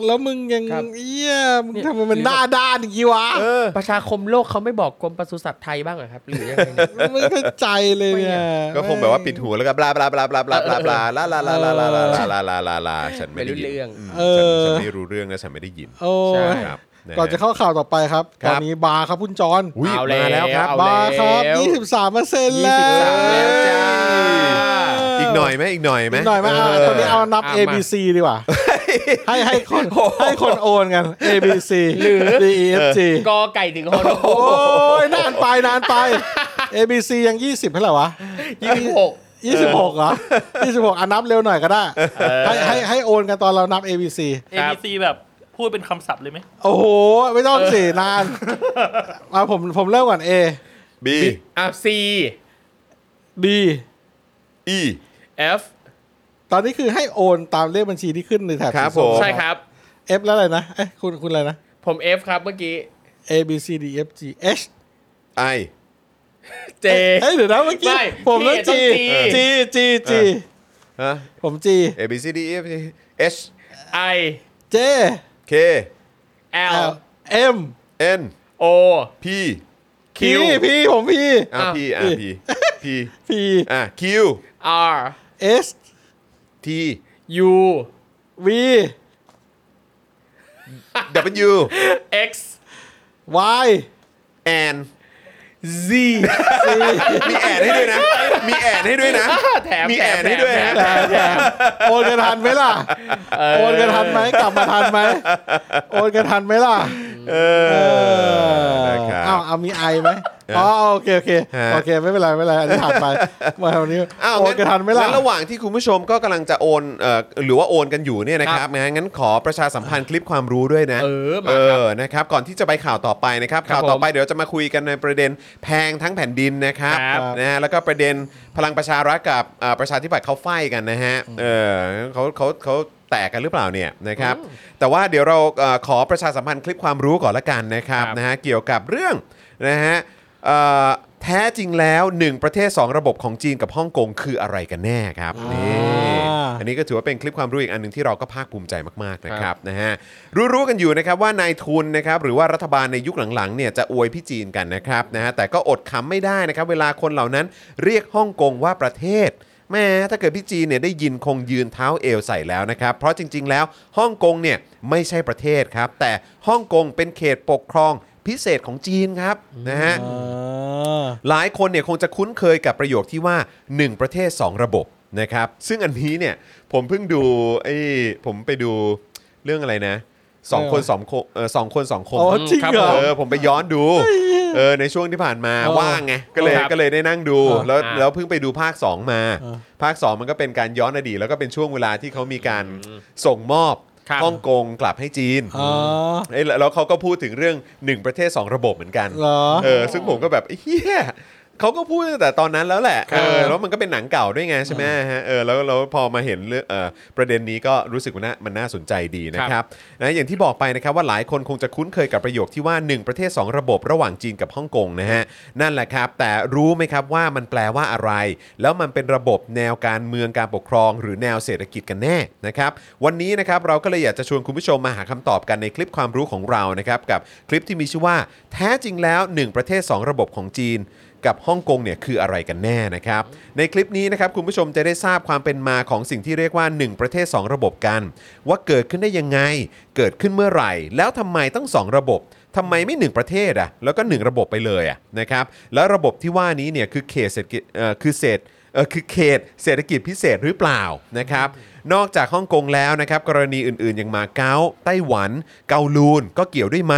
Speaker 3: แล้วมึงยัง
Speaker 4: ครับ
Speaker 3: เฮียมึง
Speaker 4: เนี่ย
Speaker 3: ทำไมมันหน้าด้านอย่างนี้วะ
Speaker 2: เออ
Speaker 4: ประชาคมโลกเขาไม่บอกกรมปศุสัตว์ไทยบ้างเหรอครับหรือยังไงเนี่ย
Speaker 3: ไม่เข้าใจเลยเนี่ย
Speaker 2: ก็คงแบบว่าปิดหูแล้วก็บลาบลาบลาบลาบลาบลาบลาลาลาลาลาลาลาลาลาลาลาลาฉันไม่ได้ยิน
Speaker 4: ไม่รู้เรื่อ
Speaker 2: ม
Speaker 4: ง
Speaker 2: ฉันฉันไม่รู้เรื่องและฉันไม่ได้ยิน
Speaker 3: โอ้
Speaker 4: ใช่
Speaker 3: ย
Speaker 2: ครับนะฮะ
Speaker 3: ก่อนจะเข้าข่าวต่อไปครับ
Speaker 2: ครับ
Speaker 3: ตอนนี้บาร์ครับคุณจอน
Speaker 2: อุ๊ย
Speaker 4: เอา
Speaker 2: มาแล้วครับ
Speaker 4: เอ
Speaker 3: บาร์ครับ
Speaker 4: แล้ว
Speaker 3: 23เปอร์เซ็นต์
Speaker 4: ยี่
Speaker 3: แล้ว
Speaker 4: สิบสามแล้วจ้า
Speaker 2: อีกหน่อยไหมอีกหน่อยไหม
Speaker 3: อีกหน่อยไหมเอาตอนนี้เอานับ
Speaker 4: เอามา
Speaker 3: A B C ดีกว่า ให้ให้คนให้คนโอนกัน A B C หรือ D E F G
Speaker 4: กอไก่ถึงฮอน
Speaker 3: โอ้ยนานไปนานไป ABC ยัง 20ให้เหรอวะ
Speaker 4: ยี่สิบหก
Speaker 3: 26เหรอ26อันนับเร็วหน่อยก็ได้ ให้ให้ให้โอนกันตอนเรานับ ABC
Speaker 5: ABC แบบพูดเป็นคำศัพท์เลยไหม
Speaker 3: โอ้โห ไม่ต้องสินาน มาผมผมเริ่มก่อน A
Speaker 2: B
Speaker 4: อ่ะ C
Speaker 3: D
Speaker 2: E
Speaker 4: F
Speaker 3: ตอนนี้คือให้โอนตามเลขบัญชีที่ขึ้นในแถบ
Speaker 2: ครับ
Speaker 3: สีส้
Speaker 2: ผม
Speaker 4: ใช่ครับ
Speaker 3: เอฟแล้วอะไรนะเอ้ยคุณคุณอะไรนะ
Speaker 4: ผม F ครับเมื่อกี้
Speaker 3: A B C D E F G H
Speaker 2: I
Speaker 4: J
Speaker 3: เอ้ยเดี๋ยวนะเมื่อกี้
Speaker 4: ไม่
Speaker 3: ผมต้อง G
Speaker 4: พี่ต้อง G
Speaker 3: G G G
Speaker 2: ฮะ
Speaker 3: ผม G
Speaker 2: A B C D E F G H
Speaker 4: I
Speaker 3: J
Speaker 2: K
Speaker 4: L
Speaker 3: L M
Speaker 2: N
Speaker 4: O
Speaker 2: P
Speaker 4: Q
Speaker 3: พี่พี่ผมพี่
Speaker 2: อ่ะ P อ่ะ P P
Speaker 3: P
Speaker 2: อ่ะ Q
Speaker 4: R
Speaker 3: S
Speaker 2: T
Speaker 4: U
Speaker 3: V
Speaker 2: W
Speaker 4: X
Speaker 3: Y
Speaker 2: N <laughs>
Speaker 4: Z
Speaker 2: มีแอนให้ด้วยนะ มีแอนให้ด้วยนะ
Speaker 4: แถม
Speaker 2: มีแอน
Speaker 4: ถ
Speaker 2: ให้ด้วย
Speaker 4: ถม
Speaker 2: นะ
Speaker 4: ถมถม
Speaker 3: โอนกันทันไหมล่ะ โอนกันทันไหมกลับมาทันไหมโอนกันทันไหมล่ะ
Speaker 2: เอ
Speaker 3: เอ
Speaker 2: อ
Speaker 3: อ
Speaker 2: นะครับ
Speaker 3: อ้าวเอามีไอไหมอ๋อโอเคโอเค
Speaker 2: ฮะ
Speaker 3: โอเคไม่เป็นไรไม่เป็นไรอันนี้ผ่านไปมาวันนี้
Speaker 2: อ้าว
Speaker 3: โอน
Speaker 2: งั้
Speaker 3: กันทันไหมล่ะ
Speaker 2: งั้ระหว่างที่คุณผู้ชมก็กำลังจะโอนเอ่อหรือว่าโอนกันอยู่เนี่ยนะครับนะงั้นขอประชาสัมพันธ์คลิปความรู้ด้วยนะ
Speaker 4: เออมา
Speaker 2: เอ
Speaker 4: ครับ
Speaker 2: อนะครับก่อนที่จะไปข่าวต่อไปนะครับ
Speaker 4: ครับ
Speaker 2: ข่าวต่อ
Speaker 4: ผม
Speaker 2: ไปเดี๋ยวจะมาคุยกันในประเด็นแพงทั้งแผ่นดินนะครับ
Speaker 4: ครับ
Speaker 2: นะฮะแล้วก็ประเด็นพลังประชารัฐกับเอ่อประชาธิปัตย์เขาไฟกันนะฮะเออเขาเขาเขาแตกกันหรือเปล่าเนี่ยนะครับแต่ว่าเดี๋ยวเราเอ่อขอประชาสัมพันธ์คลิปความรู้ก่อนละกันนะครับ
Speaker 4: ครับ
Speaker 2: นะฮะเกี่ยวกับเรื่องนะฮะเอ่อแท้จริงแล้ว 1 ประเทศ 2 ระบบของจีนกับฮ่องกงคืออะไรกันแน่ครับนี่
Speaker 3: อ่า
Speaker 2: อันนี้ก็ถือว่าเป็นคลิปความรู้อีกอันหนึ่งที่เราก็ภาคภูมิใจมากๆนะครับนะฮะรู้ๆกันอยู่นะครับว่านายทุนนะครับหรือว่ารัฐบาลในยุคหลังๆเนี่ยจะอวยพี่จีนกันนะครับนะฮะแต่ก็อดขำไม่ได้นะครับเวลาคนเหล่านั้นเรียกฮ่องกงว่าประเทศ แม้ถ้าเกิดพี่จีนเนี่ยได้ยินคงยืนเท้าเอวใส่แล้วนะครับ เพราะจริง ๆ แล้วฮ่องกงเนี่ยไม่ใช่ประเทศครับ แต่ฮ่องกงเป็นเขตปกครองพิเศษของจีนครับนะฮะ
Speaker 3: อ่า
Speaker 2: หลายคนเนี่ยคงจะคุ้นเคยกับประโยคที่ว่า 1 ประเทศ 2 ระบบนะครับ ซึ่งอันนี้เนี่ยผมเพิ่งดูไอ้ผมไปดูเรื่องอะไรนะสองคนสองคนเออสองคนสองคม
Speaker 3: อ๋อจริงเหรอ
Speaker 2: เออผมไปย้อนดูเออในช่วงที่ผ่านมา
Speaker 3: เออ
Speaker 2: ว่างไงก็เลย
Speaker 4: ครับ
Speaker 2: ก็เลยได้นั่งดู
Speaker 3: เออ
Speaker 2: แล้ว
Speaker 4: อ่า
Speaker 2: แล้วเพิ่งไปดูภาค 2 มา
Speaker 3: เออ
Speaker 2: ภาค 2 มันก็เป็นการย้อนอดีตแล้วก็เป็นช่วงเวลาที่เขามีการส่งมอบ
Speaker 4: ครับ
Speaker 2: ฮ่องกงกลับให้จีน
Speaker 3: อ๋อ
Speaker 2: เอ้ยแล้วแล้วเขาก็พูดถึงเรื่องหนึ่งประเทศสองระบบเหมือนกัน
Speaker 3: เหรอ
Speaker 2: เออซึ่งผมก็แบบเฮียเขาก็พูดตั้งแต่ตอนนั้นแล้วแหละ
Speaker 3: ครั
Speaker 2: เอบ อแล้วมันก็เป็นหนังเก่าด้วยไงใช่ไหมฮะเออแล้วแล้วพอมาเห็นเรื่องเอ่อประเด็นนี้ก็รู้สึกว่าน่ามันน่าสนใจดีนะครับนะอย่างที่บอกไปนะครับว่าหลายคนคงจะคุ้นเคยกับประโยคที่ว่า 1 ประเทศ 2 ระบบระหว่างจีนกับฮ่องกงนะฮะนั่นแหละครับ แต่รู้ไหมครับว่ามันแปลว่าอะไร แล้วมันเป็นระบบแนวการเมืองการปกครอง หรือแนวเศรษฐกิจกันแน่นะครับ วันนี้นะครับเราก็เลยอยากจะชวนคุณผู้ชมมาหาคำตอบกันในคลิปความรู้ของเรานะครับกับคลิปที่มีชื่อว่า แท้จริงแล้ว 1 ประเทศ 2 ระบบของจีน กับฮ่องกงเนี่ยคืออะไรกันแน่นะครับ ในคลิปนี้นะครับคุณผู้ชมจะได้ทราบความเป็นมาของสิ่งที่เรียกว่า 1 ประเทศ 2 ระบบกัน ว่าเกิดขึ้นได้ยังไง เกิดขึ้นเมื่อไหร่ แล้วทำไมต้อง 2 ระบบทำไมไม่ 1 ประเทศอ่ะแล้วก็ 1 ระบบไปเลยอ่ะนะครับแล้วระบบที่ว่านี้เนี่ยคือเขตเศรษฐกิจเอ่อคือเศษ เอ่อคือเขตเศรษฐกิจพิเศษหรือเปล่านะครับ นอกจากฮ่องกงแล้วนะครับ กรณีอื่นๆ อย่างมาเก๊าไต้หวัน เกาลูนก็เกี่ยวด้วยไหม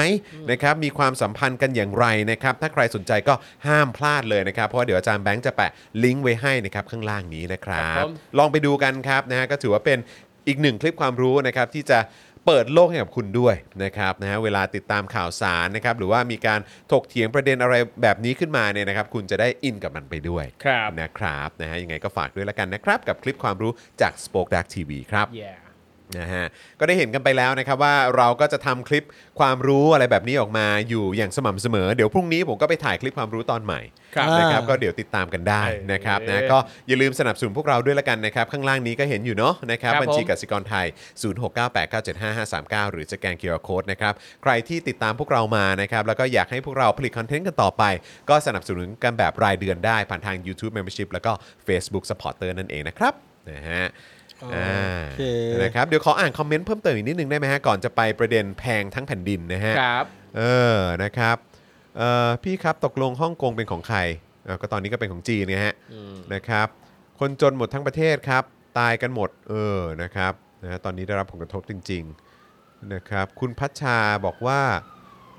Speaker 2: นะครับมีความสัมพันธ์กันอย่างไรนะครับ ถ้าใครสนใจก็ห้ามพลาดเลยนะครับ เพราะว่าเดี๋ยวอาจารย์แบงค์จะแปะลิงก์ไว้ให้นะครับข้างล่างนี้นะครับ
Speaker 4: ครับผม
Speaker 2: ลองไปดูกันครับนะฮะก็ถือว่าเป็นอีกหนึ่งคลิปความรู้นะครับที่จะเปิดโลกให้กับคุณด้วยนะครับนะฮะเวลาติดตามข่าวสารนะครับหรือว่ามีการถกเถียงประเด็นอะไรแบบนี้ขึ้นมาเนี่ยนะครับ คุณจะได้อินกับมันไปด้วย
Speaker 4: ครับ
Speaker 2: นะครับนะฮะยังไงก็ฝากด้วยละกันนะครับ กับคลิปความรู้จาก Spoke Dark TV ครับ
Speaker 4: Yeah
Speaker 2: นะฮะก็ได้เห็นกันไปแล้วนะครับว่าเราก็จะทำคลิปความรู้อะไรแบบนี้ออกมาอยู่อย่างสม่ำเสมอ เดี๋ยวพรุ่งนี้ผมก็ไปถ่ายคลิปความรู้ตอนใหม่
Speaker 4: ครับ
Speaker 2: นะครับ
Speaker 3: อ่า
Speaker 2: ก็เดี๋ยวติดตามกันได้
Speaker 4: เออ
Speaker 2: นะครับนะก็อย่าลืมสนับสนุนพวกเราด้วยละกันนะครับ ข้างล่างนี้ก็เห็นอยู่เนาะนะครับ
Speaker 4: ครับ
Speaker 2: บัญชี
Speaker 4: ผม
Speaker 2: กสิกรไทย 0698975539 หรือจะแกนเคียร์โค้ดนะครับใครที่ติดตามพวกเรามานะครับแล้วก็อยากให้พวกเราผลิตคอนเทนต์กันต่อไป ก็สนับสนุนกันแบบรายเดือนได้ผ่านทาง YouTube Membership แล้วก็ Facebook Supporter นั่นเองนะครับนะฮะ อ่า
Speaker 3: โอเค
Speaker 2: นะครับเดี๋ยวขออ่านคอมเมนต์เพิ่มเติมอีกนิดนึงได้ไหมฮะ ก่อนจะไปประเด็นแพงทั้งแผ่นดินนะฮะ
Speaker 4: ครับ
Speaker 2: เออนะครับเอ่อพี่ครับตกลงฮ่องกงเป็นของใครเอ่อก็ตอนนี้ก็เป็นของจีนไงฮะนะครับ คนจนหมดทั้งประเทศครับ ตายกันหมดเออนะครับนะฮะตอนนี้ได้รับผลกระทบจริงๆนะครับ คุณพัชชาบอกว่า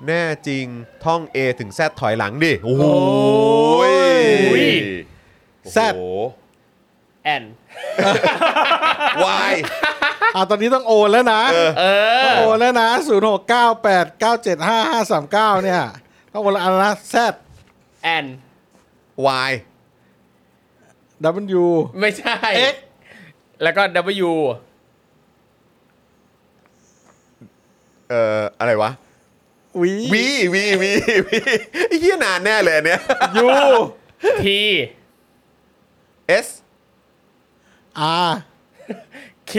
Speaker 2: แน่จริงท่อง A ถึง Z ถอยหลังดิ โอ้โห
Speaker 3: โอ้ย
Speaker 1: อุ๊ย
Speaker 2: แซด
Speaker 3: Z
Speaker 4: แอน
Speaker 2: วาย
Speaker 3: อ่ะตอนนี้ต้องโอนแล้วนะต้องโอนแล้วนะศูนย์หกเก้าแปดเก้าเจ็ดห้าห้าสามเก้าเนี่ยต้องโอนแล้วนะ Z
Speaker 4: แอน
Speaker 2: วาย
Speaker 3: W
Speaker 4: ไม่ใช่
Speaker 3: X
Speaker 4: แล้วก็ W
Speaker 2: เอ่ออะไรวะ
Speaker 3: วี
Speaker 2: วีวีวีวีไอ้เหี้ยนานแน่เลยอันเนี้ย <laughs>
Speaker 3: U
Speaker 4: T
Speaker 2: S
Speaker 3: R
Speaker 4: Q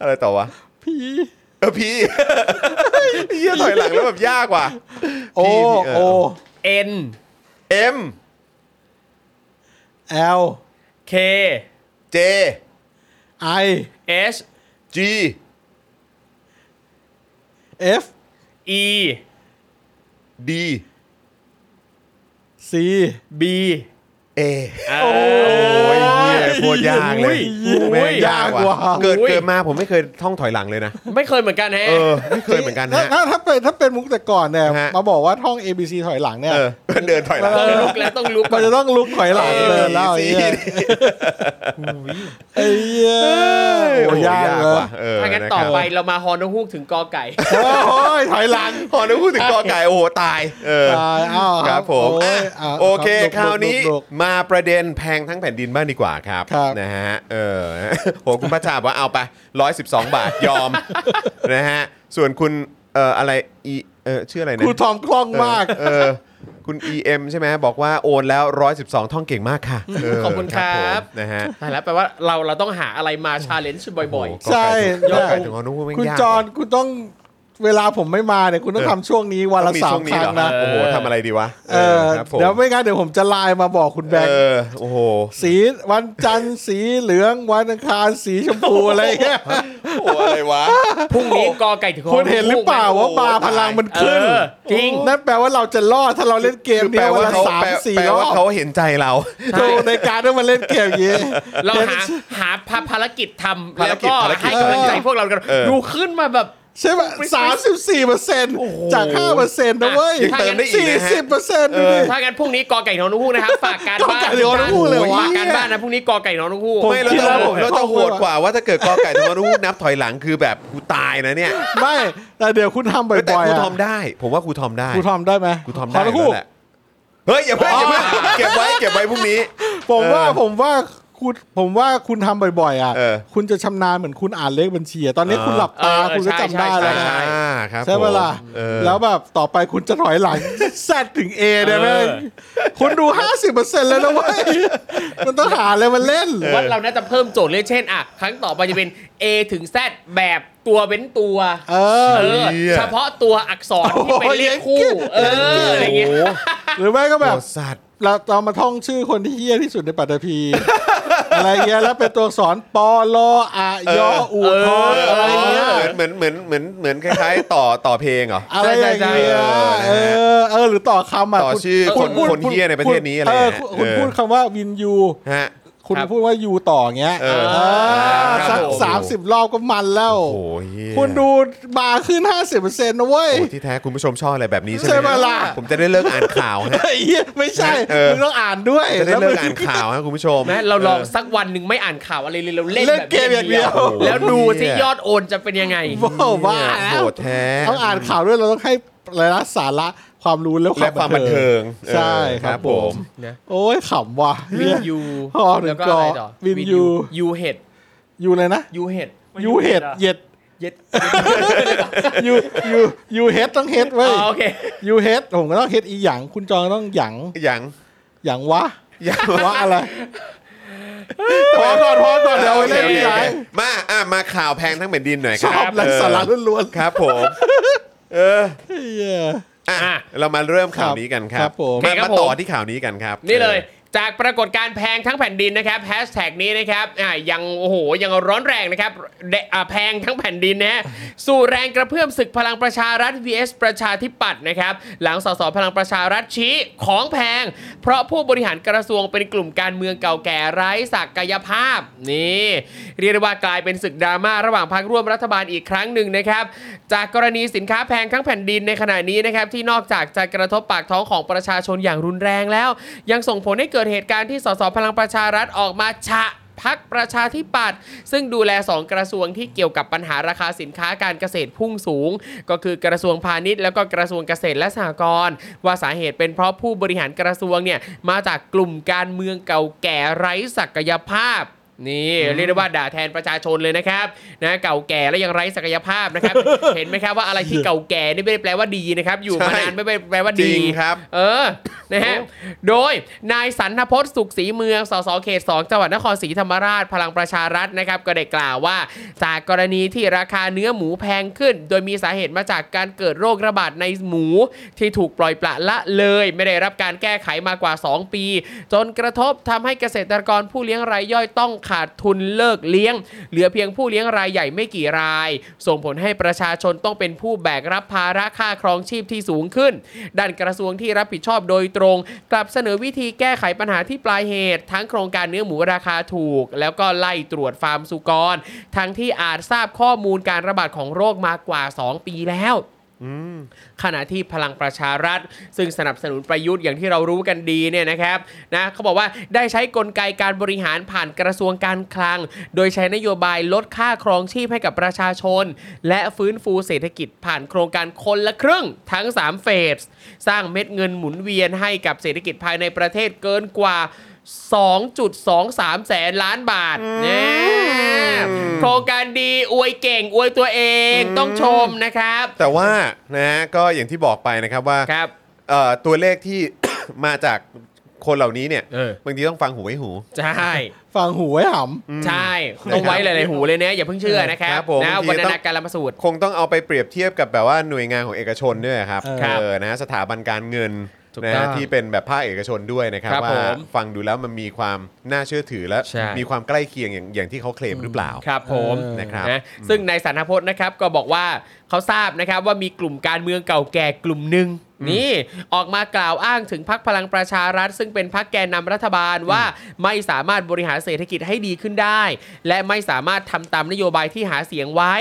Speaker 2: อะไรต่อวะ
Speaker 3: P
Speaker 2: เออพีไอ้เหี้ยถอยหลังแล้วแบบยากว่ะ
Speaker 3: O
Speaker 2: P เ
Speaker 3: O
Speaker 4: N
Speaker 2: M
Speaker 3: L
Speaker 4: K
Speaker 2: J
Speaker 3: I
Speaker 4: H
Speaker 2: G
Speaker 3: F
Speaker 4: E
Speaker 2: D
Speaker 3: C
Speaker 4: B
Speaker 2: A
Speaker 4: อ่า
Speaker 2: โอ้ยเหี้ยโคตรยากเลย
Speaker 4: อุ้ย
Speaker 2: แม่งยาก
Speaker 3: อุ้ยยาก
Speaker 2: ว่ะ
Speaker 3: ว่ะ
Speaker 2: เกิด
Speaker 4: อุ้ย
Speaker 2: เกิดมาผมไม่เคยท่องถอยหลังเลยนะ
Speaker 4: ไม่เคยเหมือนกันแฮะ
Speaker 2: เออ ไม่เคยเหมือนกันนะ
Speaker 3: ถ้า
Speaker 2: ฮะ
Speaker 3: ถ้าถ้าเป็นถ้าเป็นมุกแต่ก่อนเนี่ย
Speaker 2: ฮะ
Speaker 3: มาบอกว่าท่อง A B C ถอยหลังเนี่ย
Speaker 2: เออเดินถอยหลัง
Speaker 4: ต้องลุกแล้วต้องลุก
Speaker 3: มันจะต้องลุกถอยหลัง
Speaker 2: เออ
Speaker 3: เลยแล้วไอ้เหี้ย
Speaker 2: B C
Speaker 3: ไอ้เหี้ยโอ้ยยากเลย
Speaker 2: ว่ะเออ
Speaker 4: ถ้างั้น
Speaker 2: นะ
Speaker 4: ต่อ
Speaker 2: ครับ
Speaker 4: ไปเรามาฮอนฮูกถึงกอไก่
Speaker 3: โอ้ยถอยหลัง
Speaker 2: พอนึกพูดถึงกอไก่โอ้โหตายเออ
Speaker 3: ตายอ้าว
Speaker 2: ครับผม
Speaker 3: โอ้ย
Speaker 2: อ่ะ
Speaker 3: อ่ะ
Speaker 2: โอเค ค
Speaker 3: บ
Speaker 2: ราวนี้
Speaker 3: ลุก
Speaker 2: มาประเด็นแพงทั้งแผ่นดินบ้างดีกว่าครับ
Speaker 3: ครับ
Speaker 2: นะฮะเออ <laughs> โหคุณพระชาบอกว่าเอาไป 112 บาทยอม นะฮะส่วนคุณเอ่ออะไรอีเออชื่ออะไร
Speaker 3: ๆ
Speaker 2: นะ
Speaker 3: ครูทอมคล่อง
Speaker 2: เออ
Speaker 3: มาก
Speaker 2: เออคุณ EM ใช่ไหมบอกว่าโอนแล้ว 112 ท่องเก่งมากค่ะเ
Speaker 4: ขอบคุณครับ
Speaker 2: ผมนะฮะ
Speaker 4: ตายแล้วแปลว่าเราเราต้องหาอะไรมาชาเลนจ์บ่อย
Speaker 2: โโห
Speaker 3: ใช่
Speaker 2: กอไก่ถึงกอไก่ถึงฮอนุไม่งยาก
Speaker 3: คุณจอนคุณต้องเวลาผมไม่มาเนี่ยคุณต้องทำช่วงนี้วัน
Speaker 2: ต้อ
Speaker 3: ละ
Speaker 2: งมี
Speaker 3: สาม
Speaker 2: ช่วง
Speaker 3: ค
Speaker 2: นี้
Speaker 3: รั้
Speaker 2: เห
Speaker 3: ง
Speaker 2: รอ
Speaker 3: นะ
Speaker 2: โอ้โหทำอะไรดีวะ
Speaker 3: เออ
Speaker 2: ครับผม
Speaker 3: เดี๋ยวไม่งั้นเดี๋ยวผมจะไลน์มาบอกคุณแบง
Speaker 2: เอ
Speaker 3: ค์
Speaker 2: อโอ้โห
Speaker 3: สีวันจันทร์สีเหลืองวันอังคารสีชมพูอะไรเงี้ย
Speaker 2: โอ้โหอะไร
Speaker 3: <laughs>
Speaker 2: วะ
Speaker 4: ๆ พรุ่งนี้กอไก่ถึงฮอ
Speaker 3: คุณเห็นหรือเปล่าว่าบาร์พลังมันขึ้น
Speaker 4: เออจริง
Speaker 3: นั่นแปลว่าเราจะรอดถ้าเราเล่นเกม
Speaker 2: คือแปล
Speaker 3: เนี้ย
Speaker 2: ว่า
Speaker 3: วันละ
Speaker 2: เขา
Speaker 3: สาม
Speaker 2: แปล
Speaker 3: สี่
Speaker 2: แปล
Speaker 3: รอ
Speaker 2: ว่าเขา
Speaker 3: บ
Speaker 2: เห็นใจเรา
Speaker 3: ดูในการที่มันเล่นเกมอย่างนี้
Speaker 4: เราหาหาภาภารกิจทำ
Speaker 2: ภาร
Speaker 4: แล้ว
Speaker 2: กิจ
Speaker 4: ก็
Speaker 2: ภารกิจ
Speaker 4: ให้กำลังใจพวกเรากัน
Speaker 2: เออ
Speaker 4: ดูขึ้นมาแบบ
Speaker 3: ใช่ไหมสามสิบสี่เปอร์เซ็นต์จากห้าเปอร์เซ็นต์นะเว้ย
Speaker 2: ยังเติมได้อีก
Speaker 3: สี่
Speaker 2: นะฮะ
Speaker 3: สิบเปอร์เซ็นต์ดูดิ
Speaker 4: ถ้างั้นพรุ่งนี้กอไก่หนอนนกฮูกนะครับฝากการบ้าน
Speaker 3: กอไก่หนอนนกฮูกเลยวะ
Speaker 4: ฝากการบ้านนะพรุ่งนี้กอไก่หนอนนกฮูก
Speaker 2: ไม่แล้ว
Speaker 3: คิด
Speaker 2: เรา
Speaker 3: ว่า
Speaker 2: เราจะโหดกว่าว่าถ้าเกิดกอไก่ทอมรูนับถอยหลังคือแบบกูตายนะเนี่ย
Speaker 3: ไม่แต่เดี๋ยวคุณทำบ่
Speaker 2: แต่
Speaker 3: อย
Speaker 2: ค
Speaker 3: ๆ
Speaker 2: รู
Speaker 3: อะ
Speaker 2: ทอมได้ ผมว่าครูทอมได้
Speaker 3: ครูทอมได้ไหม
Speaker 2: ครูทอมได้
Speaker 3: ขทั้งคู่
Speaker 2: แล้วแหละเฮ้ยอย่าเพิ่งอย่าเพิ่งเก็บไว้เก็บไว้พรุ่งนี้
Speaker 3: ผมว่า
Speaker 2: เออ
Speaker 3: ผมว่าคุณผมว่าคุณทำบ่อยๆอ่ะ
Speaker 2: เออ
Speaker 3: คุณจะชำนาญเหมือนคุณอ่านเลขบัญชีอะตอนนี้คุณหลับตา
Speaker 4: เออ
Speaker 3: คุณก็
Speaker 4: ใช่
Speaker 3: จำได้
Speaker 4: ใช่
Speaker 3: แล้วนะ
Speaker 2: อ่าครับ
Speaker 3: ใช่เวลา
Speaker 2: ผมเออ
Speaker 3: แล้วแบบต่อไปคุณจะถอยหลัง แซดถึง A ได้ไหม
Speaker 4: เออ
Speaker 3: คุณดู 50%แล้วนะเว้
Speaker 2: <laughs>
Speaker 3: ย มันต้องหาอะไรมาเล่น
Speaker 4: ว่าเราน่าจะเพิ่มโจทย์เลยเช่นอ่ะครั้งต่อไปจะเป็น A ถึง Z แบบตัวเว้นตัว
Speaker 3: เออ
Speaker 4: เออ เฉพาะตัวอักษรที่เป็นเลขคู่ เอออะไรเงี้ย
Speaker 2: โอ้โห
Speaker 3: หรือไม่ก็แบบ
Speaker 2: โหดสัตว์
Speaker 3: เราเรามาท่องชื่อคนที่เฮี้ยที่สุดในปัตต
Speaker 2: <laughs>
Speaker 3: ภี อะไรเงี้ยแล้วเป็นตัวอักษรปอลออายออูทออะไรเงี้ย
Speaker 2: เหมือนเหมือนเหมือนเหมือนเหมือนคล้ายๆ ต่อต่อเพลงเหรอ
Speaker 3: อะไรอย่างเงี้ย
Speaker 2: ใช่ใช่
Speaker 3: เออ เออ หรือต่อคำอ่ะ
Speaker 2: ต่อชื่อ
Speaker 3: ณ
Speaker 2: คนคนเหี้ยในประเทศนี้อะไร
Speaker 3: เออ
Speaker 2: เนี่ย
Speaker 3: คุณ
Speaker 2: เออ
Speaker 3: พูดคำว่าวินยู
Speaker 2: ฮะ
Speaker 3: คุณ
Speaker 4: ครับ
Speaker 3: พูดว่ายูต่อเงี้ย
Speaker 2: เออ
Speaker 3: เออ
Speaker 4: ครับ
Speaker 3: สัก
Speaker 4: ผม
Speaker 3: สามสิบรอบก็มันแล้ว
Speaker 2: โอ้ยเหี้ย
Speaker 3: คุณดูบาร์ขึ้น 50%นะเว้ย
Speaker 2: โอ้ที่แท้คุณผู้ชมชอบอะไรแบบนี้ใช่
Speaker 3: ใช่
Speaker 2: ไหม
Speaker 3: ปะล่ะ
Speaker 2: ผมจะได้เลิกอ่านข่าวฮะ
Speaker 3: ไอ้เหี้ยไม่ใช่
Speaker 2: เออ
Speaker 3: มึงต้องอ่านด้วย
Speaker 2: จะได้เลิก
Speaker 3: มึง
Speaker 2: อ่านข่าวฮะคุณผู้ชม
Speaker 4: นะเราลองสักวันหนึ่งไม่อ่านข่าวอะไรเลยเราเล่น
Speaker 3: เล่น
Speaker 4: แบบ
Speaker 3: เกมอย่างเดียว
Speaker 4: แล้วดู
Speaker 2: โอ้โห
Speaker 4: สิยอดโอนจะเป็นยังไง
Speaker 3: โอ้บ้าแล้ว
Speaker 2: โหดแท้
Speaker 3: ต้องอ่านข่าวด้วยเราต้องให้รายละสาระความรู้แล้ว
Speaker 2: และความบันเทิง
Speaker 3: ใช่ครับผม
Speaker 4: นะ
Speaker 3: โอ้ยขำว่ะ
Speaker 4: วินยู
Speaker 3: พอหนึ่ง
Speaker 4: แล้วก็อะไรต่อ
Speaker 3: วินยู
Speaker 4: ยูเห็ด
Speaker 3: ยูเลยนะ
Speaker 4: ยูเห็ด
Speaker 5: ไม่
Speaker 3: ยูเห็ด
Speaker 5: อะ
Speaker 3: เหย็ด <laughs>
Speaker 4: เย็ด
Speaker 3: ยูยูยูเห็ดต้องเห็ด
Speaker 4: อ๋
Speaker 3: เว้ย
Speaker 4: อโอเค
Speaker 3: ยูเห็ดผมก็ต้องเห็ดอีหยังคุณจองก็ต้องหยัง
Speaker 2: อย่าง
Speaker 3: หยังวะ
Speaker 2: อย่าง
Speaker 3: วะอะไรพอก่อนพอก่อนเดี๋ยวเอาไปเล่น
Speaker 2: โอ
Speaker 3: อี
Speaker 2: ค
Speaker 3: ห
Speaker 2: โอ
Speaker 3: ยัง
Speaker 2: คมาอ่ะมาข่าวแพงทั้งแผ่นดินหน่อย
Speaker 3: ช
Speaker 2: ค
Speaker 3: อ
Speaker 2: รั
Speaker 3: บบไรสาระล้วนๆ
Speaker 2: ครับผม เออ
Speaker 3: เหี้ย
Speaker 2: อ่ะ
Speaker 4: อ่ะ
Speaker 2: เรามาเริ่มข่าวนี้กันครั
Speaker 3: ครับ บผม
Speaker 2: มามาต่อที่ข่าวนี้กันครับ
Speaker 4: นี่เลย จากปรากฏการณ์แพงทั้งแผ่นดินนะครับแฮชแท็กนี้นะครับอ่ายังโอ้โหยังร้อนแรงนะครับแดอ่าแพงทั้งแผ่นดินนะ
Speaker 2: <laughs>
Speaker 4: ฮะสู่แรงกระเพื่อมศึกพลังประชารัฐ vs ประชาธิปัตย์นะครับ หลังสสพลังประชารัฐชี้ของแพง เพราะผู้บริหารกระทรวงเป็นกลุ่มการเมืองเก่าแก่ไร้ศักยภาพนี่เรียกได้ว่ากลายเป็นศึกดราม่าระหว่างพรรคร่วมรัฐบาลอีกครั้งหนึ่งนะครับ จากกรณีสินค้าแพงทั้งแผ่นดินในขณะนี้นะครับ ที่นอกจากจะกระทบปากท้องของประชาชนอย่างรุนแรงแล้ว ยังส่งผลให้เกิดเหตุการณ์ที่สสพลังประชารัฐออกมาฉะ พักประชาธิปัตย์ซึ่งดูแล 2 กระทรวงที่เกี่ยวกับปัญหาราคาสินค้าการเกษตรพุ่งสูง ก็คือกระทรวงพาณิชย์แล้วก็กระทรวงเกษตรและสหกรณ์ว่าสาเหตุเป็นเพราะผู้บริหารกระทรวงเนี่ยมาจากกลุ่มการเมืองเก่าแก่ไร้ศักยภาพ นี่เรียกได้ว่าด่าแทนประชาชนเลยนะครับนะเก่าแก่และยังไร้ศักยภาพนะครับ เห็นไหมครับว่าอะไรที่เก่าแก่นี่ไม่ได้แปลว่าดีนะครับ อยู่มา
Speaker 2: ใช่
Speaker 4: นานไม่ได้แปลว่า
Speaker 2: จ
Speaker 4: ดี
Speaker 2: ริงครับ
Speaker 4: เออ นะฮะ โดยนายสันทพจน์สุขศรีเมือง สสเขต 2 จังหวัดนครศรีธรรมราช พลังประชารัฐนะครับ ก็ได้กล่าวว่า จากกรณีที่ราคาเนื้อหมูแพงขึ้น โดยมีสาเหตุมาจากการเกิดโรคระบาดในหมู ที่ถูกปล่อยปละละเลย ไม่ได้รับการแก้ไขมากว่า 2 ปี จนกระทบทำให้เกษตรกรผู้เลี้ยงรายย่อยต้องขาดทุนเลิกเลี้ยง เหลือเพียงผู้เลี้ยงรายใหญ่ไม่กี่ราย ส่งผลให้ประชาชนต้องเป็นผู้แบกรับภาระค่าครองชีพที่สูงขึ้น ด้านกระทรวงที่รับผิดชอบโดยตรง กลับเสนอวิธีแก้ไขปัญหาที่ปลายเหตุ ทั้งโครงการเนื้อหมูราคาถูก แล้วก็ไล่ตรวจฟาร์มสุกร ทั้งที่อาจทราบข้อมูลการระบาดของโรคมากว่า 2 ปีแล้ว ขณะที่พลังประชารัฐ ซึ่งสนับสนุนประยุทธ์อย่างที่เรารู้กันดีเนี่ยนะครับนะเขาบอกว่าได้ใช้กลไกการบริหารผ่านกระทรวงการคลัง โดยใช้นโยบายลดค่าครองชีพให้กับประชาชน และฟื้นฟูเศรษฐกิจผ่านโครงการคนละครึ่งทั้ง 3 เฟส สร้างเม็ดเงินหมุนเวียนให้กับเศรษฐกิจภายในประเทศเกินกว่า 2.23 แสนล้านบาทแน่โครงการดีอวยเก่งอวยตัวเองต้องชมนะครับ
Speaker 2: แต่ว่านะฮะก็อย่างที่บอกไปนะครับว่า
Speaker 4: ครับ
Speaker 2: เอ่อตัวเลขที่ <coughs> มาจากคนเหล่านี้เนี่ย
Speaker 4: เออ
Speaker 2: บางทีต้องฟังหูไว้หู
Speaker 4: ใช่
Speaker 3: ฟังหูไว้หำ
Speaker 4: ใช่ ต้องไว้หลาย ๆ หูเลยนะอย่าเพิ่งเชื่อนะครั
Speaker 2: ครับ บผม
Speaker 4: นะ
Speaker 2: บางที
Speaker 4: วัน
Speaker 2: ต้อง
Speaker 4: นาการละมาสูตร
Speaker 2: คงต้องเอาไปเปรียบเทียบกับแบบว่าหน่วยงานของเอกชนด้วยครับ
Speaker 4: ครับ
Speaker 2: เออนะฮะสถาบันการเงิน
Speaker 4: ถูก
Speaker 2: นะ
Speaker 4: ต้อ
Speaker 2: ฮะ
Speaker 4: ง
Speaker 2: ที่เป็นแบบภาคเอกชนด้วยนะครับ
Speaker 4: ครับ
Speaker 2: ว่า
Speaker 4: ผม
Speaker 2: ฟังดูแล้วมันมีความน่าเชื่อถือและ
Speaker 4: ใช่
Speaker 2: มีความใกล้เคียงอย่างอย่างที่เขาเคลมหรือเปล่า
Speaker 4: ครับผม
Speaker 2: เออนะครับ
Speaker 4: นะซึ่งนายสันทพจน์นะครับก็บอกว่าเขาทราบนะครับว่ามีกลุ่มการเมืองเก่าแก่กลุ่มหนึ่งนี่ออกมากล่าวอ้างถึงพักพลังประชารัฐ ซึ่งเป็นพักแกนนำรัฐบาลว่าไม่สามารถบริหารเศรษฐกิจให้ดีขึ้นได้ และไม่สามารถทำตามนโยบายที่หาเสียงไว้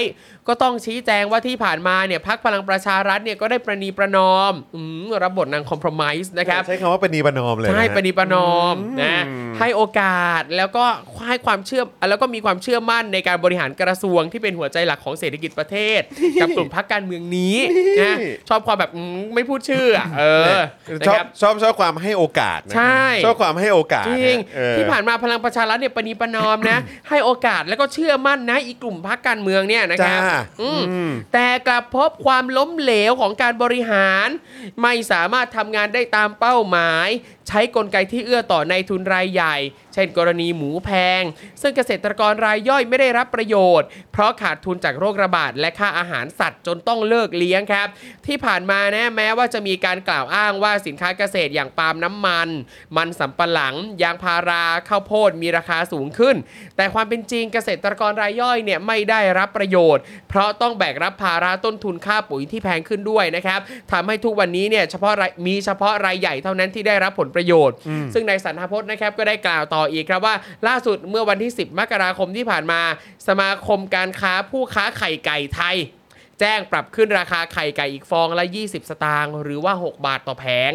Speaker 4: ก็ต้องชี้แจงว่าที่ผ่านมาเนี่ยพักพลังประชารัฐเนี่ยก็ได้ประนีประนอมอืมรับบทนางคอมเพลมไส์นะครับ
Speaker 2: ใช้คำว่าปณีประนอมเลยนะ
Speaker 4: ใช่
Speaker 2: ฮะ
Speaker 4: ปณิประนอมนะ
Speaker 2: อืม
Speaker 4: ให้โอกาสแล้วก็ให้ความเชื่อแล้วก็มีความเชื่อมั่นในการบริหารกระทรวงที่เป็นหัวใจหลักของเศรษฐกิจประเท
Speaker 2: <laughs>
Speaker 4: ศ กับกลุ่มพรรคการเมืองนี้นะชอบความแบบอืมไม่พูดชื่ออะเออนะ
Speaker 2: ชอบ
Speaker 4: ครับ
Speaker 2: ชอบชอบความให้โอกาสนะ
Speaker 4: ใช่
Speaker 2: ชอบความให้โอกาส
Speaker 4: จริง
Speaker 2: นะเออ
Speaker 4: ที่ผ่านมาพลังประชารัฐเนี่ยปณีประนอมนะ ให้โอกาสแล้วก็เชื่อมั่นนะอีกกลุ่มพรรคการเมืองเนี่ยนะครับ
Speaker 2: จ้า
Speaker 4: อืม
Speaker 2: อืม
Speaker 4: แต่กลับพบความล้มเหลวของการบริหาร ไม่สามารถทำงานได้ตามเป้าหมาย ใช้กลไกที่เอื้อต่อในายทุนรายใหญ่ เช่นกรณีหมูแพง ซึ่งเกษตรกรรายย่อยไม่ได้รับประโยชน์ เพราะขาดทุนจากโรคระบาดและค่าอาหารสัตว์จนต้องเลิกเลี้ยงครับ ที่ผ่านมานะแม้ว่าจะมีการกล่าวอ้างว่าสินค้าเกษตรอย่างปาล์มน้ำมัน มันสำปะหลัง ยางพาราข้าวโพดมีราคาสูงขึ้น แต่ความเป็นจริงเกษตรกรรายย่อยเนี่ยไม่ได้รับประโยชน์ เพราะต้องแบกรับภาระต้นทุนค่าปุ๋ยที่แพงขึ้นด้วยนะครับทำให้ทุกวันนี้เนี่ยเฉพาะรายมีเฉพาะรายใหญ่เท่านั้นที่ได้รับผลประโยชน์ ซึ่งนายสันทพจน์นะครับก็ได้กล่าวต่ออีกครับว่า ล่าสุดเมื่อวันที่ 10 มกราคมที่ผ่านมา สมาคมการค้าผู้ค้าไข่ไก่ไทย แจ้งปรับขึ้นราคาไข่ไก่อีกฟองละ 20 สตางค์หรือว่า 6 บาทต่อแผง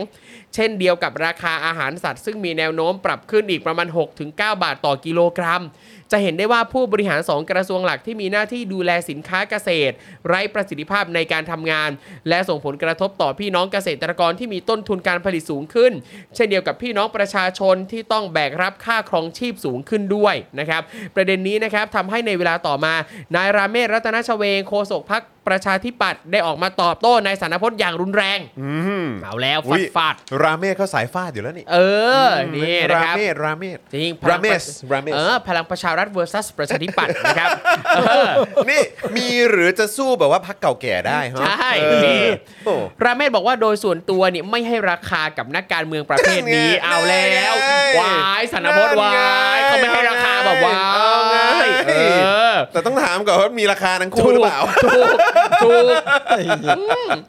Speaker 4: เช่นเดียวกับราคาอาหารสัตว์ซึ่งมีแนวโน้มปรับขึ้นอีกประมาณ 6-9 บาทต่อกิโลกรัม จะเห็นได้ว่าผู้บริหาร 2 กระทรวงหลักที่มีหน้าที่ดูแลสินค้าเกษตร ไร้ประสิทธิภาพในการทำงาน และส่งผลกระทบต่อพี่น้องเกษตรกรที่มีต้นทุนการผลิตสูงขึ้น เช่นเดียวกับพี่น้องประชาชนที่ต้องแบกรับค่าครองชีพสูงขึ้นด้วยนะครับ ประเด็นนี้นะครับทำให้ในเวลาต่อมา นายราเมศรัตนชเวงโฆษกพักประชาธิปัตย์ได้ออกมาตอบโต้นายสานพจน์อย่างรุนแรง
Speaker 2: อืม
Speaker 4: เอาแล้ว
Speaker 2: อุ๊
Speaker 4: ฟาย ดฟาด
Speaker 2: ราเมศเขาสายฟาดอยู่แล้วนี่
Speaker 4: เออนี่นะ
Speaker 2: รา
Speaker 4: ครับ
Speaker 2: เมศราเมศ
Speaker 4: จริง
Speaker 2: ราเมส
Speaker 4: พ
Speaker 2: รา
Speaker 4: ลังประ
Speaker 2: เมส
Speaker 4: เออพลังประชา รัฐ versus ประชาธิปัตย์นะครับเออ
Speaker 2: นี่มีหรือจะสู้แบบว่าพักเก่าแก่ได้ฮะ
Speaker 4: ใช่
Speaker 2: เออ
Speaker 4: นี่
Speaker 2: โอ้
Speaker 4: ราเมศบอกว่าโดยส่วนตัวเนี่ยไม่ให้ราคากับนักการเมืองประเภทนี้
Speaker 2: นั่นไง
Speaker 4: เอาแล้ว
Speaker 2: นั่นไง
Speaker 4: วายสันพจน์วายเขาไม่ให้ราคาแบบวา
Speaker 2: เอาไง
Speaker 4: ยเออ
Speaker 2: แต่ต้องถามก่อนว่ามีราคาทั้งคู่หรือเปล่า
Speaker 4: ถูกถูก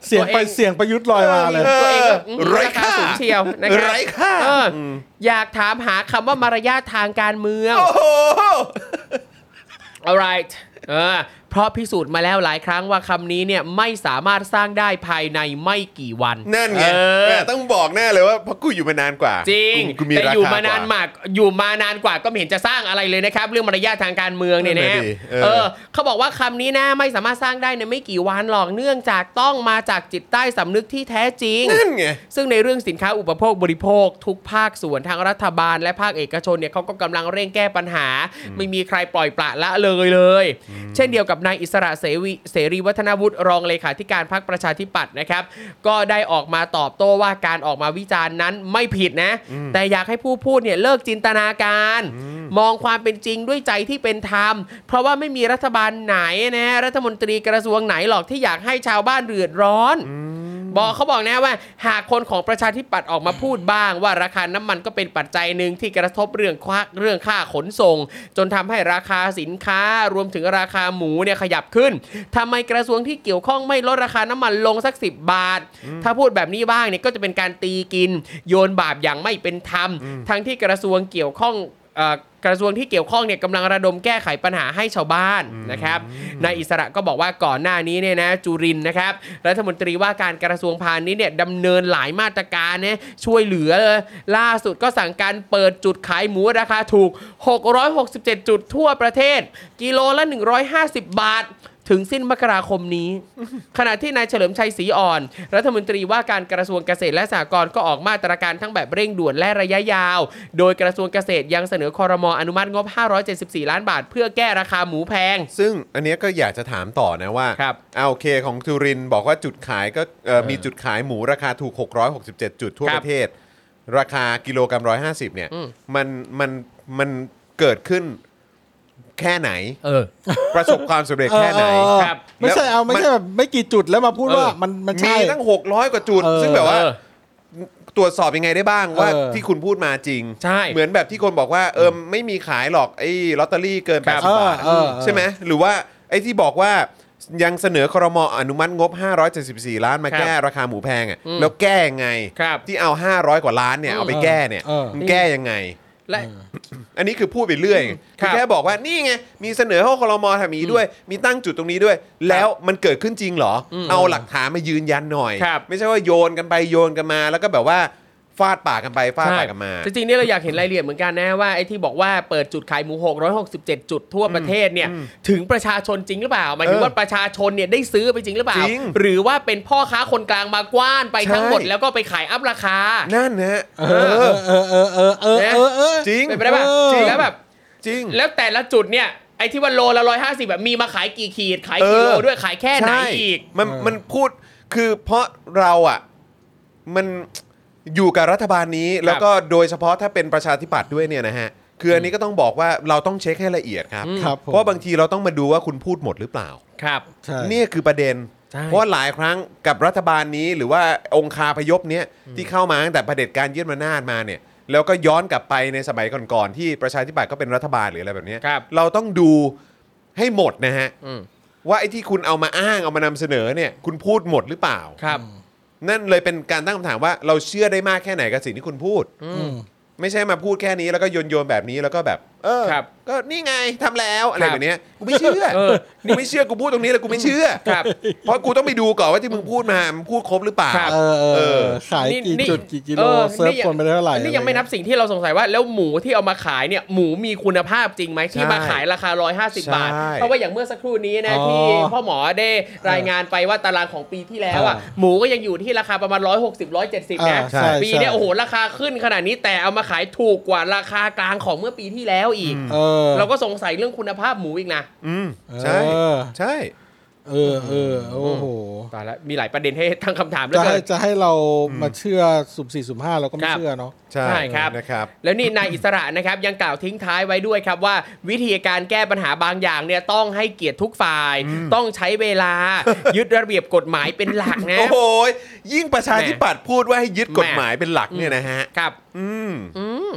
Speaker 3: เสียงไป
Speaker 4: ตัวเอง
Speaker 3: เสียงประยุทธ์ลอยมาเลย
Speaker 2: เอ
Speaker 4: ตัวเอง
Speaker 2: อ
Speaker 4: ก็อืม
Speaker 2: ไร้
Speaker 4: ราคา
Speaker 2: ค่า
Speaker 4: สูงเชียวนะครับ
Speaker 2: ไร้ค่า
Speaker 4: เออออยากถามหาคำว่ามารยาททางการเมือง
Speaker 2: โอ้โห
Speaker 4: alright เออเพราะพิสูจน์มาแล้วหลายครั้งว่าคำนี้เนี่ยไม่สามารถสร้างได้ภายในไม่กี่วัน
Speaker 2: นั่นไง
Speaker 4: เอ
Speaker 2: แม่
Speaker 4: อ
Speaker 2: ต้องบอกแน่เลยว่าเพราะกูอยู่มานานกว่า
Speaker 4: จริง
Speaker 2: กูมี
Speaker 4: แต่
Speaker 2: รา
Speaker 4: อ
Speaker 2: คาม
Speaker 4: ยู่านาน
Speaker 2: กว่
Speaker 4: มากอยู่มานานกว่าก็ไม่เห็นจะสร้างอะไรเลยนะครับ เรื่องมารยาททางการเมืองเนี่ย
Speaker 2: นั่น
Speaker 4: นะ
Speaker 2: น่ะดิเออ
Speaker 4: เออเขาบอกว่าคำนี้นะไม่สามารถสร้างได้ในไม่กี่วันหรอกเนื่องจากต้องมาจากจิตใต้สำนึกที่แท้จริง
Speaker 2: นั่นไง
Speaker 4: ซึ่งในเรื่องสินค้าอุปโภคบริโภค ทุกภาคส่วนทางรัฐบาลและภาคเอกชนเนี่ยเขาก็กำลังเร่งแก้ปัญหา ไม่มีใครปล่อยปละละเลยเลย เช่นเดียวกับนายอิสระเสวีเสรีวัฒนวุฒิรองเลขาธิการพรรคประชาธิปัตย์นะครับ ก็ได้ออกมาตอบโต้ว่าการออกมาวิจารณ์นั้นไม่ผิดนะ แต่อยากให้ผู้พูดเนี่ยเลิกจินตนาการ มองความเป็นจริงด้วยใจที่เป็นธรรม เพราะว่าไม่มีรัฐบาลไหนนะรัฐมนตรีกระทรวงไหนหรอกที่อยากให้ชาวบ้านเดือดร้อน บอกเขาบอกนะว่า หากคนของประชาธิปัตย์ออกมาพูดบ้าง ว่าราคาน้ำมันก็เป็นปัจจัยหนึ่งที่กระทบเรื่องควักเรื่องค่าขนส่ง จนทำให้ราคาสินค้ารวมถึงราคาหมูเนี่ยขยับขึ้นทำไมกระทรวงที่เกี่ยวข้องไม่ลดราคาน้ำมันลงสัก 10 บาท ถ้าพูดแบบนี้บ้างเนี่ยก็จะเป็นการตีกิน โยนบาปอย่างไม่เป็นธรรม ทั้งที่กระทรวงเกี่ยวข้อง เอ่อกระทรวงที่เกี่ยวข้องเนี่ยกำลังระดมแก้ไขปัญหาให้ชาวบ้านนะครับนายอิสระก็บอกว่าก่อนหน้านี้เนี่ยนะจุรินทร์นะครับรัฐมนตรีว่าการกระทรวงพาณิชย์เนี่ยดำเนินหลายมาตรการนะช่วยเหลือเลยล่าสุดก็สั่งการเปิดจุดขายหมูราคาถูก 667 จุดทั่วประเทศ กิโลละ 150 บาท ถึงสิ้นมกราคมนี้ ขณะที่นายเฉลิมชัยศรีอ่อน รัฐมนตรีว่าการกระทรวงเกษตรและสหกรณ์ก็ออกมาตรการทั้งแบบเร่งด่วนและระยะยาว โดยกระทรวงเกษตรยังเสนอคอรมออนุมัติงบ 574 ล้านบาท เพื่อแก้ราคาหมูแพง
Speaker 2: ซึ่งอันเนี้ยก็อยากจะถามต่อนะว่า
Speaker 4: ครับ
Speaker 2: เอาโอเคของทูรินทร์บอกว่าจุดขายก็เอ่อมีจุดขายหมูราคาถูก 667 จุดทั่ว
Speaker 4: ค
Speaker 2: ป
Speaker 4: รับ
Speaker 2: ระเทศ ราคากิโลกรรัม 150 เนี่ย
Speaker 4: อืม
Speaker 2: มันมันมันเกิดขึ้นแค่ไหน
Speaker 4: เออ
Speaker 2: ประสบความสำเร็จแค่ไหน
Speaker 3: เออเออ
Speaker 4: ครับ
Speaker 3: ไม่ใช่เอาไม่ใช่แบบไม่กี่จุดแล้วมาพูด
Speaker 4: เออ
Speaker 3: ว่ามันมัน
Speaker 2: มี
Speaker 3: ใช่
Speaker 2: ตั้ง 600 กว่าจุด
Speaker 3: เออ
Speaker 2: ซึ่งแบบว่า
Speaker 4: เออ
Speaker 2: ตรวจสอบยังไงได้บ้างว่า
Speaker 3: เออ
Speaker 2: ที่คุณพูดมาจริง
Speaker 4: ใช่
Speaker 2: เหมือนแบบที่คนบอกว่าเออไม่มีขายหรอกไอ้ลอตเตอรี่เกิน
Speaker 4: ครับ
Speaker 2: 80บาท
Speaker 3: เออเออเออ
Speaker 2: ใช่ไหมหรือว่าไอ้ที่บอกว่ายังเสนอครมอนุมัติงบ 574 ล้านมาแก้ราคาหมูแพงอ่ะแล้วแก้ยังไง
Speaker 4: ครับ
Speaker 2: ที่เอา 500 กว่าล้านเนี่ยเอาไปแก้เนี่ย
Speaker 3: เออ
Speaker 2: มันแก้ยังไง
Speaker 4: และ
Speaker 2: อันนี้คือพูดไปเรื่อย
Speaker 4: ครั
Speaker 2: คือบ แค่บอกว่านี่ไง มีเสนอเข้าครมทำอย่างนี้ด้วย มีตั้งจุดตรงนี้ด้วย แล้วมันเกิดขึ้นจริงเหรอ เอาหลักฐานมายืนยันหน่อย
Speaker 4: ครับ
Speaker 2: ไม่ใช่ว่าโยนกันไปโยนกันมา แล้วก็แบบว่าฟาดปากกันไปฟาดปากกันมา
Speaker 4: ใช่จริงๆเนี่ยเราอยากเห็นรายละเอียดเหมือนกันนะว่าไอ้ที่บอกว่าเปิดจุดขายหมู 667 จุดทั่วประเทศเนี่ยถึงประชาชนจริงหรือเปล่าหมายถึง
Speaker 2: เออ
Speaker 4: ว่าประชาชนเนี่ยได้ซื้อไปจริงหรือเปล่า
Speaker 2: จริง
Speaker 4: หรือว่าเป็นพ่อค้าคนกลางมากว้านไปทั้งหมด
Speaker 2: ใช่
Speaker 4: แล้วก็ไปขายอัพราคา
Speaker 2: นั่นนะฮะ
Speaker 3: เออเออเออเออเออเออเออเออ
Speaker 2: จริง
Speaker 4: เป็นไปได้ป่ะ
Speaker 3: เออ
Speaker 4: จริงแล้วแบบ
Speaker 2: จริง
Speaker 4: แล้วแต่ละจุดเนี่ยไอ้ที่ว่าโลละร้อยห้าสิบแบบมีมาขายกี่ขีด ขายกี่
Speaker 2: เออ
Speaker 4: โลด้วยขายแค่ไหน
Speaker 2: ใช่
Speaker 4: อีก
Speaker 2: มัน
Speaker 3: เออ
Speaker 2: มันพูดคือเพราะเราอ่ะมันอยู่กับรัฐบาลนี้แล้วก็โดยเฉพาะถ้าเป็นประชาธิปัตย์ด้วยเนี่ยนะฮะคืออันนี้ก็ต้องบอกว่าเราต้องเช็คให้ละเอียดครับ
Speaker 3: ครับผม
Speaker 2: เพราะบางทีเราต้องมาดูว่าคุณพูดหมดหรือเปล่า
Speaker 4: ครับ
Speaker 3: ใช่
Speaker 2: นี่คือประเด็น
Speaker 4: ใช่
Speaker 2: เพราะหลายครั้งกับรัฐบาลนี้หรือว่าองคาพยพเนี้ยที่เข้ามาตั้งแต่ประเผด็จการยึดอำนาจมาเนี่ย แล้วก็ย้อนกลับไปในสมัยก่อนๆที่ประชาธิปัตย์ก็เป็นรัฐบาลหรืออะไรแบบเนี้ย
Speaker 4: ครับ
Speaker 2: เราต้องดูให้หมดนะฮะ
Speaker 4: อืม
Speaker 2: ว่าไอ้ที่คุณเอามาอ้างเอามานำเสนอเนี่ย คุณพูดหมดหรือเปล่า
Speaker 4: ครับ
Speaker 2: นั่นเลยเป็นการตั้งคำถามว่าเราเชื่อได้มากแค่ไหนกับสิ่งที่คุณพูด
Speaker 3: ม
Speaker 2: ไม่ใช่มาพูดแค่นี้แล้วก็โยนโยนๆแบบนี้แล้วก็แบบ เออ
Speaker 4: ครับ
Speaker 2: ก็นี่ไงทำแล้วอะไร
Speaker 4: ครับ
Speaker 2: แบบเนี้ยกูไม่เชื่อ
Speaker 4: เออ
Speaker 2: กูไม่เชื่อกูพูดตรงนี้แล้วกูไม่เชื่อ
Speaker 4: ครับ
Speaker 2: เพราะกูต้องไปดูก่อนว่าที่มึงพูดมามันพูดครบหรือเปล่า
Speaker 4: ครับ
Speaker 3: เออเออเออขาย
Speaker 4: นี่
Speaker 3: กี่
Speaker 4: นี่
Speaker 3: จุดกี่กิโล
Speaker 4: ออ
Speaker 3: เซิร์ฟ
Speaker 4: นี่
Speaker 3: คนไปได้เท่าไหร่
Speaker 4: นี่ยังไม่นับ
Speaker 3: อะรเ
Speaker 4: สิ่งที่เราสงสัยว่าแล้วหมูที่เอามาขายเนี่ยหมูมีคุณภาพจริงไหมที่
Speaker 2: ใช่
Speaker 4: มาขายราคา 150 บาท
Speaker 2: ใช่
Speaker 4: เพราะว่าอย่างเมื่อสักครู่นี้นะ
Speaker 3: อ๋อ
Speaker 4: ที่พ่อหมอได้รายงานไปว่าตารางของปีที่แล้วอ่ะ
Speaker 3: อ่า
Speaker 4: หมูก็ยังอยู่ที่ราคาประมาณ 160 170นะ
Speaker 3: อ่าใช่
Speaker 4: ปีเนี้ย
Speaker 3: ใช่
Speaker 4: โอ้โหราคาขึ้นขนาดนี้แต่เอามาขายถูกกว่าราคากลางของเมื่อปีที่แล้วอีก
Speaker 3: เออ
Speaker 4: เราก็สงสัยเรื่องคุณภาพหมูอีกนะ
Speaker 2: ืม
Speaker 3: เออ
Speaker 2: ใช่ใช่
Speaker 3: เ เออเออโอ้โห
Speaker 4: ตายแล้วมีหลายประเด็นให้ตั้งคำถามเหลย
Speaker 3: จะให้จะให้เรามาเชื่อสุ่มสี่สุ่มห้าเราก็ไม่
Speaker 4: ครับ
Speaker 3: เชื่อเนาะ
Speaker 2: ใช่
Speaker 4: ใช่ครับ
Speaker 2: นะครับ
Speaker 4: แล้วนี่นายอิสระนะครับยังกล่าวทิ้งท้ายไว้ด้วยครับว่า วิธีการแก้ปัญหาบางอย่างเนี่ยต้องให้เกียรติทุกฝ่าย ต้องใช้เว
Speaker 2: <laughs>
Speaker 4: ลา ยึดระเบียบกฎหมายเป็นหลักนะ
Speaker 2: โอ้โหยิ่งประชาธิปัตย์พูดว่าให้ยึดกฎหมายเป็นหลักเนี่ยนะฮะ
Speaker 4: ครับ
Speaker 2: อืม
Speaker 4: อืม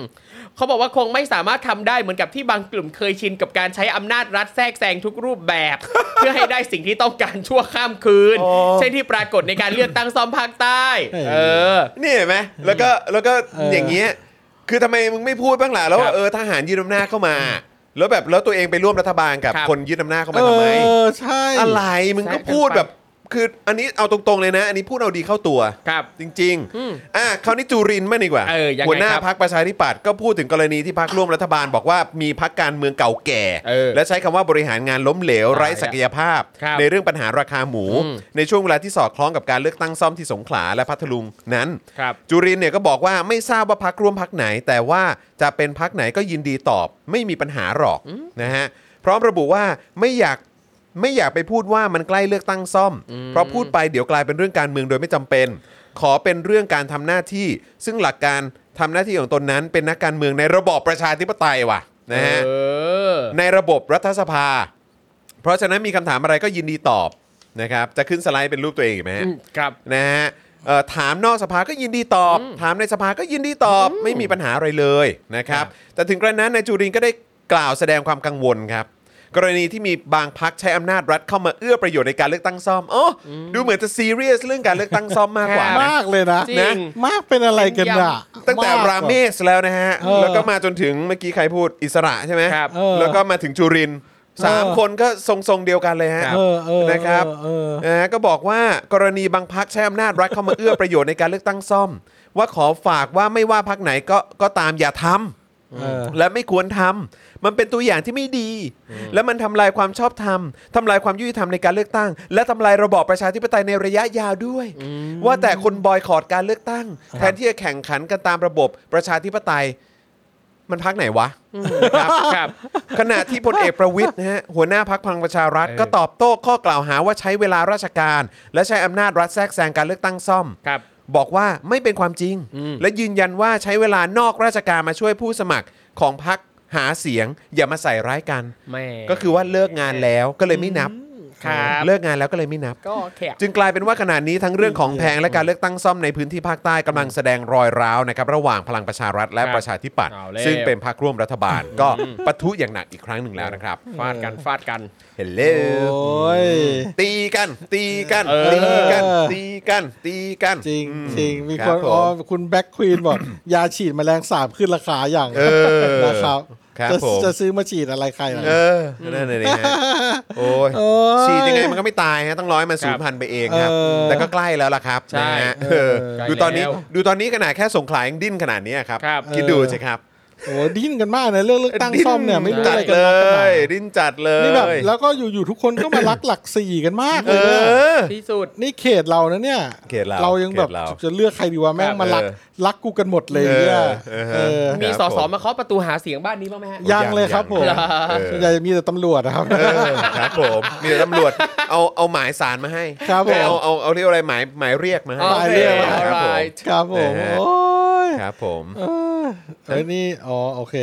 Speaker 4: เขาบอกว่าคงไม่สามารถทำได้เหมือนกับที่บางกลุ่มเคยชินกับการใช้อำนาจรัฐแทรกแซงทุกรูปแบบ
Speaker 2: <laughs>
Speaker 4: เพื่อให้ได้สิ่งที่ต้องการชั่วข้ามคืน
Speaker 2: โอ้
Speaker 4: เช่นที่ปรากฏในการเลือกตั้งซ่อมภาคใต้
Speaker 3: เออ
Speaker 4: เออ
Speaker 2: นี่เห็นไหมแล้วก็แล้วก็
Speaker 3: เออ
Speaker 2: อ
Speaker 3: อ
Speaker 2: ย่างเงี้ยคือทำไมมึงไม่พูดบ้างล่ะแล้ว
Speaker 4: ครั
Speaker 2: ว่า
Speaker 4: บ
Speaker 2: เออทหารยึดอำนาจเข้ามา แล้วแบบแล้วตัวเองไปร่วมรัฐบาลกับ
Speaker 4: ครับ
Speaker 2: คนยึดอำนาจเข้า
Speaker 3: เอ
Speaker 2: มาทำไม
Speaker 3: อใช่
Speaker 2: อะไรมึงก็พูดแบบ คืออันนี้เอาตรงๆเลยนะ อันนี้พูดเอาดีเข้าตัว
Speaker 4: ครับ
Speaker 2: จริง
Speaker 4: อืม
Speaker 2: ๆอ่ะคราวนี้จุรินทร์มางดีกว่า
Speaker 4: เออยังไง
Speaker 2: หัวหน้า
Speaker 4: ครับ
Speaker 2: พักประชาธิปัตย์ก็พูดถึงกรณีที่พักร่วมรัฐบาลบอกว่ามีพักการเมืองเก่าแก่
Speaker 4: เออ
Speaker 2: และใช้คำว่าบริหารงานล้มเหลว ไร้ศักยภาพ
Speaker 4: ครับ
Speaker 2: ในเรื่องปัญหาราคาหมู
Speaker 4: อืม
Speaker 2: ในช่วงเวลาที่สอดคล้องกับการเลือกตั้งซ่อมที่สงขลาและพัทลุงนั้น
Speaker 4: ครับ
Speaker 2: จุรินทร์เนี่ยก็บอกว่าไม่ทราบว่าพักร่วมพักไหน แต่ว่าจะเป็นพักไหนก็ยินดีตอบ ไม่มีปัญหาหรอกนะฮะพร้อมระบุว่าไม่อยากไม่อยากไปพูดว่ามันใกล้เลือกตั้งซ่อม เพราะพูดไปเดี๋ยวกลายเป็นเรื่องการเมืองโดยไม่จำเป็น ขอเป็นเรื่องการทำหน้าที่ ซึ่งหลักการทำหน้าที่ของตนนั้น เป็นนักการเมืองในระบอบประชาธิปไตยว่ะนะฮะ
Speaker 4: เออ
Speaker 2: ในระบบรัฐสภา เพราะฉะนั้นมีคำถามอะไรก็ยินดีตอบนะครับ จะขึ้นสไลด์เป็นรูปตัวเองอีกไหมฮะ
Speaker 4: อืมครับ
Speaker 2: นะฮะเอ่อถามนอกสภาก็ยินดีตอบ ถามในสภาก็ยินดีตอบ ไม่มีปัญหาอะไรเลยนะครับ แต่ถึงกระนั้นนายจุรินทร์ก็ได้กล่าวแสดงความกังวลครับ กรณีที่มีบางพักใช้อำนาจรัฐเข้ามาเอื้อประโยชน์ในการเลือกตั้งซ่อมอ๋ออดูเหมือนจะซีเรียสเรื่องการเลือกตั้งซ่อมมากกว่า
Speaker 4: ครับ
Speaker 2: นะ
Speaker 3: มากเลยนะ
Speaker 4: จริง
Speaker 3: มากเป็นอะไรกันอะ
Speaker 2: ตั้งแต่
Speaker 3: กอะ
Speaker 2: ราเมสแล้วนะฮะ
Speaker 3: เออ
Speaker 2: แล้วก็มาจนถึงเมื่อกี้ใครพูดอิสระใช่ไหม
Speaker 4: ครับ
Speaker 3: เออ
Speaker 2: แล้วก็มาถึงจุรินทร์สาม
Speaker 3: เออ
Speaker 2: คนก็ทรงๆเดียวกันเลยฮะ
Speaker 3: เออเออ
Speaker 2: นะครับ
Speaker 3: เออเออ
Speaker 2: นะฮะก็บอกว่ากรณีบางพักใช้อำนาจรัฐเข้ามาเอื้อประโยชน์ในการเลือกตั้งซ่อม ว่าขอฝากว่าไม่ว่าพักไหนก็ก็ตามอย่าทำ
Speaker 3: เออ
Speaker 2: และไม่ควรทำมันเป็นตัวอย่างที่ไม่ดี และมันทำลายความชอบธรรมทำลายความยุติธรรมในการเลือกตั้ง และทำลายระบอบประชาธิปไตยในระยะยาวด้วย ว่าแต่คนบอยคอรดการเลือกตั้ง แทนที่จะแข่งขันกันตามระบบประชาธิปไตย มันพักไหนวะ
Speaker 4: ครับครับ
Speaker 2: ขณะที่พลเอกประวิทย์นะฮะหัวหน้าพักพลังประชารัฐ ก็ตอบโต้ข้อกล่าวหาว่าใช้เวลาราชการ และใช้อำนาจรัฐแทรกแซงการเลือกตั้งซ่อม
Speaker 4: ครับ
Speaker 2: บอกว่าไม่เป็นความจริง และยืนยันว่าใช้เวลานอกราชการมาช่วยผู้สมัครของพักหาเสียง อย่ามาใส่ร้ายกัน
Speaker 4: แม่
Speaker 2: ก็คือว่าเลิกงานแล้วก็เลยไม่นับ
Speaker 4: ครับ
Speaker 2: เลิกงานแล้วก็เลยไม่นับ
Speaker 4: ก็แขก
Speaker 2: จึงกลายเป็นว่าขณะนี้ทั้งเรื่องของแพงและการเลือกตั้งซ่อมในพื้นที่ภาคใต้กำลังแสดงรอยร้าวนะครับระหว่างพลังประชารัฐและ
Speaker 4: ครับ
Speaker 2: ประชาธิปัตย์
Speaker 4: เอาแล้ว
Speaker 2: ซึ่งเป็นพรรคร่วมรัฐบาล ก็ปะทุอย่างหนักอีกครั้งหนึ่งแล้วนะครับ
Speaker 4: ฟาดกันฟาดกัน
Speaker 2: เฮลโล
Speaker 3: โอ้ย
Speaker 2: ตีกัน ตีกัน
Speaker 4: เออ
Speaker 2: ตีกันตีกันตีกัน
Speaker 3: จริง
Speaker 2: อืม
Speaker 3: จริงมี
Speaker 2: ค
Speaker 3: ค
Speaker 2: รั
Speaker 3: น
Speaker 2: บผม
Speaker 3: อ๋อคุณแบ็คควีนบอก <coughs> ยาฉีดแมลงสาบขึ้นราคาอย่าง
Speaker 2: เออ
Speaker 3: นะครับ
Speaker 2: ครับ
Speaker 3: จะ
Speaker 2: ผม
Speaker 3: จะซื้อมาฉีดอะไรใครล่ะ
Speaker 2: เออนั่นเลยนะฮะโอ้ย
Speaker 3: โอ้ย
Speaker 2: ฉีดยังไงมันก็ไม่ตายฮะต้องร้อยมันสูญพันธุ์ไปเองครับ
Speaker 3: เออ
Speaker 2: แต่ก็ใกล้แล้วล่ะครับ
Speaker 4: ใช่
Speaker 2: นะฮะ
Speaker 4: เออ
Speaker 2: เออดูตอนนี้
Speaker 4: ใกล้แล้ว
Speaker 2: ดูตอนนี้ขนาดแค่สงขลายังดิ้นขนาดนี้ครับ
Speaker 4: ครับ
Speaker 2: คิดดูสิครับ
Speaker 3: โอ้ดิ้นกันมากนะเรื่องเลือกตั้งซ่อมเนี่ยไม่รู้
Speaker 2: จัด
Speaker 3: อะไรกัน
Speaker 2: เล
Speaker 3: นักกันหนาย
Speaker 2: ดิ้นจัดเลย
Speaker 3: นี่แบบแล้วก็อยู่ๆทุกคนก็มารักหลักสี่กันมาก
Speaker 2: เอ
Speaker 3: เลยเนี่ย
Speaker 2: อ
Speaker 4: ที่สุด
Speaker 3: นี่เขตเรานะเนี่ย
Speaker 2: เขตเรา
Speaker 3: ยังแบบ
Speaker 2: เขตเรา
Speaker 3: จะเลือกใครดีวะแม่งมารัก
Speaker 2: เออ
Speaker 3: รักกูกันหมดเลยเนี่ย
Speaker 2: เออเอ
Speaker 3: เอ
Speaker 2: อ
Speaker 3: อ
Speaker 4: มี
Speaker 2: ครับ
Speaker 4: สส
Speaker 2: ผม
Speaker 4: มาเคาะประตูหาเสียงบ้านนี้บ้างไหมฮะ
Speaker 3: ยังเลยครับผม
Speaker 2: ยังเออ
Speaker 3: ส่วนใหญ่มีแต่ตำรวจนะครับ
Speaker 2: เออครับผม มีแต่ตำรวจเอาเอาหมายสารมาให้
Speaker 3: ครับผม
Speaker 2: เอาเอาเอาเรียกอะไรหมายหมายเรียกมาให้
Speaker 4: หมายเรียก
Speaker 2: ครัผม
Speaker 4: alright
Speaker 3: ครับผม
Speaker 2: นะฮะ
Speaker 3: โอ้ย
Speaker 2: ครับผม
Speaker 3: เออเอ้ยนี่ อ๋อ โอเค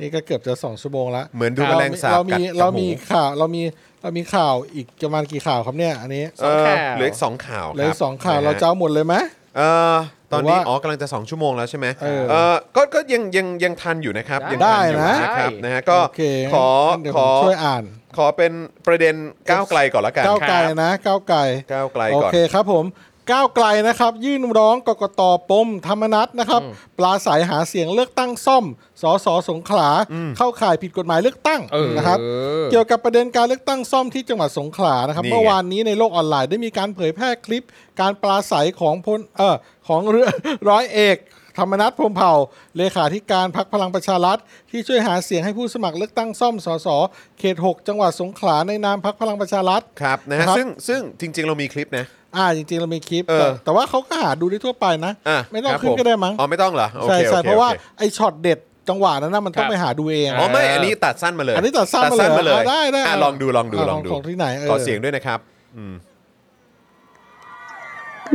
Speaker 3: นี่ก็เกือบจะสองชั่วโมงละ
Speaker 2: เหมือนดู
Speaker 3: เรา
Speaker 2: แมลงสาบ
Speaker 3: เรา
Speaker 2: กัด
Speaker 3: มี
Speaker 2: กับ
Speaker 3: เรา
Speaker 2: หมู
Speaker 3: มีข่าว เรามี เรามีข่าวอีกประมาณกี่ข่าวครับเนี่ย อันนี้
Speaker 4: สองข่าว
Speaker 2: เเหลืออีกสองข่าว
Speaker 3: เหลย
Speaker 2: ครับ
Speaker 3: สองข่าว
Speaker 2: นะฮะ
Speaker 3: เราเจ้าหมดเลยไหม
Speaker 2: เออตอนนี้
Speaker 3: ผมว่า
Speaker 2: อ๋อกำลังจะ 2 ชั่วโมงแล้วใช่ไหม
Speaker 3: เออ
Speaker 2: เออก็ก็ยังยังยังทันอยู่นะครับยังทัอยู่
Speaker 3: ได้นะ
Speaker 2: นะครับนะฮะก็
Speaker 3: โอเค
Speaker 2: ขอ
Speaker 3: เดี๋ยว
Speaker 2: ข
Speaker 3: ผม
Speaker 2: อ
Speaker 3: ช่วยอ่าน
Speaker 2: ขอเป็นประเด็นก้าวไกลก่อนละกัน
Speaker 3: ก้าวไกล
Speaker 2: ครับ
Speaker 3: นะ ก้าวไกล
Speaker 2: ก้าวไกล
Speaker 3: โอ
Speaker 2: ก่อน
Speaker 3: เคครับผม ก้าวไกลนะครับ ยื่นร้องกกตปมธรรมนัตนะครับ ปลาสายหาเสียงเลือกตั้งซ่อม สสสงขลา เข้าข่ายผิดกฎหมายเลือกตั้ง
Speaker 4: เออ
Speaker 3: นะครับ เกี่ยวกับประเด็นการเลือกตั้งซ่อมที่จังหวัดสงขลานะครับ
Speaker 2: นี่ไง
Speaker 3: เมื่อวานนี้ในโลกออนไลน์ได้มีการเผยแพร่คลิป การปราศัยของพลเออของเรือ ร้อยเอก ธรรมนัฐพรหมเผ่า เลขาธิการพักพลังประชารัฐ ที่ช่วยหาเสียงให้ผู้สมัครเลือกตั้งซ่อมสสเขต 6 จังหวัดสงขลาในนามพักพลังประชารัฐ
Speaker 2: ครับนะฮะ
Speaker 3: ครับ
Speaker 2: ซึ่งซึ่งจริง ๆ เรามีคลิปนะ
Speaker 3: อ่าจริงๆ เรามีคลิป
Speaker 2: เออ
Speaker 3: แต่แต่ว่าเขาก็หาดูได้ทั่วไปนะ
Speaker 2: อ่ะ
Speaker 3: ไม่ต้อง
Speaker 2: ครับ
Speaker 3: ขึ้น
Speaker 2: ผ
Speaker 3: ก็ได้มั้ง
Speaker 2: อ๋อไม่ต้องเหรอโอ
Speaker 3: ใช่
Speaker 2: ค
Speaker 3: ใช่
Speaker 2: โอค
Speaker 3: เพราะว่า
Speaker 2: โอค
Speaker 3: ไอ้ช็อตเด็ดจังหวะนั้นนะมันต้อง
Speaker 4: ครับ
Speaker 3: ไปหาดูเอง
Speaker 2: อ๋อไม่
Speaker 4: เอออั
Speaker 2: อันนี้ตัดสั้นมาเลย
Speaker 3: อันนี้ตัดสั้นมาเลย
Speaker 2: มาเลย
Speaker 3: อ่ะได้ได้
Speaker 2: อ่ะลองดูลองดู
Speaker 3: ะ
Speaker 2: ลองดู
Speaker 3: ของที่ไหนเออ
Speaker 2: ขอเสียงด้วยนะครับ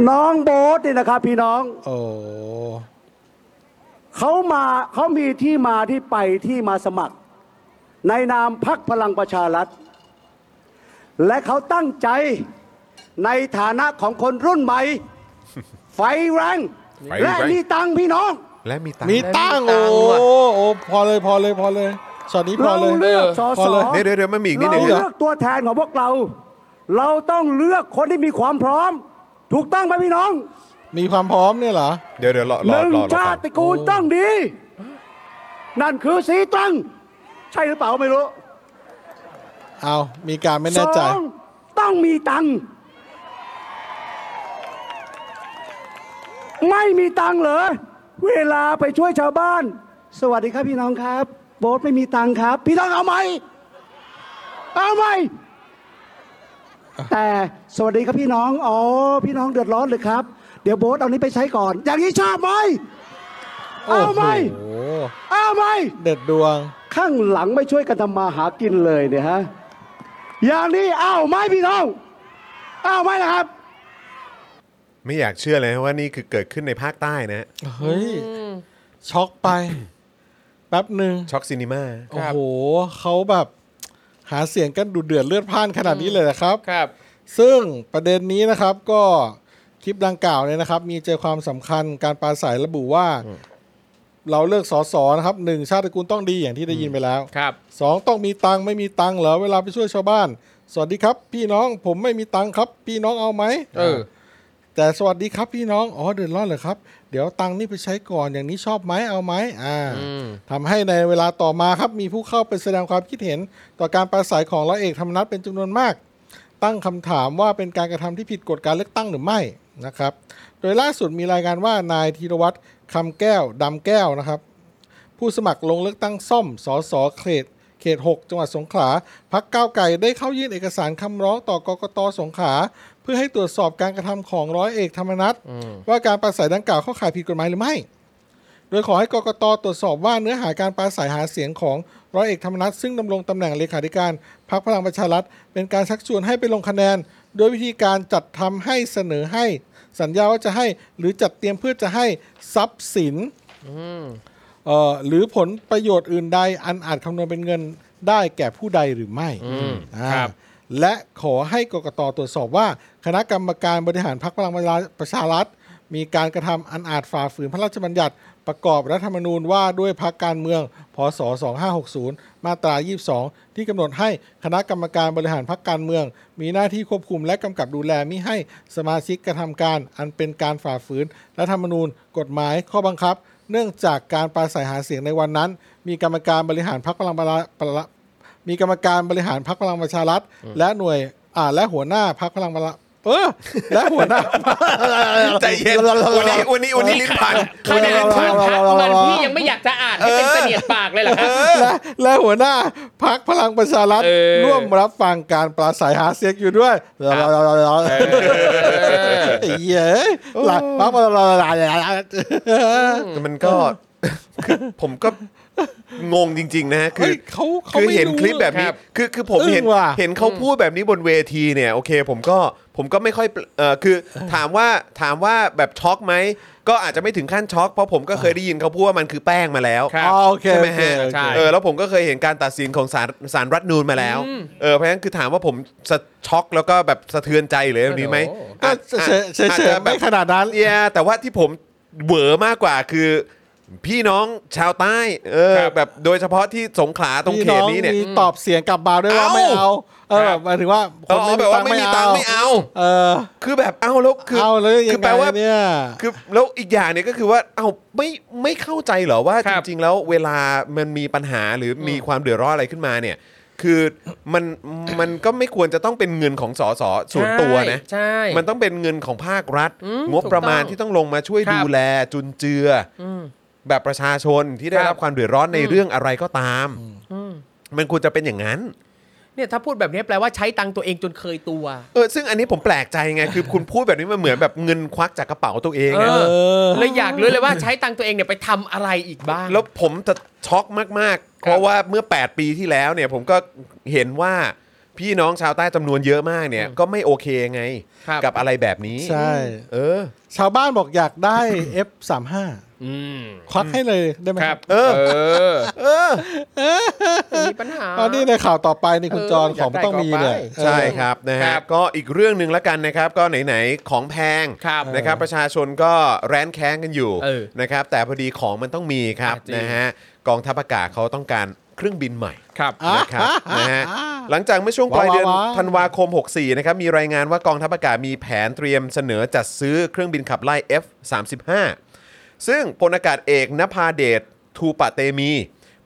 Speaker 6: น้องโบ๊ทเนี่ยนะครับพี่น้อง
Speaker 3: โอ้
Speaker 6: เขามาเขามีที่มาที่ไปที่มาสมัคร ในนามพักพลังประชารัฐ และเขาตั้งใจในฐานะของคนรุ่นใหม่ ไฟแรง
Speaker 2: ไฟแรง
Speaker 6: และมีตังค์พี่น้อง
Speaker 2: และมีตังค์
Speaker 3: มีตั้งโอ้โอ้พอเลยพอเลยพอเลยช็อตนี้พอ
Speaker 6: เรา
Speaker 3: เลย
Speaker 6: เลือกสอ
Speaker 3: พอ
Speaker 6: สอ
Speaker 3: เลย
Speaker 2: เดี๋ยวเดี๋ยวเดี๋ยวมันมีอีกนิดห
Speaker 6: เรา
Speaker 2: นึ่ง
Speaker 6: เลือกตัวแทนของพวกเรา เราต้องเลือกคนที่มีความพร้อม ถูกต้องไหมพี่น้อง
Speaker 3: มีความพร้อมเนี่ยเหรอ
Speaker 2: เดี๋ยวเดี๋ยวรอ
Speaker 6: ห
Speaker 2: รอ
Speaker 6: นึ่ง
Speaker 2: รอรอ
Speaker 6: ชา
Speaker 2: ฟัง
Speaker 6: ติกูลต้องดี นั่นคือสีตรัง ใช่หรือเปล่าไม่รู้
Speaker 3: เอามีการไม่
Speaker 6: ส
Speaker 3: แน่ใจ
Speaker 6: องต้องมีตังค์ไม่มีตังค์เหรอ เวลาไปช่วยชาวบ้าน สวัสดีครับพี่น้องครับ โบ๊ทไม่มีตังค์ครับ พี่น้องเอาไหมเอาไหม แต่สวัสดีครับพี่น้อง อ๋อ พี่น้องเดือดร้อนเลยครับ เดี๋ยวโบ๊ทเอานี้ไปใช้ก่อน อย่างนี้ชอบไหม
Speaker 3: โอ้
Speaker 6: เอาไหม
Speaker 3: โห
Speaker 6: เอาไหม
Speaker 3: เด็ดดวง
Speaker 6: ข้างหลังไม่ช่วยกันทำมาหากินเลยเนี่ยฮะ อย่างนี้เอาไหมพี่น้อง เอาไหมนะครับ
Speaker 2: ไม่อยากเชื่อเลยว่านี่คือเกิดขึ้นในภาคใต้นะฮะ
Speaker 3: เฮ้ย ช็อกไป แป๊บหนึ่ง
Speaker 2: ช็อกซินิมา
Speaker 3: โอ้โหเขาแบบหาเสียงกันดูเดือดเลือดพล่านขนาดนี้เลยนะครับ
Speaker 4: ครับ
Speaker 3: ซึ่งประเด็นนี้นะครับก็คลิปดังกล่าวเนี่ยนะครับ มีใจความสำคัญการปราศัยระบุว่า เราเลือกสอสอนะครับหนึ่งชาติตระกูลต้องดีอย่างที่ได้ยินไปแล้ว
Speaker 4: ครับ
Speaker 3: สองต้องมีตังค์ไม่มีตังค์เหรอเวลาไปช่วยชาวบ้าน สวัสดีครับ พี่น้องผมไม่มีตังค์ครับ พี่น้องเอาไหม
Speaker 4: เออ
Speaker 3: แต่สวัสดีครับพี่น้อง อ๋อเดือดร้อนเหรอครับ เดี๋ยวตังค์นี่ไปใช้ก่อนอย่างนี้ชอบไหมเอาไหมอ่าทำให้ในเวลาต่อมาครับมีผู้เข้าไปแสดงความคิดเห็น ต่อการปราศัยของร้อยเอกธรรมนัฐเป็นจำนวนมาก ตั้งคำถามว่าเป็นการกระทำที่ผิดกฎการเลือกตั้งหรือไม่นะครับ โดยล่าสุดมีรายงานว่านายธีรวัตรคำแก้วดำแก้วนะครับ ผู้สมัครลงเลือกตั้งซ่อม สส เขต เขต 6 จังหวัดสงขลา พักก้าวไก่ได้เข้ายื่นเอกสารคำร้องต่อกกตสงขลา เพื่อให้ตรวจสอบการกระทำของร้อยเอกธรรมนัฐว่าการปราศัยดังกล่าวเข้าข่ายผิดกฎหมายหรือไม่ โดยขอให้กกตตรวจสอบว่าเนื้อหาการปราศัยหาเสียงของร้อยเอกธรรมนัฐซึ่งดำรงตำแหน่งเลขาธิการพรรคพลังประชารัฐเป็นการชักชวนให้ไปลงคะแนน โดยวิธีการจัดทำให้เสนอให้ สัญญาว่าจะให้หรือจัดเตรียมเพื่อจะให้ทรัพย์สิน เอ่อหรือผลประโยชน์อื่นใดอันอาจคำนวณเป็นเงินได้แก่ผู้ใดหรือไม่อ่า
Speaker 4: ครับ
Speaker 3: และขอให้กกตตรวจสอบว่า คณะกรรมการบริหารพรรคพลังประชารัฐ มีการกระทำอันอาจฝ่าฝืนพระราชบัญญัติประกอบรัฐธรรมนูญว่าด้วยพรรคการเมือง พศ 2560 มาตรา 22 ที่กำหนดให้คณะกรรมการบริหารพรรคการเมือง มีหน้าที่ควบคุมและกำกับดูแลมิให้สมาชิกกระทำการอันเป็นการฝ่าฝืนรัฐธรรมนูญ กฎหมายข้อบังคับ เนื่องจากการปราศัยหาเสียงในวันนั้น มีกรรมการบริหารพรรคพลังประชารัฐ มีกรรมการบริหารพรรคพลังประชารัฐ และหน่วยอ่าและหัวหน้าพรรคพลังประชาเอ
Speaker 2: <laughs>
Speaker 3: อและหัวหน้า
Speaker 2: ใจเย็นวันนี้วันนี้วันนี้ลิ้นพัน
Speaker 4: ขนาดชื่อพักมันพี่ยังไม่อยากจะอ่านให้เป็นเสนียดปากเลยเหรอครับ
Speaker 3: และและหัวหน้าพักพลังประชารัฐ
Speaker 4: เออ
Speaker 3: ร่วมรับฟังการปราศัยหาเสียงอยู่ด้วยเหี้ยหลังพักพลังประชารัฐ
Speaker 2: แต่มันก็คือผมก็งงจริง ๆ นะคื
Speaker 3: เฮ้
Speaker 2: อย
Speaker 3: เขาเขา
Speaker 2: คือ
Speaker 3: ไม่
Speaker 2: เห็น
Speaker 3: รู้
Speaker 2: คลิปแบบนี้
Speaker 4: ครับ
Speaker 2: คือคือผมเห็น
Speaker 3: อึ้งว่ะ
Speaker 2: เห็นเขาพูดแบบนี้บนเวทีเนี่ยโอเค ผมก็ผมก็ไม่ค่อยเออคือถามว่าถามว่าแบบช็อกไหมก็อาจจะไม่ถึงขั้นช็อกเพราะผมก็เคยได้ยินเขาพูดว่ามันคือแป้งมาแล้ว
Speaker 4: ครับ
Speaker 3: อ๋อโอเค
Speaker 2: ใช่ไหม
Speaker 3: โอเค
Speaker 2: ฮะ
Speaker 3: โอเค
Speaker 4: ใช่
Speaker 2: เออแล้วผมก็เคยเห็นการตัดสินของศาลศาลรัฐธรรมนูนมาแล้วเออเพราะฉะนั้นคือถามว่าผมสะช็อกแล้วก็แบบสะเทือนใจเลยแบบนี้ไหม
Speaker 3: ก็เฉยเฉย
Speaker 2: อาจ
Speaker 3: เฉย
Speaker 2: จะแบบ
Speaker 3: ไม่ขนาดนั้น
Speaker 2: เยแต่ว่าที่ผมเหวอมากกว่าคือ พี่น้องชาวใต้เออ
Speaker 4: ครับ
Speaker 2: แบบโดยเฉพาะที่สงขลาตรงเขตนี้เนี่ย
Speaker 3: มีตอบเสียงกลับมาด้วยว่า
Speaker 2: เอ้า
Speaker 3: ไม่เอา เออหมายถึงว่า
Speaker 2: เออแบบว่าไม่มีตังค์ไม่เอา
Speaker 3: เออ
Speaker 2: คือแบบเอาแล้วคือ
Speaker 3: เอาเลยยั
Speaker 2: คื
Speaker 3: ง
Speaker 2: แป
Speaker 3: ไง
Speaker 2: ลว่า
Speaker 3: เนี่ย
Speaker 2: คือแล้วอีกอย่างเนี่ยก็คือว่าเอาไม่ไม่เข้าใจเหรอว่า
Speaker 4: ค
Speaker 2: จ
Speaker 4: รับ
Speaker 2: ริงๆแล้วเวลามันมีปัญหาหรือมีความเดือดร้อนอะไรขึ้นมาเนี่ย คือมันมันก็ไม่ควรจะต้องเป็นเงินของสสส่วนตัวนะ
Speaker 4: ใช่ใช่
Speaker 2: มันต้องเป็นเงินของภาครัฐ
Speaker 4: อืม
Speaker 2: งบประมาณ
Speaker 4: ถูกต้อง
Speaker 2: ที่ต้องลงมาช่วย
Speaker 4: ครับ
Speaker 2: ดูแลจุนเจือ แบบประชาชนที่ได้
Speaker 4: ครั
Speaker 2: รับบ ความเดือดร้อนในเรื่องอะไรก็ตาม มันควรจะเป็นอย่างนั้น
Speaker 4: เนี่ยถ้าพูดแบบนี้แปลว่าใช้ตังค์ตัวเองจนเคยตัว
Speaker 2: เออซึ่งอันนี้ผมแปลกใจไง คือคุณพูดแบบนี้มันเหมือนแบบเงินควักจากกระเป๋าตัวเอง
Speaker 4: เอ
Speaker 2: อะ
Speaker 4: อ
Speaker 3: เออ
Speaker 4: เลยอยากรู้เลยว่าใช้ตังค์ตัวเองเนี่ยไปทำอะไรอีกบ้าง
Speaker 2: แล้วผมจะช็อกมาก ๆ เพราะว่าเมื่อ 8 ปีที่แล้วเนี่ยผมก็เห็นว่า พี่น้องชาวใต้จำนวนเยอะมากเนี่ย ก็ไม่โอเคไง
Speaker 4: ครับ
Speaker 2: กับอะไรแบบนี้
Speaker 3: ใช่
Speaker 2: เออ
Speaker 3: ชาวบ้านบอกอยากได้ F35
Speaker 4: อืม
Speaker 3: ควักให้เลยได้ไหม
Speaker 4: ครับ
Speaker 2: เออ
Speaker 4: เออ
Speaker 2: เออ
Speaker 4: มีปัญหา
Speaker 3: เอานี่ในข่าวต่อไปนี่คุณจร
Speaker 4: เออ
Speaker 3: ของมันต้องมีเลย
Speaker 4: อยากได้ก็ไป
Speaker 2: ใช่ครับนะ
Speaker 4: ค
Speaker 2: ฮะ
Speaker 4: รับ
Speaker 2: ก็อีกเรื่องหนึ่งละกันนะครับก็ไหนๆของแพง
Speaker 4: ครับ
Speaker 2: นะครับประชาชนก็แร้นแค้งกันอยู่
Speaker 4: เออ
Speaker 2: นะครับแต่พอดีของมันต้องมีครับ
Speaker 4: อ่ะจริง
Speaker 2: นะฮะกองทัพอากาศเขาต้องการเครื่องบินใหม่
Speaker 4: ครับ
Speaker 3: อ่ะ
Speaker 2: นะครับนะฮะหลังจากเมื่อช่วงปลายเดือน
Speaker 3: ว้าวว้าว
Speaker 2: ธันวาคม 64 นะครับ มีรายงานว่ากองทัพอากาศมีแผนเตรียมเสนอจัดซื้อเครื่องบินขับไล่ F35 ซึ่งพลอากาศเอกนภาเดชทูปะเตมี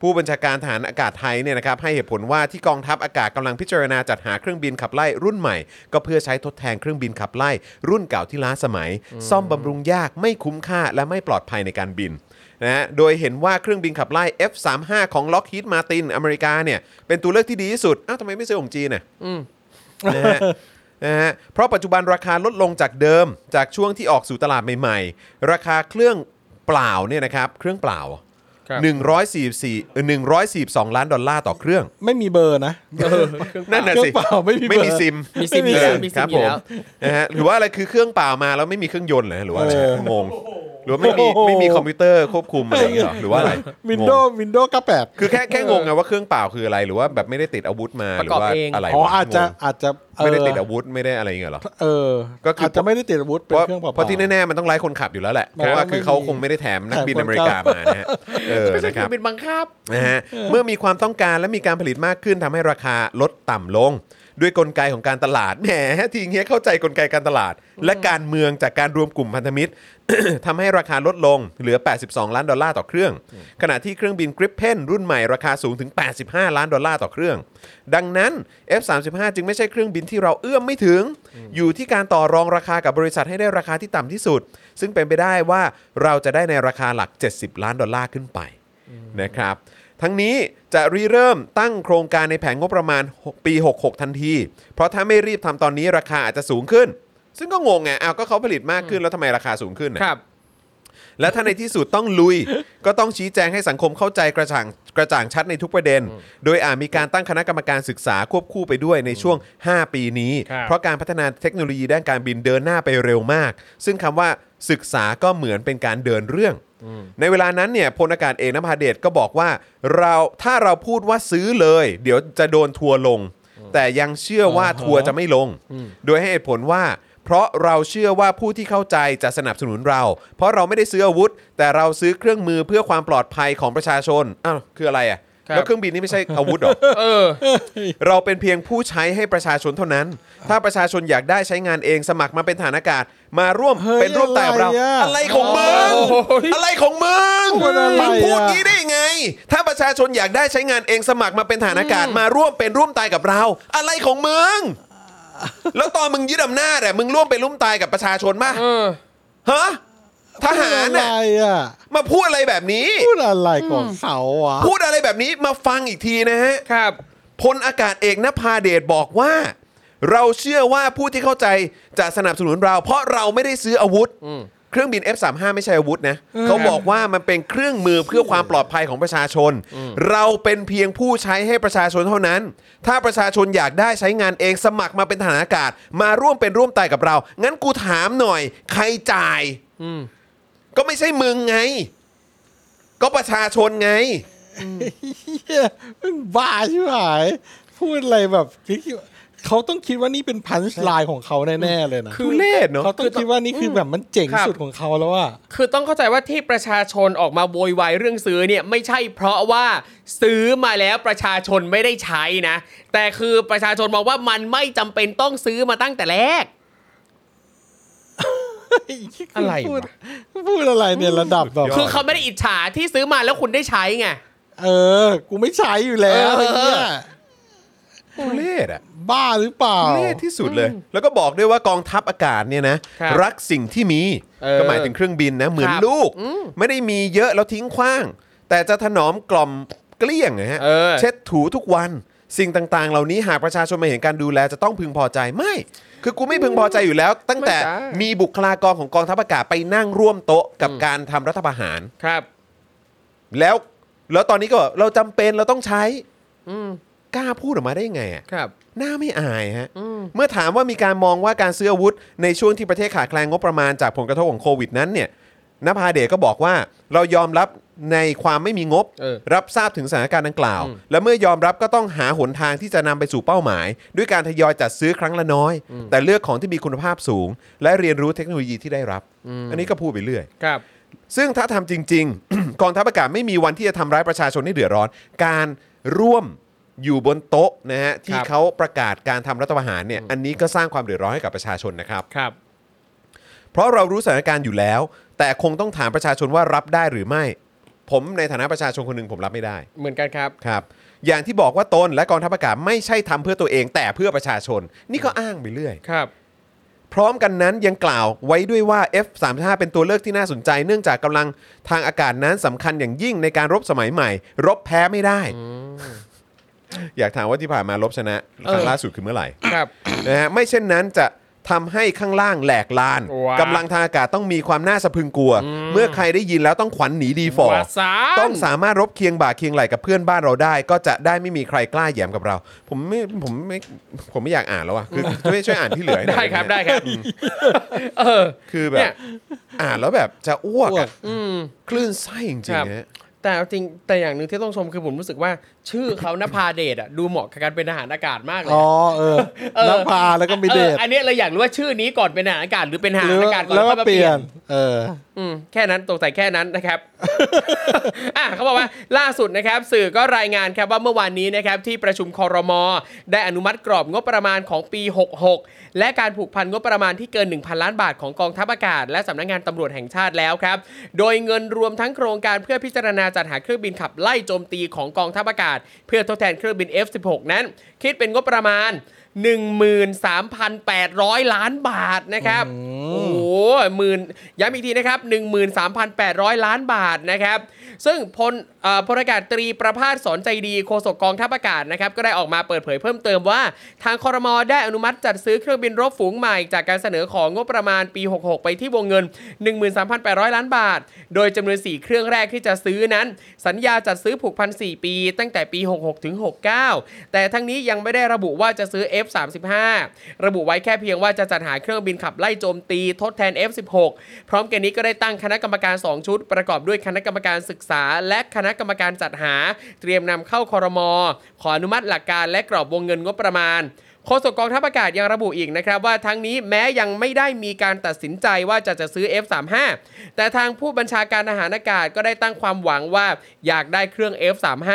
Speaker 2: ผู้บัญชาการฐานอากาศไทยเนี่ยนะครับให้เหตุผลว่าที่กองทัพอากาศกำลังพิจารณาจัดหาเครื่องบินขับไล่รุ่นใหม่ ก็เพื่อใช้ทดแทนเครื่องบินขับไล่ รุ่นเก่าที่ล้าสมัย ซ่อมบำรุงยากไม่คุ้มค่าและไม่ปลอดภัยในการบิน นะฮะโดยเห็นว่าเครื่องบินขับไล่ F35 ของ Lockheed Martin อเมริกาเนี่ย เป็นตัวเลือกที่ดีที่สุด อ้าวทำไมไม่ซื้อของจีนน่ะนะฮะ นะฮะเพราะปัจจุบันราคาลดลงจากเดิม จากช่วงที่ออกสู่ตลาดใหม่ๆ ราคาเครื่องเปล่าเนี่ยนะครับ เครื่องเปล่า
Speaker 4: ครับ
Speaker 2: 144เอ่อ142 ล้านดอลลาร์ต่อเครื่อง
Speaker 3: ไม่มีเบอร์นะ
Speaker 2: นั่นน่ะสิ
Speaker 3: เครื่องเปล่าไม่มีเบอร์
Speaker 2: ไม่มีซิม
Speaker 4: มีซิมอยู่แล้วมีซิ
Speaker 2: ครั
Speaker 4: ม
Speaker 2: บ
Speaker 4: อยู่
Speaker 2: ผม
Speaker 4: แล้ว
Speaker 2: นะฮะหรือว่าอะไรคือเครื่องเปล่ามาแล้วไม่มีเครื่องยนต์เหรอหรือว่าอะไร
Speaker 3: เออ
Speaker 2: งงหรือว่าไม่มีไม่มีคอมพิวเตอร์ควบคุมอะไรอย่างเงี้ยเหรอหรือว่า <laughs> อะไร
Speaker 3: วิน
Speaker 2: ง
Speaker 3: โด
Speaker 2: ง
Speaker 3: ว์วินโดว์ก็แปด
Speaker 2: คือแค่แค่งงไงว่าเครื่องเปล่าคืออะไรหรือว่าแบบไม่ได้ติดอาวุธมา
Speaker 4: ป
Speaker 2: หรื
Speaker 4: ระกอบ
Speaker 2: ว่า
Speaker 4: เอง
Speaker 2: อะไรว
Speaker 3: อ๋ออาจจะ
Speaker 2: งง
Speaker 3: อาจจะเออ
Speaker 2: ไม่ได้ติดอาวุธไม่ได้อะไรอย่างเงี้ยเหรอ
Speaker 3: เออ
Speaker 2: ก็คืออ
Speaker 3: อาจจะไม่ได้ติดอาวุธ
Speaker 2: เพ
Speaker 3: เป็น
Speaker 2: ราะ
Speaker 3: เครื่องเปล่า
Speaker 2: เพราะที่แน่ๆมันต้องไล่คนขับอยู่แล้วแหละเพ
Speaker 3: ค
Speaker 2: ราะ
Speaker 3: รับ
Speaker 2: ว่าคือเขา
Speaker 3: ไม่มี
Speaker 2: คงไม่ได้แถมนักบิน
Speaker 3: แถมคน
Speaker 2: อเมริกามานะฮะเออ
Speaker 4: <laughs> ไม่ใช่
Speaker 2: นะ
Speaker 4: เค
Speaker 2: ค
Speaker 4: รื่
Speaker 2: รั
Speaker 4: อบ งบินบังคับ
Speaker 2: นะฮะเมื่อมีความต้องการและมีการผลิตมากขึ้นทำให้ราคาลดต่ำลง ด้วยกลไกของการตลาด <laughs> แหมทีเงี้ยเข้าใจกลไกการตลาด และการเมืองจากการรวมกลุ่มพันธมิตร <coughs> ทำให้ราคาลดลงเหลือ 82 ล้านดอลลาร์ต่อเครื่อง ขณะที่เครื่องบินกริปเพนรุ่นใหม่ราคาสูงถึง 85 ล้านดอลลาร์ต่อเครื่อง ดังนั้น F35 จึงไม่ใช่เครื่องบินที่เราเอื้อมไม่ถึง อยู่ที่การต่อรองราคากับบริษัทให้ได้ราคาที่ต่ำที่สุด ซึ่งเป็นไปได้ว่าเราจะได้ในราคาหลัก 70 ล้านดอลลาร์ขึ้นไป นะครับ ทั้งนี้จะริเริ่มตั้งโครงการในแผนงบประมาณปี 66 ทันที เพราะถ้าไม่รีบทำตอนนี้ราคาอาจจะสูงขึ้น ซึ่งก็งงไงอ้าวก็เขาผลิตมากขึ้นแล้วทำไมราคาสูงขึ้นน่ะ
Speaker 4: ครับ
Speaker 2: และถ้าในที่สุดต้องลุย <laughs> ก็ต้องชี้แจงให้สังคมเข้าใจกระจ่างกระจ่างชัดในทุกประเด็น โดยอาจมีการตั้งคณะกรรมการศึกษาควบคู่ไปด้วยในช่วง 5 ปีนี้
Speaker 4: ครับ
Speaker 2: เพราะการพัฒนาเทคโนโลยีด้านการบินเดินหน้าไปเร็วมาก ซึ่งคำว่าศึกษาก็เหมือนเป็นการเดินเรื่อง ในเวลานั้นเนี่ยพลอากาศเอกนภาเดชก็บอกว่าเราถ้าเราพูดว่าซื้อเลย เดี๋ยวจะโดนทัวร์ลง แต่ยังเชื่อว่าทัวร์จะไม่ลง โดยให้เหตุผลว่า เพราะเราเชื่อว่าผู้ที่เข้าใจจะสนับสนุนเรา เพราะเราไม่ได้ซื้ออาวุธ แต่เราซื้อเครื่องมือเพื่อความปลอดภัยของประชาชนอ้าวคืออะไรอ่ะ
Speaker 4: ครับ
Speaker 2: แล้วเครื่องบินนี่ไม่ใช่อาวุธเหรอ
Speaker 4: เออ
Speaker 2: เราเป็นเพียงผู้ใช้ให้ประชาชนเท่านั้น ถ้าประชาชนอยากได้ใช้งานเองสมัครมาเป็นฐานอากาศ มาร่วม
Speaker 3: เฮ้ย
Speaker 2: เป็นร่วมแต่กับเรา
Speaker 3: อะไรอะ
Speaker 2: อะไรของมึง
Speaker 4: โอ้โห
Speaker 2: อะไรของมึง
Speaker 3: พูดอะไรอะ
Speaker 2: มึงพูดงี้ได้ยังไง ถ้าประชาชนอยากได้ใช้งานเองสมัครมาเป็นฐานอากาศมาร่วมเป็นร่วมตายกับเรา อะไรของมึงแล้วตอนมึงยึดอำนาจอะมึงร่วมเป็นร่วมตายกับประชาชนป่ะ
Speaker 4: เออ
Speaker 2: ฮะท
Speaker 3: พูด
Speaker 2: หาร
Speaker 3: อะไร
Speaker 2: น่ะ
Speaker 3: อ่ะ
Speaker 2: มาพูดอะไรแบบนี้
Speaker 3: พูดอะไรของเขาวะ
Speaker 2: พูดอะไรแบบนี้มาฟังอีกทีนะฮะ
Speaker 4: ครับ
Speaker 2: พลอากาศเอกนภาเดชบอกว่า เราเชื่อว่าผู้ที่เข้าใจจะสนับสนุนเรา เพราะเราไม่ได้ซื้ออาวุธ เครื่องบิน F35 ไม่ใช่อาวุธนะเขาบอกว่ามันเป็นเครื่องมือเพื่อความปลอดภัยของประชาชน เราเป็นเพียงผู้ใช้ให้ประชาชนเท่านั้น ถ้าประชาชนอยากได้ใช้งานเองสมัครมาเป็นทหารอากาศ มาร่วมเป็นร่วมตายกับเรา งั้นกูถามหน่อย ใครจ่ายก็ไม่ใช่มึงไง ก็ประชาชนไง
Speaker 3: เหี้ยมึงบ้าชิบหาย พูดอะไรแบบคิดเขาต้องคิดว่านี่เป็นพันช์ไลน์ของเขาแน่ๆเลยนะ
Speaker 2: ทุเรศเนอะ
Speaker 3: เขาต้องคิดว่านี่คือแบบมันเจ๋ง
Speaker 4: ครับ
Speaker 3: สุดของเขาแล้วอะ
Speaker 4: คือต้องเข้าใจว่าที่ประชาชนออกมาโวยวายเรื่องซื้อเนี่ยไม่ใช่เพราะว่าซื้อมาแล้วประชาชนไม่ได้ใช้นะ แต่คือประชาชนมองว่ามันไม่จำเป็นต้องซื้อมาตั้งแต่แรก อะไรวะ
Speaker 3: พูดพูดอะไรเนี่ยระดับแบบ
Speaker 4: คือเขาไม่ได้อิจฉาที่ซื้อมาแล้วคุณได้ใช้ไง
Speaker 3: เออ กูไม่ใช้อยู่แล้ว
Speaker 4: เออ
Speaker 3: ไอ้เหี้ย
Speaker 2: ทุเรศอะ
Speaker 3: บ้าหรือเปล่า
Speaker 2: ทุเล่ที่สุดเลย แล้วก็บอกด้วยว่ากองทัพอากาศเนี่ยนะครับรักสิ่งที่มี
Speaker 4: เออ
Speaker 2: ก็หมายถึงเครื่องบินนะ เหมือน
Speaker 4: ครับ
Speaker 2: ลูก ไม่ได้มีเยอะแล้วทิ้งขว้าง แต่จะถนอมกล่อมเกลี้ยงนะฮะ
Speaker 4: เออ
Speaker 2: เช็ดถูทุกวัน สิ่งต่างๆ เหล่านี้หากประชาชนมาเห็นการดูแลจะต้องพึงพอใจไม่ คือกูไม่พึงพอใจอยู่แล้ว ตั้งแต่
Speaker 4: ไม่ได้
Speaker 2: มีบุคลากรของกองทัพอากาศไปนั่งร่วมโต๊ะกับการทำรัฐประหาร
Speaker 4: ครับ
Speaker 2: แล้วแล้วตอนนี้ก็บอกเราจำเป็นเราต้องใช้กล้าพูดออกมาได้ยังไงอะ
Speaker 4: ครับ
Speaker 2: หน้าไม่อายฮะเมื่อถามว่ามีการมองว่าการซื้ออาวุธ ในช่วงที่ประเทศขาดแคลนงบประมาณจากผลกระทบของโควิดนั้นเนี่ยนภาเดชก็บอกว่าเรายอมรับในความไม่มีงบ
Speaker 4: เออ
Speaker 2: รับทราบถึงสถานการณ์ดังกล่าว และเมื่อยอมรับก็ต้องหาหนทางที่จะนำไปสู่เป้าหมาย ด้วยการทยอยจัดซื้อครั้งละน้อย แต่เลือกของที่มีคุณภาพสูง และเรียนรู้เทคโนโลยีที่ได้รับ อันนี้ก็พูดไปเรื่อย
Speaker 4: ครับ
Speaker 2: ซึ่งถ้าทำจริง ๆ <clears throat> กองทัพอากาศไม่มีวันที่จะทำร้ายประชาชนให้เดือดร้อน การร่วมอยู่บนโต๊ะนะฮะที่
Speaker 4: ครับ
Speaker 2: เขาประกาศการทำรัฐประหารเนี่ยอันนี้ก็สร้างความเดือดร้อนให้กับประชาชนนะครับ
Speaker 4: ครับ
Speaker 2: เพราะเรารู้สถานการณ์อยู่แล้ว แต่คงต้องถามประชาชนว่ารับได้หรือไม่ ผมในฐานะประชาชนคนหนึ่งผมรับไม่ได้
Speaker 4: เหมือนกันครับ
Speaker 2: ครับ อย่างที่บอกว่าตนและกองทัพอากาศไม่ใช่ทำเพื่อตัวเอง แต่เพื่อประชาชน นี่ก็อ้างไปเรื่อย
Speaker 4: ครับ
Speaker 2: พร้อมกันนั้นยังกล่าวไว้ด้วยว่า F35 เป็นตัวเลือกที่น่าสนใจ เนื่องจากกำลังทางอากาศนั้นสำคัญอย่างยิ่งในการรบสมัยใหม่ รบแพ้ไม่ได้ อยากถามว่าที่ผ่านมารบชนะ
Speaker 4: เออ
Speaker 2: ครั้งล่าสุดคือเมื่อไหร่
Speaker 4: ครับ
Speaker 2: นะฮะไม่เช่นนั้นจะทำให้ข้างล่างแหลกลาน
Speaker 4: ว้าก
Speaker 2: กำลังทางอากาศต้องมีความน่าสะพรึงกลัว เมื่อใครได้ยินแล้วต้องขวัญหนีดีฟอ
Speaker 4: วาสาน
Speaker 2: ต้องสามารถรบเคียงบ่าเคียงไหลกับเพื่อนบ้านเราได้ ก็จะได้ไม่มีใครกล้าแหยมกับเรา ผมไม่ผมไม่ผมไม่อยากอ่านแล้วอ่ะคือช่วยช่วยอ่านที่เหลือให้หน่อย
Speaker 4: ได้ครับ
Speaker 2: หม
Speaker 4: ได้ครับ เออ
Speaker 2: คือแบ
Speaker 4: เนี่
Speaker 2: บ
Speaker 4: ย
Speaker 2: อ่านแล้วแบบจะอ้วก
Speaker 3: อ้ว
Speaker 2: อะ
Speaker 3: ก
Speaker 4: อืม
Speaker 2: คลื่นไส้จริ
Speaker 4: ค
Speaker 2: ง
Speaker 4: รับ
Speaker 2: ๆนะฮะ
Speaker 4: แต่เอาจริงแต่อย่างหนึ่งที่ต้องชมคือผมรู้สึกว่า ชื่อเขานภาเดชอ่ะดูเหมาะกับการเป็นทหารอากาศมากเลย
Speaker 3: อ๋อ
Speaker 4: อะ
Speaker 3: เออ
Speaker 4: เออน
Speaker 3: ภาแล้วก็มีเด
Speaker 4: อ
Speaker 3: ช
Speaker 4: ออันนี้เราอยากรู้ว่าชื่อนี้ก่อนเป็นทหารอากาศหรือเป็นท
Speaker 3: ห
Speaker 4: หาร
Speaker 3: รือ
Speaker 4: อากาศก่อน
Speaker 3: แล้วก็
Speaker 4: ค่อยมา
Speaker 3: เปลี่ยน เออ
Speaker 4: อืมแค่นั้นตกใจแค่นั้นนะครับ อ่ะเขาบอกว่าล่าสุดนะครับ สื่อก็รายงานครับว่าเมื่อวานนี้นะครับที่ประชุมคอรมอได้อนุมัติกรอบงบประมาณของปี 66 และการผูกพันงบประมาณที่เกิน 1,000 ล้านบาทของกองทัพอากาศ และสำนักงานตำรวจแห่งชาติแล้วครับ โดยเงินรวมทั้งโครงการเพื่อพิจารณาจัดหาเครื่องบินขับไล่โจมตีของกองทัพอากาศ เพื่อทดแทนเครื่องบิน F16 นั้น คิดเป็นงบประมาณ 13,800 ล้านบาทนะครับโอ้โหหมื่นย้ำอีกทีนะครับ 13,800 ล้านบาทนะครับ ซึ่งพลเอ่อพลอากาศตรีประภาสสอนใจดีโฆษกกองทัพอากาศนะครับ ก็ได้ออกมาเปิดเผยเพิ่มเติมว่า ทางคอรมอได้อนุมัติจัดซื้อเครื่องบินรบฝูงใหม่จากการเสนอของงบประมาณปี 66 ไปที่วงเงิน 13,800 ล้านบาท โดยจำนวน 4 เครื่องแรกที่จะซื้อนั้น สัญญาจัดซื้อผูกพัน 4 ปี ตั้งแต่ปี 66 ถึง 69 แต่ทั้งนี้ยังไม่ได้ระบุว่าจะซื้อ F35 ระบุไว้แค่เพียงว่าจะจัดหาเครื่องบินขับไล่โจมตีทดแทน F16 พร้อมกันนี้ก็ได้ตั้งคณะกรรมการ 2 ชุด ประกอบด้วยคณะกรรมการศึกษา และคณะกรรมการจัดหา เตรียมนำเข้าคอรมอขออนุมัติหลักการและกรอบวงเงินงบประมาณ โฆษกกองทัพอากาศยังระบุอีกนะครับว่าทั้งนี้แม้ยังไม่ได้มีการตัดสินใจว่าจะจะซื้อ F35 แต่ทางผู้บัญชาการทหารอากาศก็ได้ตั้งความหวังว่าอยากได้เครื่อง F35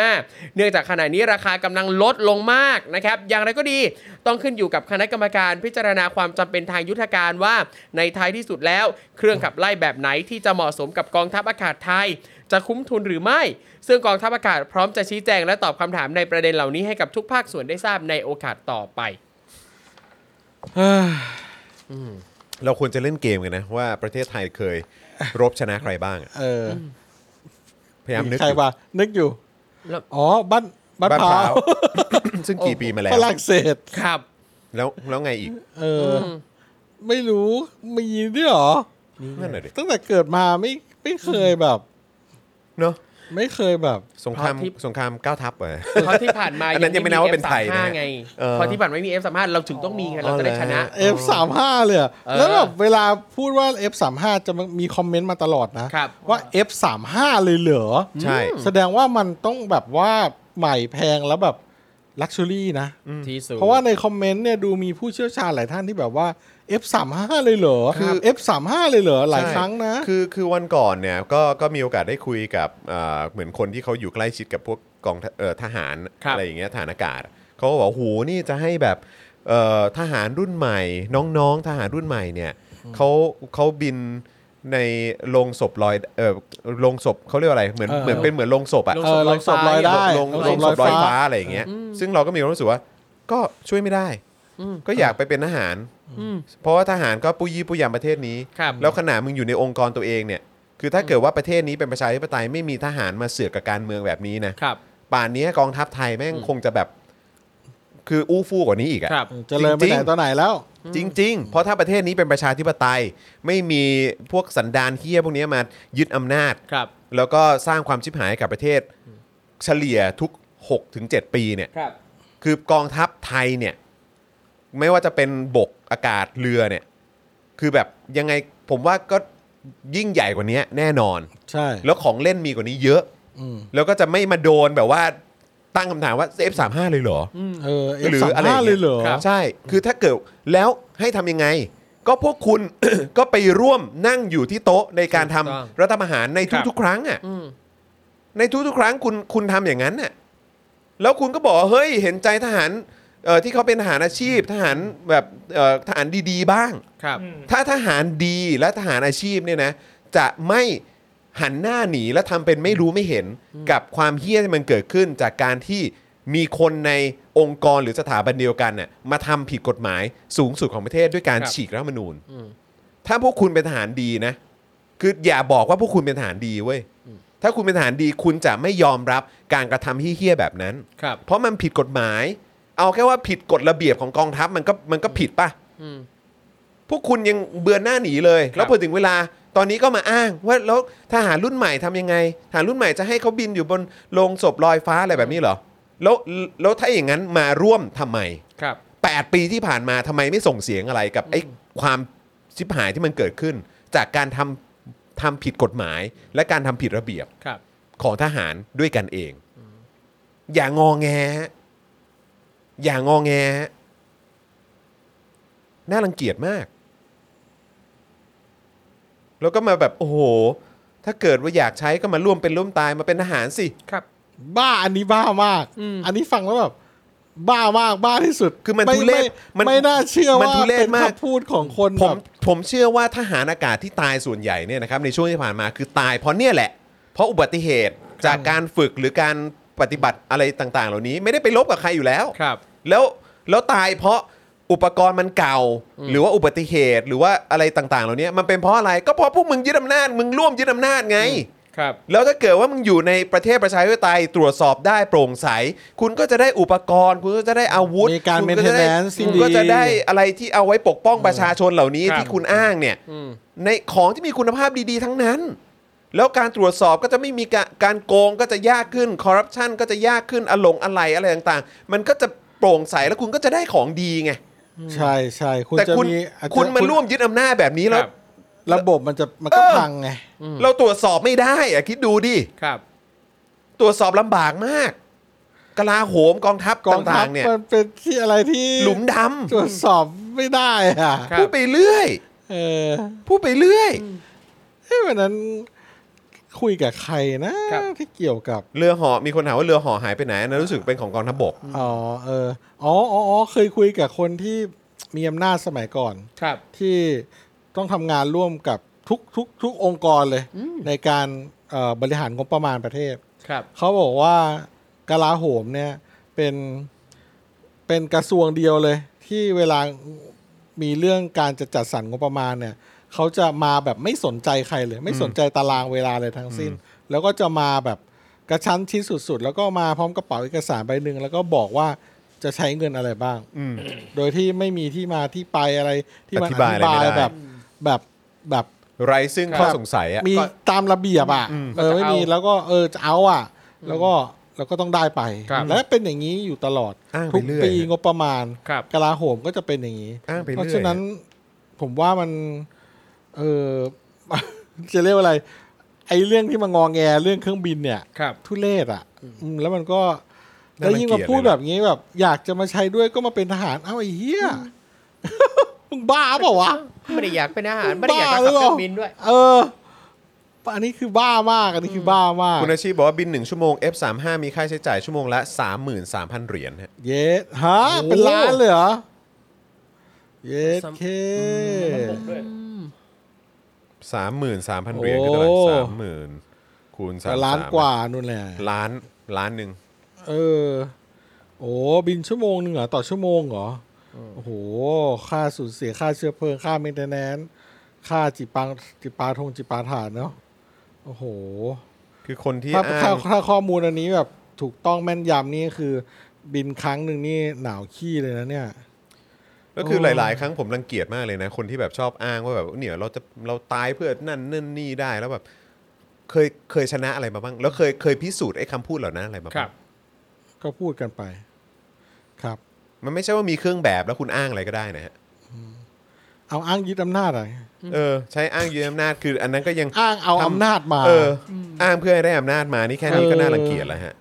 Speaker 4: เนื่องจากขณะนี้ราคากำลังลดลงมากนะครับ อย่างไรก็ดีต้องขึ้นอยู่กับคณะกรรมการพิจารณาความจำเป็นทางยุทธการว่า ในท้ายที่สุดแล้วเครื่องขับไล่แบบไหนที่จะเหมาะสมกับกองทัพอากาศไทย จะคุ้มทุนหรือไม่ ซึ่งกองทัพอากาศพร้อมจะชี้แจงและตอบคำถามในประเด็นเหล่านี้ให้กับทุกภาคส่วนได้ทราบในโอกาสต่อไป
Speaker 2: เราควรจะเล่นเกมกันนะว่าประเทศไทยเคยรบชนะใครบ้างอะ
Speaker 3: เออ
Speaker 2: พยายามนึก
Speaker 3: ใคร
Speaker 2: อยู่
Speaker 3: วะนึกอยู่
Speaker 4: แล้ว
Speaker 3: อ๋อ บ้านบ้าน
Speaker 2: บ้าน
Speaker 3: พร้า
Speaker 2: พร้าว
Speaker 3: ว
Speaker 2: <coughs> ซึ่งกี่ปีมาแล้ว
Speaker 3: ฝรั่งเศส
Speaker 4: ครับ
Speaker 2: แล้วแล้วไงอีก
Speaker 3: เอออ ไม่รู้มีด้วยเหรอ
Speaker 2: นั่นแหละดิ
Speaker 3: ตั้งแต่เกิดมาไม่ไม่เคยแบบ
Speaker 2: เนาะ
Speaker 3: ไม่เคยแบบ
Speaker 2: สงคราม
Speaker 4: เพราะที่
Speaker 2: สงครามก้าวทัพเหรอ
Speaker 4: เพราะที่ผ่านมา
Speaker 2: อันนั้นยังไม่นับว่าเป็นไทยนะ
Speaker 4: มี F35 ไง
Speaker 2: เออ
Speaker 4: เพราะที่ผ่านมาไม่มี F35 เราถึงต้องมีไงเราจะได้ชนะ
Speaker 2: อ๋
Speaker 3: F 3 5เลยอะ
Speaker 4: เออ
Speaker 3: แล้วแบบเวลาพูดว่า F 3 5จะมีคอมเมนต์มาตลอดนะ
Speaker 4: ครับ
Speaker 3: ว่า F 3 5เลยเหรอ
Speaker 2: ใช่
Speaker 3: แสดงว่ามันต้องแบบว่าใหม่แพงแล้วแบบลักชัวรี่นะ
Speaker 4: ที่สุด
Speaker 3: เพราะว่าในคอมเมนต์เนี่ยดูมีผู้เชี่ยวชาญหลายท่านที่แบบว่า F 3 5เลยเหรอ
Speaker 2: คือ
Speaker 3: F 3 5เลยเหรอหลาย
Speaker 2: ใช่
Speaker 3: ครั้งนะ
Speaker 2: คือคือวันก่อนเนี่ยก็ก็มีโอกาสได้คุยกับเอ่อเหมือนคนที่เขาอยู่ใกล้ชิดกับพวกกองทเอ่อทหาร
Speaker 4: ครับ
Speaker 2: อะไรอย่างเงี้ยฐานอากาศเขาก็บอกโหนี่จะให้แบบเอ่อทหารรุ่นใหม่ น้องๆทหารรุ่นใหม่เนี่ยเขาเขาบินในโรงศพลอยเออโรงศพเขาเรียกว่าอะไรเหมือน
Speaker 3: เออ
Speaker 2: เหมือนเป็นเหมือนโรงศพอะ
Speaker 3: เออลงศพลอยได้
Speaker 2: ลงล
Speaker 3: ล
Speaker 2: ง
Speaker 3: ง
Speaker 2: ศ
Speaker 3: ล
Speaker 2: พ
Speaker 3: อ
Speaker 2: ลอ
Speaker 3: ย
Speaker 2: ยฟ้า
Speaker 3: ฟ้า
Speaker 2: อะไรอย่างเงี้ย ซึ่งเราก็มีความรู้สึกว่า ก็ช่วยไม่ได้ ก็อยากไปเป็นทหาร
Speaker 4: อืม
Speaker 2: เพราะว่าทหารก็ปุยยี่ปุยยามประเทศนี้
Speaker 4: ครับ
Speaker 2: แล้วขนาดมึงอยู่ในองค์กรตัวเองเนี่ย คือถ้าเกิดว่าประเทศนี้เป็นประชาธิปไตยไม่มีทหารมาเสือกกับการเมืองแบบนี้นะ
Speaker 4: ครับ
Speaker 2: ป่านนี้กองทัพไทยแม่งคงจะแบบ คืออู้ฟู่กว่านี้อีกอะ
Speaker 4: ครับ
Speaker 3: เจะเริ่มไปไหนตอนไหนแล้ว
Speaker 2: จริง ๆ เพราะถ้าประเทศนี้เป็นประชาธิปไตย ไม่มีพวกสันดานเฮี้ยพวกนี้มายึดอำนาจ
Speaker 4: ครับ
Speaker 2: แล้วก็สร้างความชิบหายให้กับประเทศเฉลี่ยทุก 6-7 ปีเนี่ย
Speaker 4: ครับ
Speaker 2: คือกองทัพไทยเนี่ย ไม่ว่าจะเป็นบกอากาศเรือเนี่ย คือแบบยังไงผมว่าก็ยิ่งใหญ่กว่านี้แน่นอน
Speaker 3: ใช่
Speaker 2: แล้วของเล่นมีกว่านี้เยอะ
Speaker 3: อืม
Speaker 2: แล้วก็จะไม่มาโดนแบบว่าตั้งคำถามว่าเอฟสามห้าเลยเหรอ
Speaker 3: เออเอ
Speaker 2: หรือ
Speaker 3: สาม
Speaker 2: อะไร
Speaker 3: ห้าเลยเหรอ
Speaker 2: ใช่ คือถ้าเกิดแล้วให้ทำยังไง ก็พวกคุณ <coughs> ก็ไปร่วมนั่งอยู่ที่โต๊ะในการทำ
Speaker 4: ถูกต้อง
Speaker 2: รัฐประหารใน
Speaker 4: ครับ
Speaker 2: ทุกๆครั้งอ่ะ
Speaker 4: อืม
Speaker 2: ในทุกๆครั้งคุณคุณทำอย่างนั้นน่ะ แล้วคุณก็บอกว่าเฮ้ยเห็นใจทหารเอ่อที่เขาเป็นทหารอาชีพ ทหารแบบเอ่อทหารดีๆบ้าง
Speaker 4: ครับ
Speaker 5: อืม
Speaker 2: ถ้าทหารดีและทหารอาชีพเนี่ยนะ จะไม่หันหน้าหนีและทำเป็นไม่รู้ไม่เห็นกับความเฮี้ยที่มันเกิดขึ้น จากการที่มีคนในองค์กรหรือสถาบันเดียวกันน่ะมาทำผิดกฎหมายสูงสุดของประเทศด้วยการ
Speaker 4: ครับ
Speaker 2: ฉีกรัฐธรรมนูญ ถ้าพวกคุณเป็นทหารดีนะ คืออย่าบอกว่าพวกคุณเป็นทหารดีเว้ย ถ้าคุณเป็นทหารดีคุณจะไม่ยอมรับการกระทำเฮี้ยๆแบบนั้น
Speaker 4: ครับ
Speaker 2: เพราะมันผิดกฎหมาย เอาแค่ว่าผิดกฎระเบียบของกองทัพมันก็มันก็ผิดป่ะ
Speaker 4: อืม
Speaker 2: พวกคุณยังเบือนหน้าหนีเลย แล้วพอถึงเวลาตอนนี้ก็มาอ้างว่าแล้วทหารรุ่นใหม่ทำยังไงทหารรุ่นใหม่จะให้เขาบินอยู่บนโลงศพลอยฟ้าอะไรแบบนี้เหรอแล้วแล้วถ้าอย่างนั้นมาร่วมทำไม
Speaker 4: ครับ
Speaker 2: 8 ปีที่ผ่านมาทำไมไม่ส่งเสียงอะไรกับไอ้ความชิบหายที่มันเกิดขึ้น จากการทำทำผิดกฎหมาย และการทำผิดระเบียบ
Speaker 4: ครับ
Speaker 2: ของทหารด้วยกันเอง อย่างงอแงฮะอย่างงอแงฮะน่ารังเกียจมาก แล้วก็มาแบบโอ้โห ถ้าเกิดว่าอยากใช้ก็มาร่วมเป็นร่วมตายมาเป็นทหารสิ
Speaker 4: ครับ
Speaker 3: บ้าอันนี้บ้ามาก
Speaker 4: อืม
Speaker 3: อันนี้ฟังแล้วแบบบ้ามากบ้าที่สุด
Speaker 2: คือมัน
Speaker 3: ไ
Speaker 2: ทุเรศมั
Speaker 3: ไม่
Speaker 2: น
Speaker 3: ไม่น่าเชื่อ
Speaker 2: มัน
Speaker 3: ว่า
Speaker 2: ทุเรศ
Speaker 3: เป็น
Speaker 2: มาก
Speaker 3: คำพูดของคน
Speaker 2: ผ
Speaker 3: แบ
Speaker 2: ม
Speaker 3: บ
Speaker 2: ผมเชื่อว่าทหารอากาศที่ตายส่วนใหญ่เนี่ยนะครับในช่วงที่ผ่านมาคือตายเพราะเนี่ยแหละ เพราะอุบัติเหตุจากการฝึกหรือการปฏิบัติอะไรต่างๆ เหล่านี้ไม่ได้ไปลบกับใครอยู่แล้ว
Speaker 4: ครับ
Speaker 2: แล้วแล้วตายเพราะอุปกรณ์มันเก่า หรือว่าอุบัติเหตุหรือว่าอะไรต่างๆ เหล่านี้มันเป็นเพราะอะไรก็เพราะพวกมึงยึดอำนาจมึงร่วมยึดอำนาจไง
Speaker 4: ครับ
Speaker 2: แล้วถ้าเกิดว่ามึงอยู่ในประเทศประชาธิปไตยตรวจสอบได้โปร่งใส คุณก็จะได้อุปกรณ์ คุณก็จะได้อาวุธ
Speaker 3: มีการ
Speaker 2: คุณ
Speaker 3: เมน
Speaker 2: ก็
Speaker 3: เท
Speaker 2: จะ
Speaker 3: นแน
Speaker 2: ได้
Speaker 3: นซ์ที่
Speaker 2: คุณ
Speaker 3: ดี
Speaker 2: ก็จะได้อะไรที่เอาไว้ปกป้องประชาชนเหล่านี้
Speaker 4: ครับ
Speaker 2: ที่คุณอ้างเนี่ย
Speaker 4: อืม
Speaker 2: ในของที่มีคุณภาพดีๆ ทั้งนั้น แล้วการตรวจสอบก็จะไม่มีกะการโกงก็จะยากขึ้นคอร์รัปชันก็จะยากขึ้นอลงอะไรอะไรต่างๆ มันก็จะโปร่งใสแล้วคุณก็จะได้ของดีไง
Speaker 3: ใช่ใช่คุณ
Speaker 2: แต่
Speaker 3: จะ
Speaker 2: คุณ
Speaker 3: มีอาจจะ
Speaker 2: คุณมาร่วมยึดอำนาจแบบนี้แล้ว
Speaker 4: ครับ
Speaker 3: ระบบมันจะมันก็
Speaker 2: เออ
Speaker 3: พังไง
Speaker 2: เราตรวจสอบไม่ได้อะคิดดูดิ
Speaker 4: ครับ
Speaker 2: ตรวจสอบลำบากมากกลาโหมกองทัพ
Speaker 3: กอง
Speaker 2: ต่า
Speaker 3: ทัพ
Speaker 2: งๆเนี่ย
Speaker 3: มันเป็นที่อะไรที่
Speaker 2: หลุมด
Speaker 3: ตรวจสอบไม่ได้อ่ะ
Speaker 4: ค
Speaker 2: ำ
Speaker 4: รับ
Speaker 2: พูดไปเรื่อย
Speaker 3: เออ
Speaker 2: พูดไปเรื่อย
Speaker 3: เฮ้ยวันนั้นคุยกับใครนะครับ ที่เกี่ยวกับ
Speaker 2: เรือเหอมีคนถามว่าเรือเหอหายไปไหนอันนั้นรู้สึกเป็นของกองทัพบก
Speaker 3: อ๋อเอออ๋ออ๋ออ๋อเคยคุยกับคนที่มีอำนาจสมัยก่อน
Speaker 4: ครับ
Speaker 3: ที่ต้องทำงานร่วมกับทุกทุกทุกองค์กรเลย ในการเอ่อบริหารงบประมาณประเทศ
Speaker 4: ครับ
Speaker 3: เขาบอกว่ากลาโหมเนี่ยเป็นเป็นกระทรวงเดียวเลย ที่เวลามีเรื่องการจะจัดสรรงบประมาณเนี่ยเขาจะมาแบบไม่สนใจใครเลย ไม่สนใจตารางเวลาเลยทั้งสิ้น แล้วก็จะมาแบบกระชั้นชิดสุด ๆ แล้วก็มาพร้อมกระเป๋าเอกสารใบหนึ่งแล้วก็บอกว่าจะใช้เงินอะไรบ้าง
Speaker 2: อืม
Speaker 3: โดยที่ไม่มีที่มาที่ไปอะไรที่มั
Speaker 2: อ
Speaker 3: นอ
Speaker 2: ธิบายอะ
Speaker 3: ธิ
Speaker 2: ไร
Speaker 3: บาย
Speaker 2: ไม่ได้
Speaker 3: แบบแบบแบบ
Speaker 2: ไรซึ่งข้อสงสัยอ่ะ
Speaker 3: มีตามระเบียบอ่ะเออไม่มีแล้วก็เออจะเอาอ่ะ แล้วก็แล้วก็ต้องได้ไป
Speaker 4: ครับ
Speaker 3: และเป็นอย่างนี้อยู่ตลอด
Speaker 2: อ้างไป
Speaker 3: ทุก
Speaker 2: เรื่อย
Speaker 3: ปีงบประมาณ
Speaker 4: ครับ
Speaker 3: กลาโหมก็จะเป็นอย่างนี้
Speaker 2: อ้างไปเรื่อย
Speaker 3: เพราะฉะนั้นผมว่ามันเออ <laughs> จะเรียกว่าอะไร ไอ้เรื่องที่มางองแงเรื่องเครื่องบินเนี่ย
Speaker 4: ครับ
Speaker 3: ทุเรศอ่ะอืมแล้วมันก็
Speaker 2: น่า
Speaker 3: แล้วยิ่ง
Speaker 2: รั
Speaker 3: มาง
Speaker 2: เกียจ
Speaker 3: พูด
Speaker 2: เลยนะ
Speaker 3: แบบนี้แบบ อยากจะมาใช้ด้วยก็มาเป็นทหารเอ้าไอ้เหี้ย มึงบ้าเปล่าวะ
Speaker 4: ไม่ได้อยากเป็นอาหาร ไม่ได้อยากจะขับเครื่องบินด้วย
Speaker 3: เออ อันนี้คือบ้ามากอันนี้คือบ้ามาก
Speaker 2: คุณอาชีพบอกว่าบิน 1 ชั่วโมง F35 มีค่าใช้จ่ายชั่วโมงละ 33,000 เหรียญฮะ
Speaker 3: เยสฮะ
Speaker 4: โอ้โห
Speaker 3: เป็นล้านเลยเหรอเยส
Speaker 4: สาม
Speaker 3: เค
Speaker 5: ด้วย
Speaker 2: 33,000 เหรียญก็เท่าไห
Speaker 3: โอ้
Speaker 2: ร่30,000 คูณ
Speaker 3: แต่
Speaker 2: 3
Speaker 3: ล้านกว่านู่นแหละ
Speaker 2: ล้านล้านหนึ่ง
Speaker 3: เออ โอ้บินชั่วโมงหนึ่งเหรอต่อชั่วโมงเหรอโอ้โหค่าสูญเสียค่าเชื้อเพลิงค่าเมนเทนแนนค่าจิปังจิปาทงจิปาถานเนาะโอ้โห
Speaker 2: คือคนที่
Speaker 3: ถ้า
Speaker 2: อ้า
Speaker 3: ถ้าง ถ้าข้อมูลอันนี้แบบถูกต้องแม่นยำนี่คือ บินครั้งหนึ่งนี่หนาวขี้เลยนะเนี่ย
Speaker 2: ก็คือ
Speaker 3: โอ้
Speaker 2: หลาย ๆ ครั้งผมรังเกียจมากเลยนะ คนที่แบบชอบอ้างว่าแบบเนี่ยเราจะเราตายเพื่อนั่นนั่นนี่ได้แล้วแบบ เคยเคยชนะอะไรมาบ้าง แล้วเคยเคยพิสูจน์ไอ้คำพูดเหล่านั้นอะไรมา
Speaker 4: ครั
Speaker 2: ้า
Speaker 4: บบ
Speaker 2: ง
Speaker 3: ก็พูดกันไป ครับ
Speaker 2: มันไม่ใช่ว่ามีเครื่องแบบแล้วคุณอ้างอะไรก็ได้นะฮะ
Speaker 3: เอาอ้างยึดอำนาจอะไร
Speaker 2: เออใช้อ้างยืมอำนาจคือ อันนั้นก็ยัง
Speaker 3: อ้างเอาอำนาจมา
Speaker 2: เออออ้างเพื่อให้ได้อำนาจมานี่แค่นี้ก็น่า
Speaker 3: เออ
Speaker 2: รังเกียจแล้วฮะ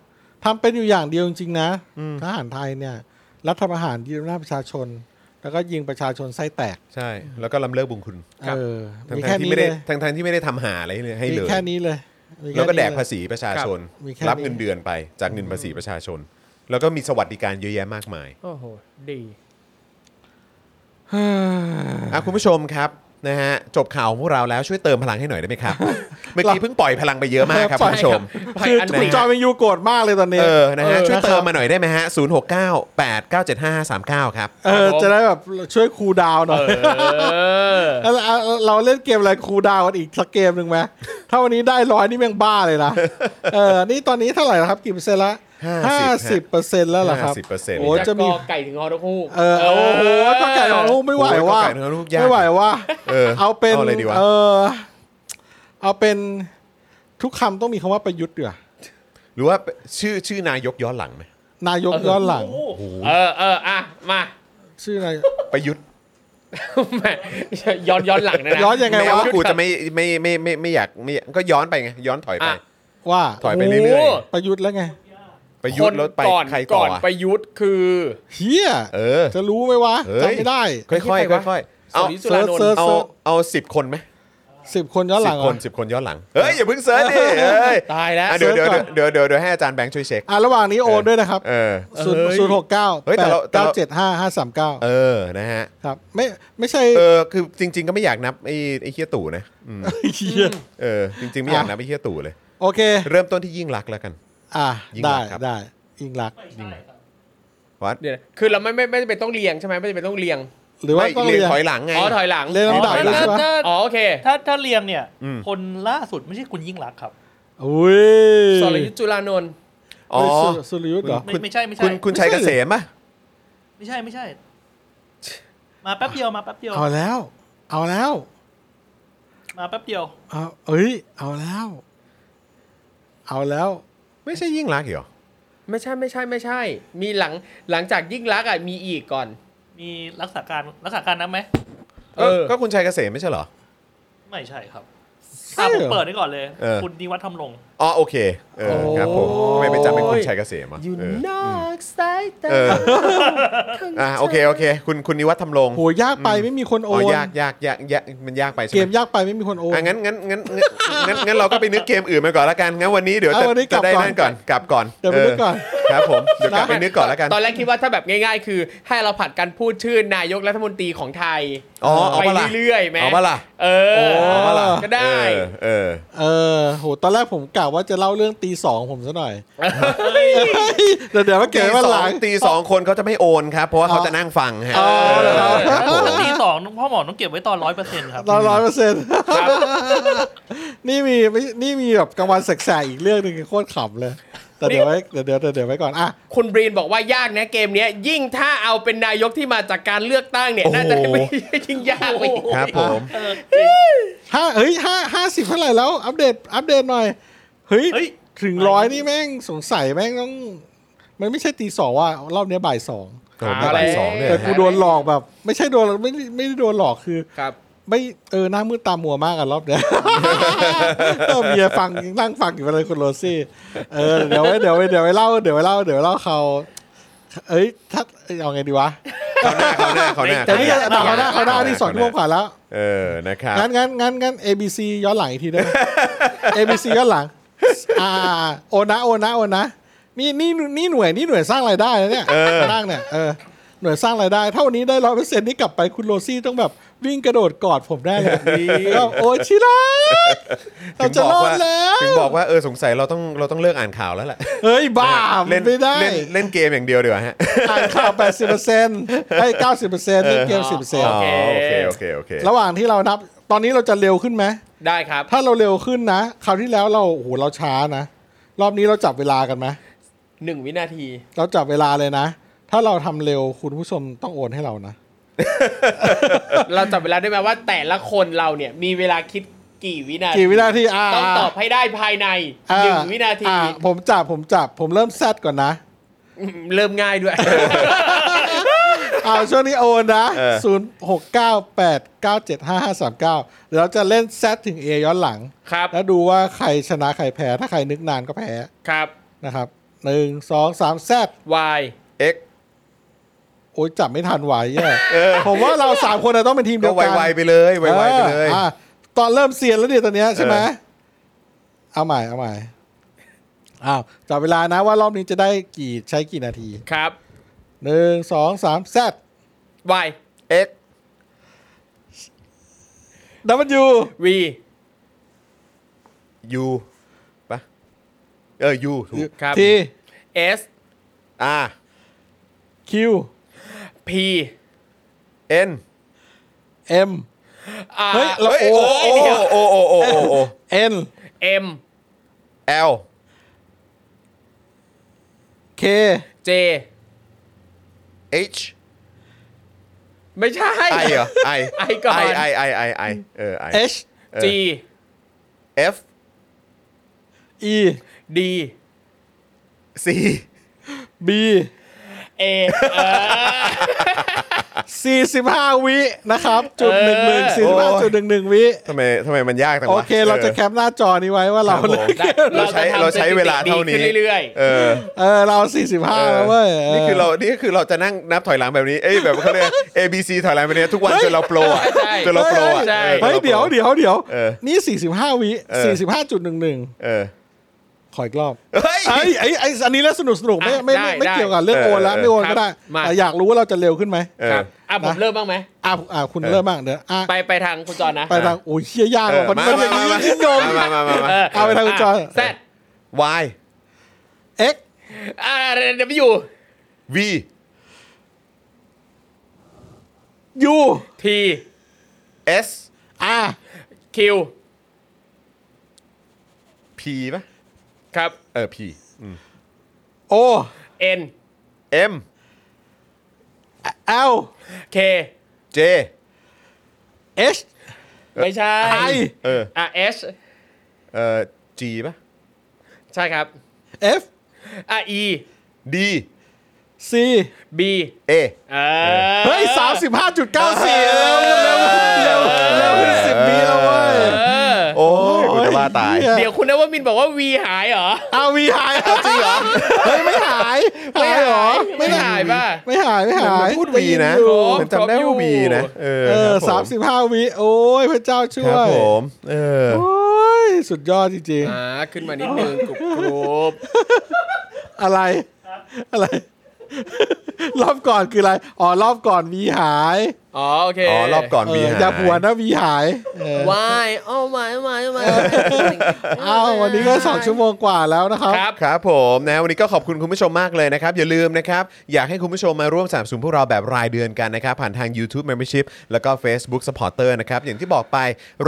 Speaker 3: ทำเป็นอยู่อย่างเดียวจริงๆนะทหารไทยเนี่ย รัฐประหารยึดอำนาจประชาชน แล้วก็ยิงประชาชนไส้แตก
Speaker 2: ใช่ แล้วก็ลำเลิกบุญคุณ
Speaker 3: เออ
Speaker 2: ทั้
Speaker 3: มี
Speaker 2: งท
Speaker 3: แค่
Speaker 2: ที่
Speaker 3: นี้
Speaker 2: ไม่
Speaker 3: เล
Speaker 2: ได้
Speaker 3: ย
Speaker 2: ทั้งทที่ไม่ได้ทำหาอะไรเลยให้
Speaker 3: มี
Speaker 2: เลย
Speaker 3: แค่นี้เลยมีค่
Speaker 2: แล้วก็แดก
Speaker 3: นี้เย <sighs>
Speaker 2: ภาษีประชาชน
Speaker 3: ครับมีแค่
Speaker 2: รับ
Speaker 3: นี้
Speaker 2: เงินเดือนไปจากเงินภาษีประชาชน แล้วก็มีสวัสดิการเยอะแยะมากมาย
Speaker 4: โอ้โห ดี
Speaker 2: อ่ะคุณผู้ชมครับนะฮะจบข่าวของพวกเราแล้วช่วยเติมพลังให้หน่อยได้ไหมครับ เมื่อกี้เพิ่งปล่อยพลังไปเยอะมากครับคุณผู้ชม
Speaker 4: ไป
Speaker 3: คือ
Speaker 4: อันไหน
Speaker 3: คุณจอยเป็นยูโกรธมากเลยตอนนี้
Speaker 2: เออนะฮะ
Speaker 3: ออ
Speaker 2: ช่วยเติม
Speaker 3: นะครับ
Speaker 2: มาหน่อยได้ไหมฮะ 0 6 9 8 9 7 5 5 3 9 ครับ
Speaker 3: เออจะได้แบบช่วยคูลดาวน์หน่อย
Speaker 4: เออ
Speaker 3: เออเอาเอาเราเล่นเกมอะไรครูลดาวน์กันอีกสักเกมหนึ่งไหม ถ้าวันนี้ได้ร้อยนี่แม่งบ้าเลย
Speaker 2: <laughs>
Speaker 3: นะ เออ นี่ตอนนี้เท่าไหร่แล้วครับกี่เปอร์เซ็นต์ละ
Speaker 2: 50
Speaker 3: ห้าสิบเปอร์เซ็นต์แล้วเหรอครับ
Speaker 2: 50%
Speaker 3: โอ้จะมี
Speaker 4: กไก่ถึงฮอตคู่
Speaker 3: เออ โอ้โหก็ไก่ของลูกไม่ไหว
Speaker 2: โอ้ย
Speaker 3: ว่า
Speaker 2: ก็ไก่ของลูกยาก
Speaker 3: ไม่ไหวว่า
Speaker 2: เออ
Speaker 3: เอาเป็น
Speaker 2: เอาอะไรดีวะ
Speaker 3: เออ เอาเป็นทุกคำต้องมีคำว่าประยุทธ์เดือ
Speaker 2: หรือว่าชื่อชื่อนายกย้อนหลังไหม
Speaker 3: นายกย้อนหลัง
Speaker 4: เออเอออ่ะ มา <laughs>
Speaker 3: ชื่อนาย
Speaker 2: ประยุทธ์
Speaker 4: แหม่ย้อนย้อนหลังนะนะ
Speaker 3: ย้อนยังไง
Speaker 2: แม้
Speaker 3: วะ
Speaker 2: ว่ากูจะไม่ไม่ไม่ไม่ไม่อยากไม่อยากก็ย้อนไปไงย้อนถอยไป
Speaker 4: อ่ะ
Speaker 3: ว่า
Speaker 2: ถอยไปเรื่อย
Speaker 4: โอ้
Speaker 3: ประยุทธ์แล้วไง
Speaker 2: ๆประยุทธ์แล้วไป
Speaker 4: คนก่อน
Speaker 2: ใคร
Speaker 4: ก่
Speaker 2: ก่
Speaker 4: อ
Speaker 2: อน น
Speaker 4: ประยุทธ์คือ
Speaker 3: เฮีย
Speaker 2: เออ
Speaker 3: จะรู้ไหมวะ
Speaker 2: เฮ้ย
Speaker 3: จำไม่ได้
Speaker 2: ค่อยๆ
Speaker 4: ใครวะ
Speaker 2: ค่อยๆเอา
Speaker 4: สุริสุรานน
Speaker 3: เซิร์
Speaker 4: ท์
Speaker 3: ช
Speaker 2: เอาเอาสิบคนไหม
Speaker 3: สิบคนย้อนห
Speaker 2: สิ
Speaker 3: ลัง
Speaker 2: บ
Speaker 3: เหรอ
Speaker 2: คนสิบคนย้อนหลัง เฮ้ย อย่าเพิ่งเซิร์ชดิเฮ้ย
Speaker 4: ตายแล้ว
Speaker 2: อ่ะเดี๋ยว
Speaker 3: เซิ
Speaker 2: เดี๋ยว
Speaker 3: ร์ชก่อน
Speaker 2: เดี๋ยวเดี๋ยวเดี๋ยวให้อาจารย์แบงค์ช่วยเช็ค
Speaker 3: อ่ะระหว่างนี้โอนด้วยนะครับ
Speaker 2: เออ
Speaker 3: ศูนย์ศูนย์หกเก้า
Speaker 2: เฮ้ย
Speaker 3: แป
Speaker 2: แต่
Speaker 3: ด
Speaker 2: เราแต่
Speaker 3: เก้า
Speaker 2: เรา
Speaker 3: เจ็ดห้าห้าสามเก้า
Speaker 2: เออ นะฮะ
Speaker 3: ครับไม่ไม่ใช่
Speaker 2: เออ คือจริง ๆ ก็ไม่อยากนับไอ้ไอ้เฮียตู่นะอืม
Speaker 3: เหี้ย
Speaker 2: เออ จริง ๆ ไม่อยากนับไอ้เฮียตู่เลย
Speaker 3: โอเค
Speaker 2: เริ่มต้นที่ยิ่งรักษณ์แล้วกัน
Speaker 3: อ่ะ
Speaker 2: ยิ่ง
Speaker 3: ได้
Speaker 2: รักครับ
Speaker 3: ได้ยิงรัก
Speaker 5: ไม่ใช่ครับ
Speaker 2: วัด
Speaker 4: เดี๋ยวนะคือเราไม่ไม่ไม่จำเป็นต้องเรียงใช่ไหมไม่จำเป็นต้องเรียง
Speaker 3: หรือว่า
Speaker 2: ไม่
Speaker 3: ต้อง
Speaker 2: เรียน
Speaker 3: เรียน
Speaker 2: ถอยหลังไง
Speaker 4: อ๋อ ถอยหลัง
Speaker 3: เรียงลำดั
Speaker 4: อ๋อ
Speaker 3: บ
Speaker 4: ถอยห
Speaker 3: ด้วยใช่ปะ
Speaker 4: อ๋อ โอเค
Speaker 5: ถ้าถ้าเรียงเนี่ย
Speaker 2: อืม
Speaker 5: คนล่าสุดไม่ใช่คุณยิ่งรักษณ์ครับ
Speaker 3: อุ้ย
Speaker 4: สรยุทธ์จุลานนท์
Speaker 2: อ๋อ
Speaker 3: สุรสุรยุทธ์เหรอ
Speaker 5: ไม่ไม่ใช่ไม่ใช่
Speaker 2: คุณคุณชัยเกษมป่ะ
Speaker 5: ไม่ใช่ไม่ใช่ มาแป๊บเดียวมาแป๊บเดียว
Speaker 3: เอาแล้ว เอาแล้ว
Speaker 5: มาแป๊บเดียว
Speaker 3: เอาเอ้ยเอาแล้ว เอาแล้ว
Speaker 2: ไม่ใช่ยิ่งรักษณ์เหรอ
Speaker 4: ไม่ใช่ไม่ใช่ไม่ใช่ มีหลังหลังจากยิ่งรักษณ์อ่ะมีอีกก่อน
Speaker 5: มีรักษาการรักษาการนับไหม
Speaker 4: เออ
Speaker 2: ก็คุณชัยเกษมไม่ใช่เหรอ
Speaker 5: ไม่ใช่ครับ
Speaker 3: ใช่
Speaker 5: อ่ะผม
Speaker 3: เหรอ
Speaker 5: เปิดไว้ก่อนเลย
Speaker 2: เออ
Speaker 5: คุณนิวัฒน์ทำลง
Speaker 2: อ๋อ โอเค เออ ครับผมทำไม่ไปจำเป็นคุณชัยเกษมอ่ะ
Speaker 4: อยู่
Speaker 2: เออน
Speaker 4: อกสายตา
Speaker 2: เออ อ่ะ โอเค โอเค คุณคุณนิวัฒน์ทำลง
Speaker 3: โหยากไปไม่มีคนโอ
Speaker 2: อ๋อน ยากยากยากยากมันยากไปใช่
Speaker 3: เก
Speaker 2: ไหม
Speaker 3: มยากไปไม่มีคนโอน
Speaker 2: อ่ะงั้นงั้นงั้นงั้นงั้นงั้นเราก็ไปนึกเกมอื่นไปก่อนละกันงั้นวันนี้เดี๋ยว
Speaker 3: เอา
Speaker 2: จะ
Speaker 3: วันนี้กลั
Speaker 2: จะ
Speaker 3: บ
Speaker 2: ได้
Speaker 3: ก่อน
Speaker 2: นั่นก่อนกลับก่อน
Speaker 3: เดี๋ยวไปนึกก่อน
Speaker 2: เครับผมเดี๋ยวกลับไปนึกก่อนละกัน
Speaker 4: ตอนแรกคิดว่าถ้าแบบง่ายๆ คือ ให้เราผลัดกันพูดชื่อนายกรัฐมนตรีของไทย
Speaker 2: อ๋อเอา
Speaker 4: ไป
Speaker 2: ปะล่ะ
Speaker 4: เรื่อยๆแม่
Speaker 2: เอาปะล่ะ
Speaker 4: เออ
Speaker 2: เอาปะล่ะ
Speaker 4: ก็ได้
Speaker 2: เออเออ
Speaker 3: เออโหตอนแรกผมกะว่าจะเล่าเรื่องตีสองผมซะหน่อยเดี๋ยวเดี๋ยวมาเก็บ
Speaker 2: ตี
Speaker 3: ไว้วัน
Speaker 2: ส
Speaker 3: ห
Speaker 2: อ
Speaker 3: ลั
Speaker 2: ง
Speaker 3: ง
Speaker 2: ตีสองคนเขาจะไม่โอนครับ เพราะว่า
Speaker 3: อ๋อ
Speaker 2: เขาจะนั่งฟังฮะ
Speaker 3: อ๋อเหรอ
Speaker 2: เออครับผม
Speaker 5: ตีสองพ่อหมอต้องเก็บไว้ตอนร้อยเปอร์เซ็นต์ครับ
Speaker 3: ร้อยเปอร์เซ็นต์นี่มีไม่นี่มีแบบกลางวันแสกๆอีกเรื่องหนึ่งโคตรขำเลย แต่เดี๋ยวไว้เดี๋ยวเดี๋ยวเดี๋ยวไว้ก่อนอ่ะ
Speaker 4: คุณบรีนบอกว่ายากนะเกมเนี้ย ยิ่งถ้าเอาเป็นนายกที่มาจากการเลือกตั้งเนี่ยน่าจะไม่ <laughs> ยิ่งยากเลย
Speaker 2: ครับผม
Speaker 3: ห้าเฮ้ยห้าห้าสิบเท่าไหร่แล้ว อัปเดตอัปเดตหน่อย เฮ้ย
Speaker 5: เฮ้ย
Speaker 3: ถึงร้อยนี่แม่งสงสัยแม่งต้อง มันไม่ใช่ตีสองว่ะรอบเนี้ยบ่ายสอง
Speaker 2: โอ้โหไม่ไปสองเลย
Speaker 3: แต่กู
Speaker 2: ฮะ
Speaker 3: โดนหลอกแบบ ไม่ใช่โดนไม่ได้ไม่ได้โดนหลอกคือ
Speaker 4: ครับ
Speaker 3: ไม่เออหน้ามืดตามัวมากอะรอบเนี้ย เออเมียฟังนั่งฟังอยู่เลยคุณโรซี่เออเดี๋ยวไว้เดี๋ยวไว้เดี๋ยวไว้เล่าเดี๋ยวไว้เล่าเดี๋ยวไว้เล่าเขาเอ้ยถ้าเอ้ยเอาไงดีวะ
Speaker 2: เขาหน้าเขาหน้า
Speaker 3: แต่
Speaker 2: เขาห
Speaker 3: นี่
Speaker 2: น้า
Speaker 3: แต่เขาหน้าเขาหน้านี่สองชั่วโมงกว่าแล้ว
Speaker 2: เออนะครับ
Speaker 3: งั้นงั้นงั้นงั้น A B C ย้อนหลังอีกที
Speaker 2: <laughs>
Speaker 3: ได้ไหม A B C ย้อนหลังอ่าโอนะโอนะโอนะนี่นี่นี่หน่วยนี่หน่วยสร้างรายได้นะเนี่ยนั่งเนี่ยเออหน่วยสร้างรายได้เท่านี้ได้ร้อยเปอร์เซ็นต์นี่กลับไปคุณโรซี่ต้องแบบวิ่งกระโดดกอดผมได้เลยแล้วก็โอ้ยชิรัก เราจะรอดแล้ว
Speaker 2: ถึงบอกว่าเออสงสัยเราต้องเราต้องเลิกอ่านข่าวแล้วแหละ
Speaker 3: เฮ้ย บ้า
Speaker 2: เล่น
Speaker 3: ไม่ได้
Speaker 2: เล่นเล่นเกมอย่างเดียวดีกว่าฮะ
Speaker 3: อ่านข่าว 80%ให้90%เล่นเกม
Speaker 2: อ๋อ
Speaker 4: โอเค
Speaker 2: โอเคโอเคโอเค
Speaker 3: 10%ระหว่างที่เรานับ ตอนนี้เราจะเร็วขึ้นไหม
Speaker 4: ได้ครับ
Speaker 3: ถ้าเราเร็วขึ้นนะ คราวที่แล้วเรา โอ้โห เราช้านะ รอบนี้เราจับเวลากันไหม
Speaker 4: หนึ่งวินาที
Speaker 3: เราจับเวลาเลยนะ ถ้าเราทำเร็วคุณผู้ชมต้องโอนให้เรานะ
Speaker 4: เราจับเวลาได้ไหมว่าแต่ละคนเราเนี่ยมีเวลาคิดกี่วินาที
Speaker 3: กี่วินาทีอ่า
Speaker 4: ต้องตอบให้ได้ภายในห
Speaker 3: อ่า
Speaker 4: นึ่งวินาที
Speaker 3: อ่
Speaker 4: <laughs>
Speaker 3: ผมจับผมจับผมเริ่มแซดก่อนนะ
Speaker 4: เริ่มง่ายด้วย
Speaker 3: อ้าวช่วงนี้โอนนะ
Speaker 2: เออ
Speaker 3: 0 6 9 8 9 7 5 5 3 9 เดี๋ยวเราจะเล่นแซดถึงเอย้อนหลัง
Speaker 4: <laughs> ครับ
Speaker 3: แล้วดูว่าใครชนะใครแพ้ ถ้าใครนึกนานก็แพ้
Speaker 4: ครับ
Speaker 3: นะครับหนึ่งสองสามแซด
Speaker 4: วาย
Speaker 2: X
Speaker 3: โอ้ยจับไม่ทันไหวแย่ผมว่าเราสามคนน่ะต้องเป็นทีม
Speaker 2: ก็
Speaker 3: เดียว
Speaker 2: ไ
Speaker 3: กัน
Speaker 2: วๆไปเลยไวๆไปเลย
Speaker 3: อออ่ะตอนเริ่มเซียนแล้วเนี่ยตอนเนี้ยใช่ไหม
Speaker 2: เออ
Speaker 3: เอาใหม่เอาใหม่อ้าวจับเวลานะว่ารอบนี้จะได้กี่ใช้กี่นาที
Speaker 4: ครับ
Speaker 3: หนึ่งสองสามแซด
Speaker 4: วาย
Speaker 2: X
Speaker 3: ดับเบิลยู
Speaker 4: วี
Speaker 2: U ปะเออ U ถูก
Speaker 4: ครับ
Speaker 3: ที
Speaker 4: เอส
Speaker 2: อ่า
Speaker 3: คิว
Speaker 4: พี
Speaker 2: N
Speaker 3: เอ็ม
Speaker 4: อา
Speaker 3: เฮ้ยเรา
Speaker 2: เฮ้ย
Speaker 3: โอ
Speaker 2: โอ้โอ้โอ้โอ้โอ้โอ้โอ้
Speaker 3: เอ็น
Speaker 4: เอ็ม
Speaker 2: L
Speaker 3: เค
Speaker 4: เจ
Speaker 2: H
Speaker 4: ไม่ใช่
Speaker 2: I เหรอ
Speaker 3: <laughs>
Speaker 2: I
Speaker 4: I ก่อน
Speaker 2: I I I I I เออ I
Speaker 3: เอช
Speaker 2: เออ
Speaker 4: จี
Speaker 2: F
Speaker 3: อี
Speaker 4: ดี
Speaker 2: ซี
Speaker 3: บี
Speaker 4: เอ
Speaker 3: สี่สิบห้าวินะครับ จุดหนึ่งหนึ่งสี่สิบห้าจุดหนึ่งหนึ่งวิ
Speaker 2: <laughs> ทำไมทำไมมันยากจังวะ
Speaker 3: โอเค เราจะแคปหน้าจอนี้ไว้ว่าเรา
Speaker 2: ครับผม เราใช้
Speaker 4: จะทำ
Speaker 2: เราใช้
Speaker 4: สถิติ
Speaker 2: เวลาเท่านี้
Speaker 4: ดีขึ้เรื่อย
Speaker 2: เออ
Speaker 3: เออ เราสี่สิบห้า
Speaker 2: เออ
Speaker 3: แล้วเว้ยเ
Speaker 2: นี่คือเรานี่คือเราจะนั่งนับถอยหลังแบบนี้เอ้ยแบบเขาเรียก A B C ถอยหลังแบบนี้ทุกวันจนเราโปรอ่ะ
Speaker 4: ใช่
Speaker 2: จนเราโปรอ่ะ
Speaker 4: ใช่
Speaker 2: ออ
Speaker 3: เฮ้ย
Speaker 2: จนราโปร
Speaker 3: เดี๋ยวเดี๋ยวเดี๋ยว
Speaker 2: เออ
Speaker 3: นี่สี่สิบห้าวิ
Speaker 2: เออ
Speaker 3: สี่สิบห้าจุดหนึ่งหนึ่ง
Speaker 2: เออ
Speaker 3: ขออีกรอบ
Speaker 2: เฮ้ย
Speaker 3: ไอ้ไอ้ไอ้อันนี้แล้วสนุกสนุกไม่
Speaker 4: อ่ะ
Speaker 3: ไม่
Speaker 4: ได้
Speaker 3: ไม่ไม่
Speaker 4: ได้
Speaker 3: เกี่ยวกับเรื่อง
Speaker 2: เออ
Speaker 3: โอนแล้ว
Speaker 2: เออ
Speaker 3: ไม่โอน
Speaker 4: ครับ
Speaker 3: ก็ได้
Speaker 4: มา
Speaker 3: แต่อยากรู้ว่าเราจะเร็วขึ้นไหม
Speaker 2: เออ
Speaker 4: ครับอ่ะผมเริ่มบ้างไหม
Speaker 3: อ่ะอ่ะคุณ
Speaker 2: เออ
Speaker 3: เริ่มบ้างเดี๋ยวอ่ะ
Speaker 4: ไปไปทางคุณจอนะ
Speaker 3: ไปทางโอ้ยเชี่ยยาก
Speaker 2: เอ
Speaker 3: ว่ะ
Speaker 2: อ
Speaker 3: มัน
Speaker 2: มามา
Speaker 3: มันอย่าง
Speaker 2: มา
Speaker 3: นี้
Speaker 2: มา
Speaker 3: ยิ่งยม
Speaker 2: มามามามา
Speaker 3: เอาไปทางคุณจอ
Speaker 4: Z
Speaker 2: Y
Speaker 3: X
Speaker 4: อ่าเดี๋ยวไปอยู่
Speaker 2: V
Speaker 3: U
Speaker 4: T
Speaker 2: S
Speaker 3: R
Speaker 4: Q
Speaker 2: P ป่ะ
Speaker 4: ครับ
Speaker 2: เออ P
Speaker 3: O
Speaker 4: N
Speaker 2: M
Speaker 3: L
Speaker 4: K
Speaker 2: J
Speaker 3: H
Speaker 4: ไม่ใช่
Speaker 3: I
Speaker 2: เออ
Speaker 4: อ่ะ H
Speaker 2: เออ G ป่ะ
Speaker 4: ใช่ครับ
Speaker 3: F
Speaker 4: อ่ะ E
Speaker 2: D
Speaker 3: C
Speaker 4: B
Speaker 2: A
Speaker 4: เอ
Speaker 3: เฮ้ยสามสิบห้าจุดเก้าสี่เร็วเร็วเร็วเร็วขึ้นสิบวิแล้วเว้ย
Speaker 2: โอ้ยกูจะว่าตาย
Speaker 4: เดี๋ยวคุณนวมินทร์บอกว่า V หายเหรอ
Speaker 3: เอาวีหายเอาจริงเหรอเฮ้ยไม่หาย
Speaker 4: ไม่หาย
Speaker 3: เรอ
Speaker 4: ไม่หายป่ะ
Speaker 3: ไม่หายไม่หา
Speaker 2: เหมื
Speaker 3: ย
Speaker 2: อนพูดวีนะ
Speaker 3: อยู่
Speaker 2: เหมือนจำได้ว่าวีนะ เออ
Speaker 3: เออ
Speaker 2: ค
Speaker 3: สา
Speaker 2: รั
Speaker 3: ม
Speaker 2: ผ
Speaker 3: สิบห้าวิโอ้ยพระเจ้าช่
Speaker 2: คว รับ
Speaker 3: ย
Speaker 2: ผมเออ
Speaker 3: โอ้ยสุดยอดจริง
Speaker 4: อ่าขึ้นมานิดนึงกรุบกรุบ
Speaker 3: ๆอะไรอะไร รอบก่อนคืออะไรอ๋อรอบก่อนวีหาย
Speaker 4: อ๋อโอเค
Speaker 2: อ๋อรอบก่อน
Speaker 3: เอ
Speaker 2: วี
Speaker 3: อ
Speaker 2: หาย
Speaker 3: อย่าผัวนะวีหายเออ
Speaker 4: Why oh my my my
Speaker 3: เอ้าวันนี้ก็สองชั่วโมงกว่าแล้วนะครับ
Speaker 4: ครับ
Speaker 2: ครับผมนะวันนี้ก็ขอบคุณคุณผู้ชมมากเลยนะครับ อย่าลืมนะครับ อยากให้คุณผู้ชมมาร่วมสนับสนุนพวกเราแบบรายเดือนกันนะครับ ผ่านทาง YouTube Membership แล้วก็ Facebook Supporter นะครับ อย่างที่บอกไป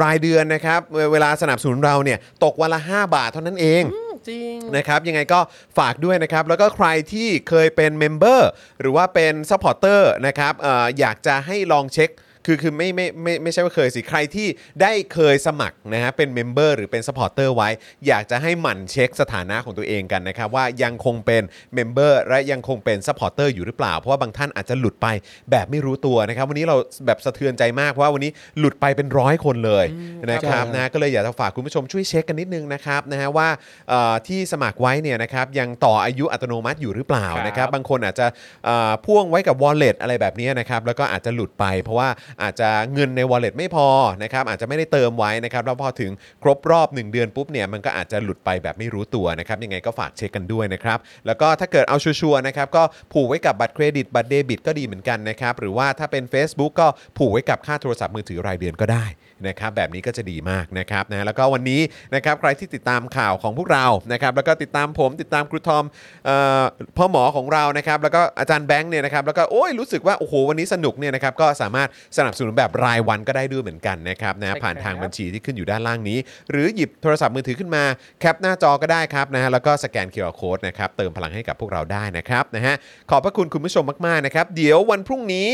Speaker 2: รายเดือนนะครับ เวลาสนับสนุนเราเนี่ยตกวันละ 5 บาทเท่านั้นเอง
Speaker 4: จริง
Speaker 2: นะครับยังไงก็ฝากด้วยนะครับ แล้วก็ใครที่เคยเป็นเมมเบอร์หรือว่าเป็นซัพพอร์เตอร์นะครับเอออยากจะให้ลองเช็ค คือคือไม่ไม่ไม่ไม่ใช่ว่าเคยสิ ใครที่ได้เคยสมัครนะฮะเป็นเมมเบอร์หรือเป็นซัพพอร์เตอร์ไว้ อยากจะให้หมั่นเช็คสถานะของตัวเองกันนะครับ ว่ายังคงเป็นเมมเบอร์และยังคงเป็นซัพพอร์เตอร์อยู่หรือเปล่า เพราะว่าบางท่านอาจจะหลุดไปแบบไม่รู้ตัวนะครับ วันนี้เราแบบสะเทือนใจมากเพราะว่าวันนี้หลุดไปเป็นร้อยคนเลยนะครับ
Speaker 3: ใช่
Speaker 2: นะ นะก็เลยอยากจะฝากคุณผู้ชมช่วยเช็คกันนิดนึงนะครับนะฮะว่าเอ่อที่สมัครไว้เนี่ยนะครับยังต่ออายุอัตโนมัติอยู่หรือเปล่า
Speaker 4: ครับ
Speaker 2: นะครับบางคนอาจจะเอ่อพ่วงไว้กับ wallet อะไรแบบนี้นะครับแล้วก็อาจจะหลุดไป เพราะว่าอาจจะเงินใน wallet ไม่พอนะครับอาจจะไม่ได้เติมไว้นะครับแล้วพอถึงครบรอบ 1 เดือนปุ๊บเนี่ยมันก็อาจจะหลุดไปแบบไม่รู้ตัวนะครับยังไงก็ฝากเช็คกันด้วยนะครับแล้วก็ถ้าเกิดเอาชัวร์ๆนะครับก็ผูกไว้กับบัตรเครดิตบัตรเดบิตก็ดีเหมือนกันนะครับหรือว่าถ้าเป็น Facebook ก็ผูกไว้กับค่าโทรศัพท์มือถือรายเดือนก็ได้ นะครับแบบนี้ก็จะดีมากนะครับนะแล้วก็วันนี้นะครับใครที่ติดตามข่าวของพวกเรานะครับแล้วก็ติดตามผมติดตามครูทอมเอ่อพ่อหมอของเรานะครับแล้วก็อาจารย์แบงค์เนี่ยนะครับแล้วก็โอ้ยรู้สึกว่าโอ้โหวันนี้สนุกเนี่ยนะครับก็สามารถสนับสนุนแบบรายวันก็ได้ด้วยเหมือนกันนะครับนะผ่านทางบัญชีที่ขึ้นอยู่ด้านล่างนี้ หรือหยิบโทรศัพท์มือถือขึ้นมาแคปหน้าจอก็ได้ครับนะฮะแล้วก็สแกน QR Code นะครับเติมพลังให้กับพวกเราได้นะครับนะฮะขอบพระคุณคุณผู้ชมมากๆนะครับเดี๋ยววันพรุ่งนี้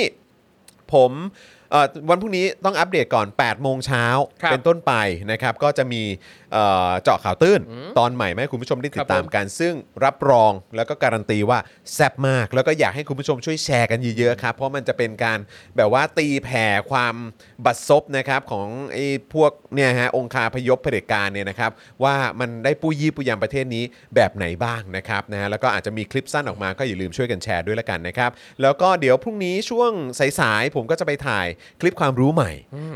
Speaker 2: ผม เอ่อวันพรุ่งนี้ต้องอัปเดตก่อน 8 โมงเช้า
Speaker 4: ครับ
Speaker 2: เป็นต้นไปนะครับ ก็จะมีเอ่อเจาะข่าวตื้น ตอนใหม่มาให้คุณผู้ชมได้ติดตามกัน ซึ่งรับรองแล้วก็การันตีว่าแซ่บมาก แล้วก็อยากให้คุณผู้ชมช่วยแชร์กันเยอะๆครับ เพราะมันจะเป็นการแบบว่าตีแผ่ความบัดซบนะครับของไอ้พวกเนี่ยฮะองคาพยพเผด็จการเนี่ยนะครับ ว่ามันได้ปู้ยี่ปู้ยำประเทศนี้แบบไหนบ้างนะครับนะฮะแล้วก็อาจจะมีคลิปสั้นออกมาก็อย่าลืมช่วยกันแชร์ด้วยละกันนะครับ แล้วก็เดี๋ยวพรุ่งนี้ช่วงสายๆผมก็จะไปถ่ายคลิปความรู้ใหม่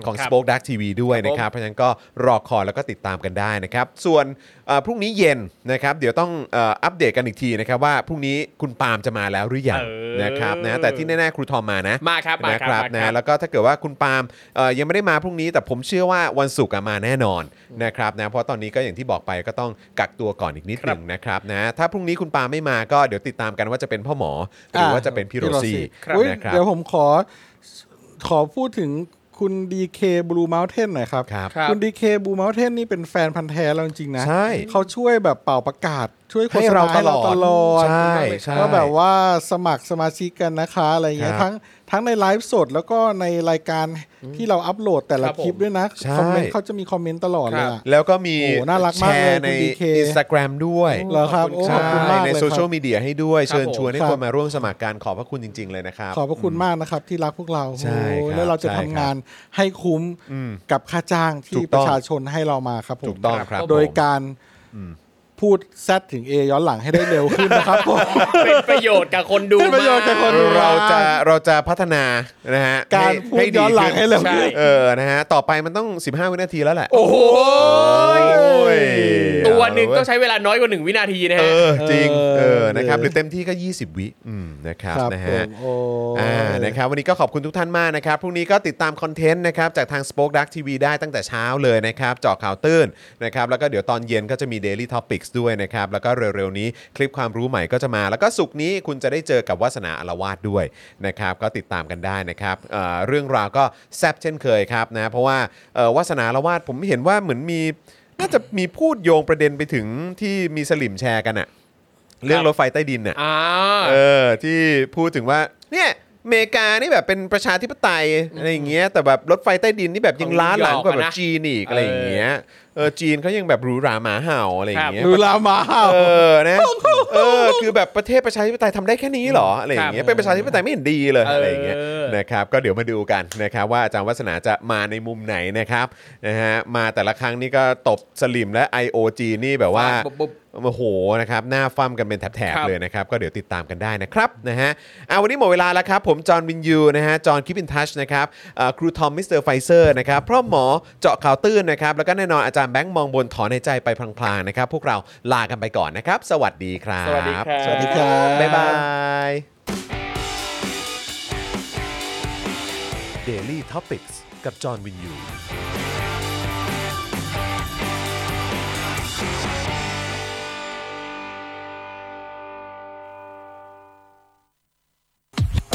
Speaker 2: ของ
Speaker 4: ครับ
Speaker 2: Spoke Dark TV ด้วย
Speaker 4: ครับผม
Speaker 2: นะครับ เพราะฉะนั้นก็รอคอยแล้วก็ติดตามกันได้นะครับ ส่วนเอ่อพรุ่งนี้เย็นนะครับ เดี๋ยวต้องเอ่ออัปเดตกันอีกทีนะครับว่าพรุ่งนี้คุณปาล์มจะมาแล้วหรือยัง
Speaker 4: เออ
Speaker 2: นะครับนะแต่ที่แน่ๆครูทอมมานะ
Speaker 4: มาครับมา
Speaker 2: นะ
Speaker 4: ค
Speaker 2: ค
Speaker 4: รั
Speaker 2: รั
Speaker 4: บบ มาครั
Speaker 2: นะ
Speaker 4: บ
Speaker 2: แล้วก็ถ้าเกิดว่าคุณปาล์มเอ่อยังไม่ได้มาพรุ่งนี้แต่ผมเชื่อว่าวันศุกร์อะมาแน่นอนนะครับนะเพราะตอนนี้ก็อย่างที่บอกไปก็ต้องกักตัวก่อนอีกนิดหนึ่งนะครับนะถ้าพรุ่งนี้คุณปาล์มไม่มาก็เดี๋ยวติดตามกันว่าจะเป็นพ่อหมอ หรือว่าจะเป็นพี่โรซี่
Speaker 3: ครับอุ๊ย
Speaker 2: นะครับ
Speaker 3: เดี๋ยวผมขอขอพูดถึงคุณดีเคบลูเม t เทนหน่อยครับ
Speaker 2: ครับ
Speaker 4: รับ
Speaker 3: คุณดีเคบลูเม t เทนนี่เป็นแฟนพันธ์แท้เราจริงๆนะ
Speaker 2: ใช่
Speaker 3: เขาช่วยแบบเป่าประกาศ ช่วยโฆษ
Speaker 2: ให้
Speaker 3: ณา
Speaker 2: เรา
Speaker 3: ให้เรา
Speaker 2: ต
Speaker 3: ต
Speaker 2: ล
Speaker 3: ล
Speaker 2: อ
Speaker 3: อ
Speaker 2: ด
Speaker 3: ด
Speaker 2: ใช่ใช่
Speaker 3: ว่าแบบว่าสมัครสมาชิกกันนะคะอะไรเงี้ย
Speaker 2: ครับ
Speaker 3: ทั้งทั้งในไลฟ์สดแล้วก็ในรายการที่เราอัพโหลดแต่
Speaker 4: ค
Speaker 3: ละ
Speaker 4: รับผม
Speaker 3: คลิปด้วยนะ
Speaker 2: ใช่
Speaker 3: คอมเมนต์เขาจะมีคอมเมนต์ตลอดเลยอะ
Speaker 2: แล้วก็มี
Speaker 3: โอ้น่ารัก
Speaker 2: แช
Speaker 3: มากเลย
Speaker 2: ร์ใน
Speaker 3: คุณ DK
Speaker 2: Instagram ด้วย
Speaker 3: เหรอครับโอ้
Speaker 2: ใช
Speaker 3: ขอบคุณ
Speaker 2: ่
Speaker 3: มาก
Speaker 2: ใน
Speaker 3: เลย
Speaker 2: โซเชีย
Speaker 3: ครั
Speaker 2: ล
Speaker 3: บ
Speaker 2: มีเดียให้ด้วยเชิญ
Speaker 4: ครับผม
Speaker 2: ชวนให้
Speaker 3: ครั
Speaker 2: ค
Speaker 3: บ
Speaker 2: นมาร่วมสมัครการขอบพระคุณจริง ๆ เลยนะครับ
Speaker 3: ขอบพระคุณมากนะครับที่รักพวกเรา
Speaker 2: ใช่ครับ
Speaker 3: โอ้ยแล้วเราจะ
Speaker 2: ใช่ครับ
Speaker 3: ทำงานให้คุ้ม
Speaker 2: อืม
Speaker 3: กับค่าจ้าง
Speaker 2: ถู
Speaker 3: ที่
Speaker 2: ก
Speaker 3: ป
Speaker 2: ต้อง
Speaker 3: ระชาชนให้เรามาครับผม
Speaker 2: ถูกต้องครับ
Speaker 3: โดย
Speaker 2: ผม
Speaker 3: การพูดแซดถึง A ย้อนหลังให้ได้เร็วขึ้นนะครับผม
Speaker 4: เป็นประโยชน์กับคนดู
Speaker 3: เป็นประโยชน์กับคน
Speaker 4: มาก
Speaker 2: เราจะเราจะพัฒนานะฮะ
Speaker 3: การพูดย้อนหลังให้เร็ว
Speaker 4: ใช่
Speaker 3: ขึ้น
Speaker 2: เออนะฮะต่อไปมันต้อง 15 วินาทีแล้วแหละ
Speaker 4: โอ้โห
Speaker 2: โอ้ย
Speaker 4: ตัวหนึ่งต้องใช้เวลาน้อยกว่าหนึ่งวินาทีนะ
Speaker 2: เอ
Speaker 4: ฮะ
Speaker 2: อจริงเอ
Speaker 3: เอ
Speaker 2: อ
Speaker 3: อ
Speaker 2: นะครับหรือเต็มที่ก็ 20 วิอืมนะครับ
Speaker 3: ครับ
Speaker 2: นะ
Speaker 3: ผ
Speaker 2: ฮะ
Speaker 3: มโอ้ย
Speaker 2: อ่านะครับวันนี้ก็ขอบคุณทุกท่านมากนะครับพรุ่งนี้ก็ติดตามคอนเทนต์นะครับจากทาง Spoke Dark TV ได้ตั้งแต่เช้าเลยนะครับเจาะข่าวตื้นนะครับแล้วก็เดี๋ยวตอนเย็นก็จะมี Daily Topics ด้วยนะครับแล้วก็เร็วๆนี้คลิปความรู้ใหม่ก็จะมา แล้วก็สุกร์นี้คุณจะได้เจอกับวาสนาอารวาสด้วยนะครับก็ติดตามกันได้นะครับเอ่อเรื่องราวก็แซ่บเช่นเคยครับนะเพราะว่าเอ่อวาสนาอารวาสผมเห็นว่าเหมือนมี น่าจะมีพูดโยงประเด็นไปถึงที่มีสลิมแชร์กันอะเรื่องรถไฟใต้ดินอะ
Speaker 4: อ่า
Speaker 2: เออที่พูดถึงว่าเนี่ยอเมริกานี่แบบเป็นประชาธิปไตยอะไรอย่างเงี้ยแต่แบบรถไฟใต้ดินนี่แบบยังล้าหลังกว่าแบบจีนอีกอะไรอย่างเงี้ยเออจีนเขายังแบบหรูหราหมาเห่าอะไรอย่างเงี้ย
Speaker 3: ดูลามา
Speaker 2: เออ นะ เออ คือแบบประเทศประชาธิปไตยทำได้แค่นี้เหรอ อะไรอย่างเงี้ย
Speaker 4: ครับ
Speaker 2: เป็นประชาธิปไตยไม่เห็นดีเลย
Speaker 4: เอออ
Speaker 2: อะไรอย่างเงี้ย นะครับ ก็เดี๋ยวมาดูกันนะครับว่าอาจารย์วัฒนาจะมาในมุมไหนนะครับ นะฮะ มาแต่ละครั้งนี่ก็ตบสลิมและ IOG นี่แบบว่า
Speaker 4: ฟาดปุ๊บ
Speaker 2: โอ้โห นะครับ หน้าฟั่มกันเป็นแถบ
Speaker 4: ครั
Speaker 2: ๆ
Speaker 4: บ
Speaker 2: เลยนะครับ ก็เดี๋ยวติดตามกันได้นะครับนะฮะเอาวันนี้หมดเวลาแล้วครับ ผมจอห์นวินยูนะฮะ จอห์นคิปินทัชนะครับเอ่อครูทอมมิสเตอร์ไฟเซอร์นะครับเพราะหมอเจาะข่าวตื้นนะครับ แล้วก็แน่นอนอาจารย์แบงค์มองบนถอนในใจไปพลางๆนะครับ พวกเราลากันไปก่อนนะครับ สวัสดีครับ
Speaker 4: สวัสดีครับ
Speaker 2: สวัสดีครับ บ๊ายบาย Daily Topics กับจอห์นวินยู